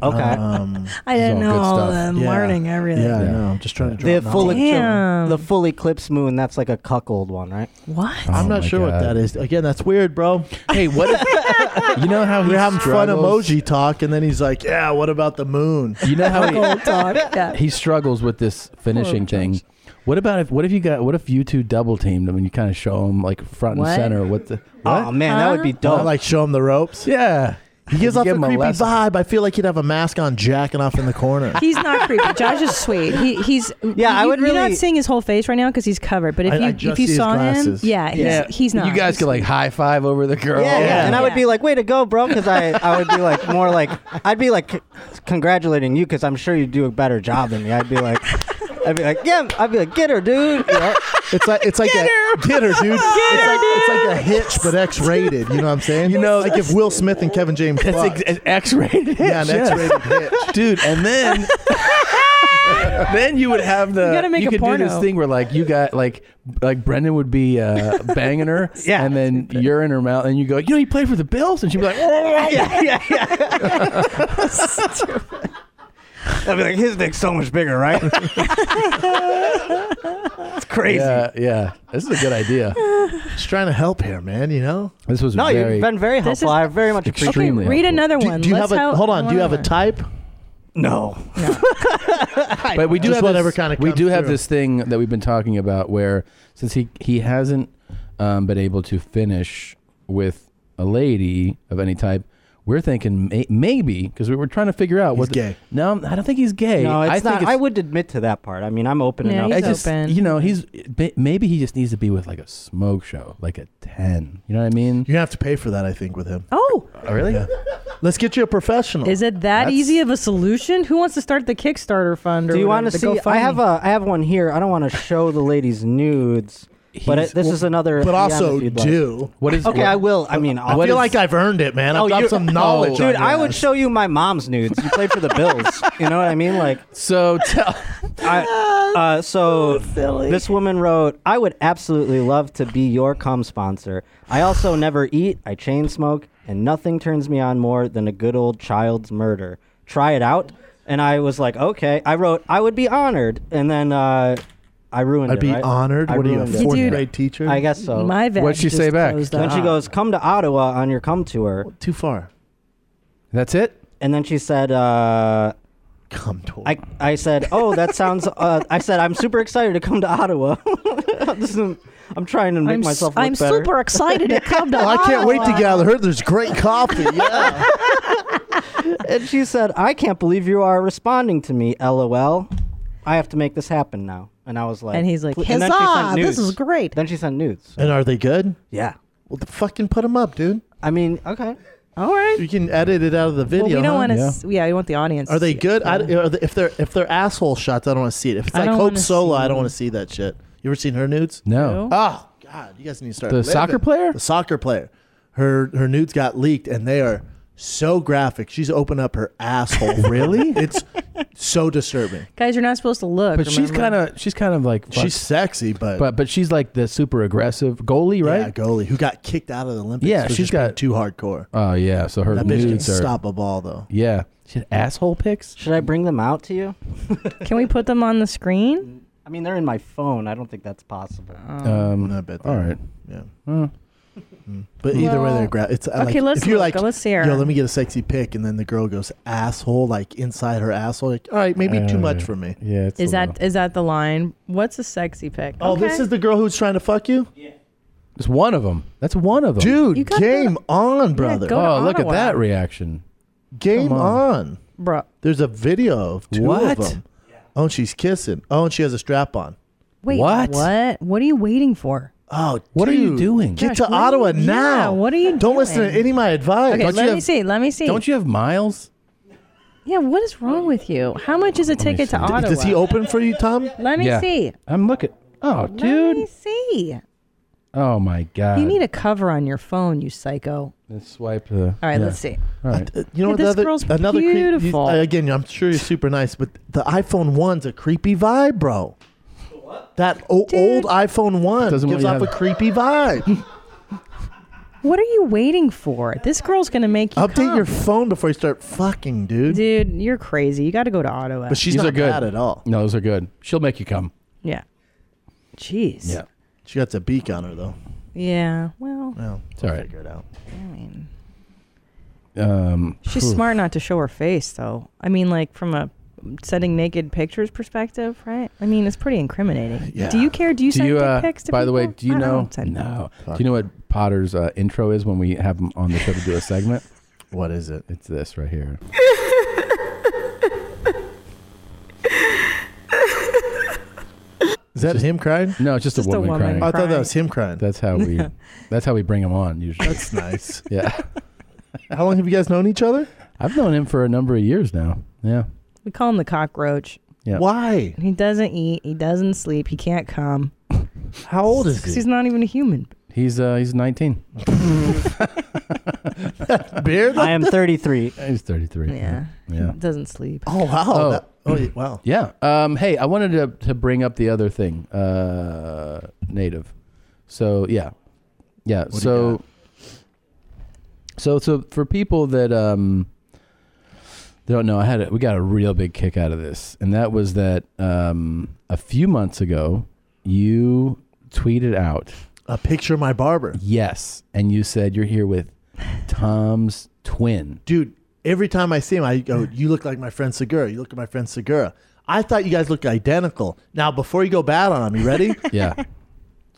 Speaker 23: Um,
Speaker 19: Okay.
Speaker 2: I didn't know all of them. Learning everything.
Speaker 23: Yeah, I know. I'm just trying to
Speaker 19: The
Speaker 23: drop
Speaker 19: full,
Speaker 23: knowledge.
Speaker 19: eclipse, the full eclipse moon. That's like a cuckold one, right?
Speaker 2: What?
Speaker 23: I'm not sure what that is. Again, that's weird, bro.
Speaker 1: Hey, what? If, you know how
Speaker 23: we're having
Speaker 1: struggles?
Speaker 23: fun emoji talk, and then he's like, "Yeah, what about the moon?"
Speaker 1: You know how
Speaker 23: Cuckold
Speaker 2: talk,
Speaker 1: he, he struggles with this finishing thing. What about if what if you got what if you two double teamed him and you kind of show him like front
Speaker 23: What?
Speaker 1: and center what the
Speaker 23: Oh, man, that would be Huh? dope. like show him the ropes.
Speaker 1: Yeah,
Speaker 23: he gives
Speaker 1: You
Speaker 23: off a
Speaker 1: give him a
Speaker 23: creepy
Speaker 1: lesson.
Speaker 23: vibe. I feel like he'd have a mask on, jacking off in the corner.
Speaker 2: He's not creepy. Josh is sweet. He, he's yeah.
Speaker 23: I would
Speaker 2: You're
Speaker 23: really-
Speaker 2: not seeing his whole face right now because he's covered. But if
Speaker 23: I-
Speaker 2: you
Speaker 23: I
Speaker 2: if
Speaker 23: just
Speaker 2: you
Speaker 23: see his
Speaker 2: saw him,
Speaker 23: glasses.
Speaker 2: yeah, he's, he's not.
Speaker 1: You guys could like high five over the girl.
Speaker 19: Yeah, yeah. And I would be like, way to go, bro. Because I, I would be like, more like, I'd be like, c- congratulating you because I'm sure you do a better job than me. I'd be like, I'd be like, yeah, I'd be like, get her, dude. You know?
Speaker 23: It's like it's like a get her, dude. it's, like, it's like a hitch, but X-rated. You know what I'm saying? You know, like if Will Smith and Kevin James.
Speaker 1: That's
Speaker 23: fucked.
Speaker 1: ex- an X-rated
Speaker 23: Yeah, an
Speaker 1: hitch, yes.
Speaker 23: X-rated hitch,
Speaker 1: dude. And then then you would have the
Speaker 23: You gotta make
Speaker 1: you
Speaker 23: a
Speaker 1: could do this
Speaker 23: porno.
Speaker 1: thing where like you got like like Brendan would be uh, banging her, yeah, and then you're in her mouth, and you go, you know, you played for the Bills, and she'd be like, yeah,
Speaker 19: yeah, I'd be like, his dick's so much bigger, right?
Speaker 23: It's
Speaker 19: crazy.
Speaker 1: Yeah, yeah. This is a good idea.
Speaker 23: Just trying to help here, man. You know.
Speaker 1: This was
Speaker 19: No, you've been very
Speaker 23: This
Speaker 19: helpful.
Speaker 23: is
Speaker 19: I very much appreciate
Speaker 23: extremely
Speaker 19: it.
Speaker 23: Okay, read helpful.
Speaker 2: another
Speaker 23: Do-
Speaker 2: one.
Speaker 23: Do you
Speaker 2: Let's
Speaker 23: have a
Speaker 2: help
Speaker 23: hold on? Do you have a
Speaker 2: one.
Speaker 23: type?
Speaker 19: No.
Speaker 1: but we do
Speaker 23: Just
Speaker 1: have
Speaker 23: whatever
Speaker 1: this,
Speaker 23: kinda
Speaker 1: we
Speaker 23: comes
Speaker 1: do have
Speaker 23: through.
Speaker 1: this thing that we've been talking about where since he he hasn't um, been able to finish with a lady of any type. We're thinking may- maybe because we were trying to figure out what gay. No, I don't think he's gay.
Speaker 19: No, it's
Speaker 1: I think
Speaker 19: not. I would admit to that part. I mean, I'm open enough.
Speaker 1: I just, You know, he's ma- maybe he just needs to be with like a smoke show, like a ten. You know what I mean? You're
Speaker 23: gonna have to pay for that, I think, with him.
Speaker 2: Oh,
Speaker 1: really?
Speaker 23: Let's get you a professional.
Speaker 2: Is it that
Speaker 19: That's-
Speaker 2: easy of a solution? Who wants to start the Kickstarter fund? Or
Speaker 19: Do you
Speaker 2: want
Speaker 19: want to see? I have a I have one here. I don't want to show the ladies nudes, but
Speaker 23: He's-
Speaker 19: it, this is
Speaker 23: well,
Speaker 19: another.
Speaker 23: but
Speaker 19: DM
Speaker 23: also
Speaker 19: if you'd like.
Speaker 23: do. What is-
Speaker 19: Okay,
Speaker 23: what-
Speaker 19: I will. I mean,
Speaker 23: I feel like I've earned it, man. I've got
Speaker 19: Oh, you-
Speaker 23: some knowledge
Speaker 19: dude.
Speaker 23: on your
Speaker 19: I would
Speaker 23: ass.
Speaker 19: show you my mom's nudes. You played for the Bills. you know what I mean? Like,
Speaker 1: so tell.
Speaker 19: I, uh, so this woman wrote, "I would absolutely love to be your cum sponsor. I also never eat. I chain smoke, and nothing turns me on more than a good old child's murder. Try it out." And I was like, "Okay." I wrote, "I would be honored," and then uh, I ruined
Speaker 23: I'd
Speaker 19: it.
Speaker 23: be
Speaker 19: right?
Speaker 23: honored?
Speaker 19: I
Speaker 23: What are you, a
Speaker 19: ruined it.
Speaker 23: fourth Dude, grade teacher?
Speaker 19: I guess so.
Speaker 23: my vag What'd she just say back? closed the
Speaker 19: When she
Speaker 23: eye.
Speaker 19: goes, "Come to Ottawa on your cum tour."
Speaker 23: Too far.
Speaker 1: That's it.
Speaker 19: And then she said, uh,
Speaker 23: "Come tour."
Speaker 19: I, I said, "Oh, that sounds." Uh, I said, "I'm super excited to come to Ottawa." This is- I'm trying to make
Speaker 2: I'm s-
Speaker 19: myself look
Speaker 2: I'm
Speaker 19: better.
Speaker 2: super excited to come to
Speaker 23: Well, I can't wait to
Speaker 2: Ottawa.
Speaker 23: get out of here. There's great coffee. Yeah.
Speaker 19: and she said, "I can't believe you are responding to me." LOL. I have to make this happen now. And I was like,
Speaker 2: And he's like,
Speaker 19: "Pl- and then she
Speaker 2: "Huzzah,
Speaker 19: sent
Speaker 2: this
Speaker 19: nudes.
Speaker 2: is great."
Speaker 19: Then she sent nudes.
Speaker 23: and are they good?
Speaker 19: Yeah.
Speaker 23: Well, the fucking put them up, dude.
Speaker 19: I mean, okay.
Speaker 2: All right.
Speaker 23: You can edit it out of the video.
Speaker 2: Well, we don't
Speaker 23: huh?
Speaker 2: want to. Yeah. we want the audience.
Speaker 23: Are
Speaker 2: to
Speaker 23: they
Speaker 2: see it.
Speaker 23: good? I, are they, if they're if they're asshole shots, I don't want to see it. If it's
Speaker 2: I
Speaker 23: like
Speaker 2: don't
Speaker 23: Hope
Speaker 2: wanna
Speaker 23: Solo,
Speaker 2: see
Speaker 23: I don't
Speaker 2: it.
Speaker 23: want to see that shit. You ever seen her nudes?
Speaker 1: No.
Speaker 23: Oh God, you guys need to start.
Speaker 1: The soccer
Speaker 23: player, the soccer player, her her nudes got leaked, and they are so graphic. She's opened up her asshole.
Speaker 1: Really?
Speaker 23: it's so disturbing.
Speaker 2: Guys, you're not supposed to look.
Speaker 1: But she's kind
Speaker 2: remember?
Speaker 1: of she's kind of like
Speaker 23: She's sexy, but
Speaker 1: but but she's like the super aggressive goalie, right?
Speaker 23: Yeah, goalie who got kicked out of the Olympics.
Speaker 1: Yeah,
Speaker 23: for
Speaker 1: she's
Speaker 23: just being
Speaker 1: got
Speaker 23: too hardcore.
Speaker 1: Oh yeah, so her
Speaker 23: that bitch can
Speaker 1: nudes are
Speaker 23: stop a ball though.
Speaker 1: Yeah, she had asshole pics.
Speaker 19: Should I bring them out to you?
Speaker 2: Can we put them on the screen?
Speaker 19: I mean, they're in my phone. I don't think that's possible.
Speaker 2: Oh.
Speaker 1: Um,
Speaker 23: I bet.
Speaker 1: All right.
Speaker 23: Yeah.
Speaker 1: Mm.
Speaker 23: But either way,
Speaker 2: Well-
Speaker 23: they're gra- it's uh,
Speaker 2: Okay,
Speaker 23: Like,
Speaker 2: let's
Speaker 23: if you're
Speaker 2: look.
Speaker 23: like,
Speaker 2: Let's see her.
Speaker 23: Yo, let me get a sexy pic, and then the girl goes asshole, like inside her asshole. Like, all right, maybe too much for me.
Speaker 1: Uh, Yeah. It's
Speaker 2: Is that is that the line? What's a sexy pic?
Speaker 23: Oh, this
Speaker 2: Okay.
Speaker 23: is the girl who's trying to fuck you,
Speaker 1: It's one of them. That's one of them.
Speaker 23: dude. Game on, brother.
Speaker 1: oh, look at that reaction.
Speaker 23: Game
Speaker 1: Come
Speaker 23: on.
Speaker 2: Bro.
Speaker 23: There's a video of two of
Speaker 1: What?
Speaker 23: them. Oh, and she's kissing. Oh, and she has a strap on.
Speaker 2: Wait, what? What? What are you waiting for?
Speaker 23: Oh,
Speaker 1: what
Speaker 23: are you
Speaker 1: doing?
Speaker 23: Get
Speaker 2: Gosh,
Speaker 23: to
Speaker 2: what are
Speaker 23: Ottawa
Speaker 2: you- yeah,
Speaker 23: now.
Speaker 2: what are you
Speaker 23: Don't listen to
Speaker 2: doing?
Speaker 23: any of my advice.
Speaker 2: Okay,
Speaker 23: Don't you
Speaker 2: let me
Speaker 23: have-
Speaker 2: see. Let me see.
Speaker 1: Don't you have miles?
Speaker 2: Yeah, what is wrong with you? How much is a ticket to
Speaker 23: D-
Speaker 2: Ottawa?
Speaker 23: Does he open for you, Tom?
Speaker 2: Let me
Speaker 1: Yeah.
Speaker 2: see.
Speaker 1: I'm looking. Oh,
Speaker 2: Let
Speaker 1: dude.
Speaker 2: me see.
Speaker 1: Oh my god.
Speaker 2: You need a cover on your phone, you psycho.
Speaker 1: Let's swipe the. All
Speaker 2: right, let's see.
Speaker 1: All right.
Speaker 23: Uh, You know
Speaker 2: Yeah,
Speaker 23: what?
Speaker 2: this
Speaker 23: the other,
Speaker 2: girl's
Speaker 23: another creep- you-
Speaker 2: beautiful.
Speaker 23: uh, again, I'm sure you're super nice, but the iPhone one's a creepy vibe, bro. That o- old iPhone one
Speaker 1: Doesn't
Speaker 23: gives
Speaker 1: want
Speaker 23: off
Speaker 1: you
Speaker 23: a
Speaker 1: to-
Speaker 23: creepy vibe.
Speaker 2: What are you waiting for? This girl's gonna make you
Speaker 23: Update your
Speaker 2: come.
Speaker 23: phone before you start fucking, dude.
Speaker 2: dude. You're crazy. You got to go to Ottawa.
Speaker 23: But she's
Speaker 1: These
Speaker 23: not
Speaker 1: are good.
Speaker 23: bad at all.
Speaker 1: No, those are good. She'll make you come.
Speaker 2: yeah, jeez.
Speaker 1: Yeah.
Speaker 23: She got the beak on her though.
Speaker 2: Yeah. Well,
Speaker 23: Well,
Speaker 1: It's all right.
Speaker 23: figure it out.
Speaker 2: I mean,
Speaker 1: Um,
Speaker 2: she's
Speaker 1: phew.
Speaker 2: smart not to show her face, though. I mean, like from a sending naked pictures perspective, right? I mean, it's pretty incriminating.
Speaker 1: Yeah.
Speaker 2: Do you care? Do you send dick
Speaker 1: uh,
Speaker 2: pics to
Speaker 1: By the way,
Speaker 2: people?
Speaker 1: do you
Speaker 2: I don't
Speaker 1: know?
Speaker 2: send them.
Speaker 1: No. Do you know what Potter's uh, intro is when we have him on the show to do a segment?
Speaker 23: what is it?
Speaker 1: It's this right here.
Speaker 23: Is that him crying?
Speaker 1: No, it's just,
Speaker 23: Just
Speaker 1: a
Speaker 23: a
Speaker 1: woman,
Speaker 23: woman
Speaker 1: crying.
Speaker 23: I thought that was him crying.
Speaker 1: That's how we. that's how we bring him on usually.
Speaker 23: That's nice.
Speaker 1: yeah.
Speaker 23: How long have you guys known each other?
Speaker 1: I've known him for a number of years now. Yeah.
Speaker 2: We call him the cockroach.
Speaker 1: Yeah.
Speaker 23: Why?
Speaker 2: He doesn't eat. He doesn't sleep. He can't come.
Speaker 23: How old is
Speaker 2: Because he's not even a human.
Speaker 1: He's uh he's 19.
Speaker 23: Beard?
Speaker 19: I am 33.
Speaker 1: He's 33.
Speaker 2: Yeah.
Speaker 1: Yeah.
Speaker 2: He doesn't sleep.
Speaker 23: Oh wow.
Speaker 1: Oh.
Speaker 23: That- oh yeah, wow.
Speaker 1: Yeah. Um, hey, I wanted to, to bring up the other thing, uh, native. So yeah, yeah.
Speaker 23: you
Speaker 1: so, so so for people that um, they don't know, I had a, we got a real big kick out of this, and that was that um, a few months ago you tweeted out
Speaker 23: A picture of my barber.
Speaker 1: yes, and you said you're here with Tom's twin.
Speaker 23: Dude, every time I see him, I go, You look like my friend Segura. You look like my friend Segura. I thought you guys looked identical. Now, before you go bad on him, you ready?
Speaker 1: Yeah.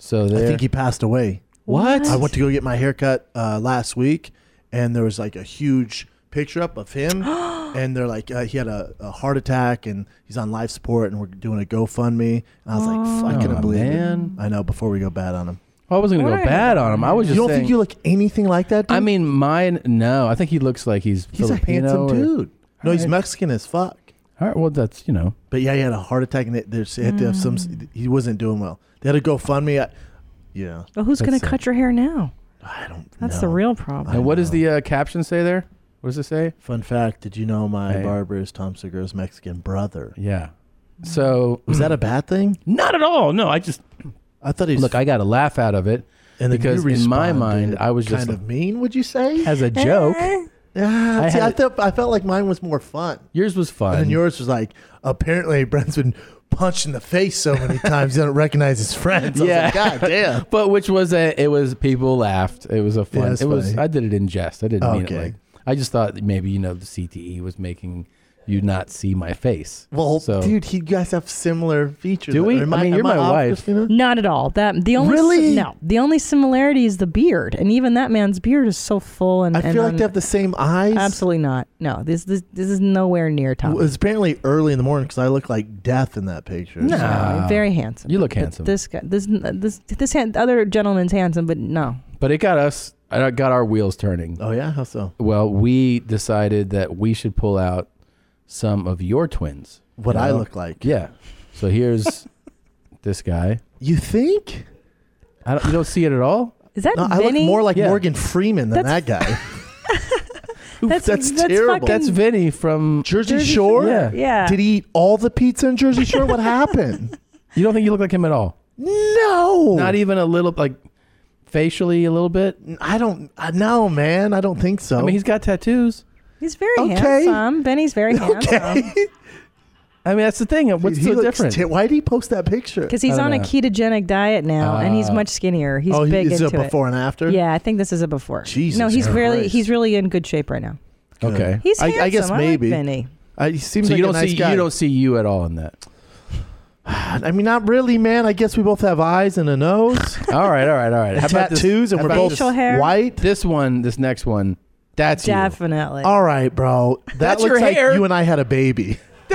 Speaker 1: So
Speaker 23: I
Speaker 1: there.
Speaker 23: think he passed away.
Speaker 1: What?
Speaker 23: I went to go get my haircut uh, last week, and there was like a huge picture up of him, and they're like, uh, he had a, a heart attack, and he's on life support, and we're doing a GoFundMe. And I was like, "F- I couldn't
Speaker 1: Oh,
Speaker 23: believe
Speaker 1: man.
Speaker 23: it. I know. Before we go bad on him,
Speaker 1: I wasn't gonna go
Speaker 2: What?
Speaker 1: bad on him. I was
Speaker 23: you
Speaker 1: just.
Speaker 23: don't
Speaker 1: saying-
Speaker 23: think you look anything like that? Dude?
Speaker 1: I mean, mine. No, I think he looks like he's
Speaker 23: he's
Speaker 1: Filipino.
Speaker 23: a handsome
Speaker 1: or-
Speaker 23: dude. No, he's
Speaker 1: Alright.
Speaker 23: Mexican as fuck.
Speaker 1: All right. Well, that's you know. Mm.
Speaker 23: But yeah, he had a heart attack, and they, there's- they had to have some. He wasn't doing well. They had to GoFundMe. I, yeah,
Speaker 2: Well, who's going
Speaker 1: That's
Speaker 2: to
Speaker 1: uh, it.
Speaker 2: cut your hair now?
Speaker 23: I don't.
Speaker 2: That's
Speaker 23: know.
Speaker 2: the real problem.
Speaker 1: And what does the uh, caption say there? What does it say?
Speaker 23: Fun fact: Did you know my
Speaker 1: Hey.
Speaker 23: barber is Tom Segura's Mexican brother?
Speaker 1: Yeah. So
Speaker 23: Was that a bad thing?
Speaker 1: not at all. No, I just
Speaker 23: I thought he was.
Speaker 1: look. I got a laugh out of it
Speaker 23: and then
Speaker 1: because
Speaker 23: you
Speaker 1: in my
Speaker 23: responded
Speaker 1: mind, I was just
Speaker 23: kind of mean. Would you say?
Speaker 1: as a joke.
Speaker 2: Eh.
Speaker 23: yeah.
Speaker 1: I
Speaker 23: see,
Speaker 1: had
Speaker 23: I
Speaker 1: it-
Speaker 23: thought I felt like mine was more fun,
Speaker 1: Yours was fun.
Speaker 23: and then yours was like apparently Brent's been punched in the face so many times he doesn't recognize his friends. I was like, God damn.
Speaker 1: but which was a it was people laughed. It was a
Speaker 23: Yeah,
Speaker 1: fun.
Speaker 23: that's
Speaker 1: it was
Speaker 23: funny.
Speaker 1: I did it in jest. I didn't mean it
Speaker 23: Okay.
Speaker 1: like. I just thought that maybe you know the CTE was making you not see my face.
Speaker 23: Well,
Speaker 1: so,
Speaker 23: dude, he, you guys have similar features.
Speaker 1: Do we?
Speaker 23: Am
Speaker 1: I
Speaker 23: am
Speaker 1: mean, you're my
Speaker 23: off,
Speaker 1: wife.
Speaker 23: Christina?
Speaker 2: Not at all. That the only
Speaker 23: Really?
Speaker 2: no. The only similarity is the beard, and even that man's beard is so full and.
Speaker 23: I
Speaker 2: and
Speaker 23: feel like
Speaker 2: un-
Speaker 23: they have the same eyes.
Speaker 2: Absolutely not. No, this this this is nowhere near
Speaker 23: It
Speaker 2: Tom.
Speaker 23: was apparently early in the morning because I look like death in that picture.
Speaker 2: no,
Speaker 23: So-
Speaker 2: very handsome.
Speaker 1: You look
Speaker 2: But
Speaker 1: handsome.
Speaker 2: This guy, this this this hand, other gentleman's handsome, but no.
Speaker 1: But it got us, uh, it got our wheels turning.
Speaker 23: Oh yeah, how so?
Speaker 1: Well, we decided that we should pull out some of your twins.
Speaker 23: What
Speaker 1: you
Speaker 23: I
Speaker 1: know?
Speaker 23: look like?
Speaker 1: Yeah. So here's this guy.
Speaker 23: You think?
Speaker 1: I don't, you don't see it at all?
Speaker 2: Is that
Speaker 23: No, I
Speaker 2: Vinny?
Speaker 23: look more like
Speaker 1: Yeah.
Speaker 23: Morgan Freeman than
Speaker 2: That's-
Speaker 23: that guy. That's, terrible.
Speaker 1: That's Vinny from
Speaker 23: Jersey, Shore.
Speaker 1: Yeah.
Speaker 23: Did he eat all the pizza in Jersey Shore? What happened?
Speaker 1: You don't think you look like him at all?
Speaker 23: No.
Speaker 1: Not even a little like facially a little bit.
Speaker 23: I don't. I no, man. I don't think so.
Speaker 1: I mean, he's got tattoos.
Speaker 20: He's very
Speaker 23: Okay.
Speaker 20: handsome. Benny's very handsome.
Speaker 1: I mean, that's the thing. What's
Speaker 23: he
Speaker 1: so
Speaker 23: looks
Speaker 1: different?
Speaker 23: T- why did he post that picture?
Speaker 20: Because he's on a ketogenic diet now, and he's
Speaker 1: Uh,
Speaker 23: Ah.
Speaker 20: much skinnier. He's
Speaker 23: Oh, he-
Speaker 20: big
Speaker 23: is it
Speaker 20: into
Speaker 23: before and after?
Speaker 20: Yeah, I think this is a before.
Speaker 23: Jesus
Speaker 20: no, he's really
Speaker 23: Christ.
Speaker 20: he's really in good shape right now.
Speaker 1: Okay.
Speaker 20: He's
Speaker 23: I-
Speaker 20: handsome.
Speaker 23: I guess
Speaker 20: like
Speaker 23: maybe.
Speaker 20: Benny.
Speaker 23: I, he seems
Speaker 1: so
Speaker 23: like
Speaker 1: you
Speaker 23: a
Speaker 1: don't
Speaker 23: nice
Speaker 1: see
Speaker 23: guy.
Speaker 1: you don't see you at all in that.
Speaker 23: I mean, not really, man. I guess we both have eyes and a nose.
Speaker 1: All right, all right, all right.
Speaker 23: And
Speaker 1: How about this-
Speaker 23: tattoos, and
Speaker 1: how
Speaker 23: we're
Speaker 1: about
Speaker 23: both
Speaker 1: this
Speaker 23: Facial hair. white?
Speaker 1: This one, this next one, that's you.
Speaker 20: Definitely.
Speaker 23: All right, bro. That
Speaker 1: That's
Speaker 23: looks
Speaker 1: your
Speaker 23: like
Speaker 1: hair.
Speaker 23: you and I had a baby.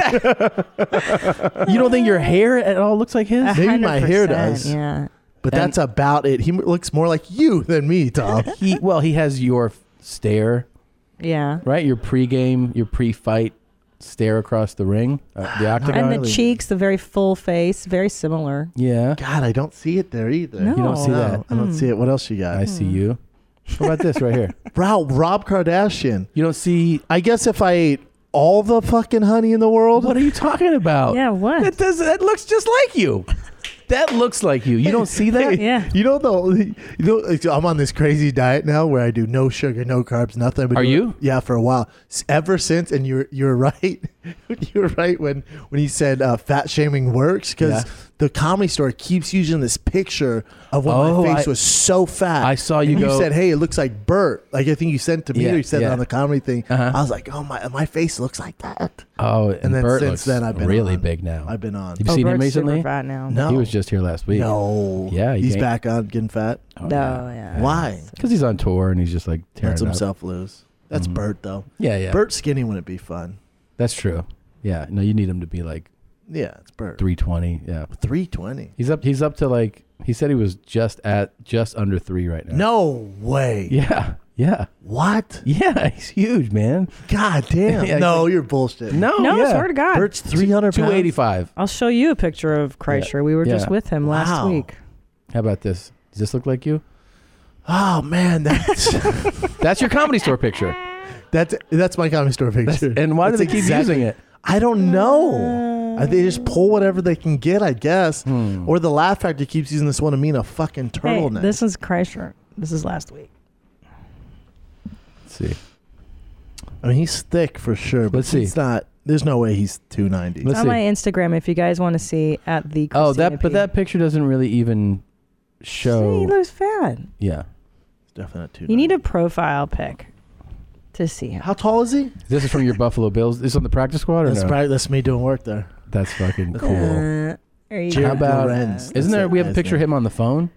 Speaker 1: You don't think your hair at all looks like his?
Speaker 23: Maybe my hair does.
Speaker 20: Yeah.
Speaker 23: But
Speaker 1: And-
Speaker 23: that's about it. He m- looks more like you than me, Tom.
Speaker 1: He well, he has your f- stare,
Speaker 20: Yeah.
Speaker 1: right? Your pregame, your pre-fight stare across the ring, uh,
Speaker 23: Ah,
Speaker 1: the octagon,
Speaker 20: And the cheeks, the very full face, very similar.
Speaker 1: Yeah.
Speaker 23: God, I don't see it there either.
Speaker 20: No. Hmm.
Speaker 1: You don't see that.
Speaker 23: I don't see it. What else you got?
Speaker 1: I see you. What about this right here?
Speaker 23: Bro, Rob Kardashian.
Speaker 1: You don't see.
Speaker 23: I guess if I ate all the fucking honey in the world,
Speaker 1: What are you talking about?
Speaker 20: Yeah, what?
Speaker 1: That does. That looks just like you. That looks like you. You don't see that.
Speaker 20: yeah.
Speaker 23: You know the you know I'm on this crazy diet now where I do no sugar, no carbs, nothing. I've been
Speaker 1: Are
Speaker 23: doing-
Speaker 1: you?
Speaker 23: Yeah, for a while. S- Ever since, and you're you're right. you're right when when he said uh, fat shaming works because
Speaker 1: Yeah.
Speaker 23: the comedy store keeps using this picture of when
Speaker 1: Oh,
Speaker 23: my face
Speaker 1: I-
Speaker 23: was so fat.
Speaker 1: I saw you
Speaker 23: And
Speaker 1: go-
Speaker 23: You said, "Hey, it looks like Bert." Like I think you sent to me,
Speaker 1: Yeah,
Speaker 23: or you said it
Speaker 1: yeah.
Speaker 23: on the comedy thing.
Speaker 1: Uh-huh.
Speaker 23: I was like, "Oh my, my face looks like that."
Speaker 1: Oh, and,
Speaker 23: And then
Speaker 1: Bert
Speaker 23: since
Speaker 1: looks
Speaker 23: then, I've been
Speaker 1: really
Speaker 23: on.
Speaker 1: big now.
Speaker 23: I've been on.
Speaker 1: You've
Speaker 20: Oh,
Speaker 1: seen him
Speaker 20: Bert's super
Speaker 1: recently?
Speaker 20: fat now.
Speaker 23: No.
Speaker 1: He was just here last week.
Speaker 23: No.
Speaker 1: Yeah, he
Speaker 23: he's
Speaker 1: came-
Speaker 23: back on getting fat.
Speaker 1: Oh,
Speaker 20: No, yeah.
Speaker 23: Why?
Speaker 1: Because he's on tour and he's just like tearing
Speaker 23: Lets
Speaker 1: it up. Mm-hmm.
Speaker 23: himself loose. That's Bert though.
Speaker 1: Mm. Yeah, yeah.
Speaker 23: Bert skinny wouldn't be fun.
Speaker 1: That's true. Yeah. No, you need him to be like
Speaker 23: Yeah, it's Bert.
Speaker 1: 320. Yeah.
Speaker 23: Three twenty.
Speaker 1: He's up. He's up to like. He said he was just at just under three right now.
Speaker 23: No way.
Speaker 1: Yeah. Yeah.
Speaker 23: What?
Speaker 1: Yeah. He's huge, man.
Speaker 23: God damn.
Speaker 1: Yeah,
Speaker 23: no, you're bullshit.
Speaker 1: No.
Speaker 20: No,
Speaker 1: yeah.
Speaker 20: swear to God.
Speaker 23: Bert's three hundred
Speaker 1: Two eighty five.
Speaker 20: I'll show you a picture of Kreischer. We were just
Speaker 1: Yeah.
Speaker 20: with him last
Speaker 23: Wow.
Speaker 20: week.
Speaker 1: How about this? Does this look like you?
Speaker 23: Oh man, that's
Speaker 1: That's your comedy store picture.
Speaker 23: that's that's my comedy store picture.
Speaker 1: That's, Uh, and why do
Speaker 23: That's
Speaker 1: they keep
Speaker 23: exactly-
Speaker 1: using it?
Speaker 23: I don't know. I- They just pull whatever they can get, I guess.
Speaker 1: Hmm.
Speaker 23: Or the Laugh Factory keeps using this one to mean a fucking
Speaker 20: Hey,
Speaker 23: turtleneck.
Speaker 20: this is Kreischer. This is last week.
Speaker 1: Let's see.
Speaker 23: I mean, he's thick for sure, but
Speaker 1: Let's see.
Speaker 23: he's not. There's no way he's 290.
Speaker 1: Let's
Speaker 20: It's on
Speaker 1: see.
Speaker 20: my Instagram if you guys want to see at the
Speaker 1: Oh,
Speaker 20: Christina
Speaker 1: that. But
Speaker 20: P.
Speaker 1: that picture doesn't really even
Speaker 20: See, he
Speaker 1: show.
Speaker 20: looks fat.
Speaker 1: Yeah.
Speaker 23: Definitely not 290.
Speaker 20: You need a profile pic to see him.
Speaker 23: How tall is he?
Speaker 1: This is from your Buffalo Bills. This is on the practice squad or
Speaker 23: That's
Speaker 1: no?
Speaker 23: probably that's me doing work there.
Speaker 1: That's fucking
Speaker 23: That's
Speaker 1: cool.
Speaker 20: Uh, there you go.
Speaker 1: How
Speaker 23: Jared
Speaker 1: about?
Speaker 23: Lorenz. That's
Speaker 1: Isn't there?
Speaker 23: it,
Speaker 1: We have a
Speaker 23: that's
Speaker 1: picture of
Speaker 23: it.
Speaker 1: him on the phone.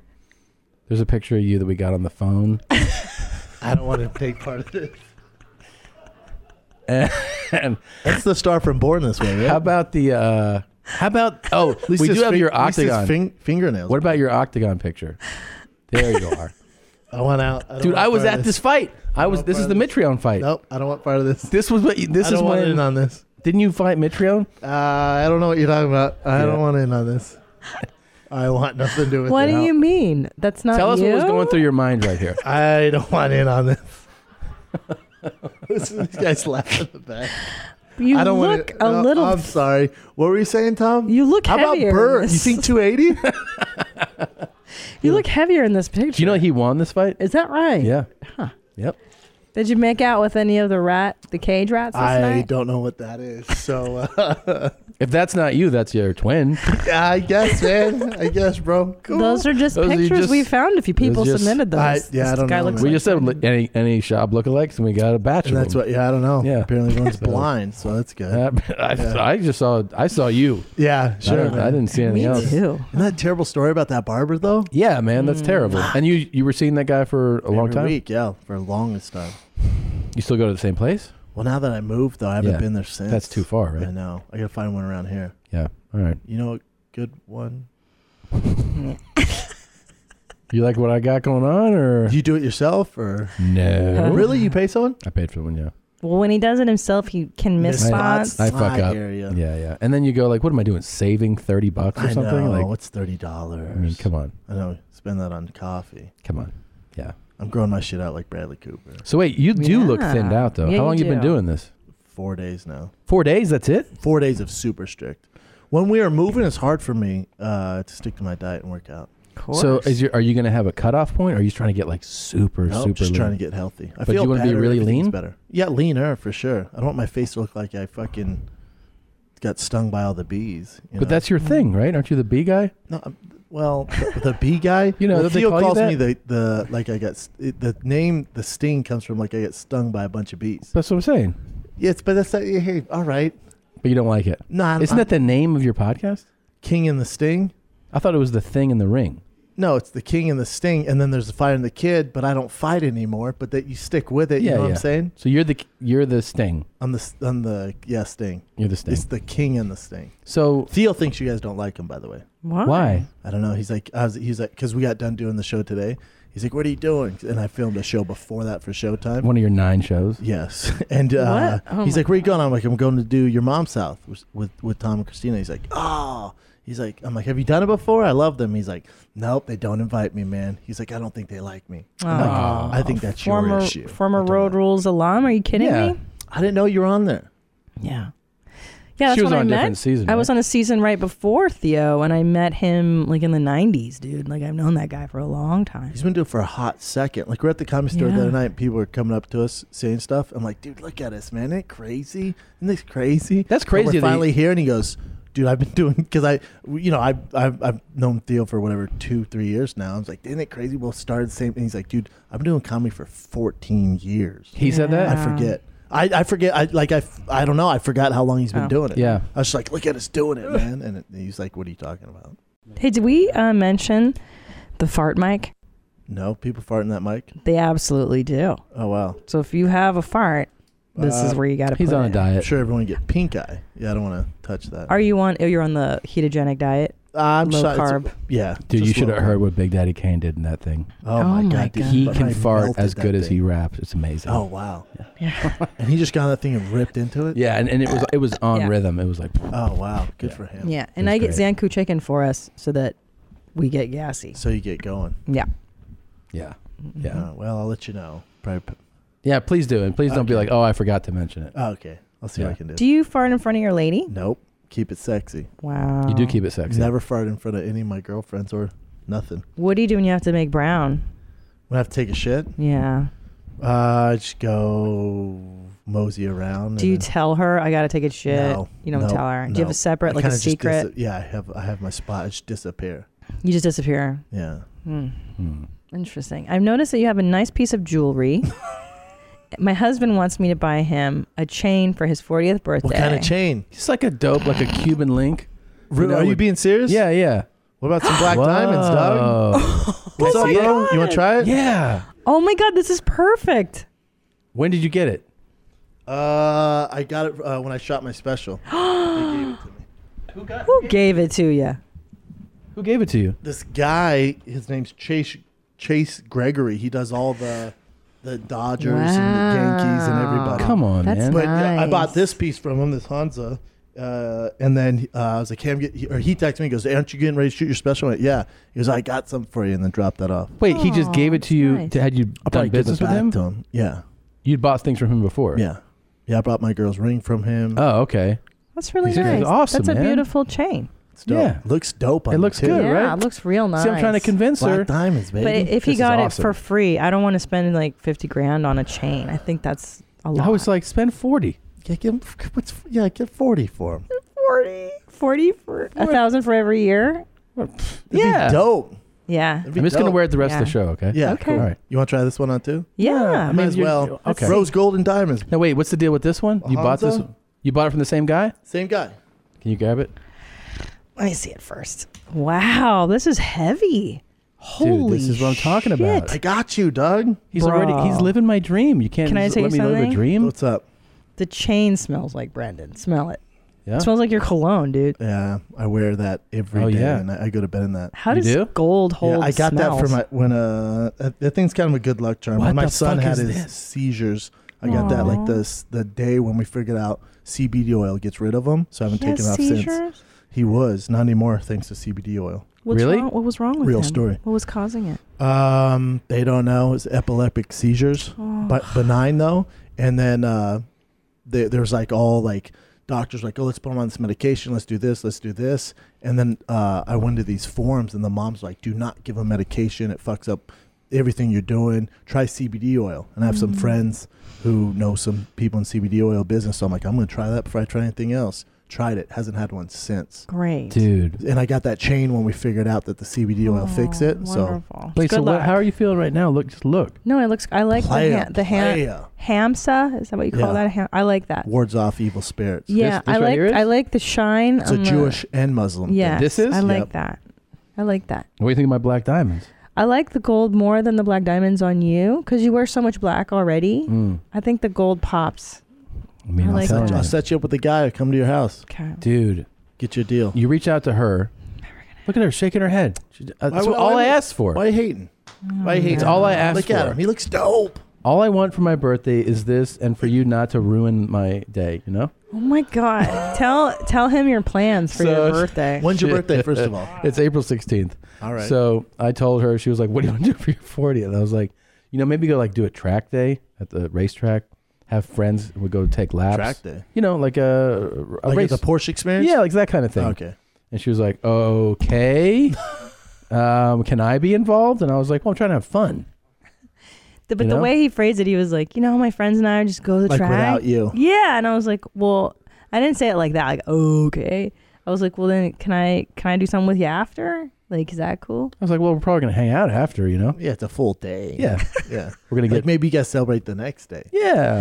Speaker 1: There's a picture of you that we got on the phone.
Speaker 23: I don't want to take part of this.
Speaker 1: And
Speaker 23: That's the star from Born This Way. Right?
Speaker 1: how about the? uh How about? Oh,
Speaker 23: At least
Speaker 1: we do
Speaker 23: his
Speaker 1: have
Speaker 23: fin-
Speaker 1: your
Speaker 23: at least his
Speaker 1: octagon.
Speaker 23: fing- fingernails.
Speaker 1: What about your octagon picture? There you are,
Speaker 23: I want out, I don't
Speaker 1: dude.
Speaker 23: want
Speaker 1: I was
Speaker 23: part of
Speaker 1: at this fight. I was.
Speaker 23: want
Speaker 1: This is
Speaker 23: part
Speaker 1: the
Speaker 23: of this.
Speaker 1: Mitrione fight.
Speaker 23: Nope, I don't want part of this.
Speaker 1: This was what. You, this
Speaker 23: I don't
Speaker 1: is
Speaker 23: want in
Speaker 1: when.
Speaker 23: on this.
Speaker 1: Didn't you fight Mitrione?
Speaker 23: Uh, I don't know what you're talking about. I
Speaker 1: Yeah.
Speaker 23: don't want in on this. I want nothing to do with
Speaker 20: What
Speaker 23: it.
Speaker 20: do you mean? That's not
Speaker 1: Tell us
Speaker 20: you?
Speaker 1: what was going through your mind right here.
Speaker 23: I don't want in on this. Listen, to these guys laughing at the back.
Speaker 20: You
Speaker 23: I don't
Speaker 20: look
Speaker 23: wanna,
Speaker 20: a
Speaker 23: no,
Speaker 20: little.
Speaker 23: I'm sorry. What were you saying, Tom?
Speaker 20: You look
Speaker 23: How about
Speaker 20: heavier in
Speaker 23: Bert?
Speaker 20: this.
Speaker 23: You think 280?
Speaker 20: you look heavier in this picture.
Speaker 1: Do you know he won this fight?
Speaker 20: Is that right?
Speaker 1: Yeah. Yep.
Speaker 20: Did you make out with any of the rat, the cage rats last
Speaker 23: I
Speaker 20: night?
Speaker 23: don't know what that is. So uh,
Speaker 1: If that's not you, that's your twin.
Speaker 23: I guess, man. I guess, bro.
Speaker 20: Those are just
Speaker 1: Those are
Speaker 20: pictures
Speaker 1: just-
Speaker 20: we found. If you people
Speaker 1: those just-
Speaker 20: submitted those,
Speaker 23: I- yeah, I
Speaker 20: This
Speaker 23: don't
Speaker 20: guy
Speaker 23: know,
Speaker 20: looks
Speaker 23: man.
Speaker 1: We
Speaker 20: like
Speaker 1: just said
Speaker 20: him.
Speaker 1: li- any any shop lookalikes, and we got a batch
Speaker 23: And
Speaker 1: of
Speaker 23: that's
Speaker 1: them.
Speaker 23: what. Yeah, I don't know.
Speaker 1: Yeah.
Speaker 23: Apparently, everyone's
Speaker 1: So-
Speaker 23: blind, so that's good.
Speaker 1: Uh, I, I just saw. I saw you.
Speaker 23: yeah,
Speaker 1: I,
Speaker 23: sure.
Speaker 1: don't-
Speaker 23: man.
Speaker 1: I didn't see anything
Speaker 20: Me
Speaker 1: else.
Speaker 20: too. Mm.
Speaker 23: Isn't that a terrible story about that barber though?
Speaker 1: Yeah, man, that's terrible. And you you were seeing that guy for a long
Speaker 23: Every
Speaker 1: time.
Speaker 23: Week, yeah, for the longest time.
Speaker 1: You still go to the same place?
Speaker 23: Well, now that I moved though, I haven't
Speaker 1: Yeah.
Speaker 23: been there since.
Speaker 1: That's too far, right?
Speaker 23: I know. I gotta find one around here.
Speaker 1: Yeah. All right.
Speaker 23: You know, a good one.
Speaker 1: You like what I got going on, or
Speaker 23: Do you do it yourself or?
Speaker 1: no?
Speaker 23: Really, you pay someone?
Speaker 1: I paid for one. Yeah.
Speaker 20: Well, when he does it himself, he can miss
Speaker 23: Miss
Speaker 20: spots.
Speaker 23: spots.
Speaker 1: I
Speaker 23: It's
Speaker 1: fuck
Speaker 23: my
Speaker 1: up.
Speaker 23: area.
Speaker 1: Yeah, yeah. And then you go like, what am I doing? Saving thirty bucks or
Speaker 23: I
Speaker 1: something?
Speaker 23: know.
Speaker 1: Like,
Speaker 23: What's thirty dollars?
Speaker 1: I mean, come on,
Speaker 23: I know. Spend that on coffee.
Speaker 1: come on. Yeah.
Speaker 23: I'm growing my shit out like Bradley Cooper.
Speaker 1: So wait, you do look thinned out though. How long you been doing this?
Speaker 23: Four days now.
Speaker 1: Four days. That's it.
Speaker 23: Four days of super strict. When we are moving, it's hard for me uh, to stick to my diet and work out.
Speaker 1: So is your, are you going to have a cutoff point? Or are you trying to get like super
Speaker 23: Nope,
Speaker 1: super?
Speaker 23: just
Speaker 1: lean?
Speaker 23: trying to get healthy. I
Speaker 1: but
Speaker 23: feel
Speaker 1: you want to be
Speaker 23: better,
Speaker 1: really
Speaker 23: everything's
Speaker 1: lean.
Speaker 23: better. yeah, leaner for sure. I don't want my face to look like I fucking got stung by all the bees. you
Speaker 1: But
Speaker 23: know?
Speaker 1: that's your thing, right? Aren't you the bee guy?
Speaker 23: No, I'm, well, the, the bee guy. You
Speaker 1: know,
Speaker 23: well,
Speaker 1: don't they
Speaker 23: Theo
Speaker 1: call you
Speaker 23: calls
Speaker 1: that?
Speaker 23: me the the like I got s- it, the name the sting comes from like I got stung by a bunch of bees.
Speaker 1: That's what I'm saying.
Speaker 23: Yes, but that's uh, yeah, hey, all right.
Speaker 1: But you don't like it.
Speaker 23: No, I'm-
Speaker 1: isn't that the name of your podcast?
Speaker 23: King and the Sting.
Speaker 1: I thought it was the Thing and the Ring.
Speaker 23: No, it's the king and the sting, and then there's the fight and the kid. But I don't fight anymore. But that you stick with it. you know what I'm saying?
Speaker 1: So you're the you're the sting.
Speaker 23: I'm the I'm the yeah sting.
Speaker 1: You're the sting.
Speaker 23: It's the king and the sting.
Speaker 1: So
Speaker 23: Theo thinks you guys don't like him, by the way.
Speaker 1: Why? Why?
Speaker 23: I don't know. He's like I was, he's like because we got done doing the show today. He's like, what are you doing? And I filmed a show before that for Showtime.
Speaker 1: One of your nine shows.
Speaker 23: Yes. And uh,
Speaker 1: What? Oh
Speaker 23: he's
Speaker 1: my
Speaker 23: like, where you going? I'm like, I'm going to do your mom's South with, with with Tom and Christina. He's like, oh. He's like, I'm like, have you done it before? I love them. He's like, nope, they don't invite me, man. He's like, I don't think they like me. I'm like,
Speaker 2: Oh.
Speaker 23: I think that's
Speaker 2: former,
Speaker 23: your issue.
Speaker 2: Former Road Rules alum. Are you kidding
Speaker 23: Yeah.
Speaker 2: me?
Speaker 23: I didn't know you were on there.
Speaker 2: Yeah. Yeah, that's
Speaker 23: She was
Speaker 2: when
Speaker 23: on
Speaker 2: I
Speaker 23: a
Speaker 2: met.
Speaker 23: different season,
Speaker 2: I was
Speaker 23: right?
Speaker 2: on a season right before Theo, and I met him like in the '90s, dude. Like I've known that guy for a long time.
Speaker 23: He's been doing it for a hot second. Like we're at the comedy store the
Speaker 2: Yeah.
Speaker 23: other night, and people were coming up to us saying stuff. I'm like, dude, look at us, man. Ain't it crazy? Isn't this crazy? That's
Speaker 1: crazy
Speaker 23: We're
Speaker 1: that he-
Speaker 23: finally here, and he goes, dude, I've been doing because I, you know, I've, I've I've known Theo for whatever two three years now. I was like, isn't it crazy? We'll start the same. And he's like, dude, I've been doing comedy for 14 years.
Speaker 1: He said that?
Speaker 23: I forget. I, I forget I like I, f- I don't know I forgot how long he's been
Speaker 2: Oh.
Speaker 23: doing it
Speaker 1: Yeah.
Speaker 23: I was just like look at us doing it man and it, he's like what are you talking about
Speaker 2: Hey, did we uh, mention the fart mic?
Speaker 23: no people farting that mic
Speaker 2: They absolutely do.
Speaker 23: oh wow Uh,
Speaker 2: So if you have a fart, this is where you got to. put it.
Speaker 23: I'm sure everyone get pink eye. Yeah, I don't want to touch that.
Speaker 2: Are you on? Oh, you're on the ketogenic diet.
Speaker 23: I'm
Speaker 2: low
Speaker 23: sorry, it's-
Speaker 2: carb.
Speaker 23: yeah,
Speaker 1: Dude, you
Speaker 23: just
Speaker 1: should
Speaker 23: low
Speaker 1: have heard what Big Daddy Kane did in that thing.
Speaker 23: Oh, my Oh God, my dude, God.
Speaker 1: He
Speaker 23: but I
Speaker 1: can fart
Speaker 23: melted
Speaker 1: as
Speaker 23: that
Speaker 1: good as he
Speaker 23: thing.
Speaker 1: raps. It's amazing.
Speaker 23: Oh wow. and he just got on that thing and ripped into it.
Speaker 1: Yeah, and, and it was it was on
Speaker 2: Yeah.
Speaker 1: rhythm. It was like
Speaker 23: Oh wow, good for him.
Speaker 2: Yeah, and I get Zanku chicken for us so that we get gassy.
Speaker 23: So you get going.
Speaker 2: Yeah.
Speaker 1: Yeah.
Speaker 2: Mm-hmm.
Speaker 1: Yeah.
Speaker 23: Uh, well, I'll let you know. Probably.
Speaker 1: Yeah, please do. And please don't be
Speaker 23: Okay.
Speaker 1: like, oh, I forgot to mention it.
Speaker 23: Oh, okay, I'll see what
Speaker 1: Yeah.
Speaker 23: I can do.
Speaker 2: Do you fart in front of your lady?
Speaker 23: Nope. Keep it sexy.
Speaker 2: Wow.
Speaker 1: You do keep it sexy.
Speaker 23: Never fart in front of any of my girlfriends or nothing.
Speaker 2: What do you do when you have to make brown?
Speaker 23: When I have to take a shit,
Speaker 2: Yeah.
Speaker 23: uh, I just go mosey around.
Speaker 2: Do
Speaker 23: and
Speaker 2: you
Speaker 23: then-
Speaker 2: tell her I gotta take a shit?
Speaker 23: No,
Speaker 2: you don't
Speaker 23: no,
Speaker 2: tell her. Do you have
Speaker 23: no.
Speaker 2: a separate,
Speaker 23: I
Speaker 2: like a
Speaker 23: kinda just
Speaker 2: secret?
Speaker 23: dis- yeah, I have. I have my spot. I just disappear.
Speaker 2: you just disappear.
Speaker 23: Yeah.
Speaker 2: Hmm. Interesting. I've noticed that you have a nice piece of jewelry. My husband wants me to buy him a chain for his 40th birthday.
Speaker 1: What kind of
Speaker 23: chain?
Speaker 1: It's like a dope, like a Cuban link.
Speaker 23: Ru- are you being serious?
Speaker 1: Yeah, yeah.
Speaker 23: What about some black diamonds, dog? What's up, bro? You want to try it?
Speaker 1: Yeah.
Speaker 2: Oh my God, this is perfect.
Speaker 1: When did you get it?
Speaker 23: Uh, I got it uh, when I shot my special.
Speaker 2: Who gave it to you?
Speaker 1: Who gave it to you?
Speaker 23: this guy, his name's Chase Chase Gregory. He does all the the Dodgers and the Yankees and everybody.
Speaker 1: Come on, That's man.
Speaker 23: But uh, I
Speaker 1: nice.
Speaker 23: bought this piece from him, this Hanza. Uh, and then uh, I was like, hey, I'm get, he, or he texted me, he goes, hey, aren't you getting ready to shoot your special? I went, yeah. He goes, I got something for you, and then dropped that off.
Speaker 1: Wait, he just gave it to you. To, had you done
Speaker 23: probably give it
Speaker 1: business with
Speaker 23: back
Speaker 1: him?
Speaker 23: to him, yeah.
Speaker 1: You'd bought things from him before.
Speaker 23: Yeah. Yeah, I bought my girl's ring from him.
Speaker 1: Oh, okay.
Speaker 2: That's really
Speaker 1: This is
Speaker 2: nice.
Speaker 1: awesome,
Speaker 2: That's a
Speaker 1: man.
Speaker 2: beautiful chain.
Speaker 23: It's dope.
Speaker 1: Yeah.
Speaker 23: Looks dope. On
Speaker 1: It looks
Speaker 23: me, too.
Speaker 1: good, right?
Speaker 2: Yeah, it looks real nice.
Speaker 1: See, I'm trying to convince
Speaker 23: Black
Speaker 1: her.
Speaker 23: diamonds, baby.
Speaker 2: But i- if he got it for free, I don't want to spend like 50 grand on a chain. I think that's a lot.
Speaker 1: I was like, spend forty.
Speaker 23: Yeah, give him, what's, yeah, get forty for him.
Speaker 2: 40, 40 for a thousand for every year.
Speaker 1: Yeah.
Speaker 23: dope.
Speaker 2: Yeah.
Speaker 1: I'm just gonna wear it the rest of the
Speaker 2: Yeah.
Speaker 1: show. Okay.
Speaker 23: Yeah,
Speaker 1: Okay.
Speaker 23: cool.
Speaker 1: All right.
Speaker 23: You want to try this one on too?
Speaker 2: Yeah.
Speaker 23: I may as well.
Speaker 1: Okay.
Speaker 23: Rose gold and diamonds.
Speaker 1: Now wait, what's the deal with this one? You bought this?
Speaker 23: Hanzo?
Speaker 1: You bought it from the same guy?
Speaker 23: Same guy.
Speaker 1: Can you grab it?
Speaker 2: Let me see it first. Wow, this is heavy. Holy
Speaker 1: Dude, this is what I'm talking about.
Speaker 23: I got you, Doug.
Speaker 1: He's already he's living my dream. You can't
Speaker 2: Can I
Speaker 1: just
Speaker 2: tell
Speaker 1: let
Speaker 2: you
Speaker 1: me live
Speaker 2: something?
Speaker 1: a dream.
Speaker 23: What's up?
Speaker 2: The chain smells like Brandon. Smell it.
Speaker 1: Yeah.
Speaker 2: It smells like your cologne, dude.
Speaker 23: Yeah, I wear that every day,
Speaker 1: Oh, yeah.
Speaker 23: and I, I go to bed in that.
Speaker 2: How does gold hold
Speaker 23: Yeah, I got that for
Speaker 2: smells?
Speaker 23: my when uh that, that thing's kind of a good luck charm.
Speaker 1: What
Speaker 23: When my
Speaker 1: the
Speaker 23: son
Speaker 1: fuck
Speaker 23: had
Speaker 1: is
Speaker 23: his
Speaker 1: this?
Speaker 23: seizures. I got that like this the day when we figured out CBD oil gets rid of them, so I haven't
Speaker 2: He has
Speaker 23: taken it off
Speaker 2: seizures?
Speaker 23: since. He was not anymore thanks to CBD oil.
Speaker 2: What's
Speaker 23: Really?
Speaker 2: Wrong? What was wrong with
Speaker 23: Real
Speaker 2: him?
Speaker 23: story.
Speaker 2: What was causing it?
Speaker 23: Um, they don't know. It's epileptic seizures,
Speaker 2: Oh.
Speaker 23: but benign though. And then uh, they, there's like all like doctors like, oh, let's put him on this medication. Let's do this. Let's do this. And then uh, I went to these forums, and the moms like, do not give him medication. It fucks up everything you're doing. Try CBD oil. And I have some
Speaker 5: Mm.
Speaker 23: friends who know some people in CBD oil business. So I'm like, I'm gonna try that before I try anything else. Tried it. Hasn't had one since.
Speaker 2: Great.
Speaker 1: Dude.
Speaker 23: And I got that chain when we figured out that the CBD oil fixed it. So,
Speaker 1: Wait, so what, how are you feeling right now? Look, just look.
Speaker 2: No, it looks. I like
Speaker 23: Playa,
Speaker 2: the hand. The
Speaker 23: playa.
Speaker 2: ham. Hamsa is that what you call
Speaker 23: Yeah.
Speaker 2: that? Ham, I like that.
Speaker 23: wards off evil spirits.
Speaker 2: yeah, I like. I like the shine.
Speaker 23: It's a
Speaker 2: on the-
Speaker 23: Jewish and Muslim.
Speaker 2: Yes,
Speaker 23: thing.
Speaker 2: I like
Speaker 23: Yep.
Speaker 2: that. I like that.
Speaker 1: What do you think of my black diamonds?
Speaker 2: I like the gold more than the black diamonds on you because you wear so much black already.
Speaker 1: Mm.
Speaker 2: I think the gold pops.
Speaker 1: I mean,
Speaker 2: I
Speaker 1: I'm
Speaker 2: like
Speaker 1: telling
Speaker 2: that.
Speaker 23: I'll
Speaker 1: you.
Speaker 23: set you up with a guy. Come to your house.
Speaker 2: Okay.
Speaker 1: Dude,
Speaker 23: get your deal.
Speaker 1: You reach out to her. Look at her shaking her head. She, uh, that's
Speaker 23: Why-
Speaker 1: all
Speaker 23: why-
Speaker 1: I asked for.
Speaker 23: Why you hating? Why you hating?
Speaker 1: It's all I asked
Speaker 23: Look
Speaker 1: for.
Speaker 23: at him. He looks dope.
Speaker 1: All I want for my birthday is this, and for you not to ruin my day. You know.
Speaker 2: Oh my god! tell tell him your plans for your birthday.
Speaker 1: it's April 16th.
Speaker 2: All right.
Speaker 1: So I told her, she was like, What do you want to do for your 40th? I was like, You know, maybe go like do a track day at the racetrack, have friends, we go take laps.
Speaker 23: Track day?
Speaker 1: You know, like a, a
Speaker 23: Like at
Speaker 1: race.
Speaker 23: the Porsche experience?
Speaker 1: Yeah, like that kind of thing.
Speaker 23: Okay.
Speaker 1: And she was like, Okay. um, can I be involved? And I was like, Well, I'm trying to have fun.
Speaker 2: The- but
Speaker 1: you
Speaker 2: the
Speaker 1: know?
Speaker 2: way he phrased it, he was like, you know, my friends and I just go to the
Speaker 1: Like
Speaker 2: track.
Speaker 1: without you.
Speaker 2: Yeah, and I was like, well, I didn't say it like that. Like, okay. I was like, well, then can I can I do something with you after? Like, is that cool?
Speaker 1: I was like, Well, we're probably going to hang out after, you know?
Speaker 23: Yeah, it's a full day.
Speaker 1: Yeah.
Speaker 23: yeah.
Speaker 1: We're going to
Speaker 23: Like
Speaker 1: get.
Speaker 23: maybe you guys celebrate the next day.
Speaker 1: Yeah,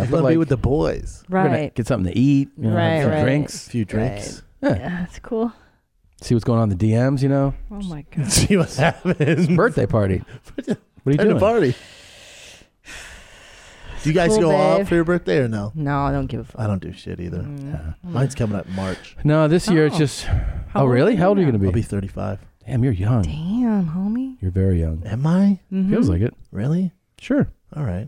Speaker 23: you want
Speaker 1: but
Speaker 23: to
Speaker 1: like-
Speaker 23: be with the boys.
Speaker 1: we're gonna
Speaker 2: Right.
Speaker 1: Get something to eat. You know, have
Speaker 2: Right,
Speaker 1: some
Speaker 2: right.
Speaker 1: Drinks.
Speaker 23: Few drinks.
Speaker 2: Yeah. that's cool.
Speaker 1: See what's going on in the DMs, you know?
Speaker 2: Oh my god.
Speaker 23: See what's happening.
Speaker 1: Birthday party. what are
Speaker 23: Time
Speaker 1: you
Speaker 23: to
Speaker 1: doing?
Speaker 23: party. Do you guys
Speaker 2: Cool,
Speaker 23: go out
Speaker 2: babe.
Speaker 23: for your birthday or no?
Speaker 2: No, I don't give a fuck. Mm-hmm.
Speaker 23: I don't do shit either. Mine's coming up in March.
Speaker 1: No, this year it's just.
Speaker 23: How
Speaker 1: oh,
Speaker 23: old are
Speaker 1: really?
Speaker 23: you
Speaker 1: How old are you
Speaker 23: now?
Speaker 1: going to be?
Speaker 23: I'll be 35.
Speaker 1: Damn, you're young.
Speaker 2: Damn, homie.
Speaker 1: You're very young.
Speaker 23: Am I?
Speaker 2: Mm-hmm.
Speaker 1: Feels like it.
Speaker 23: Mm-hmm. Really?
Speaker 1: Sure.
Speaker 23: All right.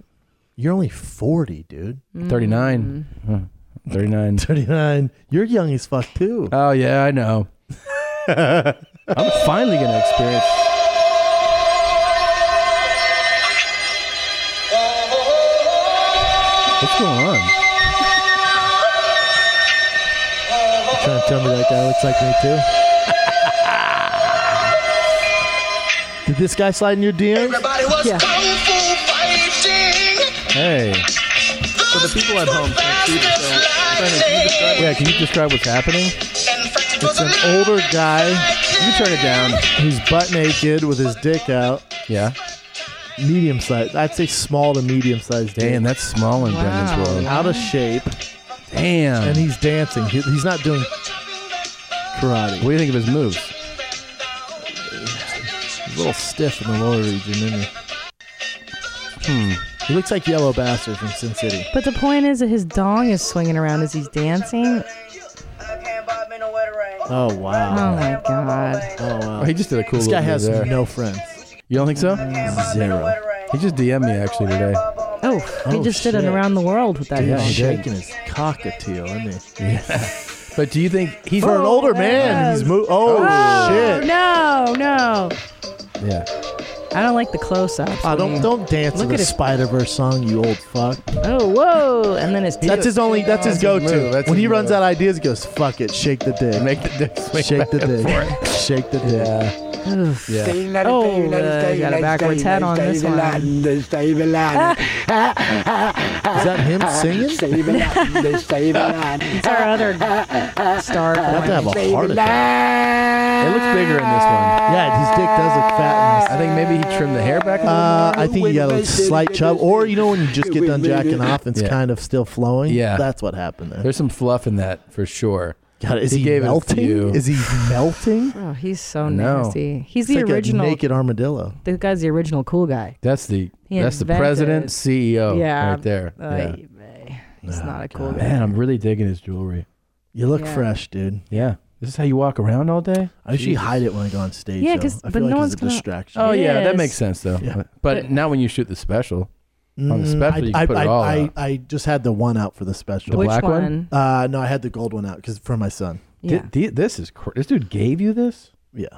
Speaker 23: You're only 40, dude.
Speaker 1: 39. Huh. 39.
Speaker 23: 39. You're young as fuck, too.
Speaker 1: Oh, yeah, I know. I'm finally going to experience. What's going on?
Speaker 23: Trying to tell me that guy looks like me, too? Did this guy slide in your DM?
Speaker 11: Everybody was
Speaker 23: Yeah.
Speaker 11: kung fu fighting.
Speaker 1: Hey.
Speaker 11: So the people at home can't see the
Speaker 1: Yeah, can you describe what's happening?
Speaker 23: It's an older guy. You
Speaker 1: turn it down.
Speaker 23: He's butt naked with his dick out.
Speaker 1: Yeah.
Speaker 23: Medium size. I'd say small to medium sized.
Speaker 1: Damn, that's small in Brendan's Wow. world.
Speaker 23: Out of shape.
Speaker 1: Damn.
Speaker 23: And he's dancing. He- he's not doing karate.
Speaker 1: What do you think of his moves?
Speaker 23: He's a little stiff in the lower region, isn't he? Hmm. He looks like Yellow Bastard from Sin City.
Speaker 2: But the point is that his dong is swinging around as he's dancing.
Speaker 23: Oh wow.
Speaker 2: Oh my god.
Speaker 23: Oh wow.
Speaker 1: Oh, he just did a cool
Speaker 23: This guy
Speaker 1: little move
Speaker 23: has
Speaker 1: there.
Speaker 23: no friends.
Speaker 1: You don't think so?
Speaker 23: Zero.
Speaker 1: He just DM'd me actually today.
Speaker 2: Oh, he
Speaker 1: Oh,
Speaker 2: just did
Speaker 1: shit.
Speaker 2: an around the world with that.
Speaker 1: Yeah,
Speaker 2: dong.
Speaker 1: he did.
Speaker 23: Shaking his cockatiel, isn't he?
Speaker 1: But do you think he's
Speaker 23: For an older man, he's mo- oh, shit.
Speaker 2: No, no.
Speaker 1: Yeah.
Speaker 2: I don't like the close-ups. Mm.
Speaker 23: Ah,
Speaker 1: Mm.
Speaker 23: don't don't dance
Speaker 2: Look
Speaker 23: to
Speaker 2: at
Speaker 23: the
Speaker 2: his-
Speaker 23: Spider Verse song, you old fuck.
Speaker 2: Oh, whoa! And then his.
Speaker 23: That's his only. That's his go
Speaker 1: move,
Speaker 23: to.
Speaker 1: that's
Speaker 23: When
Speaker 1: his
Speaker 23: he runs
Speaker 1: move.
Speaker 23: out of ideas, he goes fuck it, shake the dick,
Speaker 1: make the dick, swing
Speaker 23: shake the
Speaker 1: back and
Speaker 23: dick, shake the dick.
Speaker 1: Yeah.
Speaker 2: Oh, uh, got a backwards head on this one.
Speaker 23: Is that him singing?
Speaker 2: it's our other star.
Speaker 23: I have to have a heart
Speaker 1: It looks bigger in this one.
Speaker 23: Yeah, his dick does look fat.
Speaker 1: I think maybe he trimmed the hair back a little
Speaker 23: Uh, I think you got a slight chub, or you know when you just get done jacking off, and it's
Speaker 1: Yeah.
Speaker 23: kind of still flowing.
Speaker 1: Yeah.
Speaker 23: that's what happened there.
Speaker 1: There's some fluff in that for sure.
Speaker 23: God, is he,
Speaker 1: gave
Speaker 23: melting?
Speaker 1: It a few.
Speaker 23: Is he melting?
Speaker 2: Oh, he's so
Speaker 1: No.
Speaker 2: nasty. He's
Speaker 23: It's
Speaker 2: the
Speaker 23: like a
Speaker 2: original.
Speaker 23: naked armadillo.
Speaker 2: The guy's the original cool guy.
Speaker 1: That's the
Speaker 2: He
Speaker 1: that's the
Speaker 2: invented-
Speaker 1: president CEO
Speaker 2: Yeah.
Speaker 1: right there.
Speaker 2: Uh,
Speaker 1: yeah. Ah,
Speaker 2: He's not a cool guy.
Speaker 1: Man, I'm really digging his jewelry.
Speaker 23: You look
Speaker 2: Yeah.
Speaker 23: fresh, dude.
Speaker 1: Yeah. This is how you walk around all day?
Speaker 23: I usually
Speaker 1: Jesus.
Speaker 23: hide it when I go on stage.
Speaker 2: Yeah,
Speaker 23: though.
Speaker 2: 'cause-
Speaker 23: I
Speaker 2: but
Speaker 23: feel like
Speaker 2: no
Speaker 23: it's
Speaker 2: one's
Speaker 23: a
Speaker 2: gonna-
Speaker 23: distraction.
Speaker 1: Oh yeah, that
Speaker 2: Yes.
Speaker 1: makes sense though.
Speaker 23: Yeah.
Speaker 1: But, not when you shoot the special. On the
Speaker 23: Mm,
Speaker 1: special, you can
Speaker 23: I,
Speaker 1: put
Speaker 23: I,
Speaker 1: it all
Speaker 23: I,
Speaker 1: out.
Speaker 23: I, just had the one out for the special.
Speaker 1: The Which black one?
Speaker 23: Uh, no, I had the gold one out because for my son.
Speaker 1: Thi- thi- this is cr- this dude gave you this?
Speaker 23: Yeah.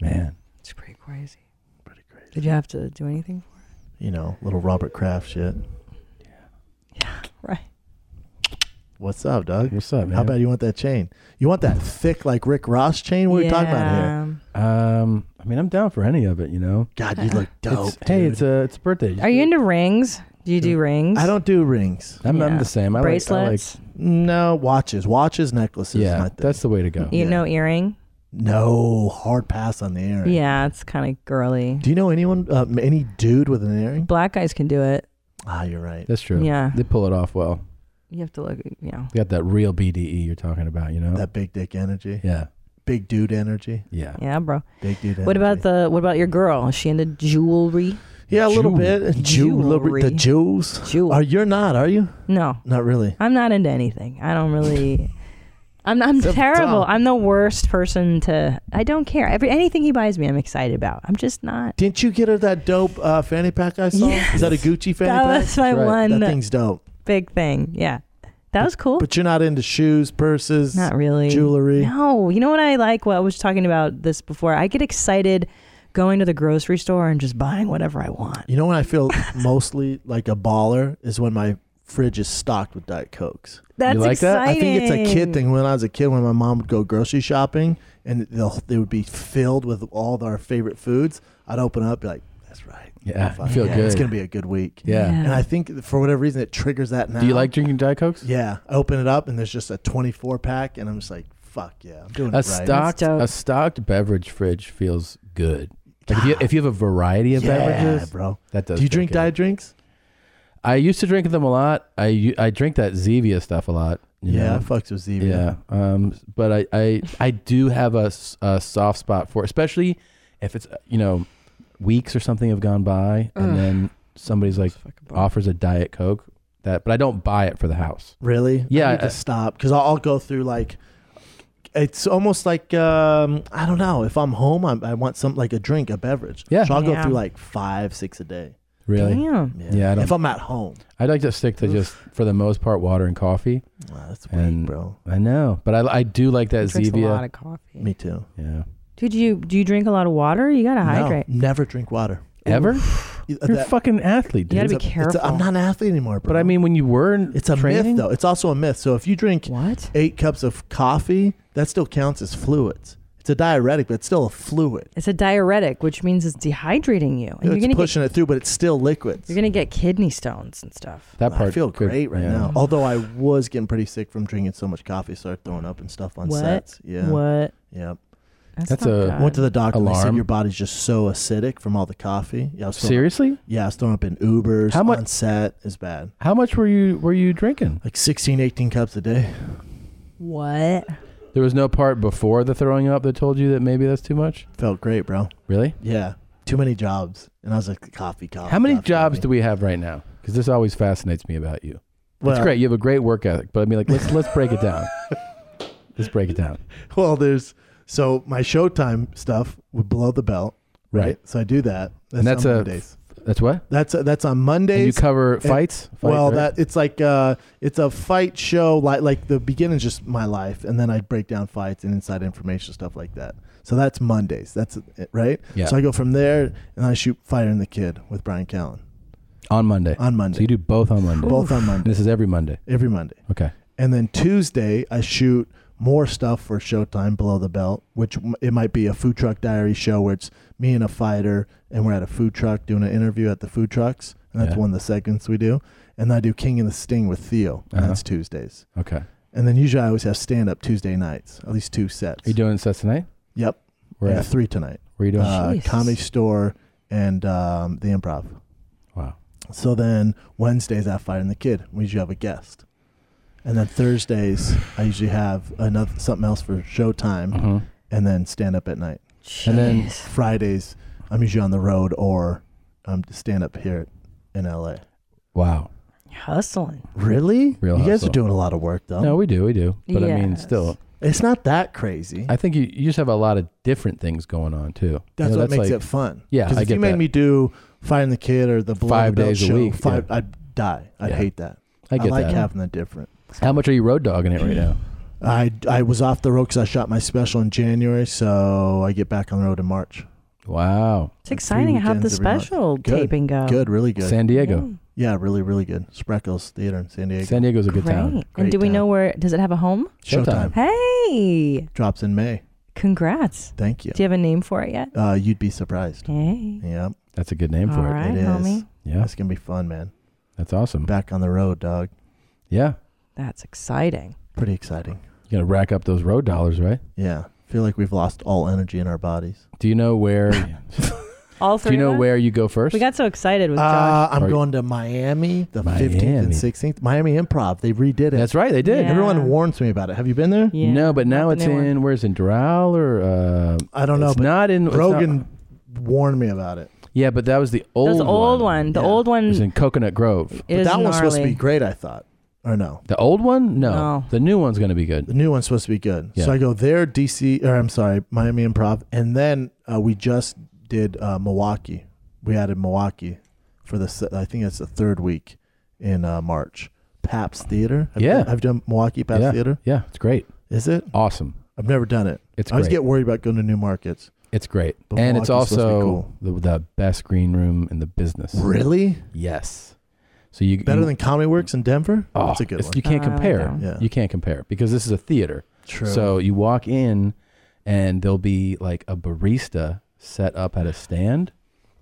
Speaker 1: Man.
Speaker 20: It's pretty crazy. Pretty crazy. Did you have to do anything for
Speaker 23: You know, little Robert Kraft shit.
Speaker 20: it? Right.
Speaker 23: What's up, Doug?
Speaker 1: What's up, man?
Speaker 23: How bad you want that chain? You want that thick, like Rick Ross chain? What are we talking about here?
Speaker 1: Um, I mean, I'm down for any of it. You know.
Speaker 23: God, you look dope,
Speaker 1: It's- hey, it's a it's a birthday.
Speaker 20: Are you into rings? Do you do rings?
Speaker 23: I don't do rings.
Speaker 1: I'm, I'm the same. I
Speaker 20: Bracelets.
Speaker 1: Like,
Speaker 23: No, watches. Watches, necklaces.
Speaker 1: Yeah,
Speaker 23: that's
Speaker 1: the way to go.
Speaker 20: you know, earring.
Speaker 23: No, hard pass on the earring.
Speaker 20: Yeah, it's kind of girly.
Speaker 23: Do you know anyone, uh, any dude with an earring?
Speaker 20: Black guys can do it.
Speaker 23: Ah, you're right.
Speaker 1: That's true.
Speaker 20: Yeah.
Speaker 1: They pull it off well.
Speaker 20: You have to look. You know.
Speaker 1: They got that real BDE you're talking about. You know.
Speaker 23: That big dick energy.
Speaker 1: Yeah.
Speaker 23: Big dude energy.
Speaker 1: Yeah.
Speaker 20: Yeah, bro.
Speaker 23: Big dude energy.
Speaker 20: What about the? What about your girl? Is she into jewelry?
Speaker 23: Yeah, a little bit. Jew, little bit- the Jews. Are you're not? Are you?
Speaker 20: No,
Speaker 23: Not really.
Speaker 20: I'm not into anything. I don't really. I'm I'm
Speaker 23: Except
Speaker 20: terrible.
Speaker 23: Tom.
Speaker 20: I'm the worst person to. I don't care. Every anything he buys me, I'm excited about. I'm just not.
Speaker 23: Didn't you get her that dope uh, fanny pack I saw? Is that a Gucci fanny
Speaker 20: That
Speaker 23: pack?
Speaker 20: was my
Speaker 23: Right.
Speaker 20: one-
Speaker 23: That thing's dope.
Speaker 20: Big thing. Yeah, that was cool.
Speaker 23: But you're not into shoes, purses,
Speaker 20: Not really.
Speaker 23: jewelry.
Speaker 20: No, you know what I like? Well, I was talking about this before. I get excited going to the grocery store and just buying whatever I want.
Speaker 23: You know when I feel mostly like a baller is when my fridge is stocked with Diet Cokes.
Speaker 20: That's You like that?
Speaker 23: I think it's a
Speaker 20: exciting.
Speaker 23: kid thing. When I was a kid, when my mom would go grocery shopping and they'll, they would be filled with all of our favorite foods, I'd open up be like, that's right.
Speaker 1: Yeah,
Speaker 23: Fuck
Speaker 1: feel
Speaker 23: yeah, It's
Speaker 1: good.
Speaker 23: gonna be a good week.
Speaker 1: Yeah. Yeah.
Speaker 23: and I think for whatever reason it triggers that now.
Speaker 1: Do you like drinking Diet Cokes?
Speaker 23: Yeah, I open it up and there's just a 24 pack, and I'm just like, fuck yeah, I'm doing
Speaker 1: A
Speaker 23: it right.
Speaker 1: stocked a stocked beverage fridge feels good. Like if you if you have a variety of
Speaker 23: Yeah,
Speaker 1: beverages,
Speaker 23: bro.
Speaker 1: that does.
Speaker 23: Do you
Speaker 1: feel
Speaker 23: drink
Speaker 1: good.
Speaker 23: diet drinks?
Speaker 1: I used to drink them a lot. I u- I drink that Zevia stuff a lot. you
Speaker 23: Yeah,
Speaker 1: know?
Speaker 23: I fucks with Zevia.
Speaker 1: Yeah, um, but I, I I do have a, s- a soft spot for, especially if it's uh, you know weeks or something have gone by, and
Speaker 23: Ugh.
Speaker 1: then somebody's like offers a diet coke. That, but I don't buy it for the house.
Speaker 23: Really?
Speaker 1: Yeah, uh,
Speaker 23: I need
Speaker 1: I-
Speaker 23: to stop because I'll, I'll go through like it's almost like um, I don't know. If I'm home, I'm, I want some like a drink, a beverage.
Speaker 1: Yeah.
Speaker 23: so I'll
Speaker 1: Yeah.
Speaker 23: go through like five, six a day.
Speaker 1: Really?
Speaker 20: Damn.
Speaker 1: Yeah. I don't,
Speaker 23: If I'm at home,
Speaker 1: I'd like to stick to just for the most part water and coffee.
Speaker 23: that's
Speaker 1: weird, bro. I know, but I, I do like that
Speaker 20: He drinks a
Speaker 1: Zevia.
Speaker 20: lot of coffee.
Speaker 23: Me too.
Speaker 1: Yeah.
Speaker 20: Dude, you do you drink a lot of water? You gotta
Speaker 23: No,
Speaker 20: hydrate.
Speaker 23: never drink water
Speaker 1: Ever?
Speaker 23: You're
Speaker 1: a fucking athlete, dude.
Speaker 20: You gotta be
Speaker 23: It's a- it's
Speaker 20: careful.
Speaker 23: a- I'm not an athlete anymore, bro.
Speaker 1: But I mean, when you were, in
Speaker 23: It's a myth,
Speaker 1: training,
Speaker 23: though. It's also a myth. So if you drink
Speaker 20: what
Speaker 23: eight cups of coffee, that still counts as fluids. It's a diuretic, but it's still a fluid.
Speaker 20: It's a diuretic, which means it's dehydrating you, and you're
Speaker 23: it's
Speaker 20: gonna
Speaker 23: pushing it through, but it's still liquids.
Speaker 20: get you're gonna get kidney stones and stuff.
Speaker 1: That
Speaker 23: I
Speaker 1: part
Speaker 23: feel
Speaker 1: could-
Speaker 23: great right
Speaker 1: yeah.
Speaker 23: now. Although I was getting pretty sick from drinking so much coffee, started throwing up and stuff on
Speaker 20: What?
Speaker 23: sets. Yeah.
Speaker 20: What?
Speaker 23: Yep.
Speaker 20: That's That's not a good.
Speaker 23: went to the doctor. and They said
Speaker 1: alarm.
Speaker 23: your body's just so acidic from all the coffee. Yeah. I was throwing up-
Speaker 1: Seriously?
Speaker 23: yeah, I was throwing up in Ubers.
Speaker 1: How
Speaker 23: How
Speaker 1: much-
Speaker 23: much on set is bad?
Speaker 1: How much were you were you drinking?
Speaker 23: Like 16, 18 cups a day.
Speaker 20: What?
Speaker 1: There was no part before the throwing up that told you that maybe that's too much.
Speaker 23: Felt great, bro.
Speaker 1: Really?
Speaker 23: Yeah. Too many jobs, and I was like, coffee, coffee.
Speaker 1: How many
Speaker 23: coffee,
Speaker 1: jobs
Speaker 23: coffee.
Speaker 1: do we have right now? Because this always fascinates me about you. it's
Speaker 23: Well-
Speaker 1: great. You have a great work ethic, but I mean, like, let's let's break it down. Let's break it down.
Speaker 23: well, there's so my Showtime stuff would below the belt, right?
Speaker 1: Right.
Speaker 23: So I do that.
Speaker 1: and that's
Speaker 23: on
Speaker 1: a
Speaker 23: Mondays.
Speaker 1: that's what
Speaker 23: That's uh, that's on Mondays.
Speaker 1: And you cover
Speaker 23: And-
Speaker 1: fights? Fight,
Speaker 23: well,
Speaker 1: right?
Speaker 23: that it's like uh, it's a fight show. Like like the beginning's just my life, and then I break down fights and inside information stuff like that. So that's Mondays. That's it, right.
Speaker 1: Yeah.
Speaker 23: So I go from there, and I shoot Fire and the Kid with Brian Callen
Speaker 1: on Monday.
Speaker 23: on Monday.
Speaker 1: So you do both on Monday.
Speaker 23: Both on Monday.
Speaker 1: This is every Monday.
Speaker 23: every Monday.
Speaker 1: Okay.
Speaker 23: And then Tuesday, I shoot more stuff for Showtime Below the Belt, which m- it might be a food truck diary show where it's me and a fighter, and we're at a food truck doing an interview at the food trucks. And that's
Speaker 1: Yeah.
Speaker 23: one of the segments we do. And I do King and the Sting with Theo. And
Speaker 1: Uh-huh.
Speaker 23: That's Tuesdays.
Speaker 1: Okay.
Speaker 23: And then usually I always have stand up Tuesday nights, at least two sets.
Speaker 1: Are you doing sets tonight?
Speaker 23: Yep.
Speaker 1: Where
Speaker 23: I got
Speaker 1: at?
Speaker 23: three tonight.
Speaker 1: Where you doing?
Speaker 23: Uh,
Speaker 1: Jeez.
Speaker 23: Comedy Store and um, the Improv.
Speaker 1: Wow.
Speaker 23: So then Wednesdays I Fire and the Kid, we usually have a guest. And then Thursdays I usually have another something else for showtime
Speaker 1: Mhm.
Speaker 23: and then stand up at night.
Speaker 1: And then- Jeez.
Speaker 23: Fridays I'm usually on the road or I'm stand up here in LA.
Speaker 1: Wow.
Speaker 20: Hustling.
Speaker 23: Really?
Speaker 1: Real
Speaker 23: you guys
Speaker 1: hustle.
Speaker 23: are doing a lot of work though.
Speaker 1: No, we do, we do. But I mean,
Speaker 23: Yes.
Speaker 1: still,
Speaker 23: It's not that crazy.
Speaker 1: I think you, you just have a lot of different things going on too.
Speaker 23: That's
Speaker 1: You know,
Speaker 23: what makes
Speaker 1: like-
Speaker 23: it fun.
Speaker 1: Yeah,
Speaker 23: Because
Speaker 1: I
Speaker 23: if
Speaker 1: get
Speaker 23: you made
Speaker 1: that.
Speaker 23: me do Find the Kid or the Below
Speaker 1: Five
Speaker 23: the Belt
Speaker 1: days a
Speaker 23: show,
Speaker 1: week,
Speaker 23: Five,
Speaker 1: yeah.
Speaker 23: I'd die. I'd
Speaker 1: Yeah.
Speaker 23: hate that.
Speaker 1: I get
Speaker 23: like
Speaker 1: that.
Speaker 23: having the different.
Speaker 1: How much are you road dogging it right now?
Speaker 23: I, I was off the road because I shot my special in January, so I get back on the road in March.
Speaker 1: Wow.
Speaker 2: It's exciting. How'd the special taping go?
Speaker 23: Good, really good.
Speaker 1: San Diego.
Speaker 23: Yeah, really, really good. Spreckles Theater in San Diego.
Speaker 1: San Diego's a good
Speaker 2: Great.
Speaker 1: town.
Speaker 2: and do we know where? Does it have a home?
Speaker 23: Showtime.
Speaker 2: Hey,
Speaker 23: Drops in May.
Speaker 2: congrats.
Speaker 23: Thank you.
Speaker 2: Do you have a name for it yet?
Speaker 23: Uh, you'd be surprised.
Speaker 2: Hey.
Speaker 23: Yeah.
Speaker 1: That's a good name for
Speaker 2: All
Speaker 1: it.
Speaker 2: right,
Speaker 23: It is.
Speaker 2: homie.
Speaker 1: Yeah.
Speaker 23: It's going to be fun, man.
Speaker 1: That's awesome.
Speaker 23: Back on the road, dog.
Speaker 1: Yeah.
Speaker 2: That's exciting.
Speaker 23: Pretty exciting.
Speaker 1: You're going to rack up those road dollars, right?
Speaker 23: Yeah. Feel like we've lost all energy in our bodies.
Speaker 1: Do you know where?
Speaker 2: All three.
Speaker 1: do you know
Speaker 2: of us?
Speaker 1: where you go first?
Speaker 2: We got so excited with
Speaker 23: Uh,
Speaker 2: Josh.
Speaker 23: I'm going to Miami the 15th and 16th. Miami Improv. They redid it.
Speaker 1: That's right. They did.
Speaker 23: Everyone warns me about it. Have you been there?
Speaker 1: No, but now it's
Speaker 23: anywhere.
Speaker 1: in. Where's in Doral or? Uh,
Speaker 23: I don't know.
Speaker 1: It's
Speaker 23: but
Speaker 1: not in. it's not-
Speaker 23: Rogan warned me about it.
Speaker 1: yeah, but that was the old.
Speaker 2: There's the old one. The old one
Speaker 1: It was in Coconut Grove.
Speaker 2: is
Speaker 23: that one's supposed to
Speaker 2: gnarly.
Speaker 23: be great, I thought. Or no?
Speaker 1: The old one? No.
Speaker 23: No.
Speaker 1: The new one's going to be good.
Speaker 23: The new one's supposed to be good.
Speaker 1: Yeah.
Speaker 23: So I go there, DC, or I'm sorry, Miami Improv. And then uh, we just did uh, Milwaukee. We added Milwaukee for the, se- I think it's the third week in uh, March. Paps Theater. Have you
Speaker 1: Yeah.
Speaker 23: done- have you done Milwaukee Paps
Speaker 1: yeah.
Speaker 23: Theater?
Speaker 1: Yeah, it's great.
Speaker 23: Is it?
Speaker 1: Awesome.
Speaker 23: I've never done it.
Speaker 1: It's
Speaker 23: I always
Speaker 1: great.
Speaker 23: get worried about going to new markets.
Speaker 1: It's great.
Speaker 23: But
Speaker 1: and it's
Speaker 23: Milwaukee's supposed to be
Speaker 1: also
Speaker 23: cool.
Speaker 1: the, the best green room in the business.
Speaker 23: Really?
Speaker 1: Yes. So you
Speaker 23: Better
Speaker 1: you,
Speaker 23: than Comedy Works in Denver?
Speaker 1: Oh,
Speaker 23: That's a good
Speaker 1: it's-
Speaker 23: one.
Speaker 1: You can't
Speaker 23: Uh,
Speaker 1: compare.
Speaker 23: okay. Yeah.
Speaker 1: You can't compare because this is a theater.
Speaker 23: True.
Speaker 1: So you walk in and there'll be like a barista set up at a stand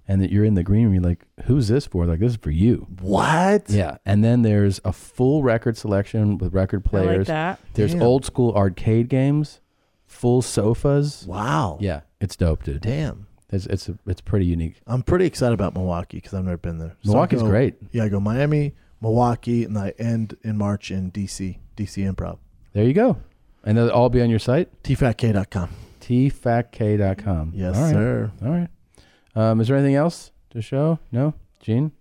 Speaker 1: and that you're in the green room. You're like, who's this for? Like, this is for you.
Speaker 23: What?
Speaker 1: Yeah. And then there's a full record selection with record players.
Speaker 2: that.
Speaker 1: There's
Speaker 2: Damn.
Speaker 1: old school arcade games, full sofas.
Speaker 23: Wow.
Speaker 1: Yeah. It's dope, dude.
Speaker 23: Damn. Um,
Speaker 1: It's, it's, it's pretty unique.
Speaker 23: I'm pretty excited about Milwaukee because I've never been there. I
Speaker 1: Milwaukee's
Speaker 23: go-
Speaker 1: great.
Speaker 23: Yeah, I go Miami, Milwaukee, and I end in March in DC, DC Improv.
Speaker 1: There you go. And they'll all be on your site?
Speaker 23: tfatk.com.
Speaker 1: tfatk.com.
Speaker 23: Yes,
Speaker 1: All right.
Speaker 23: sir.
Speaker 1: All right. Um, is there anything else to show? No? Gene?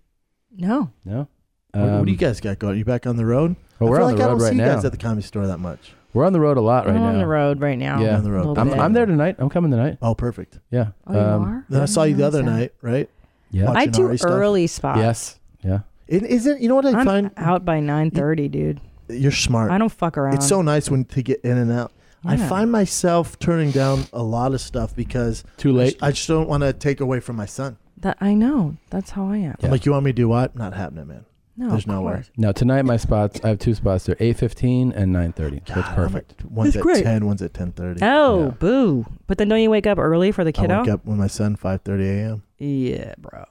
Speaker 2: No.
Speaker 1: No?
Speaker 23: What- what, do you
Speaker 1: Um,
Speaker 23: guys got going? You back on the road?
Speaker 1: Well,
Speaker 23: I
Speaker 1: we're
Speaker 23: feel
Speaker 1: on
Speaker 23: like
Speaker 1: the
Speaker 23: I
Speaker 1: road
Speaker 23: don't
Speaker 1: right
Speaker 23: see you guys
Speaker 1: now.
Speaker 23: at the comedy store that much.
Speaker 1: We're on the road a lot right
Speaker 2: I'm
Speaker 1: now.
Speaker 2: on the road right now.
Speaker 1: Yeah.
Speaker 23: on the road.
Speaker 2: A little
Speaker 1: I'm,
Speaker 2: bit.
Speaker 1: I'm there tonight. I'm coming tonight.
Speaker 23: Oh, perfect.
Speaker 1: Yeah. Um,
Speaker 2: Oh, you are?
Speaker 23: Then I saw you the other night, right?
Speaker 1: Yeah.
Speaker 2: I
Speaker 23: Watching
Speaker 2: do
Speaker 23: Ari stuff.
Speaker 2: early spots.
Speaker 1: Yes. Yeah.
Speaker 23: It isn't. You know what I
Speaker 2: I'm
Speaker 23: find?
Speaker 2: out by 9:30, dude.
Speaker 23: You're smart.
Speaker 2: I don't fuck around.
Speaker 23: It's so nice when to get in and out. I
Speaker 2: Yeah.
Speaker 23: find myself turning down a lot of stuff because
Speaker 1: too
Speaker 23: late. I just don't want to take away from my son.
Speaker 2: That I know. That's how I am.
Speaker 23: I'm like, you want me to do what? Not happening, man.
Speaker 2: No,
Speaker 23: There's
Speaker 2: of
Speaker 23: no way.
Speaker 2: course.
Speaker 1: No, tonight my spots, I have two spots. They're 8.15 and 9.30. So it's perfect.
Speaker 23: One's
Speaker 2: It's
Speaker 23: at
Speaker 2: great.
Speaker 23: ten, one's at ten thirty.
Speaker 2: Oh, boo! But then don't you wake up early for the
Speaker 23: I
Speaker 2: kiddo?
Speaker 23: wake up with my son five thirty a.m.
Speaker 2: Yeah, bro.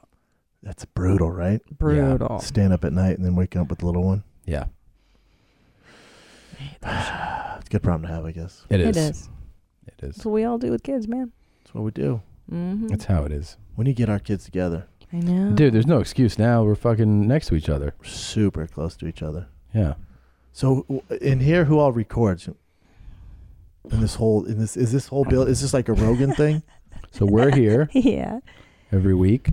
Speaker 23: That's brutal, right?
Speaker 2: Brutal.
Speaker 23: Staying up at night and then waking up with the little one.
Speaker 1: Yeah.
Speaker 23: It's a good problem to have, I guess.
Speaker 1: It
Speaker 2: It
Speaker 1: is.
Speaker 2: is.
Speaker 1: It is.
Speaker 2: That's what we all do with kids, man.
Speaker 23: That's what we do.
Speaker 2: hmm
Speaker 1: That's how it is.
Speaker 23: We need to get our kids together.
Speaker 2: I know.
Speaker 1: Dude, there's no excuse now. We're fucking next to each other.
Speaker 23: We're super close to each other.
Speaker 1: Yeah.
Speaker 23: So w- in here, who all records? In this whole, in this, is this whole bill? Is this like a Rogan thing?
Speaker 1: So we're here
Speaker 2: Yeah.
Speaker 1: every week.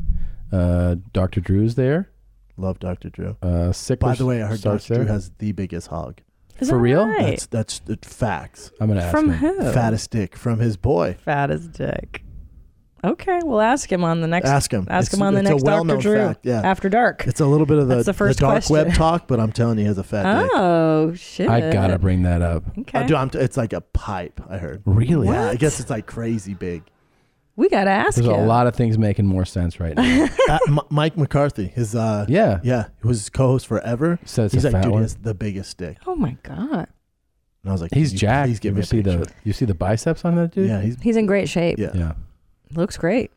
Speaker 1: Uh, Dr. Drew's there.
Speaker 23: Love Dr. Drew.
Speaker 1: Uh, Sick.
Speaker 23: By the way, I heard
Speaker 1: starts
Speaker 23: Dr. Drew
Speaker 1: there.
Speaker 23: has the biggest hog.
Speaker 2: Is
Speaker 1: For
Speaker 2: that
Speaker 1: real?
Speaker 2: right?
Speaker 23: That's that's the facts.
Speaker 1: I'm gonna ask
Speaker 2: From
Speaker 1: him.
Speaker 2: who?
Speaker 23: Fattest dick from his boy.
Speaker 2: Fat as dick. Okay, we'll ask him on the next.
Speaker 23: Ask him.
Speaker 2: Ask
Speaker 23: It's-
Speaker 2: him on the
Speaker 23: it's a
Speaker 2: next Doctor
Speaker 23: well-known
Speaker 2: Drew.
Speaker 23: fact, yeah.
Speaker 2: After dark.
Speaker 23: It's a little bit of the,
Speaker 2: That's the first
Speaker 23: dark
Speaker 2: question.
Speaker 23: web talk, but I'm telling you, he has a fat dick.
Speaker 2: Oh shit!
Speaker 1: I gotta bring that up.
Speaker 2: Okay.
Speaker 23: Uh, dude, I'm t- it's like a pipe. I heard.
Speaker 1: Really?
Speaker 23: Yeah. I
Speaker 1: What?
Speaker 23: guess it's like crazy big.
Speaker 2: we gotta ask
Speaker 1: There's
Speaker 2: him.
Speaker 1: a lot of things making more sense right now.
Speaker 23: Uh, M- Mike McCarthy, his uh,
Speaker 1: Yeah.
Speaker 23: yeah, he was co-host forever.
Speaker 1: So it's
Speaker 23: He's
Speaker 1: a
Speaker 23: like,
Speaker 1: fat
Speaker 23: dude,
Speaker 1: one?
Speaker 23: he has the biggest dick.
Speaker 2: Oh my god,
Speaker 23: And I was like,
Speaker 1: He's
Speaker 23: "Can you
Speaker 1: jacked.
Speaker 23: Please give
Speaker 1: you
Speaker 23: me
Speaker 1: ever
Speaker 23: a
Speaker 1: see
Speaker 23: picture.
Speaker 1: the you see the biceps on that dude?
Speaker 23: Yeah, he's
Speaker 2: he's in great shape.
Speaker 23: yeah.
Speaker 1: yeah.
Speaker 2: Looks great.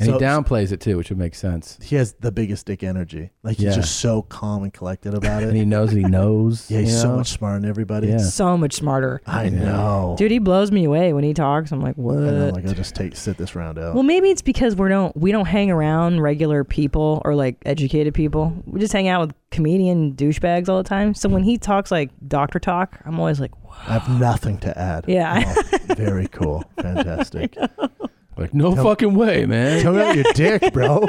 Speaker 1: And
Speaker 23: So-
Speaker 1: he downplays it too, which would make sense.
Speaker 23: He has the biggest dick energy. Like he's
Speaker 1: Yeah.
Speaker 23: just so calm and collected about
Speaker 1: And
Speaker 23: it.
Speaker 1: he knows that he knows.
Speaker 23: yeah, he's
Speaker 1: you
Speaker 23: so
Speaker 1: know?
Speaker 23: much smarter than everybody.
Speaker 1: Yeah.
Speaker 2: So much smarter.
Speaker 23: I know.
Speaker 2: Dude, he blows me away when he talks. I'm like, what?
Speaker 23: And I'm like, I'll just take sit this round out.
Speaker 2: Well, maybe it's because we don't we don't hang around regular people or like educated people. We just hang out with comedian douchebags all the time. So when he talks like doctor talk, I'm always like, "Whoa."
Speaker 23: I have nothing to add.
Speaker 2: yeah,
Speaker 23: Oh, very cool. Fantastic.
Speaker 1: Like no
Speaker 23: Tell-
Speaker 1: fucking way, man.
Speaker 23: Tell me about your dick, bro.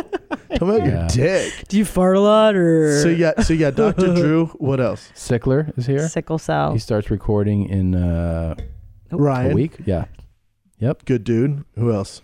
Speaker 23: Tell me about
Speaker 1: Yeah.
Speaker 23: your dick.
Speaker 2: do you fart a lot or
Speaker 23: So yeah, so yeah, Dr. Drew, what else?
Speaker 1: Sickler is here.
Speaker 2: sickle cell?
Speaker 1: He starts recording in uh, a
Speaker 23: Ryan,
Speaker 1: week. Yeah. Yep.
Speaker 23: good dude. Who else?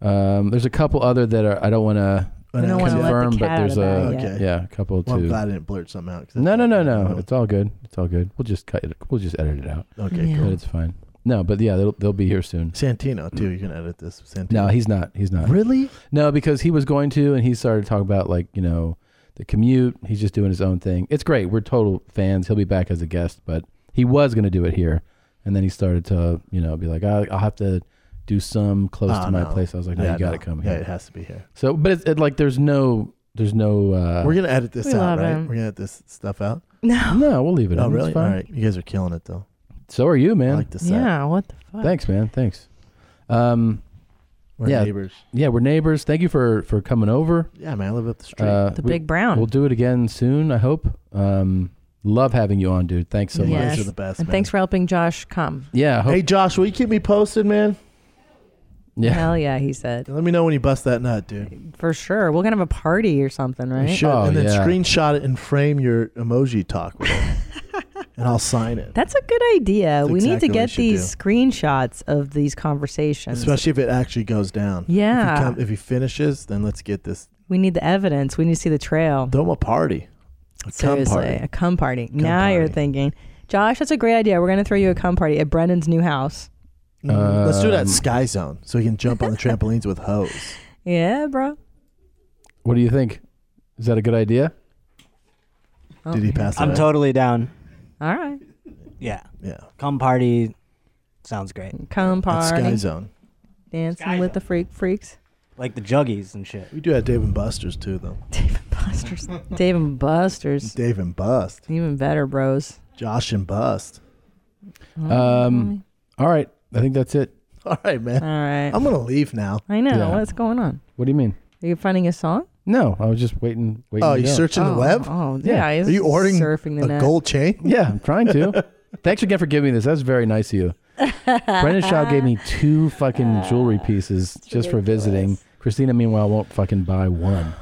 Speaker 1: Um, there's a couple other that are I don't want to But
Speaker 20: don't
Speaker 1: I
Speaker 20: wanna let the
Speaker 1: confirmed,
Speaker 20: cat
Speaker 1: but
Speaker 20: out
Speaker 1: there's
Speaker 20: of the
Speaker 1: a
Speaker 20: bag yet.
Speaker 1: yeah, a couple
Speaker 20: Well, I'm
Speaker 1: too.
Speaker 20: glad
Speaker 23: I didn't blurt something out.
Speaker 1: No, no, no, no. It's all good. It's all good. We'll just cut it. We'll just edit it out.
Speaker 23: Okay, Yeah. cool.
Speaker 1: But it's fine. No, but yeah, they'll, they'll be here soon. Mm.
Speaker 23: Santino too. You can edit this. Santino.
Speaker 1: No, he's not. He's not.
Speaker 23: Really?
Speaker 1: No, because he was going to, and he started talking about like you know the commute. He's just doing his own thing. It's great. We're total fans. He'll be back as a guest, but he was going to do it here, and then he started to you know be like, I'll, I'll have to do some close
Speaker 23: Oh,
Speaker 1: to my
Speaker 23: no.
Speaker 1: place. I was like, no,
Speaker 23: Yeah,
Speaker 1: you got to
Speaker 23: no.
Speaker 1: come
Speaker 23: Yeah,
Speaker 1: here.
Speaker 23: it has to be here.
Speaker 1: So, but it's it, like there's no there's no. uh
Speaker 23: We're gonna edit this out, right? We're gonna edit this stuff out.
Speaker 20: No.
Speaker 1: No, we'll leave it.
Speaker 23: Oh,
Speaker 1: in. It's
Speaker 23: really?
Speaker 1: fine.
Speaker 23: All right. You guys are killing it though.
Speaker 1: So are you, man.
Speaker 23: like the set.
Speaker 20: Yeah, what the fuck?
Speaker 1: Thanks, man. Thanks. Um,
Speaker 23: We're
Speaker 1: yeah.
Speaker 23: neighbors.
Speaker 1: Yeah, we're neighbors. Thank you for for coming over.
Speaker 23: Yeah, man. I live up the street.
Speaker 1: Uh,
Speaker 23: The
Speaker 1: we-
Speaker 23: Big Brown.
Speaker 1: We'll do it again soon. I hope. Um, love having you on, dude. Thanks so much.
Speaker 2: and thanks for helping Josh come.
Speaker 1: Yeah. I hope-
Speaker 23: Hey, Josh, will you keep me posted, man?
Speaker 1: Yeah.
Speaker 2: Hell yeah, he said.
Speaker 23: Let me know when you bust that nut, dude.
Speaker 2: For sure. We're going to have a party or something, right?
Speaker 23: You should,
Speaker 1: Oh,
Speaker 23: and then screenshot it and frame your emoji talk with it, and I'll sign it.
Speaker 2: That's a good idea.
Speaker 23: That's
Speaker 2: we need to
Speaker 23: exactly what
Speaker 2: get
Speaker 23: you should
Speaker 2: these screenshots of these conversations.
Speaker 23: Especially if it actually goes down. If
Speaker 2: Yeah.
Speaker 23: he, come, if he finishes, then let's get this.
Speaker 2: we need the evidence. We need to see the trail.
Speaker 23: Throw him a party. A cum
Speaker 2: Seriously,
Speaker 23: party.
Speaker 2: a cum party. now you're thinking, Josh, that's a great idea. We're going to throw you a cum party at Brendan's new house.
Speaker 23: Mm, let's do it at
Speaker 1: Um,
Speaker 23: Sky Zone so he can jump on the trampolines with hose.
Speaker 2: Yeah, bro.
Speaker 1: What do you think? Is that a good idea?
Speaker 23: Did he pass?
Speaker 19: I'm
Speaker 23: out?
Speaker 19: totally down.
Speaker 2: All right.
Speaker 19: Yeah.
Speaker 23: Yeah.
Speaker 19: Come party. Sounds great.
Speaker 2: Cum
Speaker 19: That's Sky
Speaker 2: party.
Speaker 23: Zone.
Speaker 2: Dancing with the freak freaks.
Speaker 23: Like the juggies and shit. We do have Dave and Buster's too, though.
Speaker 2: Dave and Buster's. Dave and Buster's.
Speaker 23: Dave and Bust.
Speaker 2: Even better, bros.
Speaker 23: Josh and Bust.
Speaker 1: Um, all right. I think that's it.
Speaker 23: All right, man.
Speaker 2: All right.
Speaker 23: I'm gonna leave now.
Speaker 2: I know.
Speaker 1: Yeah.
Speaker 2: What's going on?
Speaker 1: What do you mean?
Speaker 2: Are you finding a song?
Speaker 1: No, I was just waiting. waiting
Speaker 23: Oh,
Speaker 1: to
Speaker 23: you
Speaker 1: go.
Speaker 23: searching the web?
Speaker 2: oh, yeah, he's
Speaker 23: Are you ordering
Speaker 2: surfing the
Speaker 23: a
Speaker 2: net.
Speaker 23: gold chain?
Speaker 1: Yeah, I'm trying to. Thanks again for giving me this. That's very nice of you. Brendan
Speaker 2: Uh-huh.
Speaker 1: Shaw gave me two fucking jewelry pieces just for visiting. Christina, meanwhile, won't fucking buy one.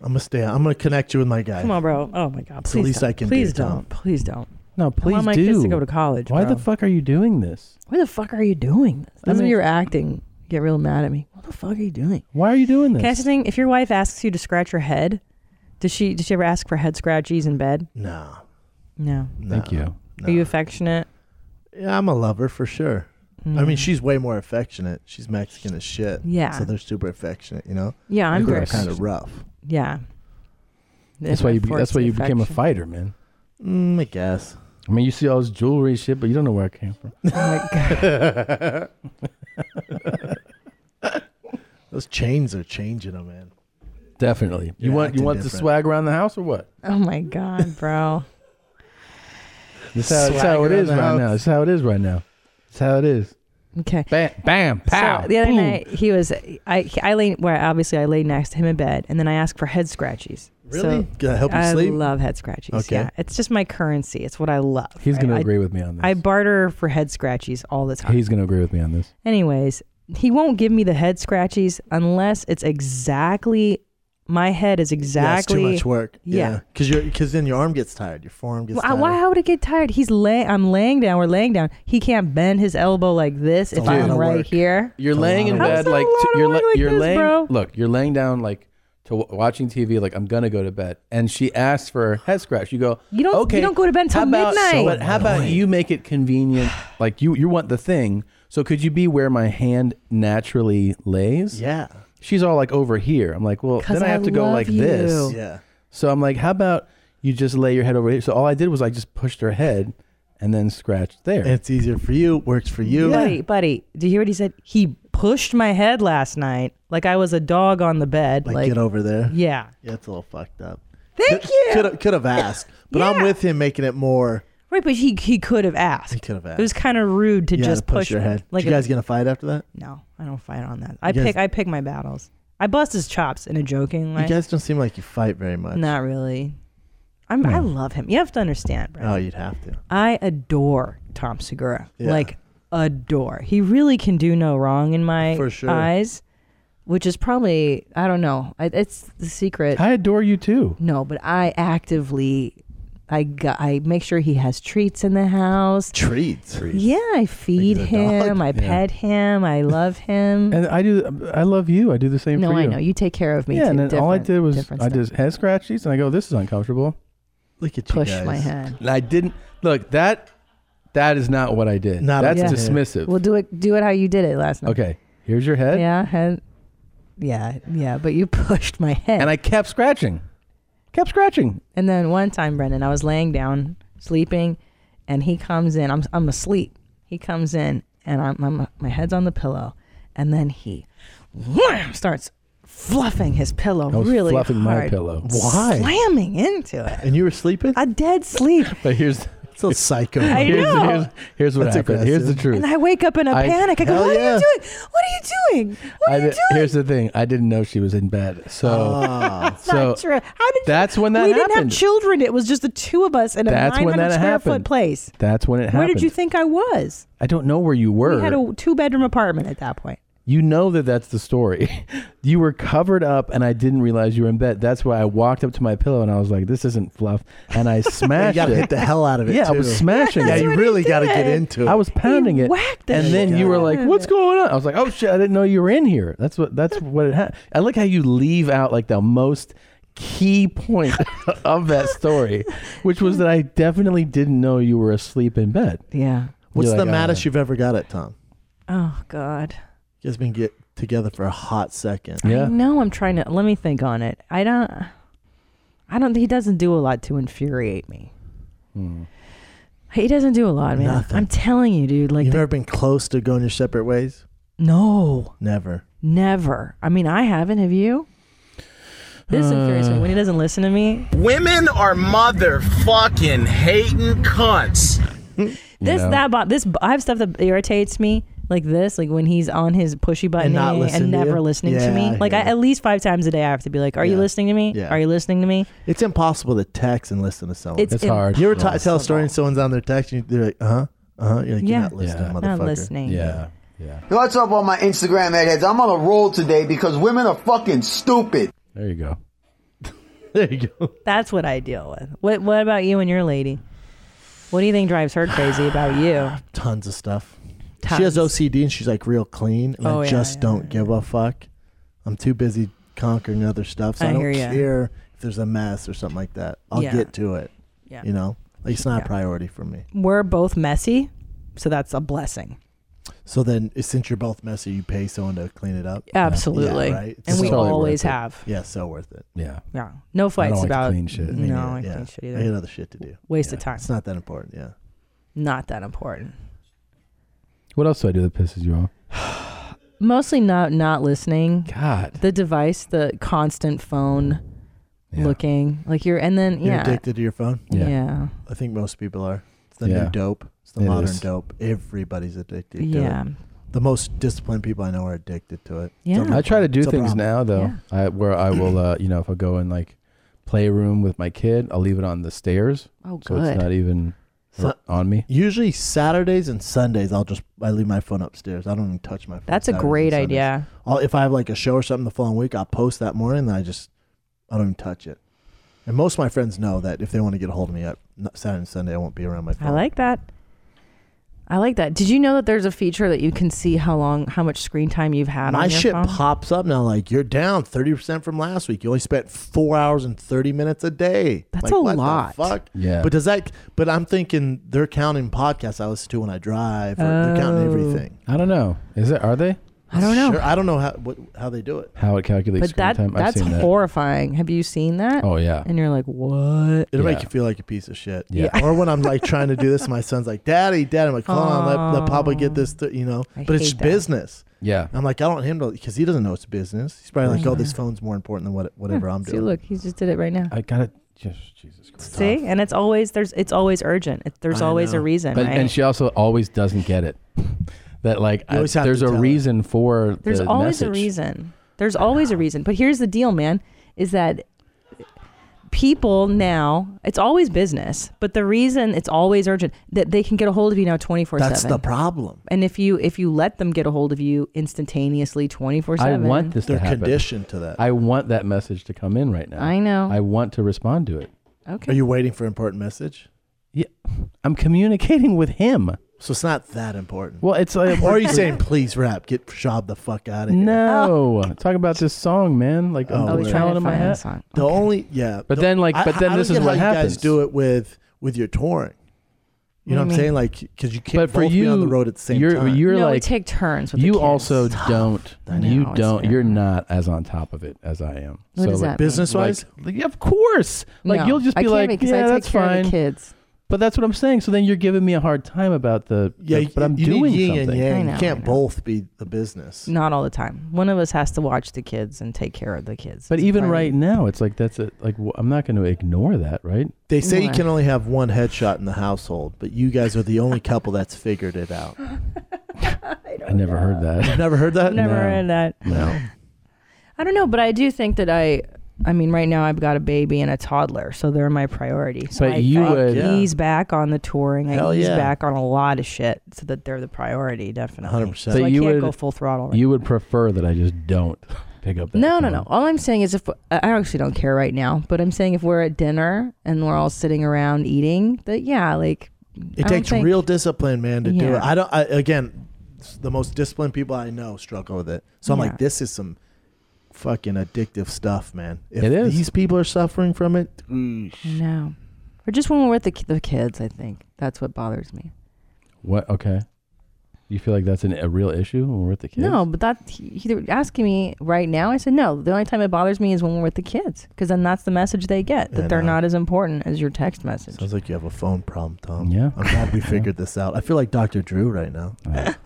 Speaker 23: I'm gonna stay. I'm gonna connect you with my guy.
Speaker 2: Come on, bro. Oh my God.
Speaker 23: It's
Speaker 2: Please
Speaker 23: the least
Speaker 2: don't.
Speaker 23: I can
Speaker 2: Please
Speaker 23: do, Tom.
Speaker 2: don't. Please don't.
Speaker 1: No, please
Speaker 2: I want my
Speaker 1: do.
Speaker 2: kids to go to college.
Speaker 1: Why
Speaker 2: bro.
Speaker 1: the fuck are you doing this?
Speaker 2: Why the fuck are you doing this?
Speaker 1: I
Speaker 2: That's when
Speaker 1: mean-
Speaker 2: you're acting. Get real mad at me. What the fuck are you doing?
Speaker 1: Why are you doing this?
Speaker 2: Can I ask you something? If your wife asks you to scratch your head, does she did she ever ask for head scratchies in bed?
Speaker 23: No.
Speaker 2: No.
Speaker 1: Thank you.
Speaker 2: Are you affectionate?
Speaker 23: Yeah, I'm a lover for sure. I mean, she's way more affectionate. She's Mexican as shit.
Speaker 2: Mm. Yeah.
Speaker 23: So they're super affectionate, you know.
Speaker 2: Yeah, I'm
Speaker 23: People are
Speaker 2: gross.
Speaker 23: kind of rough.
Speaker 2: Yeah.
Speaker 1: That's why you.
Speaker 2: Forced
Speaker 1: That's why you became a
Speaker 2: affection.
Speaker 1: fighter, man.
Speaker 23: Mm, I guess.
Speaker 1: I mean, you see all this jewelry shit, but you don't know where it came from.
Speaker 2: Oh
Speaker 23: Those chains are changing them, man.
Speaker 1: Definitely. You
Speaker 23: You're
Speaker 1: want you
Speaker 23: acting
Speaker 1: want the
Speaker 23: different.
Speaker 1: swag around the house or what?
Speaker 2: Oh my god, bro.
Speaker 1: That's how, that's how
Speaker 2: Swag around
Speaker 1: it is
Speaker 2: the
Speaker 1: right
Speaker 2: house.
Speaker 1: now. That's how it is right now. That's how it is.
Speaker 2: Okay.
Speaker 1: Bam, bam, pow.
Speaker 2: So the other
Speaker 1: boom.
Speaker 2: night he was I he- I lay where obviously I lay next to him in bed and then I asked for head scratchies.
Speaker 1: Really? Can I help you
Speaker 2: I
Speaker 1: sleep?
Speaker 2: love head scratchies.
Speaker 1: Okay.
Speaker 2: Yeah. It's just my currency. It's what I love.
Speaker 1: He's gonna
Speaker 2: I-
Speaker 1: agree with me on this.
Speaker 2: I barter for head scratchies all the time.
Speaker 1: He's gonna agree with me on this.
Speaker 2: Anyways, he won't give me the head scratchies unless it's exactly my head is
Speaker 23: Yeah, it's
Speaker 2: exactly
Speaker 23: too much work.
Speaker 2: Yeah.
Speaker 23: Yeah. Because your because then your arm gets tired. Your forearm gets
Speaker 2: Well, I-
Speaker 23: tired.
Speaker 2: why would it get tired? He's lay. I'm laying down. We're laying down. He can't bend his elbow like this if
Speaker 1: lot
Speaker 2: I'm
Speaker 1: of
Speaker 2: right
Speaker 1: work.
Speaker 2: here.
Speaker 1: You're laying in
Speaker 2: How's
Speaker 1: bed
Speaker 2: that
Speaker 1: like
Speaker 2: a lot
Speaker 1: t-
Speaker 2: of
Speaker 1: you're
Speaker 2: work
Speaker 1: la-
Speaker 2: like
Speaker 1: you're
Speaker 2: this,
Speaker 1: laying.
Speaker 2: bro?
Speaker 1: Look, you're laying down like to w- watching TV. Like I'm gonna go to bed, and she asks for a head scratch. You go.
Speaker 2: You don't- you
Speaker 1: Okay,
Speaker 2: don't go to bed
Speaker 1: how
Speaker 2: till
Speaker 1: about-
Speaker 2: midnight."
Speaker 1: But how about you make it convenient? Like you you want the thing. So could you be where my hand naturally lays?
Speaker 23: Yeah.
Speaker 1: She's all like over here. I'm like, well,
Speaker 23: 'Cause
Speaker 1: then I
Speaker 23: I
Speaker 1: have to go
Speaker 23: love
Speaker 1: like this.
Speaker 23: you. Yeah.
Speaker 1: So I'm like, how about you just lay your head over here? So all I did was I just pushed her head and then scratched there.
Speaker 23: It's easier for you. Works for you.
Speaker 2: buddy, buddy. Do you hear what he said? He pushed my head last night like I was a dog on the bed. Like,
Speaker 23: Like, get over there.
Speaker 2: Yeah.
Speaker 23: Yeah, it's a little fucked up.
Speaker 2: Thank you.
Speaker 23: Could have, could have asked, but I'm with him making it more.
Speaker 2: Right, but he he could have asked.
Speaker 23: He could have asked.
Speaker 2: It was kind of rude to
Speaker 23: You had
Speaker 2: just
Speaker 23: push,
Speaker 2: push
Speaker 23: your
Speaker 2: me.
Speaker 23: head.
Speaker 2: Like
Speaker 23: Like you
Speaker 2: a-
Speaker 23: guys gonna fight after that?
Speaker 2: No, I don't fight on that. I
Speaker 23: guys-
Speaker 2: pick I pick my battles. I bust his chops in a joking way.
Speaker 23: You guys don't seem like you fight very much. Hmm.
Speaker 2: Not really. I'm, I love him. You have to understand, bro.
Speaker 23: Oh, you'd have to.
Speaker 2: I adore Tom Segura.
Speaker 23: Yeah.
Speaker 2: Like adore. He really can do no wrong in my
Speaker 23: For sure.
Speaker 2: eyes, which is probably I don't know. I, it's the secret.
Speaker 1: I adore you too.
Speaker 2: No, but I actively I got, I make sure he has treats in the house.
Speaker 23: Treats.
Speaker 2: Yeah, I feed
Speaker 1: a dog.
Speaker 2: him. I
Speaker 1: Yeah.
Speaker 2: pet him. I love him.
Speaker 1: And I do. I love you. I do the same.
Speaker 2: Mm. No,
Speaker 1: for
Speaker 2: I
Speaker 1: you.
Speaker 2: know. You take care of me,
Speaker 1: Yeah,
Speaker 2: too.
Speaker 1: and then all I
Speaker 2: Different-
Speaker 1: did was
Speaker 2: different
Speaker 1: I
Speaker 2: stuff.
Speaker 1: just head scratch these, and I go, Oh, "This is uncomfortable." Look at
Speaker 2: you Push guys. my head.
Speaker 1: And I didn't look that. That is not what I did.
Speaker 2: Not
Speaker 1: that's
Speaker 2: Yeah.
Speaker 1: dismissive.
Speaker 2: Well, do it. Do it how you did it last night.
Speaker 1: Okay, here's your head,
Speaker 2: Yeah. Head. Yeah. Yeah. But you pushed my head.
Speaker 1: and I kept scratching. kept scratching.
Speaker 2: And then one time, Brendan, I was laying down sleeping, and he comes in. I'm I'm asleep. He comes in, and I'm, I'm my head's on the pillow, and then he wham, starts fluffing his pillow
Speaker 1: I was
Speaker 2: really
Speaker 1: fluffing my
Speaker 2: hard,
Speaker 1: pillow. Why?
Speaker 2: Slamming into it.
Speaker 1: And you were sleeping.
Speaker 2: A dead sleep.
Speaker 1: But here's it's a psycho.
Speaker 2: I
Speaker 1: Here's,
Speaker 2: know.
Speaker 1: here's, here's what
Speaker 23: That's
Speaker 1: happened. Here's the
Speaker 23: aggressive.
Speaker 1: truth.
Speaker 2: And I wake up in a
Speaker 1: I-
Speaker 2: panic. I go,
Speaker 1: hell
Speaker 2: "What are
Speaker 1: yeah.
Speaker 2: you doing? What are you doing? What
Speaker 1: I
Speaker 2: are you
Speaker 1: di- Here's the thing. I didn't know she was in bed. So,
Speaker 2: That's
Speaker 1: Oh. so
Speaker 2: not true. How did
Speaker 1: that's when that
Speaker 2: we
Speaker 1: happened.
Speaker 2: didn't have children? It was just the two of us in a
Speaker 1: That's
Speaker 2: 900
Speaker 1: when that
Speaker 2: square
Speaker 1: happened.
Speaker 2: foot place.
Speaker 1: That's when it happened.
Speaker 2: Where did you think I was?
Speaker 1: I don't know where you were.
Speaker 2: We had a two bedroom apartment at that point.
Speaker 1: you know that that's the story. you were covered up, and I didn't realize you were in bed. That's why I walked up to my pillow and I was like, "This isn't fluff," and I smashed.
Speaker 23: gotta
Speaker 1: it.
Speaker 23: hit the hell out of it,
Speaker 1: Yeah, I
Speaker 23: too.
Speaker 1: was smashing.
Speaker 23: Yeah,
Speaker 1: it.
Speaker 23: you That's what really he gotta get did. into it.
Speaker 1: I was pounding it,
Speaker 23: the
Speaker 1: and
Speaker 23: shit
Speaker 1: then you
Speaker 23: out
Speaker 1: were
Speaker 23: of
Speaker 1: like,
Speaker 23: it.
Speaker 1: "What's going on?" I was like, "Oh shit, I didn't know you were in here." That's what. That's what it had. I like how you leave out like the most key point of that story, which was that I definitely didn't know you were asleep in bed.
Speaker 2: Yeah.
Speaker 23: What's
Speaker 1: You're
Speaker 23: the
Speaker 1: like,
Speaker 23: maddest you've ever got at Tom?
Speaker 2: Oh God.
Speaker 23: You guys been get together for a hot second.
Speaker 2: I know I'm trying to let me think on it. I don't I don't he doesn't do a lot to infuriate me.
Speaker 1: Hmm.
Speaker 2: He doesn't do a lot, man.
Speaker 23: Nothing.
Speaker 2: I'm telling you, dude. Like
Speaker 23: You've
Speaker 2: the-
Speaker 23: ever been close to going your separate ways?
Speaker 2: No.
Speaker 23: Never.
Speaker 2: Never. I mean I haven't, have you? This infuriates me. When he doesn't listen to me.
Speaker 13: Women are motherfucking hating cunts.
Speaker 2: This that bo- this I have stuff that irritates me. Like this, like when he's on his pushy button
Speaker 23: not listen to
Speaker 2: never
Speaker 23: you?
Speaker 2: listening to
Speaker 23: Yeah,
Speaker 2: me.
Speaker 23: I
Speaker 2: Like I, at least five times a day, I have to be like, "Are you listening to me?
Speaker 23: Yeah.
Speaker 2: Are you listening to me?"
Speaker 23: It's impossible to text and listen to someone.
Speaker 2: It's It's hard.
Speaker 23: You ever t- tell a story and someone's on their text and you- they're like, uh huh, uh huh. You're like,
Speaker 2: Yeah.
Speaker 23: you're not listening,
Speaker 2: Yeah. Not
Speaker 23: motherfucker.
Speaker 2: listening. Yeah.
Speaker 6: Hey, What's up on my Instagram eggheads? I'm on a roll today because women are fucking stupid.
Speaker 1: There you go. there you go.
Speaker 2: That's what I deal with. What What about you and your lady? What do you think drives her crazy about you?
Speaker 23: Tons of stuff.
Speaker 2: Tons.
Speaker 23: She has OCD and she's like real clean, and
Speaker 2: Oh,
Speaker 23: I
Speaker 2: yeah,
Speaker 23: just
Speaker 2: yeah,
Speaker 23: don't give a fuck. I'm too busy conquering other stuff, so
Speaker 2: I
Speaker 23: I, don't
Speaker 2: hear ya.
Speaker 23: care if there's a mess or something like that. I'll
Speaker 2: Yeah.
Speaker 23: get to it.
Speaker 2: Yeah.
Speaker 23: You know, like it's not a priority for me.
Speaker 2: We're both messy, so that's a blessing.
Speaker 23: So then, since you're both messy, you pay someone to clean it up.
Speaker 2: Absolutely.
Speaker 23: Yeah, right? It's
Speaker 2: And we
Speaker 23: totally worth
Speaker 2: always
Speaker 23: it.
Speaker 2: have.
Speaker 23: Yeah, so worth it.
Speaker 1: Yeah.
Speaker 2: Yeah. No fights
Speaker 23: I don't like to
Speaker 2: about
Speaker 23: clean shit.
Speaker 2: No,
Speaker 23: Me neither.
Speaker 2: I don't like to
Speaker 23: Yeah.
Speaker 2: clean shit either.
Speaker 23: I got other shit to do.
Speaker 2: Waste of
Speaker 23: Yeah.
Speaker 2: time.
Speaker 23: It's not that important. Yeah.
Speaker 2: Not that important.
Speaker 1: "Uh, What else do I do that pisses you off?
Speaker 2: Mostly not not listening.
Speaker 1: God.
Speaker 2: The device, the constant phone looking. Like you're and then
Speaker 23: You're
Speaker 2: yeah.
Speaker 23: addicted to your phone.
Speaker 2: Yeah. Yeah.
Speaker 23: I think most people are. It's the
Speaker 1: Yeah.
Speaker 23: new dope. It's the
Speaker 1: It
Speaker 23: modern
Speaker 1: is.
Speaker 23: dope. Everybody's addicted. to
Speaker 2: Yeah.
Speaker 23: it. The most disciplined people I know are addicted to it. It's a
Speaker 1: I try to
Speaker 23: problem.
Speaker 1: do
Speaker 23: It's a
Speaker 1: things
Speaker 23: problem.
Speaker 1: now though, I, where I will, uh, you know, if I go in like playroom with my kid, I'll leave it on the stairs.
Speaker 2: Oh,
Speaker 1: So it's
Speaker 23: good.
Speaker 1: not even
Speaker 23: So-
Speaker 1: r- on me.
Speaker 23: Usually Saturdays and Sundays, I'll just I leave my phone upstairs. I don't even touch my phone.
Speaker 2: That's a
Speaker 23: Saturdays and
Speaker 2: great
Speaker 23: Sundays.
Speaker 2: idea.
Speaker 23: I'll, if I have like a show or something the following week, I'll post that morning. Then I just I don't even touch it. And most of my friends know that if they want to get a hold of me, I, not Saturday and Sunday, I won't be around my phone.
Speaker 2: I like that. I like that. Did you know that there's a feature that you can see how long, how much screen time you've had
Speaker 23: my
Speaker 2: on your
Speaker 23: shit
Speaker 2: phone?
Speaker 23: pops up now. Like you're down thirty percent from last week. You only spent four hours and thirty minutes a day.
Speaker 2: That's
Speaker 23: Like,
Speaker 2: a
Speaker 23: what the
Speaker 2: lot.
Speaker 23: fuck.
Speaker 1: Yeah.
Speaker 23: But does that? But I'm thinking they're counting podcasts I listen to when I drive. Or They're counting
Speaker 1: Oh.
Speaker 23: everything.
Speaker 1: I don't know. Is it? Are they?
Speaker 2: I don't know.
Speaker 23: Sure, I don't know how what, how they do it.
Speaker 1: How it calculates
Speaker 2: but
Speaker 1: screen
Speaker 2: that
Speaker 1: time? I've
Speaker 2: that's
Speaker 1: seen that.
Speaker 2: horrifying. Have you seen that?
Speaker 1: Oh, yeah.
Speaker 2: And you're like, what?
Speaker 23: It'll make you feel like a piece of shit.
Speaker 1: Yeah.
Speaker 23: or when I'm like trying to do this, my son's like, "Daddy, Dad," I'm like, "Hold on, let, let Papa get this," th-, you know. but it's hate just that. business.
Speaker 1: Yeah.
Speaker 23: I'm like, I don't want him to because he doesn't know it's business. He's probably like,
Speaker 2: Yeah.
Speaker 23: "Oh, this phone's more important than what whatever
Speaker 2: Yeah,
Speaker 23: I'm
Speaker 2: see,
Speaker 23: doing."
Speaker 2: look, he just did it right now.
Speaker 1: I got it. Just Jesus Christ.
Speaker 2: See, and it's always there's it's always urgent. It, there's
Speaker 1: I
Speaker 2: always a
Speaker 1: know.
Speaker 2: reason,
Speaker 1: But-
Speaker 2: right?
Speaker 1: And she also always doesn't get it. that like I,
Speaker 23: always have
Speaker 1: there's
Speaker 23: to
Speaker 1: a
Speaker 23: tell her.
Speaker 1: reason for
Speaker 2: there's
Speaker 1: the
Speaker 2: always a
Speaker 1: message.
Speaker 2: reason. There's always a reason. But here's the deal, man: is that people now it's always business, but the reason it's always urgent that they can get a hold of you now twenty four seven.
Speaker 23: That's the problem.
Speaker 2: And if you if you let them get a hold of you instantaneously twenty four
Speaker 1: I
Speaker 2: seven,
Speaker 1: want this to happen.
Speaker 23: conditioned to that.
Speaker 1: I want that message to come in right now.
Speaker 2: I know.
Speaker 1: I want to respond to it.
Speaker 20: Okay.
Speaker 23: Are you waiting for important message?
Speaker 1: Yeah, I'm communicating with him.
Speaker 23: So it's not that important.
Speaker 1: Well, it's uh, like,
Speaker 23: or are you saying, please rap, get Shab the fuck out of here?
Speaker 1: No,
Speaker 2: Oh.
Speaker 1: talk about this song, man. Like,
Speaker 23: Oh,
Speaker 1: I'm
Speaker 23: we're
Speaker 1: talent in my head.
Speaker 23: The only yeah,
Speaker 1: But
Speaker 23: the-
Speaker 1: then, like-
Speaker 23: I-
Speaker 1: but then
Speaker 23: I don't
Speaker 1: this is
Speaker 23: get
Speaker 1: what
Speaker 23: how You
Speaker 1: happens.
Speaker 23: guys do it with with your touring. You know what
Speaker 1: What do
Speaker 23: I'm
Speaker 1: you
Speaker 23: saying?
Speaker 1: mean?
Speaker 23: Like, because you can't
Speaker 1: But for
Speaker 23: both be on the
Speaker 1: you,
Speaker 23: road at the same
Speaker 1: you're-
Speaker 23: time.
Speaker 1: you're
Speaker 2: no, we
Speaker 1: like-
Speaker 2: take turns with the
Speaker 1: You
Speaker 2: kids.
Speaker 1: also don't.
Speaker 2: know,
Speaker 1: you
Speaker 2: it's
Speaker 1: don't. You're not as on top of it as I am.
Speaker 2: What does that mean? Business-wise?
Speaker 1: like, yeah, of course. Like
Speaker 2: No,
Speaker 1: you'll just
Speaker 2: I
Speaker 1: be
Speaker 2: can't
Speaker 1: like,
Speaker 2: because I
Speaker 1: yeah,
Speaker 2: take
Speaker 1: that's
Speaker 2: care of the
Speaker 1: fine.
Speaker 2: kids.
Speaker 1: But that's what I'm saying. So then you're giving me a hard time about the.
Speaker 23: Yeah,
Speaker 1: the- but I'm
Speaker 23: you need
Speaker 1: doing
Speaker 23: yin and
Speaker 1: something.
Speaker 23: yang. I You
Speaker 2: know,
Speaker 23: can't both be the business.
Speaker 2: Not all the time. One of us has to watch the kids and take care of the kids.
Speaker 1: But
Speaker 2: It's a
Speaker 1: even
Speaker 2: priority.
Speaker 1: right now, it's like that's a, like wh- I'm not going to ignore that, right?
Speaker 23: They say you
Speaker 2: Why?
Speaker 23: can only have one headshot in the household, but you guys are the only couple that's figured it out.
Speaker 1: I never heard that.
Speaker 23: You've never heard that?
Speaker 2: Never heard that.
Speaker 1: No.
Speaker 2: I don't know, but I do think that I. I mean, right now I've got a baby and a toddler, so they're my priority. So
Speaker 1: But
Speaker 2: I,
Speaker 1: you
Speaker 2: I
Speaker 1: would- Yeah.
Speaker 2: ease back on the touring. I
Speaker 1: Hell
Speaker 2: ease
Speaker 1: yeah.
Speaker 2: back on a lot of shit, so that they're the priority, definitely.
Speaker 1: 100%.
Speaker 2: So I
Speaker 1: But you
Speaker 2: can't
Speaker 1: would-
Speaker 2: go full throttle. Right
Speaker 1: You would prefer that I just don't pick up that.
Speaker 2: No, no, no. All I'm saying is if I actually don't care right now, but I'm saying if we're at dinner and we're all sitting around eating, that yeah, like I
Speaker 23: It
Speaker 2: don't
Speaker 23: takes
Speaker 2: think-
Speaker 23: real discipline, man, to do it.
Speaker 2: Yeah.
Speaker 23: I don't. I, again, s- the most disciplined people I know struggle with it. So I'm
Speaker 2: Yeah.
Speaker 23: like, this is some fucking addictive stuff, man. If
Speaker 1: It is.
Speaker 23: These people are suffering from it.
Speaker 2: No, or just when we're with the ki- the kids. I think that's what bothers me.
Speaker 1: What? Okay. You feel like that's an, a real issue when we're with the kids?
Speaker 2: No, but that he, he was asking me right now. I said no. The only time it bothers me is when we're with the kids, because then that's the message they get that
Speaker 23: Yeah,
Speaker 2: they're
Speaker 23: no.
Speaker 2: not as important as your text message.
Speaker 23: Sounds like you have a phone problem, Tom.
Speaker 1: Yeah.
Speaker 23: I'm glad we figured this out. I feel like Dr. Drew right now.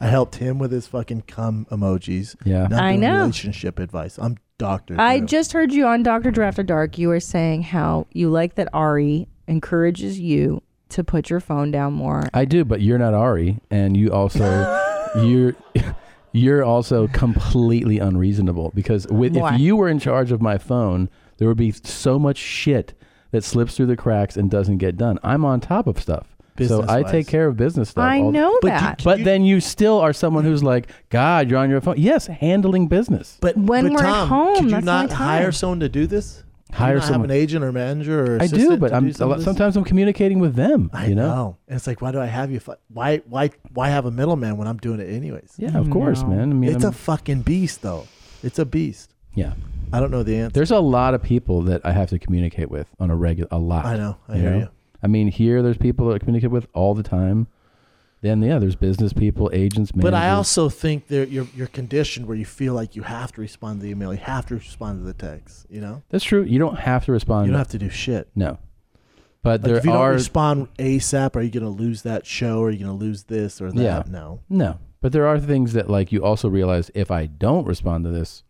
Speaker 23: I helped him with his fucking cum emojis.
Speaker 1: Yeah.
Speaker 23: Not
Speaker 2: I
Speaker 23: doing
Speaker 2: know.
Speaker 23: Relationship advice. I'm Dr.
Speaker 2: I
Speaker 23: Drew.
Speaker 2: just heard you on Doctor Drew After Dark. You were saying how you like that Ari encourages you to put your phone down more.
Speaker 1: I do, but you're not Ari, and you also you're you're also completely unreasonable because with
Speaker 2: Why?
Speaker 1: if you were in charge of my phone, there would be so much shit that slips through the cracks and doesn't get done. I'm on top of stuff. So I
Speaker 23: Business-wise.
Speaker 1: take care of business stuff.
Speaker 2: I
Speaker 1: all-
Speaker 2: know But that. you-
Speaker 1: but then you still are someone who's like, God, you're on your phone. Yes, handling business.
Speaker 23: But
Speaker 2: When
Speaker 23: but
Speaker 2: we're at
Speaker 23: Tom,
Speaker 2: home,
Speaker 23: could you
Speaker 2: that's my
Speaker 23: not
Speaker 2: time.
Speaker 23: hire someone to do this? Do you
Speaker 1: Hire
Speaker 23: not
Speaker 1: someone.
Speaker 23: Have an agent or manager or
Speaker 1: I do,
Speaker 23: assistant
Speaker 1: but
Speaker 23: to
Speaker 1: I'm
Speaker 23: do some of this?
Speaker 1: sometimes I'm communicating with them.
Speaker 23: I
Speaker 1: you know,
Speaker 23: And it's like, why do I have you? If I, why why why have a middleman when I'm doing it anyways?
Speaker 1: Yeah, of course, No. man. I mean,
Speaker 23: it's
Speaker 1: I'm-
Speaker 23: a fucking beast, though. It's a beast.
Speaker 1: Yeah.
Speaker 23: I don't know the answer.
Speaker 1: There's a lot of people that I have to communicate with on a regular, a lot.
Speaker 23: I know. I hear you.
Speaker 1: I mean, here there's people that I communicate with all the time. Then yeah, there's business people, agents, managers.
Speaker 23: But I also think that you're you're conditioned where you feel like you have to respond to the email, you have to respond to the text. You know,
Speaker 1: that's true. You don't have to respond.
Speaker 23: You don't have to do shit.
Speaker 1: No,
Speaker 23: Like,
Speaker 1: but there
Speaker 23: if you
Speaker 1: are
Speaker 23: don't respond ASAP, are you going to lose that show? Are you going to lose this or that?
Speaker 1: yeah
Speaker 23: No.
Speaker 1: no. But there are things that like you also realize if I don't respond to this,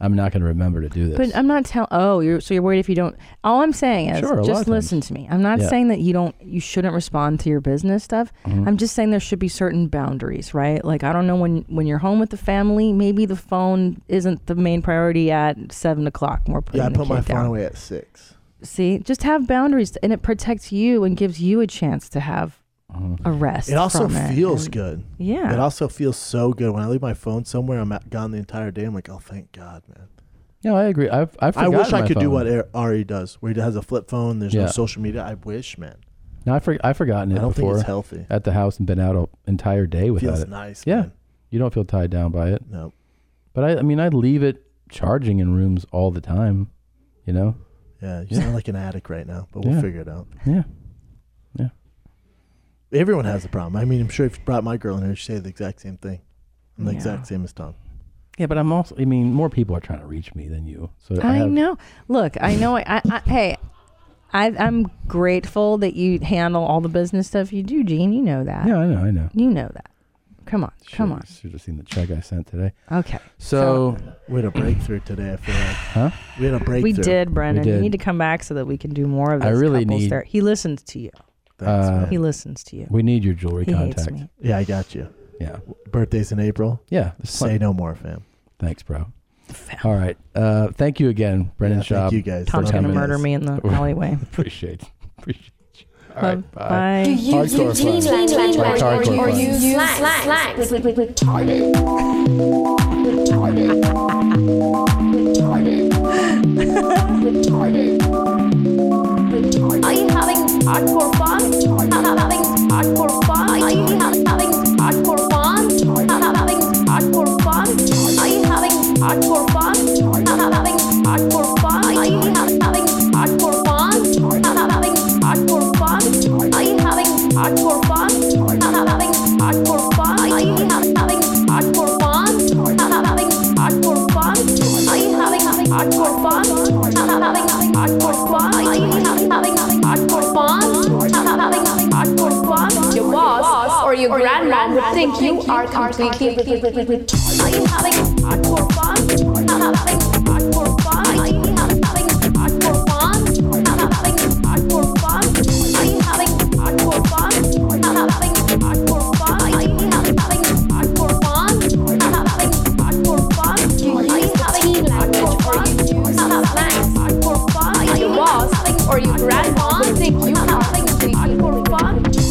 Speaker 1: I'm not going to remember to do this.
Speaker 2: But I'm not telling. Oh, you're so you're worried if you don't. All I'm saying is,
Speaker 1: Sure, a lot of
Speaker 2: just
Speaker 1: times.
Speaker 2: listen to me. I'm not
Speaker 1: Yeah.
Speaker 2: saying that you don't, you shouldn't respond to your business stuff.
Speaker 23: Mm-hmm.
Speaker 1: Mhm.
Speaker 2: I'm just saying there should be certain boundaries, right? Like I don't know when when you're home with the family, maybe the phone isn't the main priority at seven o'clock. We're putting
Speaker 23: Yeah, I
Speaker 2: the
Speaker 23: put my
Speaker 2: kid
Speaker 23: phone
Speaker 2: down.
Speaker 23: away at six.
Speaker 2: See, just have boundaries, and it protects you and gives you a chance to have a rest.
Speaker 23: Mm-hmm. It also
Speaker 2: from
Speaker 23: feels
Speaker 2: and-
Speaker 23: good.
Speaker 2: Yeah.
Speaker 23: It also feels so good when I leave my phone somewhere. I'm at, gone the entire day. I'm like, oh, thank God, man.
Speaker 1: No, I agree. I've I've
Speaker 23: I wish
Speaker 1: forgotten
Speaker 23: I
Speaker 1: my
Speaker 23: could do
Speaker 1: phone.
Speaker 23: what Ar- Ari does, where he has a flip phone. There's
Speaker 1: Yeah.
Speaker 23: no social media. I wish, man.
Speaker 1: No, I for, I've forgotten it
Speaker 23: I don't think
Speaker 1: before.
Speaker 23: it's healthy.
Speaker 1: At the house and been out an entire day without
Speaker 23: Feels
Speaker 1: it.
Speaker 23: nice,
Speaker 1: Yeah. You don't feel tied down by it.
Speaker 23: No.
Speaker 1: But I, I mean, I leave it charging in rooms all the time, you know?
Speaker 23: Yeah, you sound like an addict right now, but we'll
Speaker 1: Yeah.
Speaker 23: figure it out.
Speaker 1: Yeah.
Speaker 23: Everyone has a problem. I mean, I'm sure if you brought my girl in here, she'd say the exact same thing. I'm the
Speaker 2: Yeah.
Speaker 23: exact same as Tom.
Speaker 1: Yeah, but I'm also, I mean, more people are trying to reach me than you. So I,
Speaker 2: I,
Speaker 1: have-
Speaker 2: know. Look, I know. I, I, I hey, I, I'm grateful that you handle all the business stuff you do, Gene. You know that.
Speaker 1: Yeah, I know, I know.
Speaker 2: You know that. Come on, come on.
Speaker 1: Should have seen the check I sent today.
Speaker 2: Okay.
Speaker 1: So,
Speaker 23: we had a breakthrough today. I feel like
Speaker 1: huh?
Speaker 23: we had a breakthrough.
Speaker 2: We did, Brendan.
Speaker 1: We
Speaker 2: You
Speaker 1: did.
Speaker 2: need to come back so that we can do more of this.
Speaker 1: I really
Speaker 2: couples
Speaker 1: need-
Speaker 2: therapy. He listens to you.
Speaker 1: Thanks, man.
Speaker 2: he listens to you.
Speaker 1: We need your jewelry
Speaker 2: He hates
Speaker 1: contact.
Speaker 2: me.
Speaker 23: Yeah, I got you.
Speaker 1: Yeah.
Speaker 23: Birthday's in April.
Speaker 1: Yeah, there's
Speaker 23: Say
Speaker 1: plenty.
Speaker 23: no more, fam.
Speaker 1: Thanks, bro. All right. Uh, thank you again, Brendan
Speaker 23: Yeah, thank
Speaker 1: Schaub,
Speaker 23: you guys.
Speaker 1: for
Speaker 23: Tom's
Speaker 2: gonna
Speaker 1: coming.
Speaker 2: murder me in the alleyway.
Speaker 1: Appreciate it. Appreciate you. All
Speaker 2: Love.
Speaker 1: right. Bye.
Speaker 2: Bye. Do you
Speaker 1: Hardcore
Speaker 2: use teen
Speaker 1: fun.
Speaker 2: language
Speaker 1: Like
Speaker 2: or
Speaker 1: hardcore
Speaker 2: you
Speaker 1: fun.
Speaker 2: use-
Speaker 15: You slang, slang, slang, retarded. Retarded. Retarded. Retarded. Retarded. Are you
Speaker 11: Hardcore fun. Hardcore fun. Hardcore fun. Hardcore fun. Your boss or your grandma would think you are completely retarded. Hardcore fun. Hardcore fun. Hardcore fun. Hardcore fun. Hardcore fun. Hardcore fun. Hardcore fun. Or you grandma would think you are completely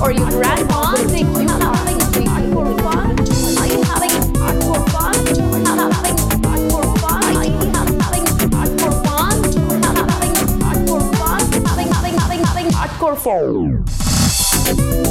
Speaker 11: or your grandma would think you are Hardcore phone.